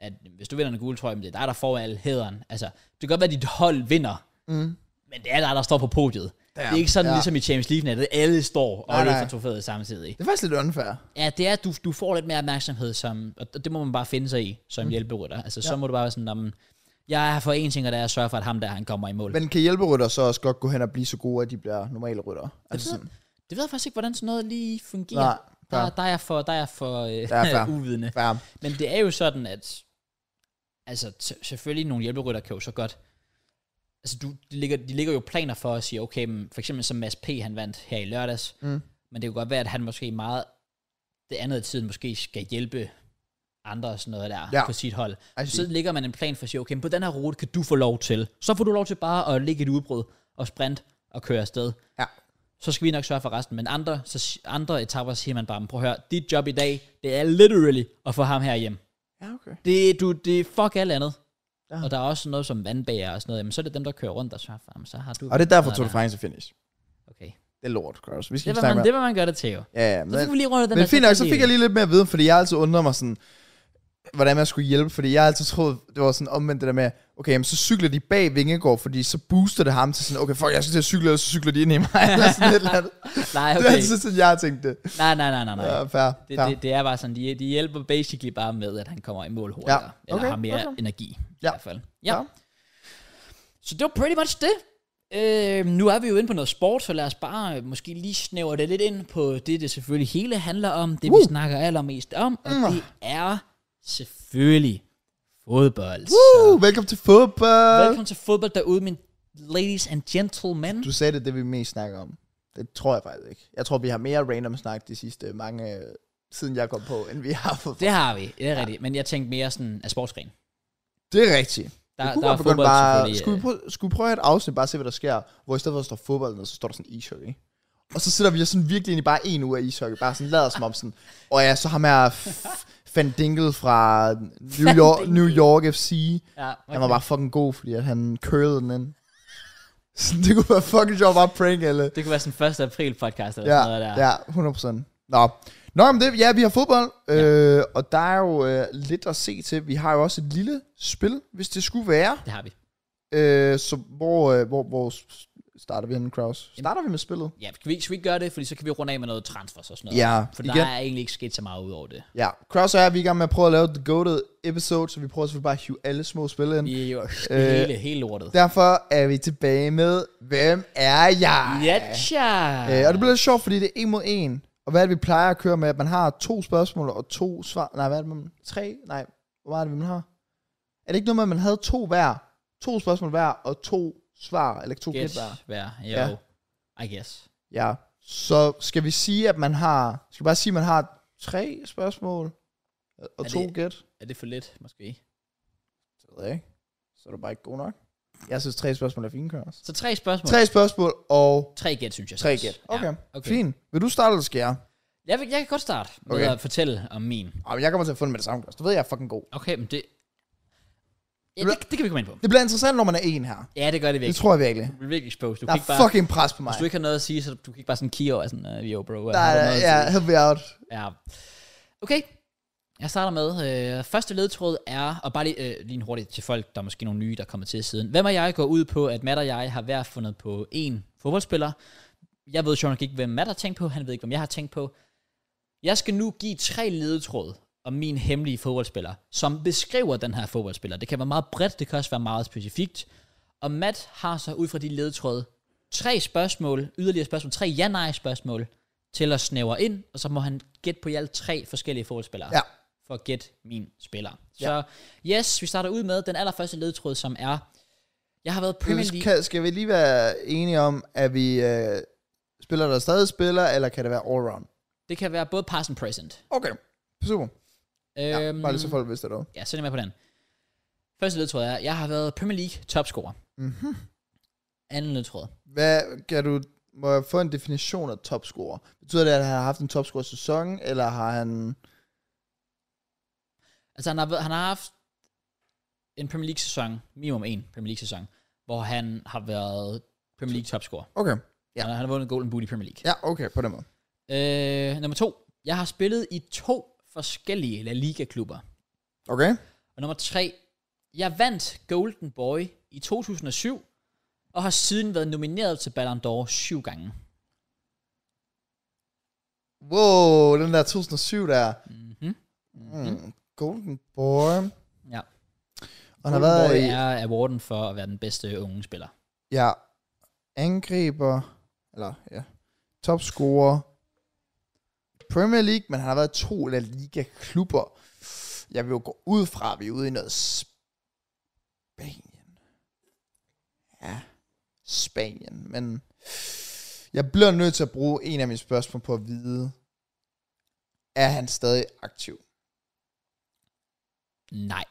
at hvis du vinder en gule trøje, men det er dig, der får al hæderen. Altså, det kan godt være, at dit hold vinder,
Mm.
men det er dig, der står på podiet.
Ja.
Ja. Det er ikke sådan,
Ja.
ja. ligesom i Champions League, at alle står og
Nej, nej.
løfter trofæet samtidig.
Det er faktisk lidt unfair.
Ja, det er, at du, du får lidt mere opmærksomhed, som, og det må man bare finde sig i, som mm. hjælperytter. Altså, ja. så må du bare være sådan, om, jeg er her for en ting, og det er at sørge for, at ham der, han kommer i mål. Men,
Men kan hjælperytter så også godt gå hen og blive så gode, at de bliver normale rytter? Altså, sådan,
det ved jeg faktisk ikke, hvordan sådan noget lige fungerer.
nej, fair,
der, der er jeg for, der er jeg for øh,
fair.
uvidende.
fair.
Men det er jo sådan, at altså, t- selvfølgelig nogle hjælperytter kan jo så godt altså du, de, ligger, de ligger jo planer for at sige, okay, men for eksempel som Mads P. han vandt her i lørdags,
Mm.
men det kan godt være, at han måske meget det andet af tiden måske skal hjælpe andre og sådan noget der
Ja.
ja. på sit hold.
I
Så
see.
ligger man en plan for at sige, okay, men på den her rute kan du få lov til. Så får du lov til bare at ligge et udbrud og sprint og køre afsted.
Ja.
Så skal vi nok sørge for resten. Men andre, så, si- andre etapper siger man bare, "Men prøv at høre, dit job i dag, det er literally at få ham her hjem.
Ja, okay.
Det, du, det er fuck alt andet.
Ja.
Ja. Og der er også noget som vandbæger og sådan noget. Jamen, så er det dem, der kører rundt og sørger for, jamen, så har du...
Og det er derfor,
Nå,
Tour de
nej.
France er finish.
Okay.
Det er lort, Kraus. Vi skal
Det
ikke
var,
snakke
man,
mere.
det var man gør det til jo.
Ja, ja, men,
Så fik vi lige rundt den
men
der
fint nok, så
tekniske
fik jeg
del.
lige lidt mere viden, fordi jeg har altid undret mig sådan, hvordan man skulle hjælpe, fordi jeg har altid troet, det var sådan omvendt det der med, okay, jamen, så cykler de bag Vingegaard, fordi så booster det ham til sådan, okay, fuck, jeg skal til at cykle, og så cykler de ind i mig, eller sådan et eller andet.
Nej,
Okay. Det er
okay.
altid sådan, jeg har tænkt det.
Nej, nej, nej, nej, nej.
Ja, fair,
Det,
fair.
det, det er bare sådan, de, de hjælper basically bare med, at han kommer i mål hurtigere.
Ja,
Ja. Eller
okay,
har mere
okay.
energi,
Ja.
i hvert fald. Ja.
Ja.
ja. Så det var pretty much det. Øh, nu er vi jo inde på noget sport, så lad os bare øh, måske lige snævre det lidt ind på det, det selvfølgelig hele handler om. Det, uh.
Woo.
vi snakker allermest om. Og
Mm.
det er selvfølgelig fodbold. Så
Woo, velkommen til fodbold.
velkommen til fodbold derude, mine ladies and gentlemen.
Du sagde det, er det vi mest snakker om. Det tror jeg faktisk ikke. Jeg tror, vi har mere random snak de sidste mange øh, siden jeg kom på, end vi har fået.
Det har vi, det er ja. rigtigt. Men jeg tænkte mere sådan af sportsgren.
Det er rigtigt.
Der,
vi kunne
der er
godt begynde
fodbold
bare,
selvfølgelig,
skulle, vi
øh,
prøve, skulle vi prøve et afsnit, bare se, hvad der sker, hvor i stedet for, at der står fodbold, ned, så står der sådan ishockey. Og så sidder vi og sådan virkelig egentlig bare en uge af ishockey, bare sådan lader som om sådan, og ja, så ham her F- Van Dinkel fra New York, New York FC,
øh, Ja,
han var bare fucking god, fordi at han curlede den ind. Så det kunne være fucking sjovt bare at prank alle.
Det kunne være sådan 1. april podcast eller
Ja,
sådan noget der.
ja, 100%. Nå. Nå, men det, ja, vi har fodbold, øh, og der er jo øh, lidt at se til. Vi har jo også et lille spil, hvis det skulle være.
Det har vi.
Øh, så hvor, øh, hvor, hvor s- starter vi henne, Kraus? Starter vi med spillet?
Ja, skal vi, skal vi gøre det? Fordi så kan vi runde af med noget transfers og sådan noget.
Ja,
For
igen.
der er egentlig ikke sket så meget ud over det.
Ja, Kraus og jeg, vi er i gang med at prøve at lave The Goated episode, så vi prøver selvfølgelig bare at hive alle små spil ind.
I er jo
Øh,
hele, hele lortet.
Derfor er vi tilbage med, hvem er jeg?
Ja, tja.
Øh, og det bliver lidt sjovt, fordi det er en mod en. Og hvad er det, vi plejer at køre med? At man har to spørgsmål og to svar. Nej, hvad er det, man... Tre? Nej, hvor meget er det, man har? Er det ikke noget med, at man havde to hver? To spørgsmål hver og to svar, eller to gæt
Gæt
hver?
hver. Jo.
Ja.
I guess.
Ja. Så skal vi sige, at man har... Skal vi bare sige, at man har tre spørgsmål og
Er
to
det-
gæt?
Er det for lidt, måske?
Det ved jeg ikke. Så er du bare ikke god nok. Jeg synes, tre spørgsmål er fint, Kørs.
Så tre spørgsmål.
Tre spørgsmål og
Tre gæt, synes jeg.
tre
faktisk.
gæt. Okay.
Ja, okay.
fint. Vil du starte, eller skal jeg?
Jeg, vil, jeg kan godt starte med
Okay.
at fortælle om min.
Ej, men jeg kommer til at få den med det samme, Kørs. Du ved, jeg er fucking god.
Okay, men det... Ja, det, det kan vi komme ind på.
Det bliver interessant, når man er en her.
Ja, det gør det
Det
virkelig.
tror jeg virkelig.
Det er virkelig exposed. Du
Der
kan
er
ikke bare,
fucking pres på mig.
hvis du ikke har noget at sige, så du kan ikke bare sådan kigge over og sådan, uh, yo bro, uh,
Der
har du
er,
noget at
ja,
sige?
help me out.
Ja. Okay. Jeg starter med, øh, første ledtråd er, og bare lige, øh, lige en hurtigt til folk, der er måske nogle nye, der kommer til siden. Hvem og jeg går ud på, at Matt og jeg har hver fundet på en fodboldspiller. Jeg ved sjovt nok ikke, hvem Matt har tænkt på, han ved ikke, hvem jeg har tænkt på. Jeg skal nu give tre ledetråd om min hemmelige fodboldspiller, som beskriver den her fodboldspiller. Det kan være meget bredt, det kan også være meget specifikt. Og Matt har så ud fra de ledetråde tre spørgsmål, yderligere spørgsmål, tre ja-nej-spørgsmål, til at snævre ind, og så må han gætte på i alt tre forskellige fodboldspillere,
Ja.
for at gætte min spiller. Så yes, vi starter ud med den allerførste ledtråd, som er, jeg har været Premier League.
Skal, skal vi lige være enige om, at vi øh, spiller, der stadig spiller, eller kan det være all round?
Det kan være både past and present.
Okay. Super. Ja,
Øhm,
bare lige så folk vidste det dog.
Ja, så er jeg med på den. Første ledtråd er, jeg har været Premier League topscorer.
Mhm.
Anden ledtråd.
Hvad kan du... Må jeg få en definition af topscorer? Betyder det, at han har haft en topscorer sæson, eller har han...
Altså, han har, været- han har haft en Premier League-sæson, minimum en Premier League-sæson, hvor han har været Premier League topscorer.
Okay. Ja.
Ja. Han, har- han har vundet Golden Boot i Premier League.
Ja, okay, på den måde.
Øh, nummer to. Jeg har spillet i to forskellige La Liga-klubber.
Okay.
Og nummer tre. Jeg vandt Golden Boy i 2007, og har siden været nomineret til Ballon d'Or syv gange.
Wow, den der 2007 der.
Mm-hmm.
Mm. Golden Boy.
Ja.
Og han har været
Boy
i...
er awarden for at være den bedste unge spiller.
Ja, angriber, eller ja, topscorer, Premier League, men han har været i to La Liga-klubber. Jeg vil jo gå ud fra, at vi er ude i noget Spanien. Ja, Spanien, men jeg bliver nødt til at bruge en af mine spørgsmål på at vide, er han stadig aktiv?
Nej.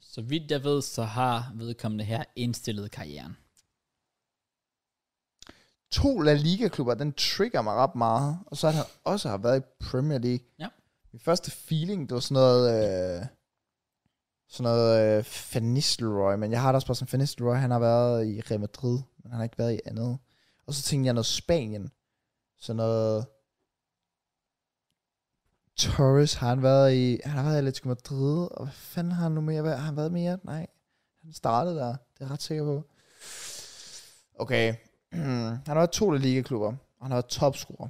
Så vidt jeg ved, så har vedkommende her indstillet karrieren.
to La Liga-klubber, den trigger mig ret meget. Og så at han også har været i Premier League.
Ja.
Min første feeling, det var sådan noget... Øh, sådan noget øh, Van Nistelrooy, men jeg har da også bare sådan, Van Nistelrooy, han har været i Real Madrid, men han har ikke været i andet. Og så tænkte jeg noget Spanien. Sådan noget... Torres har han været i... Han har været i Atletico Madrid, og hvad fanden har han nu mere været? Har han været mere? Nej. Han startede der, det er jeg ret sikker på. Okay, Mm. han har været i to La Liga-klubber, og han har været topscorer.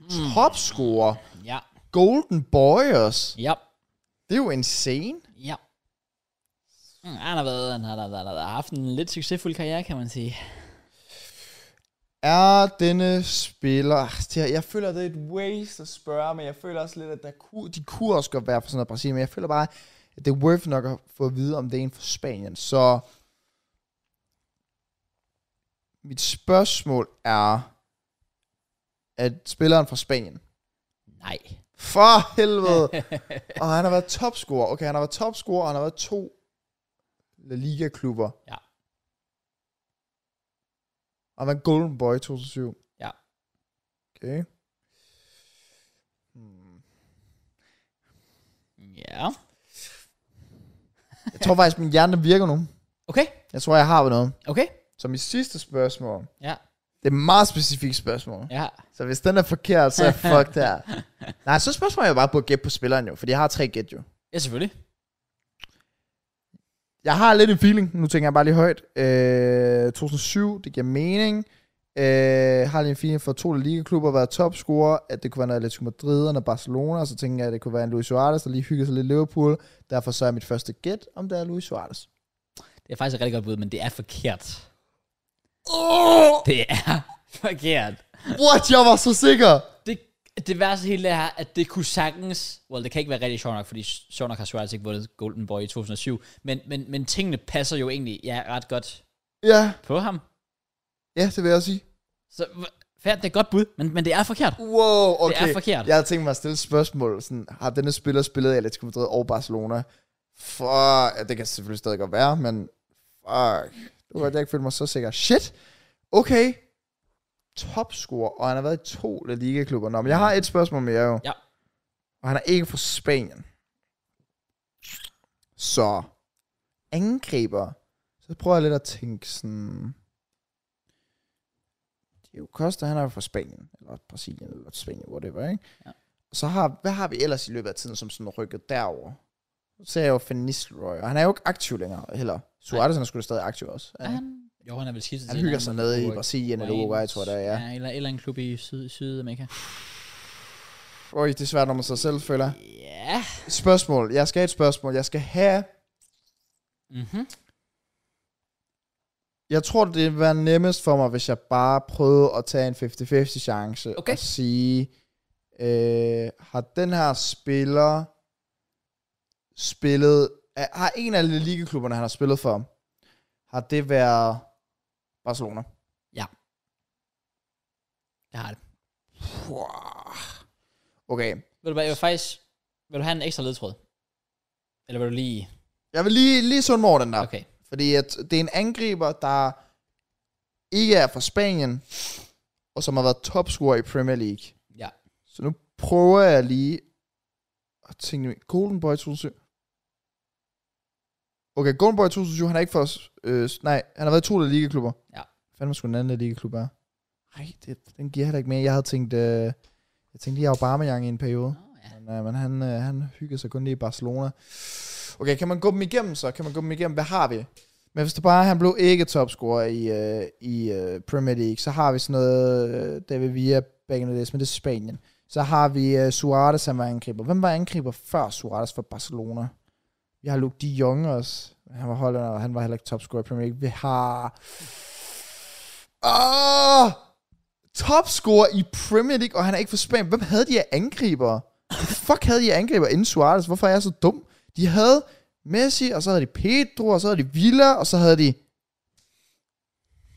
Mm. Topscorer?
Ja,
Golden Boyers?
ja,
Det er jo insane.
ja. Mm, Han har, været, han, har, han, har, han har haft en lidt succesfuld karriere, kan man sige.
Er denne spiller... Ah, det her- Jeg føler, det er et waste at spørge, men jeg føler også lidt, at der kunne, de kunne også godt være for sådan noget Brasilien, men jeg føler bare, at det er worth nok at få at vide, om det er en fra Spanien. Så mit spørgsmål er, at spilleren fra Spanien,
Nej.
for helvede, og han har været topscorer, okay, han har været topscorer, og han har været to La Liga-klubber.
Ja.
Og han var Golden Boy i 2007.
Ja.
Okay. Hmm.
Ja.
Jeg tror faktisk, min hjerne virker nu.
Okay.
Jeg tror, jeg har noget.
Okay.
Så mit sidste spørgsmål,
Ja.
det er et meget specifikt spørgsmål.
Ja.
Så hvis den er forkert, så er jeg fucked her. Nej, så spørgsmålet er jo bare på at gætte på spilleren jo, fordi jeg har tre gæt jo.
Ja, selvfølgelig.
Jeg har lidt en feeling, nu tænker jeg bare lige højt. Øh, 2007, det giver mening. Øh, har lige en feeling for to La Liga-klubber været topscorer, at det kunne være noget Atletico Madrid og noget Barcelona, og så tænker jeg, at det kunne være en Luis Suarez, der lige hyggede sig lidt i Liverpool. Derfor så er mit første gæt, om det er Luis Suarez.
Det er faktisk et rigtig godt bud, men det er forkert.
Oh,
Det er forkert.
what? Jeg var så sikker!
Det, det værste hele det her, at det kunne sagtens... Well, det kan ikke være rigtig sjovt nok, fordi sjovt nok har Suarez ikke vundet Golden Boy i 2007. Men, men, men tingene passer jo egentlig ja, ret godt
Ja,
på ham.
ja, det vil jeg også sige.
Så hva- fair, det er et godt bud, men, men det er forkert.
Wow, okay.
Det er forkert.
Jeg havde tænkt mig at stille et spørgsmål. Sådan, har denne spiller spillet i Atletico Madrid og Barcelona? For, ja, det kan selvfølgelig stadig godt være, men fuck. Det var godt, jeg ikke følte mig så sikker. Shit. Okay. Topscorer, og han har været i to La Liga-klubber. Nå, men jeg har et spørgsmål mere jo.
Ja.
Og han er ikke fra Spanien. Så angriber. Så prøver jeg lidt at tænke sådan... Diego Costa, han er jo fra Spanien, eller Brasilien, eller Spanien, whatever, ikke?
Ja.
Så har, hvad har vi ellers i løbet af tiden, som sådan rykket derover? Så ser jeg jo Finn Nistelrooy, og han er jo ikke aktiv længere heller. Suarez, han er sgu da stadig aktiv også.
Er
Er han, ikke?
han? Jo, han er vel skiftet
han
til en
hygger
anden
sig nede i
klub,
Brasilien eller Uruguay, tror jeg det er, ja.
ja eller, eller en klub i Syd, Sydamerika.
Øj, det er svært når man sig selv, føler jeg.
Ja.
Spørgsmål. Jeg skal have et spørgsmål. Jeg skal have...
Mm-hmm.
Jeg tror, det ville være nemmest for mig, hvis jeg bare prøvede at tage en 50-50 chance
Okay.
og sige, øh, har den her spiller spillet, er, har en af ligeklubberne, han har spillet for, har det været Barcelona?
Jeg har det.
Puh. Okay.
Vil du, hvad, jeg vil faktisk... Vil du have en ekstra ledtråd? Eller vil du lige...
Jeg vil lige, lige sunde mig over den der.
Okay.
Fordi at det er en angriber, der ikke er fra Spanien, og som har været topscorer i Premier League.
Ja.
Så nu prøver jeg lige at tænke, Golden Boy 2007. Okay, Golden Boy 2007, han er ikke for os. Øh, s- nej, han har været i to La Liga-klubber.
Ja.
Fanden sgu den anden La Liga-klub er. Nej, det, den giver heller ikke mere. Jeg havde tænkt, øh, jeg tænkte lige Aubameyang i en periode.
Oh, ja.
Men, øh, men han, øh, han hyggede sig kun lige i Barcelona. Okay, kan man gå dem igennem så? Kan man gå dem igennem? Hvad har vi? Men hvis det bare han blev ikke topscorer i, øh, i øh, Premier League, så har vi sådan noget øh, David Villa, Bangladesh, men det er Spanien. Så har vi øh, Suarez, han var angriber. Hvem var angriber før Suarez for Barcelona? Vi har Luke de Jong også. Han var hollænder, og han var heller ikke topscorer i Premier League. Vi har... Åh! Topscorer i Premier League, og han er ikke for Spanien. Hvem havde de af angriber? fuck havde de af angriber inden Suarez? Hvorfor er jeg så dum? De havde Messi, og så havde de Pedro, og så havde de Villa, og så havde de...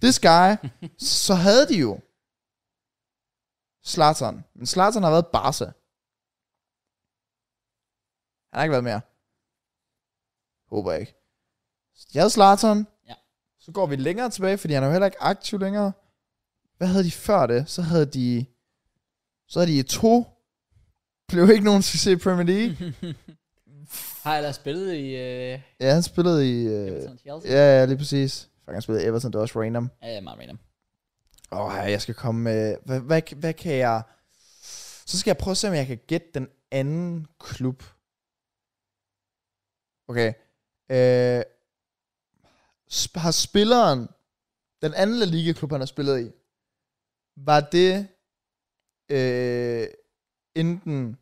This guy. så havde de jo... Zlatan. Men Zlatan har været Barca. Han har ikke været mere. Håber jeg ikke. Så de havde Zlatan.
Ja.
Så går vi længere tilbage, fordi han er jo heller ikke aktiv længere. Hvad havde de før det? Så havde de... Så havde de to. Blev ikke nogen succes i Premier
Mm.
League.
Har jeg da spillet i... Øh,
Ja, han spillede i... Øh,
Everton Chelsea?
ja, ja, lige præcis. Fuck, han spillede i Everton, det var også random.
Ja, det er meget random.
Åh, oh, jeg skal komme med... Hvad, hvad, hvad kan jeg... Så skal jeg prøve at se, om jeg kan gætte den anden klub. Okay. Øh, sp- har spilleren... Den anden La Liga-klub, han har spillet i, var det øh, enten...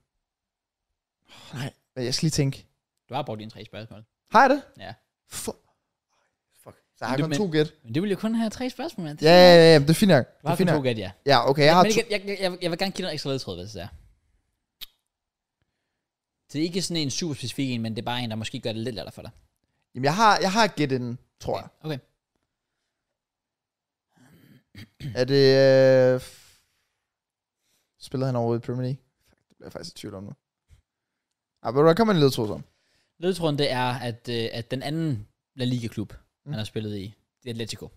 Oh, nej, men jeg skal lige tænke.
Du har brugt dine tre spørgsmål.
Har jeg det?
Ja.
For... Fuck. Så har
Men
jeg kun
du-
to gæt.
Men det ville jo kun have tre spørgsmål. mand.
Ja, ja, ja, ja, det er fint nok.
Du
Det er
har
fint
kun to
nok.
gæt, ja.
Ja, okay, jeg har
Men
to.
igen, jeg, jeg, jeg, jeg vil gerne give dig en ekstra ledtråd, hvis det er. Så det er ikke sådan en super specifik en, men det er bare en, der måske gør det lidt lettere for dig.
Jamen, jeg har, jeg har et gæt inden, tror jeg.
Okay.
Er det... Øh... f- Spiller han overhovedet i Premier League? Fuck, det bliver jeg faktisk i tvivl om nu. Ah, men der kommer en ledtråd som.
Ledtråden det er, at, øh, at den anden La Liga-klub, mm.
Mm.
han har spillet i, det er Atletico.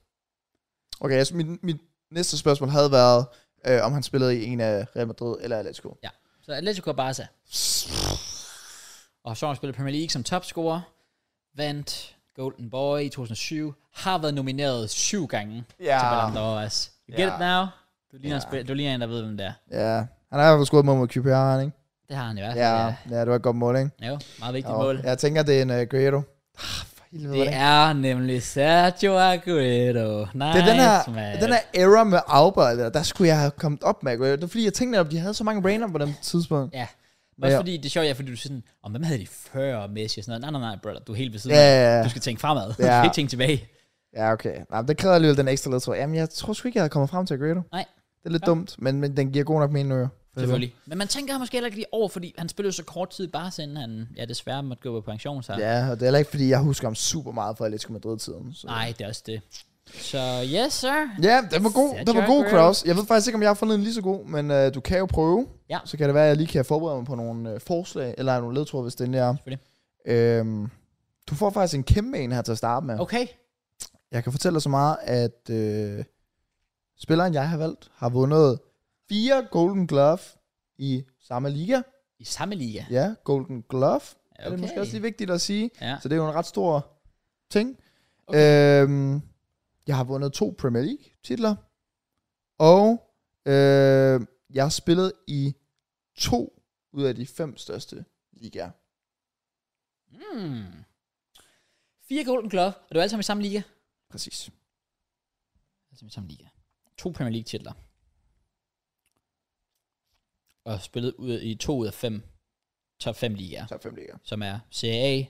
Okay, altså mit, mit næste spørgsmål havde været, øh, om han spillede i en af Real Madrid eller Atletico.
Så Atletico og Barca. Og har så har spillet Premier League som topscorer. Vandt Golden Boy i 2007. Har været nomineret syv gange
Ja.
til Ballon d'Or også. You get
Ja.
it now? Du ligner,
Ja.
ja. du ligner en, der ved, hvem det er.
Ja, han har i hvert fald scoret mål mod QPR, har han, ikke?
Det har han i hvert fald.
Ja, ja, det var et godt mål, ikke?
ja. Jo, meget vigtigt
Jo,
mål.
Jeg tænker, det er en uh, Guerrero. Ah, for helvede,
Det
hvordan-
er nemlig Sergio Aguero. Nice,
det er den her,
man.
den her era med Auber, der, der skulle jeg have kommet op med Aguero. Det er fordi, jeg tænkte, at de havde så mange random på dem tidspunkt.
Ja. Også
Ja.
fordi, det er sjovt, ja, fordi du siger sådan, om hvem havde de før og Messi og sådan noget. Nej, nej, nej, brother, du er helt ved siden
Ja,
af.
ja,
Du
ja.
skal tænke fremad. Du
Ja.
skal ikke tænke tilbage.
ja okay. Nej, men det kræver alligevel den ekstra ledtråd. Jamen, jeg tror sgu ikke, jeg havde kommet frem til Aguero.
Nej.
Det er lidt
Ja.
ja. dumt, men, men den giver god nok mening nu, jo.
Selvfølgelig. Men man tænker måske heller ikke lige over, fordi han spillede jo så kort tid bare inden han, ja desværre måtte gå på pension, så. Ja.
Ja, og det er heller ikke, fordi jeg husker ham super meget fra Atletico Madrid-tiden. Så.
Nej, det er også det. Så yes, sir.
Ja, den var god,
Sergio
den var god,
Aguero.
Kraus. Jeg ved faktisk ikke, om jeg har fundet en lige så god, men øh, du kan jo prøve.
Ja.
Så kan det være, at jeg lige kan forberede mig på nogle øh, forslag, eller nogle ledtråd, hvis den er.
Selvfølgelig.
Øhm, du får faktisk en kæmpe en her til at starte med.
Okay.
Jeg kan fortælle dig så meget, at øh, spilleren, jeg har valgt, har vundet fire Golden Glove i samme liga.
I samme liga.
Ja, Golden Glove. Okay.
Okay.
Er det måske også lige vigtigt at sige?
Ja.
Så det er jo en ret stor ting. Okay. Øhm, jeg har vundet to Premier League titler. Og øh, jeg har spillet i to ud af de fem største ligaer.
Hmm. Fire Golden Glove, og du er alle sammen i samme liga?
Præcis.
Alle sammen i samme liga. To Premier League titler. Og spillet ud i to ud af fem top fem ligaer.
Top fem ligaer.
som er Serie A,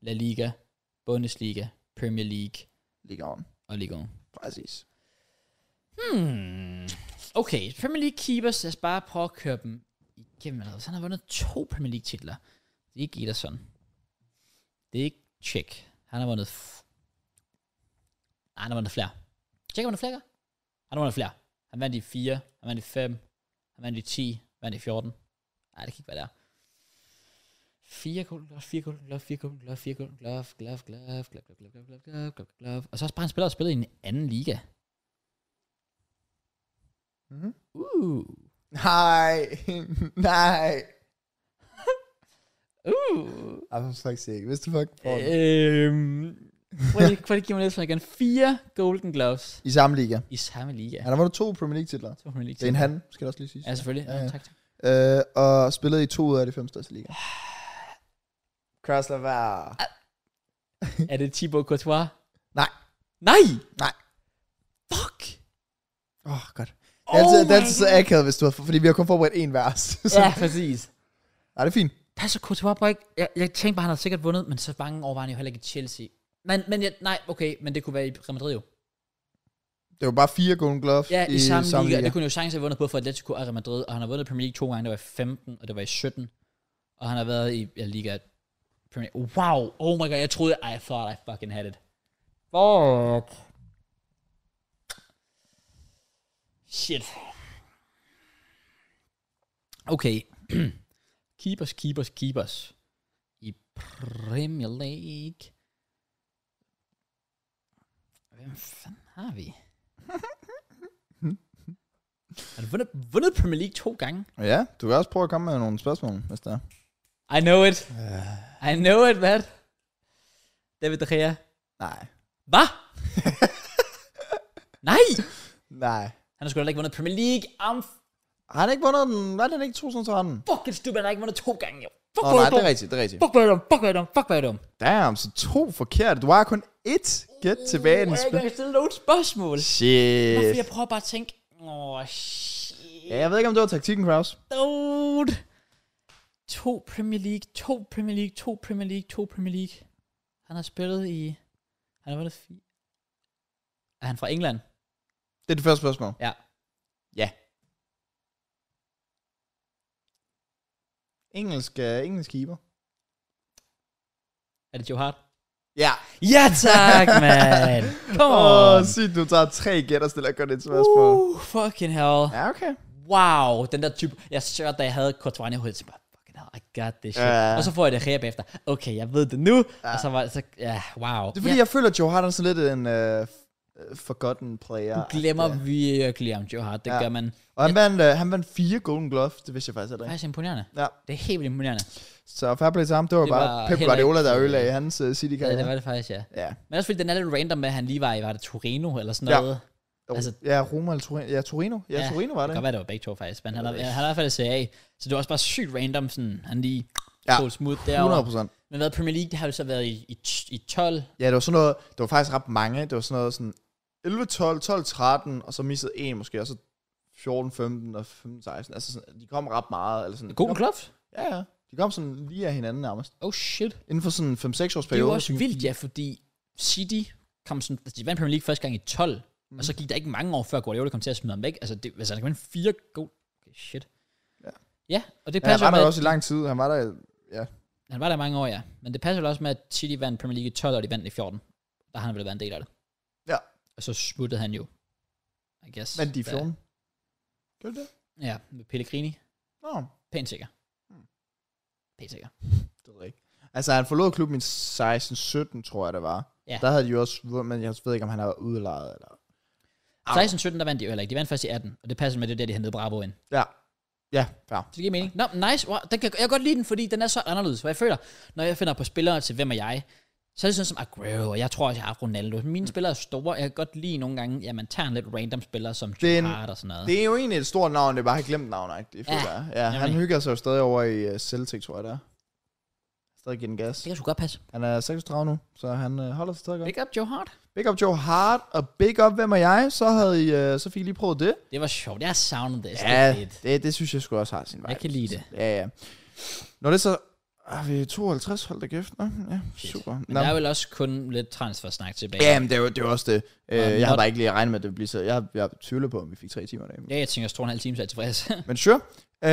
La Liga, Bundesliga, Premier League
Ligaen.
og Ligaen.
Præcis.
Hmm. Okay, Premier League keepers, lad os bare prøve at køre dem igennem. allerede. Så han har vundet to Premier League titler. Det er ikke Ederson. Det er ikke Tjek. Han har vundet... F- Nej, han har vundet flere. Tjek har vundet flere. gør? Han har vundet flere. Han vandt i 4, han vandt i 5, han vandt i 10, vandt i 14. Nej, det kan ikke være der. 4 Golden Glove, 4 Golden Glove, 4 Golden Glove, 4 Golden Glove, Glove, Glove, Glove, Glove, Glove, Glove, Glove, Glove, Glove. Og så har han spillet og spillet i en anden liga.
Mm-hmm.
Uh.
Nej, nej.
Uh.
Ej, for fuck's sake. Hvis du fuck får den.
Øhm, prøv lige- prøv lige at give mig lidt sådan igen. Fire Golden Gloves
I samme liga.
i samme liga.
Han har vundet to Premier League titler.
Så må man lige
Det er en
tænke.
han, skal det også lige sige.
Ja, selvfølgelig. Ja,
Ja, ja.
tak, tak.
Øh, og spillede i to ud af de fem største ligaer. Kraus, lad være.
Er det Thibaut Courtois?
Nej.
Nej!
Nej.
Fuck!
Åh, oh, godt. Det er altid,
Oh
oh det er
my
altid så akavet, hvis du har, fordi vi har kun forberedt én vers. så,
God. Ja, præcis.
Nej, det er fint.
Passer Courtois bare ikke? Jeg, jeg tænkte bare, han havde sikkert vundet, men så mange år var han jo heller ikke i Chelsea. Men, men jeg, nej, okay, men det kunne være i Real Madrid jo.
Det var bare fire Golden Glove
Ja, i, i samme, samme liga.
liga.
Det kunne han jo sagtens have vundet både for Atletico og Real Madrid, og han har vundet Premier League to gange, det var i 15, og det var i 17. Og han har været i ja, Liga Premier League. Wow, oh my god, jeg troede, I thought I fucking had it. Fuck. Shit. Okay. keepers, keepers, keepers. I Premier League. Hvem fanden har vi? Har du vundet, vundet Premier League to gange?
Ja, du kan også prøve at komme med nogle spørgsmål, hvis der er.
I know it. I know it, man. David De Gea.
Nej.
Hvad? Nej!
Nej.
Han har sgu heller ikke vundet Premier League. I'm
Har han ikke vundet den? Var den ikke 2013?
fucking stupid. Han har ikke vundet to gange, jo. Fuck, hvor
Åh,
er
nej,
jeg
det
dum.
er rigtigt, det er rigtigt.
Fuck, hvor er jeg dum. Fuck, hvor er jeg dum. Fuck, hvor er jeg dum.
Damn, så to forkerte. Du har kun ét gæt tilbage i
Uh,
den
jeg kan
spil.
ikke stille nogen spørgsmål. Hvorfor
Shit.
jeg prøver bare at tænke, åh, oh, shit,
Ja, jeg ved ikke, om det var taktikken, Kraus.
dude. To Premier League, to Premier League, to Premier League, to Premier League. Han har spillet i... Han har vundet fire. Er han fra England?
Det er det første spørgsmål.
Ja.
Ja. Engelsk, øh, engelsk keeper.
Er det Joe Hart?
Ja.
Ja tak, mand. Come
Åh,
on.
oh, sygt, du tager tre gæt og stiller godt et spørgsmål.
Uh, fucking hell.
Ja, okay.
wow, den der type, jeg sørger, da jeg havde Courtois i hovedet, så bare, fucking hell, I got this shit.
Ja.
Og så får jeg det her bagefter, okay, jeg ved det nu, og så var det, så, ja, wow.
Det er fordi,
jeg
jeg føler, at Joe Hart er sådan lidt en øh, f- forgotten player.
glemmer virkelig om Joe Hart, det
Ja.
gør man
Og han vandt, øh, han vandt fire Golden Glove, det vidste jeg faktisk heller ikke.
faktisk imponerende.
Ja,
Det er helt vildt imponerende.
så fair play til ham. Det var
Det
bare
var
Pep
heller
Guardiola, der
ikke-
ødelagde hans uh,
Ja,
city
det
karriere
var det faktisk, ja.
Ja,
Men også fordi den er lidt random med, at han lige var i, var det Torino eller sådan
Ja.
noget. Altså-
altså, ja, Roma eller Torino. Ja, Torino. Ja,
Ja,
Torino var
Det
det.
kan godt være, det var begge to faktisk, men han er, han er i hvert fald CA, så det var også bare sygt random, sådan, han lige
Ja,
tog et smut derovre.
100 procent.
Men hvad Premier League, det har jo så været i, i, t- i 12.
Ja, det var sådan noget, det var faktisk ret mange. Det var sådan noget sådan 11, 12, 12, 13, og så missede en måske, og så 14, 15 og 15, 16. Altså sådan, de kom ret meget. Eller sådan,
Golden Glove?
Ja, ja. De kom sådan lige af hinanden nærmest.
Oh shit.
Inden for sådan en 5-6 års
Det er jo
periode.
også vildt, ja, fordi City kom sådan, altså de vandt Premier League første gang i 12, mm. og så gik der ikke mange år før Guardiola kom til at smide ham væk. Altså, det, altså han kan vinde fire gode... Okay, shit.
Ja.
Ja, og det
Ja, han
passer
var
ja, med,
der
at-
også i lang tid. Han var der, ja.
han var der i mange år, ja. Men det passer vel også med, at City vandt Premier League i 12, og de vandt i 14. Der har han vel været en del af det.
Ja.
Og så smuttede han jo. I guess.
Men de
Da-
14. Gjorde de det?
Ja, med Pellegrini.
Nå,
Pænt sikker.
Mm.
Pænt sikker.
det ved jeg ikke. Altså, han forlod klubben i 16-17, tror jeg, det var.
Ja.
Der havde de jo også, vundet, men jeg ved ikke, om han har udlejet eller... Au.
16-17, der vandt de jo heller ikke. De vandt først i 18, og det passer med, at det er der, de hentede Bravo ind.
Ja, ja, fair.
Så det giver mening. Nå, nice. Wow, den kan, jeg kan godt lide den, fordi den er så anderledes. Hvor jeg føler, når jeg finder på spillere til, hvem er jeg, så er det sådan som Aguero, og jeg tror også, jeg har haft Ronaldo.
Hmm.
Mine spillere er store, jeg kan godt lide nogle gange, ja, man tager en lidt random spiller som Joe
Den-
Hart og sådan noget.
Det er jo egentlig et stort navn, det er bare har glemt navnet, det
Ja,
føler jeg. Ja, han
nemlig.
hygger sig jo stadig over i øh, Celtic, tror jeg, der. Stadig giver den gas.
Det kan sgu godt passe.
Han er 36 nu, så han øh, holder sig stadig godt.
Big up Joe Hart.
Big up Joe Hart, og big up, hvem er jeg? Så, havde I, øh, så fik I lige prøvet det.
Det var sjovt. Jeg savnede det.
Ja,
Ja. Lidt.
det, det synes jeg skulle også har sin vej.
Jeg kan lide det.
Ja, ja. Når det er så... Er vi 52 hold da kæft? Nå, ja, super.
Men
Nå.
der er vel også kun lidt transfersnak tilbage.
Ja, men det er jo, det er jo også det. Øh, jeg
nå.
havde bare ikke lige regnet med, at det ville blive så... Jeg, jeg tvivlede på, om vi fik tre timer i dag.
Ja, jeg tænker, at jeg en halv time, så er jeg tilfreds.
Men sure. Øh,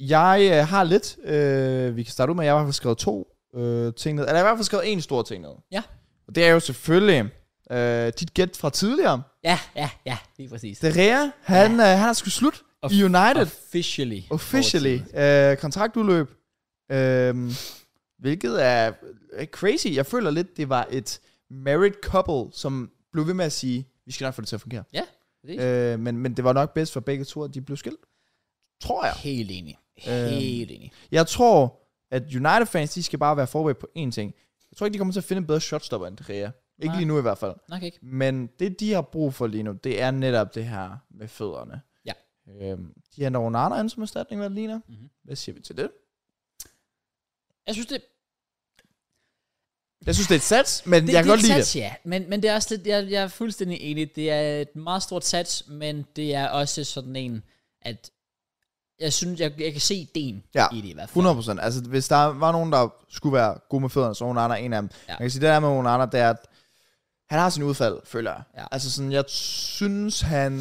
jeg øh, har lidt... Øh, vi kan starte ud med, at jeg har i hvert fald skrevet to øh, ting ned. Eller jeg har i hvert fald skrevet en stor ting ned.
Ja.
Og det er jo selvfølgelig øh, dit gæt fra tidligere.
ja, ja, ja, lige præcis.
Det Rea, han, ja. øh, han er sgu slut
Of-
i United.
Officially.
Officially. Øh, kontraktudløb. Øhm, hvilket er er crazy. Jeg føler lidt, det var et married couple, som blev ved med at sige, vi skal nok få det til at fungere.
Ja, præcis.
Øh, men, men det var nok bedst for begge to, at de blev skilt. Tror jeg.
Helt enig.
Øhm.
Helt enig.
Jeg tror, at United-fans, de skal bare være forberedt på én ting. Jeg tror ikke, de kommer til at finde en bedre shotstopper end Rea. Ikke
Nej.
lige nu i hvert fald.
Nok ikke.
Men det, de har brug for lige nu, det er netop det her med fødderne.
Ja.
Øhm, de henter Onana ind som erstatning, hvad det ligner.
Mhm.
Mm-hmm. Hvad siger vi til det?
Jeg synes, det,
Jeg synes, det er et sats, men det, jeg kan
det er
godt lide
et
det.
sats, ja. Men, men det er også lidt, jeg, jeg er fuldstændig enig. Det er et meget stort sats, men det er også sådan en, at jeg synes, jeg, jeg kan se ideen
Ja,
i det i hvert fald.
100 procent. Altså, hvis der var nogen, der skulle være god med fødderne, så er Onana en af dem.
Ja.
Ja. Man kan sige, det der med Onana, det er, at han har sin udfald, føler jeg.
Ja.
Altså, sådan, jeg synes, han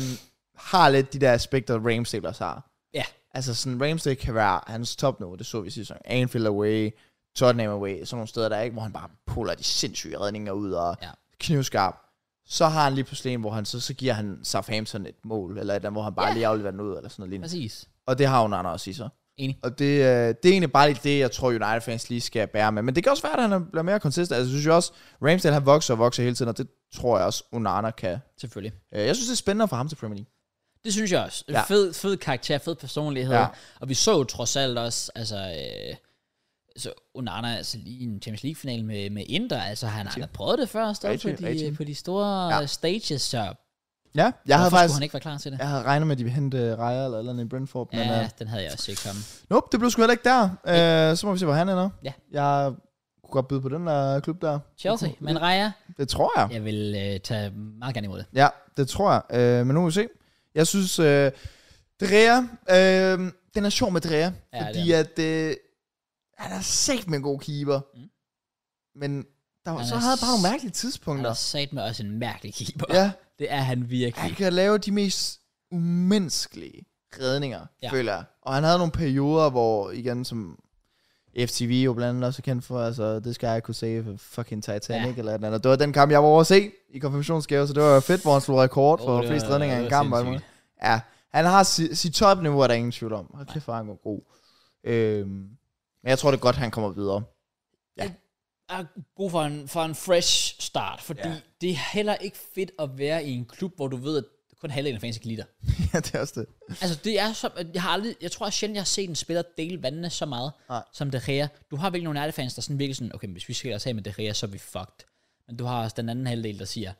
har lidt de der aspekter, Ramsdale også har.
Ja.
Altså, sådan, Ramsdale kan være hans top nu, det så vi sidste sæson. Anfield away, Tottenham away, sådan nogle steder der, ikke? Hvor han bare puller de sindssyge redninger ud og
Ja.
ja. knivskarp. Så har han lige pludselig en, hvor han så, så giver han Southampton et mål, eller et eller andet, hvor han bare
Ja. Altså-
ja. lige afleverer den ud, eller sådan noget lignende.
Præcis.
Og det har Onana også i sig.
Enig.
Og det, øh, det er egentlig bare lige det, jeg tror, United-fans lige skal bære med. Men det kan også være, at han er- bliver mere konsistent. Altså, jeg synes jo også, Ramsdale han vokser og vokser hele tiden, og det tror jeg også, Onana kan.
Selvfølgelig.
Øh, Jeg synes, det er spændende for ham til Premier League.
Det synes jeg også. Ja.
Ja.
Fed, fed karakter, fed personlighed. Ja.
Ja.
Og vi så jo trods alt også, altså... Øh, så Onana altså lige i en Champions League-final med, med Inter, altså han har da prøvet det før at stå på
Rigtig,
de,
rigtig.
på de store ja.
Ja.
stages, så jeg
Ja, jeg havde
hvorfor faktisk...
faktisk...
skulle han ikke være klar til det?
Jeg havde regnet med, at de ville hente Rejer eller et eller andet i Brentford,
Ja,
men
ja
øh,
den havde jeg også ikke kommet.
nope, det blev sgu heller ikke der. Øh, så må vi se, hvor han ender.
Ja.
Jeg kunne godt byde på den der klub der.
Chelsea, men Raja,
Det tror jeg.
jeg vil øh, tage meget gerne imod det.
Ja, det tror jeg. Øh, men nu må vi se. Jeg synes, øh, Drea, øh, den er sjov med Drea,
Ja,
ja,
det
fordi at, øh, han er sæt med en god keeper.
Mm.
Mm. Men der var,
Han
så
er
havde han bare nogle
s-
mærkelige
Han er
tidspunkter.
sat med også en mærkelig keeper. Ja.
Ja,
Det er han virkelig.
han kan lave de mest umenneskelige redninger,
Ja.
ja. føler jeg. Og han havde nogle perioder, hvor igen som FTV jo blandt andet også er kendt for, altså, det skal jeg kunne save fucking Titanic
Ja.
ja. eller et eller andet. Det var den kamp, jeg var over at se i konfirmationsgave, så det var fedt, hvor han slog rekord
Åh,
for
det
flest
var-
redninger i
det
en
var
kamp. og alt
sindssygt.
muligt. Ja, Han har sit, sit topniveau, er der ingen tvivl om. Hold kæft, hvor er han var god. Øhm, men jeg tror, det er godt, han kommer videre.
Jeg har brug for en, for en fresh start, fordi
Ja.
ja. det er heller ikke fedt at være i en klub, hvor du ved, at kun halvdelen af fansen kan lide dig.
ja, det er også det.
Altså, det er så, jeg, har aldrig, jeg tror at sjældent, jeg har set en spiller dele vandene så meget,
Nej.
Nej. som De Gea. Du har virkelig nogle ærlige fans, der sådan virkelig sådan, okay, men hvis vi skal os af med De Gea, så er vi fucked. Men du har også den anden halvdel, der siger,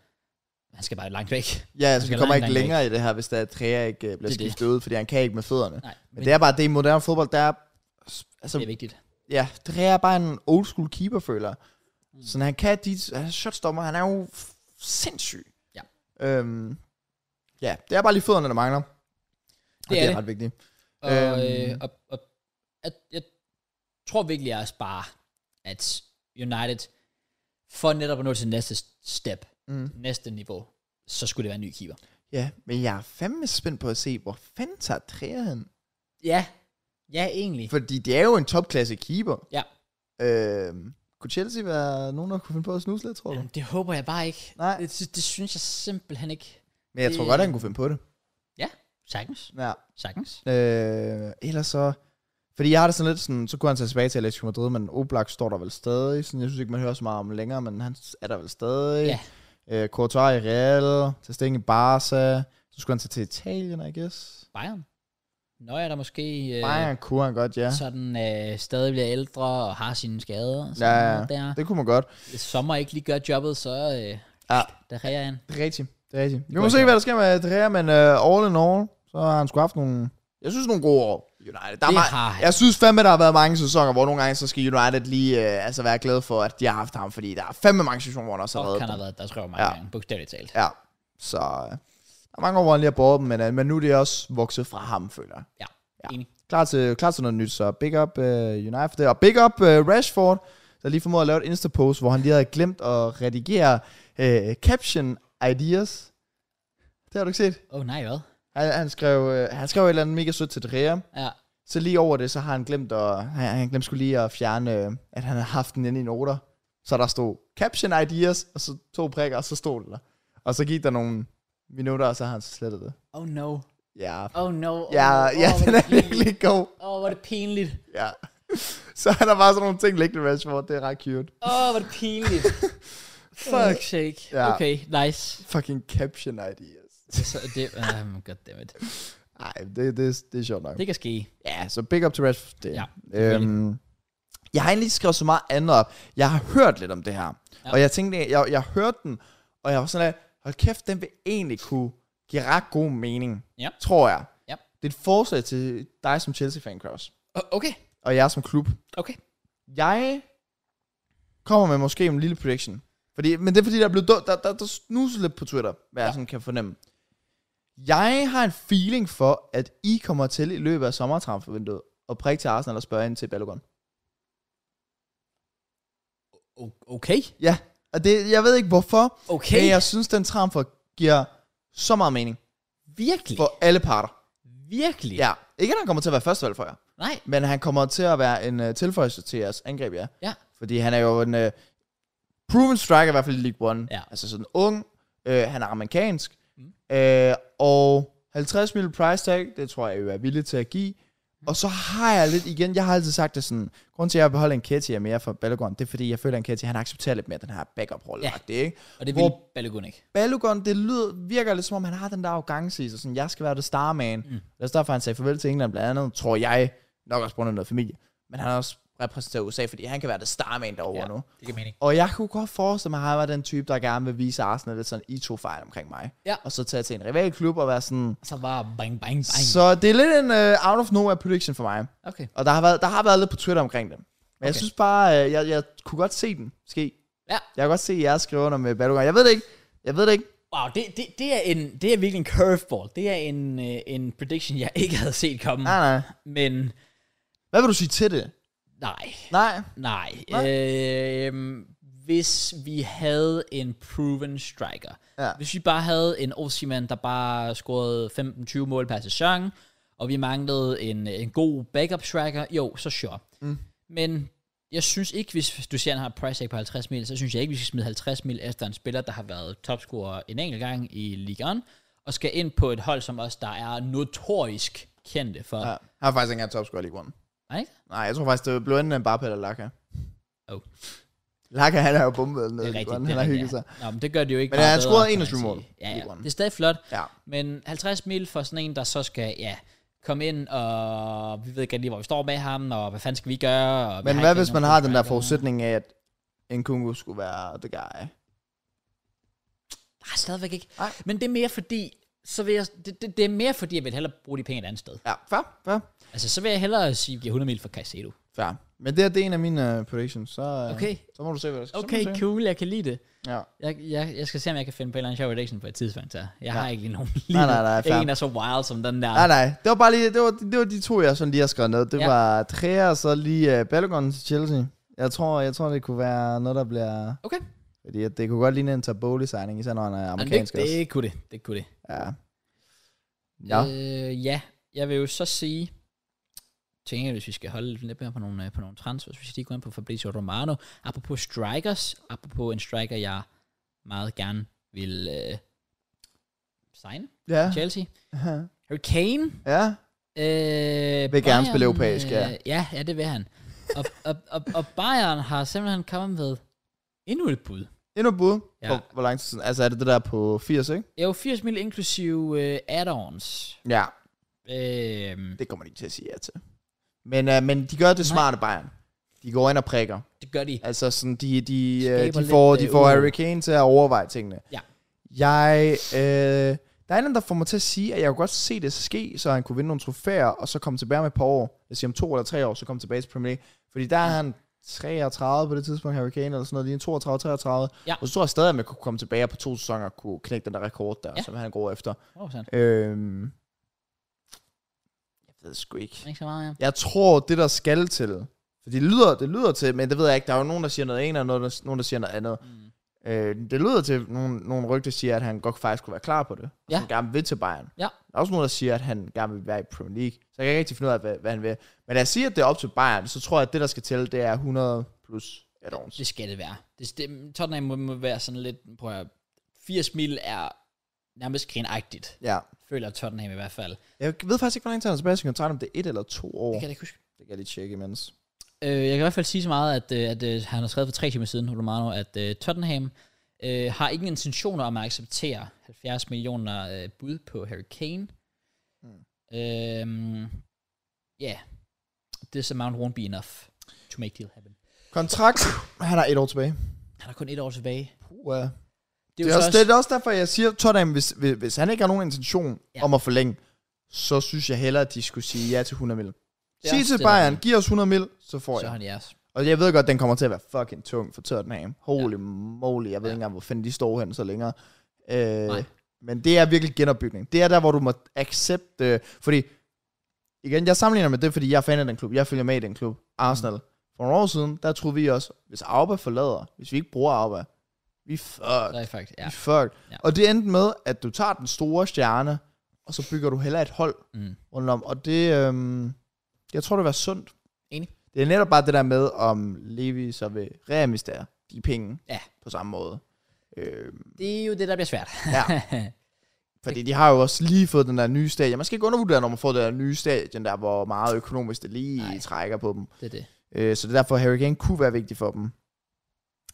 han skal bare langt væk.
Ja, altså,
skal
vi kommer
langt, langt
ikke længere i det her, hvis der er træer ikke øh, bliver
Det er det.
skiftet ud, fordi han kan ikke med fødderne.
Nej,
Men det er bare det i moderne fodbold, der er... Altså,
det er vigtigt.
ja, Drea er bare en old school keeper, føler mm. Så han kan de... Han er shotstopper, han er jo f- sindssyg.
Ja.
Øhm, ja, det er bare lige fødderne, der mangler. Det, og det
er
er
det.
ret vigtigt.
Og,
Øhm.
øh, og, og at, jeg tror virkelig også bare, at United, for netop at nå til næste step,
Mm.
mm. næste niveau, så skulle det være en ny keeper.
Ja, men jeg er fandme spændt på at se, hvor fanden tager Drea hen?
Ja, ja egentlig.
Fordi det er jo en topklasse keeper.
Ja.
Øhm, kunne Chelsea være nogen, der kunne finde på at snuse lidt, tror du?
Jamen, det håber jeg bare ikke.
Nej.
Det, det, det synes jeg simpelthen ikke.
Men jeg tror
det-
godt, han kunne finde på det.
Sagtens.
Ja.
Sagtens.
Øh, ellers så... Fordi jeg har det sådan lidt sådan, så kunne han tage tilbage til Atletico Madrid, men Oblak står der vel stadig. Sådan, jeg synes ikke, man hører så meget om ham længere, men han er der vel stadig.
Ja.
Øh, Courtois i Real, til Steng i Barca. Så skulle han tage til Italien, I guess.
Bayern. Nå ja, der måske øh,
Bayern kunne han godt, ja.
sådan øh, stadig bliver ældre og har sine skader. og
Ja,
Sådan
ja,
noget Der.
det kunne man godt.
Hvis sommer ikke lige gør jobbet, så øh,
Ja.
der reger han.
Det er rigtigt. Det er rigtigt. Vi
kunne
må
jeg
se,
ikke
hvad der sker med Drea, men uh, all in all, så har han sgu haft nogle... Jeg synes, nogle gode år. United. Der er
Det
meget,
har han.
jeg synes fandme, der har været mange sæsoner, hvor nogle gange, så skal United lige uh, altså være glad for, at de har haft ham, fordi der er fandme mange sæsoner, hvor han også har
Og
reddet
kan
dem.
have været, der skriver mange
Ja.
ja. gange, bogstaveligt talt.
Ja, så øh, der er mange år, hvor han lige har båret dem, men, øh, men nu er det også vokset fra ham, føler jeg.
Ja,
Ja.
enig.
Klar til, klar til noget nyt, så big up uh, United for det. Og big up uh, Rashford, der lige formåede at lave et Insta-post, hvor han lige havde glemt at redigere uh, caption ideas. Det har du ikke set.
Åh oh, nej, hvad?
Han, han, skrev, uh, han skrev et eller andet mega sødt til Drea.
Ja.
Så lige over det, så har han glemt at, han, han glemte skulle lige at fjerne, øh, at han havde haft den inde i noter. Så der stod caption ideas, og så to prikker, og så stod det der. Og så gik der nogle minutter, og så har han så slettet det.
Oh no.
Ja,
Oh no. Oh,
ja,
no.
ja
hvor
den
det
er
pinligt.
virkelig god.
Åh, oh, hvor er det pinligt.
Ja. Så er der bare sådan nogle ting liggende Rashford, det er ret cute.
Åh, oh, hvor er det pinligt.
Fuck.
shake.
Ja.
Okay, nice.
Fucking caption ideas.
Det, er så, det, um, goddammit.
Ej, det, det, det er sjovt nok.
Det kan ske.
Ja, så big up til Rashford. Det.
Ja,
øhm, jeg har egentlig ikke skrevet så meget andet op. Jeg har hørt lidt om det her. Ja.
Ja.
Og jeg tænkte, jeg, jeg hørte den, og jeg var sådan, at hold kæft, den vil egentlig kunne give ret god mening.
Ja.
Tror jeg.
Ja.
Det er et forslag til dig som Chelsea-fan, Kraus.
O- Okay,
Og jeg som klub.
okay.
Jeg kommer med måske en lille prediction. Fordi, men det er fordi, der er blevet død, der, der, der snuser lidt på Twitter, hvad ja. jeg
Ja.
sådan kan fornemme. Jeg har en feeling for, at I kommer til i løbet af sommertransfervinduet og prikke til Arsenal og spørge ind til Balogun.
O- Okay.
Ja, og det, jeg ved ikke hvorfor,
Okay.
men jeg synes, den transfer giver så meget mening
Virkelig.
for alle parter.
Virkelig.
Ja, ikke at han kommer til at være førstevalg for jer,
Nej.
men han kommer til at være en uh, tilføjelse til jeres angreb, ja.
Ja.
Fordi han er jo en uh, proven striker, i hvert fald i League One.
Ja.
Altså sådan ung, øh, han er amerikansk,
Mm.
øh, og 50 mil price tag, det tror jeg jo er villig til at give.
Mm.
Og så har jeg lidt igen, jeg har altid sagt det sådan, grunden til at jeg beholder en Ketty er mere for Balogun, det er fordi jeg føler, at en Ketty, han accepterer lidt mere den her backup-rolle.
Ja.
Det, ikke?
Og det
Hvor-
vil Balogun ikke.
Balogun, det lyder, virker lidt som om, han har den der arrogance i sig, sådan, jeg skal være det starman. Mm. Det er også derfor, han sagde farvel til England, blandt andet, tror jeg, nok også på grund af noget familie. Men han har også repræsenteret USA, fordi han kan være det starman derovre ja. nu.
det giver mening.
Og jeg kunne godt forestille mig, at han var den type, der gerne vil vise Arsenal lidt sådan, I to fejl omkring mig.
Ja.
Og så tage til en rivalklub og være sådan...
Så bare bang, bang, bang.
Så det er lidt en uh, out of nowhere prediction for mig.
Okay.
Og der har været, der har været lidt på Twitter omkring det. Men okay. jeg
Okay.
synes bare, øh, jeg, jeg kunne godt se den ske.
Ja.
Jeg kan godt se jer skrive under med Balogun. Jeg ved det ikke. Jeg ved det ikke.
Wow, det, det, det, er en, det er virkelig en curveball. Det er en, øh, en prediction, jeg ikke havde set komme.
Nej, nej.
Men
Hvad vil du sige til det?
nej,
Nej.
nej.
Nej.
Øh, hvis vi havde en proven striker.
Ja.
Hvis vi bare havde en Osimhen, der bare scorede 15-20 mål per sæson, og vi manglede en, en god backup striker, jo, så sure.
Mm.
Men jeg synes ikke, hvis du siger, at han har et price tag på 50 mil, så synes jeg ikke, vi skal smide 50 mil efter en spiller, der har været topscorer en enkelt gang i Ligue 1, og skal ind på et hold som os, der er notorisk kendte for...
Ja. Han har faktisk ikke engang topscorer i League One.
Nej, ikke?
Nej, jeg tror faktisk, det blev enten Mbappé eller Laka.
Oh.
Laka, han er jo bombet
Det
ned i
er
League
rigtigt.
One.
det
Han
er
har
rigtigt,
hygget sig.
Ja. Nå, men det gør det jo ikke
Men
meget
han
bedre,
scorede
kan man
21
sige.
mål i
Ja, ja.
League One.
Det er stadig flot,
Ja.
men 50 mil for sådan en, der så skal, ja, komme ind, og vi ved ikke lige, hvor vi står med ham, og hvad fanden skal vi gøre? Og vi
Men
har
hvad
ikke
hvis
nogen
man har den der
quarterback, og-
forudsætning af, at en kungu skulle være the guy?
Nej, stadigvæk ikke.
Nej.
Men det er mere fordi, så vil jeg, det, det, det, er mere fordi, jeg vil hellere bruge de penge et andet sted.
Ja, fair, fair,
Altså, så vil jeg hellere sige, at jeg giver 100 mil for Caicedo.
fair. Men det, her, det er en af mine uh, predictions, så, uh,
Okay.
så må du se, hvad der sker.
Okay,
så må du se.
cool, jeg kan lide det.
Ja.
Jeg, jeg, jeg skal se, om jeg kan finde på en eller anden sjov prediction på et tidspunkt her. Jeg har ikke lige nogen
Nej, nej, nej,
Ikke
fair.
en, der er så wild som den der.
Nej, nej, det var bare lige, det var, det var de to, jeg sådan lige har skrevet ned. Det
Ja.
ja. var Trea, og så lige uh, Balogun til Chelsea. Jeg tror, jeg tror, det kunne være noget, der bliver...
Okay.
Fordi at det kunne godt ligne en Taboli-signing, især når han er
Jamen, det,
amerikansk også.
det, kunne det. Det kunne det.
Ja. Ja.
Øh, ja, jeg vil jo så sige, tænker jeg, hvis vi skal holde lidt mere på nogle, øh, på nogle transfers, hvis vi lige går ind på Fabrizio Romano, apropos strikers, apropos en striker, jeg meget gerne vil øh, signe,
Ja.
Chelsea. Harry Kane.
Ja.
Øh,
Vil gerne
Bayern,
spille europæisk, ja.
øh, ja. Ja, det vil han. Og, og, og, og Bayern har simpelthen kommet med endnu et bud.
Endnu et bud.
Ja.
Ja. Hvor, hvor lang tid siden? Altså er det det der på 80, ikke?
Det er jo 80 mil inklusive øh, add-ons.
Ja.
Øh,
Det kommer de ikke til at sige ja til. Men, øh, men de gør det
Nej.
smarte Bayern. De går ind og prikker.
det gør de.
Altså sådan, de, de, øh,
Skaber
de får,
lidt,
de
øh,
får
uro.
Harry Kane til at overveje tingene.
Ja.
Jeg, øh, der er en, der får mig til at sige, at jeg kunne godt se det ske, så han kunne vinde nogle trofæer, og så komme tilbage med et par år. Jeg siger om to eller tre år, så komme tilbage til Premier League. Fordi der er
Mm.
han 33 på det tidspunkt, Harry Kane, eller sådan noget, lige 32, 33.
Ja.
Og så tror jeg stadig, at man kunne komme tilbage og på to sæsoner og kunne knække den der rekord der,
Ja.
ja. som han går efter.
Oh, sådan.
Øhm, jeg ved sgu ikke.
Ikke så meget, ja.
Jeg tror, det der skal til, for det lyder, det lyder til, men det ved jeg ikke, der er jo nogen, der siger noget ene, og noget, der- nogen, der siger noget andet.
Mm.
Øh, det lyder til, at nogle, nogle rygter siger, at han godt faktisk kunne være klar på det, og
Ja.
ja. gerne vil til Bayern.
Ja.
Der er også nogen, der siger, at han gerne vil være i Premier League, så jeg kan ikke rigtig finde ud af, hvad, hvad han vil. Men lad os sige, at det er op til Bayern, så tror jeg, at det, der skal til, det er 100 plus add-ons.
Det skal det være. Det, det, Tottenham må, må være sådan lidt, prøv at høre, 80 mil er nærmest grinagtigt,
Ja.
føler Tottenham i hvert fald.
Jeg ved faktisk ikke, hvor lang tid han er tilbage i sin kontrakt, om det er et eller to år.
Det kan
Det kan,
jeg ikke huske.
det kan jeg lige tjekke imens.
Øh, jeg kan i hvert fald sige så meget, at, øh, at øh, han har skrevet for tre timer siden, Romano, at øh, Tottenham øh, har ingen intentioner om at acceptere 70 millioner øh, bud på Harry Kane.
Mm.
Ja, mm. øh, yeah. this amount won't be enough to make deal happen.
Kontrakt, han har et år tilbage.
Han har kun et år tilbage.
Puh, ja.
Det
Det
jo
er,
så
også, det er også derfor, jeg siger, Tottenham, hvis, hvis, hvis han ikke har nogen intention
Ja.
ja. om at forlænge, så synes jeg hellere, at de skulle sige ja til 100 mil.
er
Sig
også
til
det, der er
Bayern,
det.
giv os 100 mil, så får
så er
jeg.
han jeres.
Og jeg ved godt, den kommer til at være fucking tung for Tottenham. Holy
Ja.
ja. moly, jeg ved
Ja.
ikke engang, hvor fanden de står hen så længere.
Nej.
Øh, men det er virkelig genopbygning. Det er der, hvor du må accepte, fordi igen, jeg sammenligner med det, fordi jeg er fan af den klub. Jeg følger med i den klub. Arsenal.
Mm.
For nogle år siden, der troede vi også, hvis Auba forlader, hvis vi ikke bruger Auba, vi er fucked.
Så er I faktisk, ja.
Ja. Fuck.
Ja.
Ja. Og det endte med, at du tager den store stjerne, og så bygger du heller et hold
Mm.
rundt om. Og det, øhm, jeg tror, det var sundt.
Enig.
Det er netop bare det der med, om Levi så vil reinvestere de penge
Ja.
på samme måde. Øhm,
Det er jo det, der bliver svært.
ja. Fordi de har jo også lige fået den der nye stadion. Man skal ikke undervurdere, når man får den der nye stadion, der hvor meget økonomisk det lige
Nej.
Nej. trækker på dem.
det er det.
Øh, så det er derfor, Harry Kane kunne være vigtig for dem.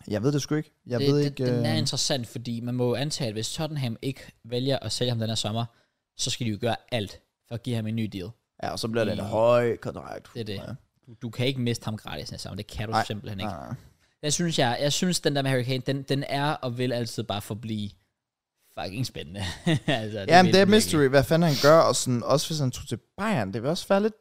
Jeg ved det sgu ikke. Jeg
det,
ved
det-
ikke...
Den er
øh,
interessant, fordi man må jo antage, at hvis Tottenham ikke vælger at sælge ham den her sommer, så skal de jo gøre alt for at give ham en ny deal.
Ja, og så bliver det en
i-
høj kontrakt.
Det er det.
Ja.
Du, du kan ikke miste ham gratis næste sommer. Det kan du Nej.
Nej.
simpelthen ikke. Nej.
Nej, nej.
Jeg synes, jeg, jeg synes den der med Harry Kane, den, den er og vil altid bare forblive fucking spændende. altså, vil
Ja, men det er
den virkelig.
mystery, hvad fanden han gør, og sådan, også hvis han tog til Bayern, det vil også være lidt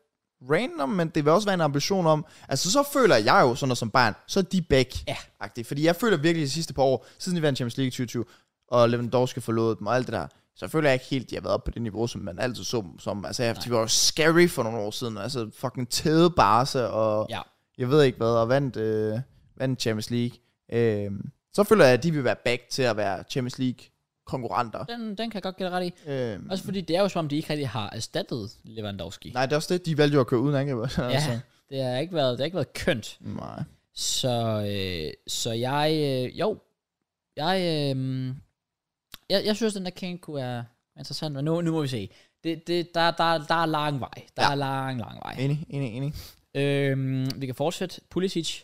random, men det vil også være en ambition om, altså så føler jeg jo sådan noget som Bayern, så er de back
Ja.
-agtigt. fordi jeg føler virkelig de sidste par år, siden de vandt Champions League i 2020, og Lewandowski forlod dem og alt det der, så føler jeg ikke helt, de har været oppe på det niveau, som man altid så dem som. Altså, de var jo scary for nogle år siden, altså fucking tæde Barca, og
Ja.
jeg ved ikke hvad, og vandt, øh, vandt Champions League. Øh, så føler jeg, at de vil være back til at være Champions League-konkurrenter.
Den, den kan jeg godt give dig ret i.
Øh,
Også fordi det er jo som om, de ikke rigtig har erstattet Lewandowski.
Nej, det er også det. De valgte jo at køre uden angriber. altså.
ja, det har ikke været, det har ikke været kønt.
Nej.
Så, øh, så jeg, øh, jo, jeg, øh, jeg, jeg synes, den der Kane kunne være, Interessant, men nu, nu må vi se. Det, det, der, der, der er lang vej. Der ja.
Ja.
er lang, lang vej.
Enig, enig, enig.
Øhm, vi kan fortsætte. Pulisic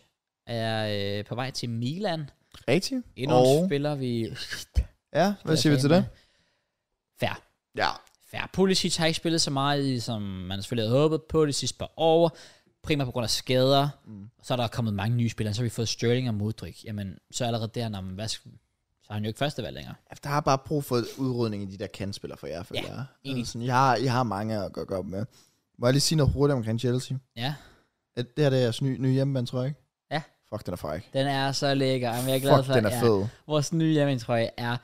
er øh, på vej til Milan.
Rigtigt.
Endnu en spiller vi...
ja, hvad siger vi til det?
Færre.
Ja.
Færre. Pulisic har ikke spillet så meget, i, som man selvfølgelig havde håbet på de sidste par år. Primært på grund af skader. Mm. Så er der kommet mange nye spillere. Så har vi fået Sterling og Modric. Jamen, så allerede der, når man, hvad, skal- så er han jo ikke førstevalg længere.
Altså, Der er bare brug for udrydning i de der kandspillere for jer, føler
Ja,
jeg.
enig.
Sådan, jeg, har, jeg har mange at gøre godt med. Må jeg lige sige noget hurtigt omkring Chelsea?
Ja,
At det her det er jeres nye, nye hjemmebane, tror jeg, ikke?
Ja.
Fuck, den er fræk.
den er så lækker. Jamen, jeg er glad
Fuck,
for,
den er
ja.
fed.
Vores nye hjemmetrøje er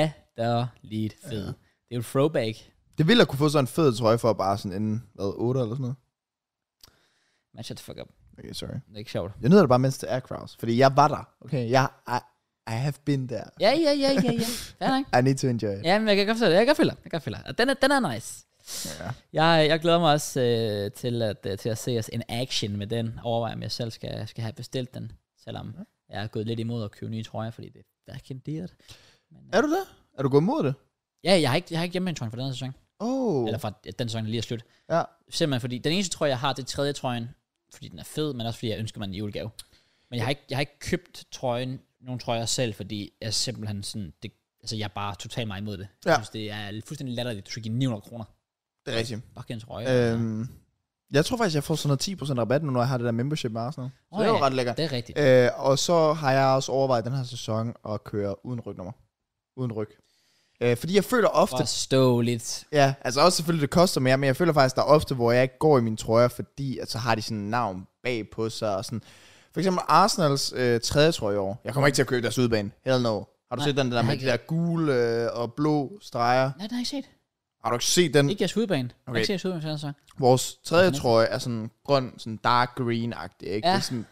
latterligt fed. Ja. Det er jo et throwback.
Det ville at kunne få sådan en fed trøje for bare sådan en, hvad, 8 eller sådan noget?
Man shut the fuck up.
Okay, sorry.
Det er ikke sjovt.
Jeg nyder det bare, mens det er Kraus. Fordi jeg var der. Okay, jeg, I, I have been there.
Ja, ja, ja, ja, ja. Fair nok.
I need to enjoy it.
Ja, men jeg kan godt følge dig. Jeg kan følge dig. Jeg kan følge dig. Og Den er, den er nice.
Ja.
Jeg, jeg glæder mig også øh, til, at, øh, til at se os in action med den. Overvej, om jeg selv skal, skal have bestilt den. Selvom jeg er gået lidt imod at købe nye trøjer, fordi det er fucking dyrt.
Er du der? Er du gået mod det?
Ja, jeg har ikke, jeg har ikke hjemmetrøjen for den her sæson.
Oh.
Eller fra den sæson, der lige er slut.
Ja.
Simpelthen fordi, den eneste trøje, jeg har, det er tredje trøjen. Fordi den er fed, men også fordi, jeg ønsker mig en julegave. Men jeg har ikke, jeg har ikke købt trøjen, nogle trøjer selv, fordi jeg simpelthen sådan, det, altså jeg er bare totalt meget imod det. Jeg
Ja.
synes, det er fuldstændig latterligt. Du skal give 900 kroner.
Det er rigtigt.
Fucking trøje.
Øhm, jeg tror faktisk, jeg får sådan noget 10% rabat nu, når jeg har det der membership med Arsenal. Så
Åh,
oh, det er
ja.
jo ret lækkert.
det er rigtigt.
Øh, og så har jeg også overvejet den her sæson at køre uden rygnummer. Uden ryg. Øh, fordi jeg føler ofte...
Forståeligt.
Ja, altså også selvfølgelig, det koster mere, men jeg føler faktisk, der er ofte, hvor jeg ikke går i mine trøjer, fordi at så har de sådan en navn bag på sig. Og sådan. For eksempel Arsenals øh, tredje trøje i år. Jeg kommer ikke til at købe deres udbane. Hell no. Har du
Nej,
set den der
jeg har
med
ikke
de der gule øh, og blå streger?
Nej, det har jeg ikke set.
Har du ikke set den?
Ikke jeres hovedbane. Okay. Jeg har
Mm. Okay.
ikke set jeres hovedbane, sådan så.
Vores tredje
Okay.
trøje er sådan grøn, sådan dark green-agtig, ikke?
Ja.
Det er sådan,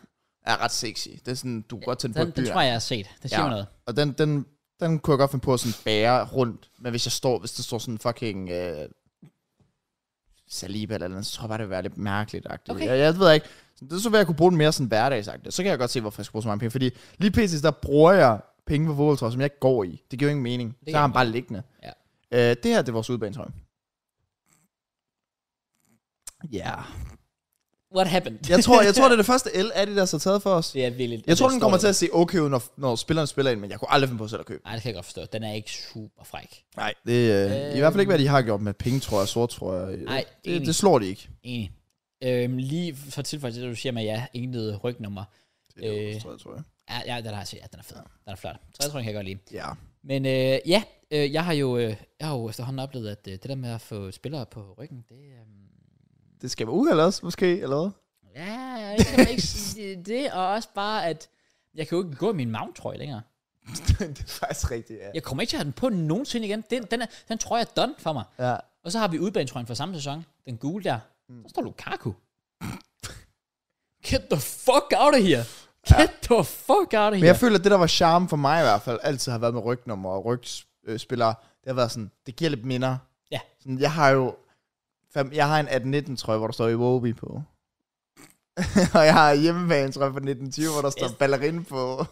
er ret sexy. Det er sådan, du kan godt tage den,
Den,
på et
den
dyr.
tror jeg, jeg har set. Det siger
Ja.
mig noget.
Og den, den, den kunne jeg godt finde på at sådan bære rundt. Men hvis jeg står, hvis der står sådan fucking øh, saliba eller noget, så tror jeg bare, det vil være lidt mærkeligt.
Okay.
Okay. Jeg, jeg, ved ikke. Så Det er så, at jeg kunne bruge den mere sådan hverdagsagtigt. Så kan jeg godt se, hvorfor jeg skulle bruge så mange penge. Fordi lige præcis der bruger jeg penge på fodboldtrøjer, som jeg ikke går i. Det giver jo ingen mening.
giver
Så har han bare liggende.
Ja.
Øh, det her, det er vores udbanetrøje. Ja. Yeah.
What happened?
Jeg, tror, jeg tror, det er det første L, Adidas har taget for os.
det er vildt.
Jeg tror,
Det
den
står
kommer
der.
til at se okay ud, når, når spilleren spiller ind, men jeg kunne aldrig finde på selv at købe.
Nej, det kan jeg godt forstå. Den er ikke super fræk.
Nej, det er øh, i hvert fald ikke, hvad de har gjort med penge, tror jeg, sort, tror jeg.
Nej, enig.
det, det slår de ikke.
Enig. Øhm, lige for tilfælde, det du siger med, ja, intet rygnummer.
Det
Øh.
tror jeg, tror jeg.
Ja, ja, den har jeg set. Ja, den er fed. Den er flot. Tredje trøjen kan jeg godt lide.
Ja.
Men øh, ja, øh, jeg har jo øh, jeg har jo efterhånden oplevet, at øh, det der med at få spillere på ryggen, det øh,
Det skaber uheld også, måske, eller hvad?
Ja, jeg kan ikke sige det, og også bare, at jeg kan jo ikke gå i min mount-trøje længere.
det er faktisk rigtigt, ja.
Jeg kommer ikke til at have den på nogensinde igen. Den, den, er, den trøje er done for mig.
ja.
Og så har vi udbanetrøjen fra samme sæson. Den gule der. Der står Lukaku. Get the fuck out of here. Get the fuck out of
Men jeg
here.
føler, at det, der var charme for mig i hvert fald, altid har været med rygnummer og rygspillere, det har været sådan, det giver lidt minder.
Ja.
Sådan, jeg har jo, fem, jeg har en 18-19 trøje, hvor der står Iwobi på. og jeg har hjemmebane, tror jeg, fra 1920, hvor der står
Yes.
ballerine på.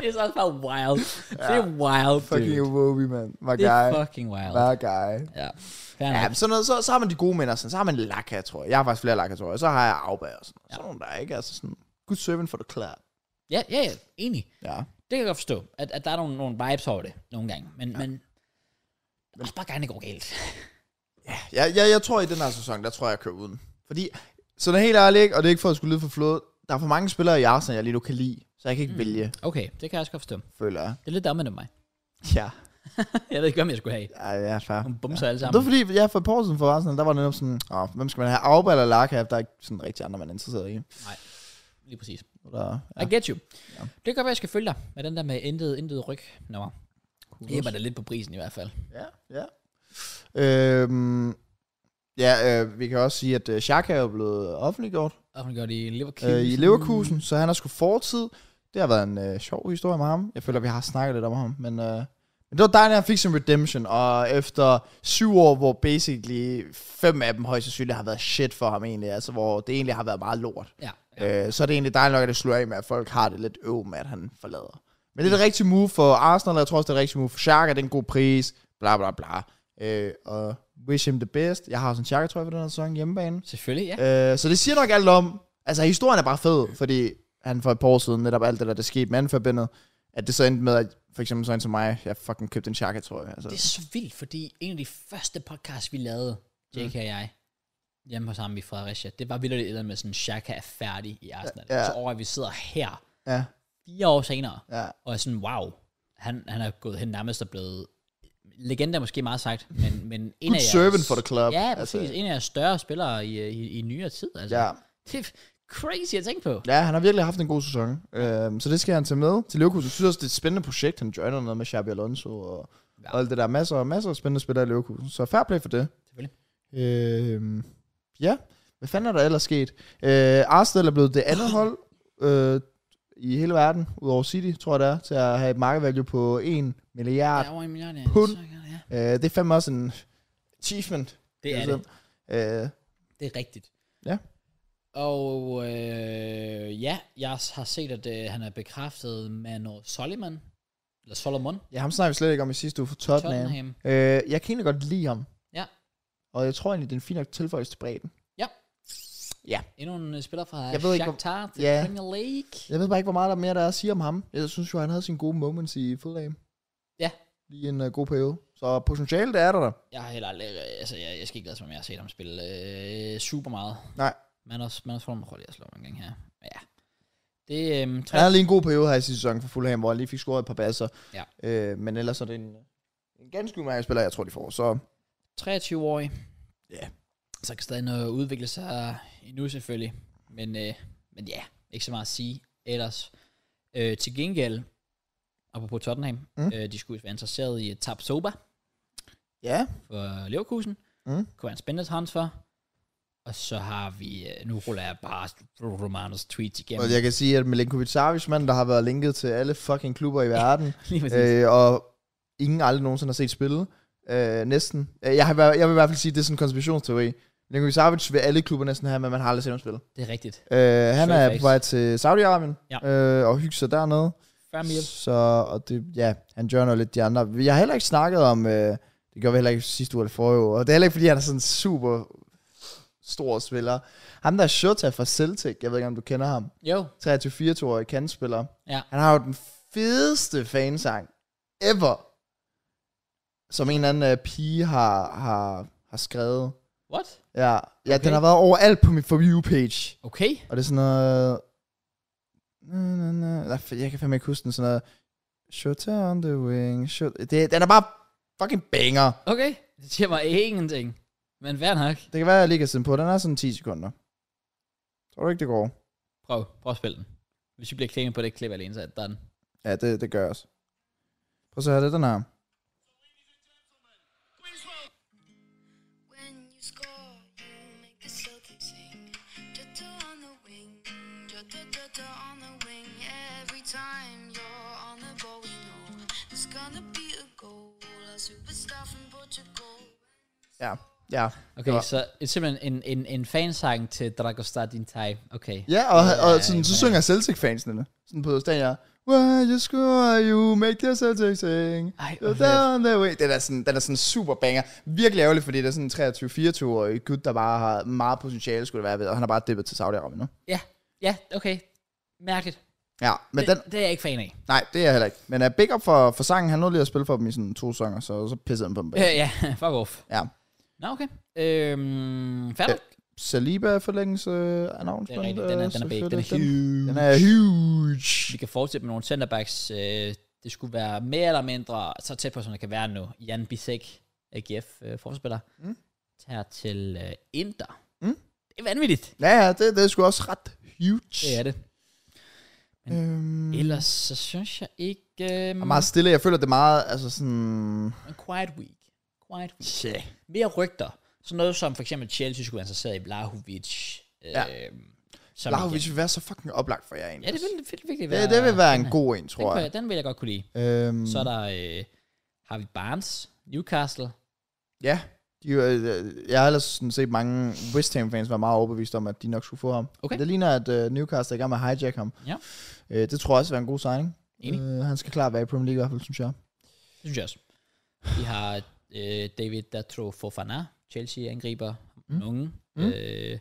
Det er så også bare wild. Det er wild,
Fucking
dude.
Iwobi, mand. My
Det er
guy.
fucking wild.
My guy.
Ja, fair
Ja,
nok.
men sådan noget, så, så har man de gode minder, sådan, så har man Laka, tror jeg. Jeg har faktisk flere Laka, tror jeg. Så har jeg Auberg og sådan noget. Ja. Sådan nogle, der er ikke altså sådan, good servant for the club.
Ja, ja, ja, enig.
Ja.
Det kan jeg godt forstå, at, at der er nogle, nogle vibes over det nogle gange. Men, ja. men også bare gerne det går galt.
Jeg, jeg, jeg tror i den her sæson, der tror jeg, jeg kører uden. Fordi, så er helt ærligt, ikke? og det er ikke for at skulle lyde for flot, der er for mange spillere i Arsenal, jeg lige nu kan lide, så jeg kan ikke mm. vælge,
Okay, det kan jeg også godt forstå.
føler jeg.
Det er lidt omvendt af mig.
Ja,
jeg ved ikke, hvem jeg skulle have.
ja, ja fair.
Hun bumser ja. alle
Det var
sammen.
fordi, jeg for et par år siden for Arsenal, der var netop sådan, Åh, hvem skal man have, Auberg eller Laka, der er ikke sådan rigtig andre, man er interesseret i.
Lige præcis.
Nu er Der,
Ja. I get you. Ja. Det kan godt være, jeg skal følge dig med den der med intet, intet ryg. Nå,
Kudos.
det var da lidt på prisen i hvert fald.
Ja, ja. Øhm, ja, øh, vi kan også sige, at øh, Xhaka er jo blevet offentliggjort
Og hun gør det i Leverkusen.
øh, i Leverkusen, så han har sgu fortid. Det har været en øh, sjov historie med ham. Jeg føler, vi har snakket lidt om ham, men, øh, men det var dejligt, at han fik sin redemption, og efter syv år, hvor basically fem af dem højst sandsynligt har været shit for ham egentlig, altså hvor det egentlig har været meget lort,
Ja.
øh, så er det egentlig dejligt nok, at det slår af med, at folk har det lidt øv med, at han forlader. Men det er det rigtige move for Arsenal, og jeg tror også, det er det rigtige move for Xhaka. Det er en god pris, bla bla bla. Øh, og wish him the best. Jeg har også en Xhaka, tror jeg, for den her sæson hjemmebane.
Selvfølgelig, ja.
Øh, så det siger nok alt om... Altså, historien er bare fed, fordi han for et par år siden, netop alt det der, der skete med anforbindet, at det så endte med, at for eksempel sådan som mig, jeg fucking købte en Xhaka, tror jeg. Altså.
Det er så vildt, fordi en af de første podcasts, vi lavede,
Mm.
JK og jeg, hjemme hos ham i Fredericia, det var vildt det med sådan, Shaka er færdig i Arsenal.
Ja.
Så over, at vi sidder her,
Ja,
fire år senere,
ja.
og er sådan, wow, han, han er gået hen nærmest og blevet, legende er måske meget sagt, men, men en af
Good servant for the club.
Ja,
Altså,
præcis. Altså, en af jeres større spillere i, i, i nyere tid. Altså.
Ja.
Det er crazy at tænke på.
Ja, han har virkelig haft en god sæson. Øhm, så det skal han tage med til Leverkusen. Jeg synes også, det er et spændende projekt. Han joiner noget med Xabi Alonso og, ja. og alt det der. Masser og masser af spændende spillere i Leverkusen. Så fair play for det.
Selvfølgelig.
Øhm, ja, hvad fanden er der ellers sket? Øh, Arsenal er blevet det andet hold øh, i hele verden, udover City, tror jeg det er, til at have et market value på 1 milliard.
Ja, over en million, ja.
Pund.
Så gør det, ja.
Øh, det er fandme også en achievement.
Det er
Altså,
det.
Øh,
Det er rigtigt.
Ja.
Og øh, ja, jeg har set, at øh, han er bekræftet Manor Solomon. Eller Solomon.
ja, ham snakker vi slet ikke om i sidste uge for Tottenham. Tottenham.
Tottenham.
Øh, jeg kan egentlig godt lide ham.
Ja.
Og jeg tror egentlig, det er en fin nok tilføjelse til bredden.
Endnu en øh, spiller fra
Jeg ved ikke, hvor-
Shakhtar til
Ja.
Premier League.
Jeg ved bare ikke, hvor meget der mere der er at sige om ham. Jeg synes jo, han havde sine gode moments i Fulham.
Ja.
Lige en uh, god periode. Så potentiale, det er der da.
Jeg har heller aldrig, øh, altså jeg, jeg skal ikke lade som om, jeg har set ham spille øh, super meget.
Nej.
Man også, man også får mig prøve lige at slå mig en gang her. Men Ja. Det er øhm, tre.
Han havde lige en god periode her i sidste sæson for Fulham, hvor han lige fik scoret et par basser.
Ja.
Øh, men ellers er det en, en ganske udmærket spiller, jeg tror, de får. Så
23-årig.
Ja.
Så kan stadig noget udvikle sig endnu selvfølgelig. Men, øh, men ja, ikke så meget at sige ellers. Øh, til gengæld, apropos Tottenham,
Mm.
mm. øh, de skulle være interesseret i Tab Soba
ja,
for Leverkusen.
Mm.
Kunne være en spændende transfer. Og så har vi, øh, nu ruller jeg bare Romanos tweets igennem.
og jeg kan sige, at Milinkovic Savic, mand, der har været linket til alle fucking klubber i verden,
Lige præcis.
øh, og ingen aldrig nogensinde har set spille, øh, næsten. Øh, Jeg, har, i hver- jeg vil i hvert fald sige, at det er sådan en konspirationsteori. Milinkovic Savic vil alle klubber næsten have, men man har aldrig set ham spille.
Det er rigtigt.
Øh, han
Straight
er
face.
på vej til Saudi-Arabien
Ja.
øh, og hygger sig dernede.
Færdig med
Så, og det, ja, han journer lidt de andre. Vi har heller ikke snakket om, øh, det gør vi heller ikke sidste uge eller forrige uge, og det er heller ikke, fordi han er sådan en super stor spiller. Ham der er Shota fra Celtic, jeg ved ikke, om du kender ham,
Jo.
23-24-årig kantspiller.
Ja.
Han har jo den fedeste fansang ever, som en eller anden øh, pige har, har, har skrevet.
What?
Ja, ja
Okay.
den har været overalt på min For You-page.
Okay.
Og det er sådan noget... Na, na, na. Nej, for- Jeg kan fandme ikke huske den. Sådan noget... Shut on the wing. Shut... Det, den er bare fucking banger.
Okay. Det siger mig ingenting. Men vær nok.
Det kan være, jeg lige kan sende på. Den er sådan 10 sekunder. Tror du ikke, det går?
Prøv. Prøv at spille den. Hvis vi bliver klinget på det klip alene, så er den.
Ja, det, det gør jeg også. Prøv at se her, det er den her.
When you score, you make the Celtics sing. Jota on the wing, Jota Jota on the wing. Every time you're on the ball, we know it's gonna be a goal. A superstar from Portugal.
Ja, ja.
Okay,
Ja.
så det er simpelthen en, en, en fansang til Dragostar Din Tai. Okay.
Ja, og, og sådan,
imponerende.
så synger Celtic-fansene det. Sådan på stadion. ja. When you score, you make the Celtic sing.
Ej, hvor
You're down the way. Den er, sådan, den er sådan super banger. Virkelig ærgerligt, fordi det er sådan en 23-24-årig gut, der bare har meget potentiale, skulle det være ved. Og han har bare dippet til Saudi-Arabien nu.
Ja, ja, okay. Mærkeligt.
Ja, men
Men
den,
det, det, er jeg ikke fan af.
nej, det er jeg heller ikke. Men uh, big up for, for sangen. Han nåede lige at spille for dem i sådan to sanger, så, så pissede han på dem.
Øh, ja, fuck off.
Ja.
Nå, okay. Øhm, færdig.
Saliba forlængelse announcement.
rigtigt. Den er-
øh,
den er big. Den er
selvfølgelig.
huge.
Den er
Vi
huge.
kan fortsætte med nogle centerbacks. Øh, det skulle være mere eller mindre så tæt på, som det kan være nu. Jan Bisek, AGF øh, forspiller, mm. tager til øh, Inter.
Mm.
Det er vanvittigt.
Ja, ja, det, det er sgu også ret huge.
Det er det.
Øhm,
Ellers så synes jeg ikke...
Og
Øhm,
meget stille. Jeg føler, det er meget, altså sådan...
en quiet week. Quiet week.
Yeah.
mere rygter. Sådan noget som for eksempel Chelsea skulle være interesseret i Vlahovic. Øh,
Ja.
som
Vlahovic vil være så fucking oplagt for jer egentlig.
Ja, det ville, ville virkelig være...
det, det vil være en god en,
den,
tror
kunne
jeg.
jeg, den vil jeg godt kunne lide.
Øhm,
Mm. Så er der øh, Harvey Barnes, Newcastle.
Ja. De, øh, jeg har ellers sådan set mange West Ham-fans være meget overbevist om, at de nok skulle få ham.
Okay.
Men Det ligner, at øh, Newcastle er i gang med at hijack ham.
Ja.
Øh, det tror jeg også vil være en god signing.
Enig.
Øh, han skal klart være i Premier League i hvert fald, synes jeg.
Det synes jeg også. Vi har øh, David Datro Fofana, Chelsea-angriber, mm. nogen. Mm. Øh,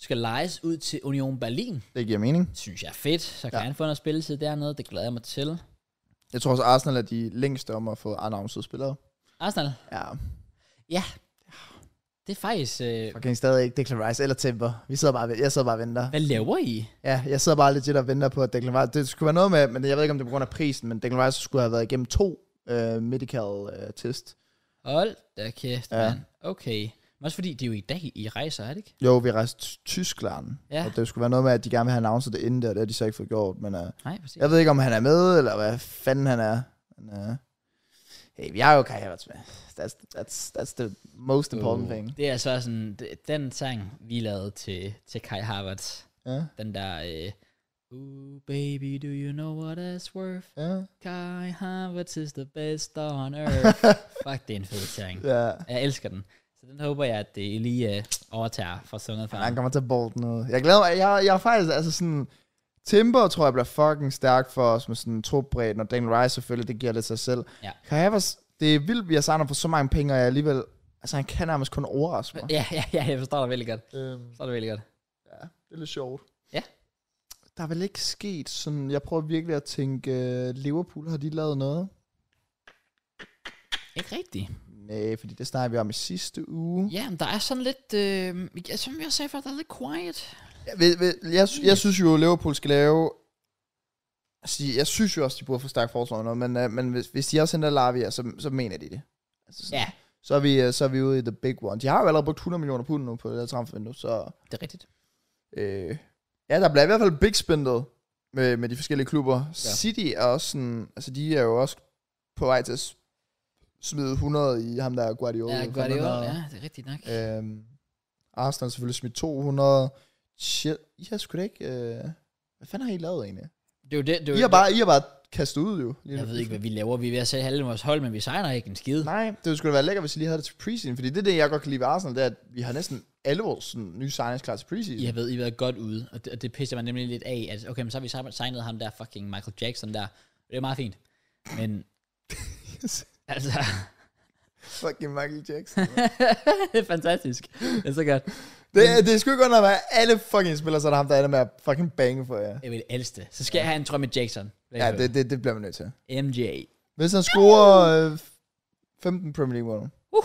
skal lejes ud til Union Berlin.
Det giver mening.
Det synes jeg er fedt. Så kan
Ja.
ja. han få noget spilletid dernede. Det glæder jeg mig til.
Jeg tror også, Arsenal er de længste om at få announced spillere.
Arsenal.
Ja,
Ja. Det er faktisk... Øh,
fucking stadig ikke Declan Rice eller Timber. Vi sidder bare, ved- jeg sidder bare og venter.
hvad laver I?
Ja, jeg sidder bare legit og venter på, at Declan Rice... Det skulle være noget med, men jeg ved ikke, om det er på grund af prisen, men Declan Rice skulle have været igennem to øh, medical øh, test.
Hold da kæft,
Ja.
ja. mand. Okay. Men også fordi, det er jo i dag, I rejser, er det ikke?
Jo, vi rejste til Tyskland,
Ja.
og det skulle være noget med, at de gerne vil have announcet det inden der, og det har de så ikke fået gjort, men... Øh,
Nej, præcis.
Jeg ved ikke, om han er med, eller hvad fanden han er. Men, uh, hey, vi har jo Kai Havertz med. That's, that's, that's the most important
Uh,
thing.
Det er altså sådan, det- den sang, vi lavede til, til Kai Havertz,
Ja,
den der, øh, Ooh, baby, do you know what it's worth?
ja,
Kai Havertz is the best on earth. Fuck, det er en fed sang.
ja.
Jeg elsker den. Så den håber jeg, at det lige øh, overtager fra sunget fra.
Han
ham.
kommer til at bolde noget. Jeg glæder mig. Jeg, jeg er faktisk altså sådan... Timber tror jeg bliver fucking stærk for os med sådan trupbredden, og Daniel Rice selvfølgelig, det giver lidt sig selv.
Ja.
Kai Havertz, det er vildt, vi har signet for så mange penge, og jeg alligevel... Altså, han kan nærmest kun overraske mig.
Ja, ja, ja, jeg forstår dig veldig godt.
Øhm,
Forstår dig veldig godt.
ja, det er lidt sjovt.
Ja.
Der er vel ikke sket sådan... Jeg prøver virkelig at tænke, øh, Liverpool, har de lavet noget?
Ikke rigtigt.
Nej, fordi det snakker vi om i sidste uge.
Ja, men der er sådan lidt, øh, ja, som jeg sagde før, der er lidt quiet.
Jeg, ved, ved, jeg, sy- jeg synes jo, at Liverpool skal lave... Altså, de- jeg synes jo også, de burde få stærkt forsvar noget, men, øh, men hvis, hvis de også henter Lavia, så, så mener de det. Altså, sådan,
Ja,
så, er vi, øh, så er vi ude i the big one. De har jo allerede brugt 100 millioner pund nu på det der transfervindue, så...
det er rigtigt.
Øh, ja, der bliver i hvert fald big spendet med, med de forskellige klubber. Ja. City er også sådan... Altså, de er jo også på vej til at s- smide 100 i ham der Guardiola.
Ja,
Hvad fanden
Guardiola,
han hedder.
ja, det er rigtigt nok.
Øhm, Arsenal har selvfølgelig smidt 200. Shit, I har sgu da ikke... Øh, hvad fanden har I lavet egentlig?
Det er jo det, det er
I
jo,
har bare, I har bare kastet ud jo. Lige
jeg
nu.
ved ikke, hvad vi laver. Vi er ved at sælge halvdelen af vores hold, men vi signer ikke en skide.
Nej, det ville sgu da være lækkert, hvis I lige havde det til preseason. Fordi det er det, jeg godt kan lide ved Arsenal, det er, at vi har næsten alle vores sådan, nye signings klar til preseason.
I har været, I har været godt ude, og det, og det pisser man nemlig lidt af, at okay, men så har vi sam- signet ham der fucking Michael Jackson der. Det er meget fint. Men, altså,
Fucking Michael Jackson.
det er fantastisk. Det er så godt.
det, er- det er sgu ikke godt, at være alle fucking spillere, så er der ham, der ender med at fucking bange for jer.
Jeg vil elske Så skal jeg have en trøje med Jackson.
Ja, det, det, det bliver man nødt til.
MJ.
Hvis han scorer øh, 15 Premier League mål,
Uh.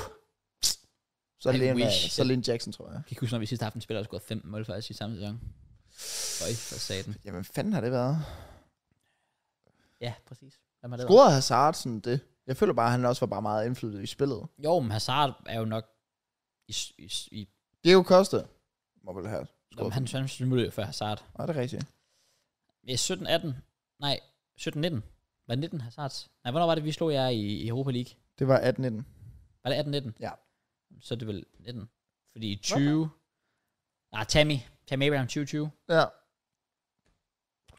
så er det
I
lige en- øh,
wish.
så er det lige en Jackson, tror jeg.
Jeg kan ikke huske, når vi sidste aften spiller, og scorede 15 mål faktisk i samme sæson. Øj, for satan.
Jamen, fanden har det været?
Ja, præcis. Hvem har det
Scorede Hazard sådan det? Jeg føler bare, at han også var bare meget indflydelse i spillet.
været? Jo, men Hazard er jo nok i, s- i, s- i
Det er jo Koste. Må vel have.
Nå,
scoret.
han, han smuttede jo før Hazard.
Nej, det er rigtigt.
Ja, 17-18. Nej, 17-19. Var det 19 Hazard? Nej, hvornår var det, vi slog jer i, i Europa League?
Det var 18-19.
Var det 18-19?
Ja.
Så er det vel 19. Fordi i 20... Nej, Tammy. Tammy Abraham 2020.
Ja.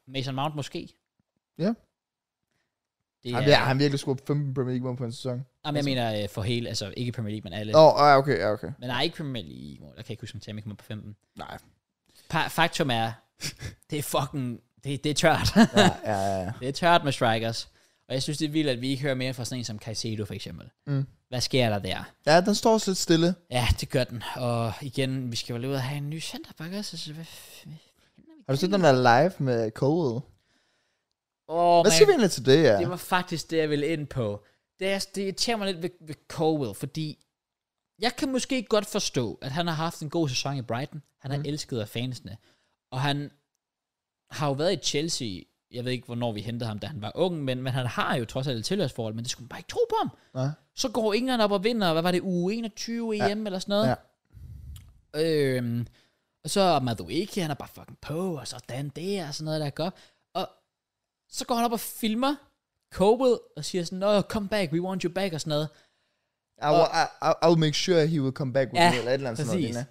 Mason Mount måske.
Ja.
Det er,
Han,
jamen,
ja.
jeg,
han virkelig scoret 15 Premier League mål på en sæson.
jamen, jeg mener øh, for hele, altså ikke Premier League, men alle.
Åh, oh, ja, okay, ja, okay.
Men nej, ikke Premier League. Jeg kan ikke huske, om Tammy kommer på 15.
Nej.
Pa- faktum er, det er fucking, det, det er tørt.
Ja, ja, ja.
Det er tørt med strikers. Og jeg synes, det er vildt, at vi ikke hører mere fra sådan en som Caicedo, for eksempel.
Mm.
Hvad sker der der?
ja, den står også lidt stille.
Ja, det gør den. Og igen, vi skal vel ud og have en ny centerback også. Så hvad f-
Har du set den der live med Cole?
Åh,
Hvad
man,
siger vi egentlig til det, ja?
det var faktisk det, jeg ville ind på. Det, er, det irriterer mig lidt ved, ved Colwell, fordi jeg kan måske godt forstå, at han har haft en god sæson i Brighton. Han er
Mhm.
mm. elsket af fansene. Og han har jo været i Chelsea. Jeg ved ikke, hvornår vi hentede ham, da han var ung, men, men han har jo trods alt et tilhørsforhold, men det skulle man bare ikke tro på ham.
Nej.
Så går England op og vinder, hvad var det, uge 21 EM ja. eller sådan noget.
Ja.
Ja. Øhm, og så er Madueke, han er bare fucking på, og sådan der, og sådan noget, der går. Og så går han op og filmer Cobel og siger sådan, Nå, come back, we want you back, og sådan noget.
I, will, I, I- I, will make sure he will come back with
Ja,
me, eller et eller andet sådan noget.
præcis.
Lina.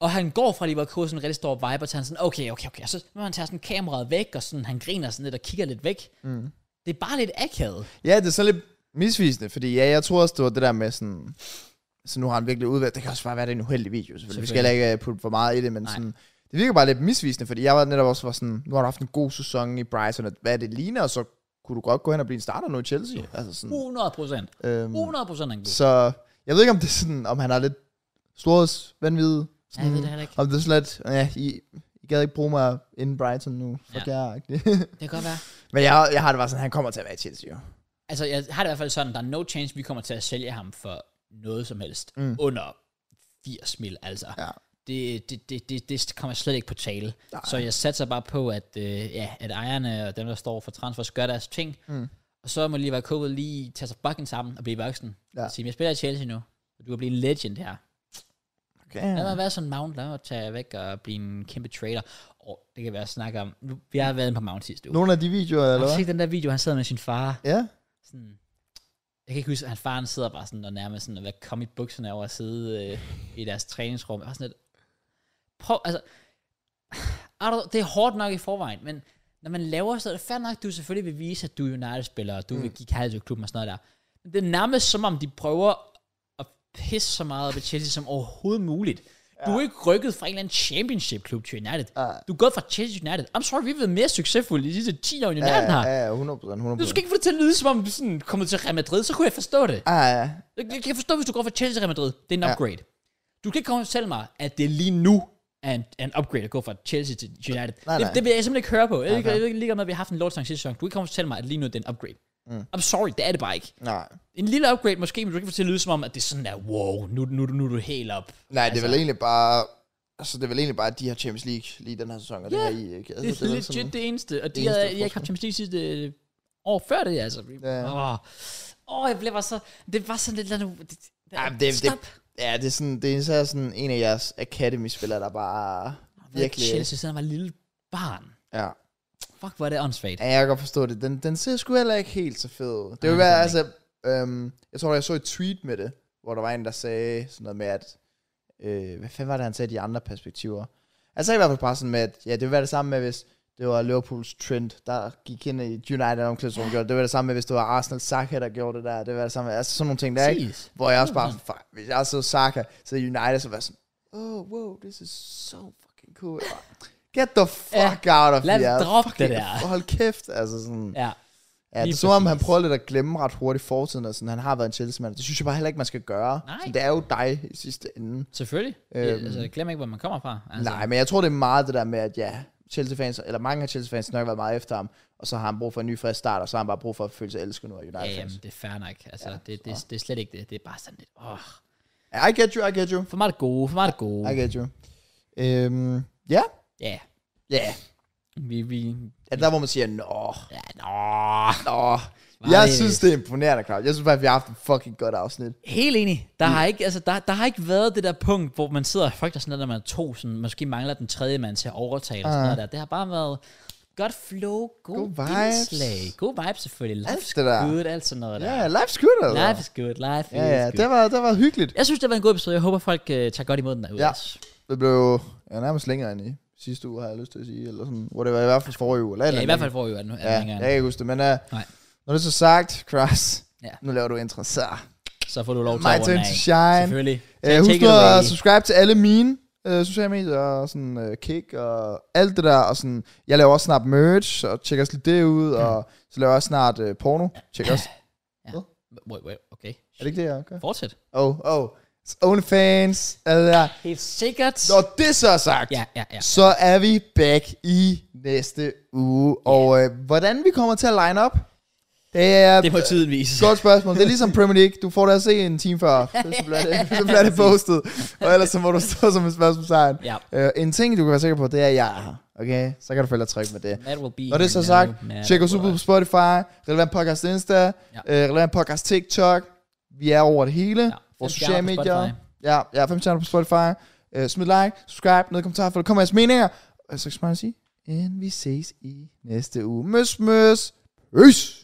Og han går fra Leverkusen, sådan rigtig stor vibe, og tager sådan, okay, okay, okay. Og så når han tager sådan kameraet væk, og sådan, han griner sådan lidt og kigger lidt væk. Mm. Det er bare lidt akavet.
Ja, det er så lidt misvisende, fordi ja, jeg tror også, det var det der med sådan... Så nu har han virkelig udvalgt. Det kan også bare være, det er en uheldig video, selvfølgelig. Vi skal heller ikke øh, putte for uh, meget i det, men sådan, Det virker bare lidt misvisende, fordi jeg var netop også var sådan, nu har du haft en god sæson i Brighton, og hvad det ligner, og så kunne du godt gå hen og blive en starter nu i Chelsea. Altså sådan,
100 procent.
øhm,
100 procent er en god.
så jeg ved ikke, om det er sådan, om han har lidt slået vanvid.
Ja, jeg ved det heller ikke.
Om det er slet, ja, I, I gad ikke bruge mig inden Brighton nu, fuck
Ja.
ja.
Det kan godt være.
Men jeg, jeg har det bare sådan, han kommer til at være i Chelsea, jo.
Altså, jeg har det i hvert fald sådan, der er no chance, vi kommer til at sælge ham for noget som helst. Mm. Under 80 mil, altså.
Ja.
Det, det, det, det, det kommer slet ikke på tale. Nej. Så jeg satser bare på, at, øh, ja, at ejerne og dem, der står for transfers, gør deres ting. Mm. Og så må lige være kåbet lige tage sig bakken sammen og blive voksen.
Ja.
Ja. Sige, jeg spiller i Chelsea nu, og du kan blive en legend her.
Okay.
Lad mig være sådan en mount, lad mig tage væk og blive en kæmpe trader. Og det kan være at snakke om, nu, vi har været på mount sidste uge.
Nogle af de videoer,
Har
eller
du
hvad?
set den der video, han sad med sin far?
Ja.
sådan, jeg kan ikke huske, at hans faren sidder bare sådan og nærmest sådan, at være kommet i bukserne over at sidde øh, i deres træningsrum. Jeg var sådan lidt, prøv, altså, I don't, det er hårdt nok i forvejen, men når man laver så er det fair nok, at du selvfølgelig vil vise, at du er United-spiller, og du mm. vil give kærlighed til klubben og sådan noget der. Men det er nærmest som om, de prøver at pisse så meget op i Chelsea som overhovedet muligt. Du er ikke rykket fra en eller anden championship-klub til United.
Ja.
Du er gået fra Chelsea til United. I'm sorry, vi har været mere succesfulde de sidste 10 år, end United har.
Ja, ja, 100 100
Du skal ikke få det til at lyde, som om du sådan kommer til Real Madrid, så kunne jeg forstå det.
Ja, ja.
Jeg jeg kan forstå, hvis du går fra Chelsea til Real Madrid. Det er en
Ah. Ja.
upgrade. Du kan ikke komme og fortælle mig, at det lige nu er en, er en upgrade at gå fra Chelsea til United.
Nej, nej.
Det, det vil jeg simpelthen ikke høre på. Jeg, okay. jeg, jeg ligger med, at vi har haft en lortesang sidste sæson. Du kan ikke komme og fortælle mig, at lige nu det er en upgrade. Mm. I'm sorry, det er det bare ikke.
Nej.
En lille upgrade måske, men du kan ikke få det til at lyde som om, at det er sådan der, wow, nu, nu, nu er du helt op.
Nej, altså, det er vel egentlig bare... Altså, det er vel egentlig bare, at de har Champions League lige den her sæson, og yeah, det her I, ikke?
Det
Altså,
er
vel
legit
sådan-
det eneste. Og de,
eneste
havde, de har ikke
forskel.
haft Champions League sidste øh, år før det, altså.
Ja.
Åh, Åh, jeg blev bare så... Det var sådan lidt... eller andet- det-
Ja, men det,
Stop.
det, ja, det er sådan, det er især sådan en af jeres academy-spillere, der bare
Virkelig.
virkelig...
Chelsea, siden han var et lille barn.
Ja.
Fuck, hvor er det åndssvagt.
ja, jeg kan godt forstå det. Den, den ser sgu heller ikke helt så fed. ud. Det vil være,
det
altså... Øhm, jeg tror, jeg så et tweet med det, hvor der var en, der sagde sådan noget med, at... Øh, hvad fanden var det, han sagde, de andre perspektiver? Han sagde i hvert fald bare sådan med, at ja, det ville være det samme med, hvis det var Liverpools trend, der gik ind i United omklædningsrummet, gjorde det. Det var det samme med, hvis det var Arsenal Saka, der gjorde det der. Det var det samme med, altså sådan nogle ting der, ikke?
Præcis.
Hvor jeg også bare, fuck, hvis jeg så Saka, så United, så var jeg sådan, oh, wow, this is so fucking cool. Jeg bare, Get the fuck out of
lad
here.
drop det
Fucking-
der.
Hold kæft, altså sådan. Ja,
Ja.
ja det
lige
er som om, han
præcis.
prøver lidt at glemme ret hurtigt fortiden, og sådan, han har været en chelsea Det synes jeg bare heller ikke, man skal gøre.
Nej.
Så det er jo dig i sidste ende.
Selvfølgelig. Øhm.
Øhm.
Altså, glem ikke, hvor man kommer fra. Altså,
Nej, men jeg tror, det er meget det der med, at ja, Chelsea-fans, eller mange af Chelsea-fans, nok har været meget efter ham, og så har han brug for en ny frisk start, og så har han bare brug for at føle sig elsket nu af
Ja,
United-fans.
jamen, det er fair nok. Altså, ja, det, det, det, er slet ikke det. Det er bare sådan lidt... Åh.
I get you, I get you.
For meget det gode, for meget det gode.
I get you. Øhm, ja,
Ja.
ja.
Vi, vi...
Er det der, hvor man siger, nå,
Ja, nå.
Nå,
Var
jeg
det-
synes, det er imponerende, Claus. Jeg synes faktisk, vi har haft en fucking godt afsnit.
Helt enig. Der, har ikke, altså, der, der har ikke været det der punkt, hvor man sidder og frygter sådan noget, når man er to, sådan, måske mangler den tredje mand til at overtale. Uh. Sådan noget der. Det har bare været godt flow, gode
Ah. God
god
vibes.
vibes. Indslag, gode vibes selvfølgelig.
Alt
Life's
det der.
good, alt sådan noget der.
Ja, life's good, altså.
Life is good, life
ja,
is
ja,
good.
det var, det var hyggeligt.
Jeg synes, det var en god episode. Jeg håber, folk øh, tager godt imod den derude.
Ja.
også.
Det blev jo ja, nærmest længere end i sidste uge, har jeg lyst til at sige. Eller sådan, hvor det var i hvert fald forrige uge. Eller et
ja
eller
i
andet.
hvert fald får vi jo den.
Ja, jeg kan ikke huske det, men uh,
Nej.
når det er så sagt, Cross,
Ja.
ja. nu laver du intro, så.
Så får du lov til
My
at runde
turn
af.
to shine.
Selvfølgelig.
Uh,
Take
husk
it
nu
away.
at subscribe til alle mine uh, sociale medier, og sådan uh, Kick og alt det der, og sådan, jeg laver også snart merch, og tjek også lidt det ud, og så laver jeg også snart uh, porno, tjek også,
Wait, wait, okay.
er det ikke det, jeg gør?
Fortsæt.
Oh, oh. OnlyFans. Alt det der.
Helt sikkert.
Når det så er sagt,
Ja, ja, ja.
så er vi back i næste uge. Og øh, hvordan vi kommer til at line up, det er
Det må
et
tiden vise.
godt spørgsmål. Det er ligesom Premier League. Du får det at se en time før. Så bliver det, så bliver det postet. Og ellers så må du stå som et spørgsmålstegn.
Ja.
Øh, en ting, du kan være sikker på, det er, at jeg er her. Okay? Så kan du følge og trykke med det.
That will be
Når det er så
no
sagt,
matter
tjek os ud på
what.
Spotify, Relevant Podcast Insta, ja. øh, Relevant Podcast TikTok. Vi er over det hele. Ja.
Fem
Vores
stjerner
sociale
på
medier.
Spotify.
Ja, ja, fem stjerner på Spotify. Øh, smid like, subscribe, ned i kommentarer, for der kommer jeres meninger. Og så skal jeg sige, inden vi ses i næste uge. Møs, møs. Peace.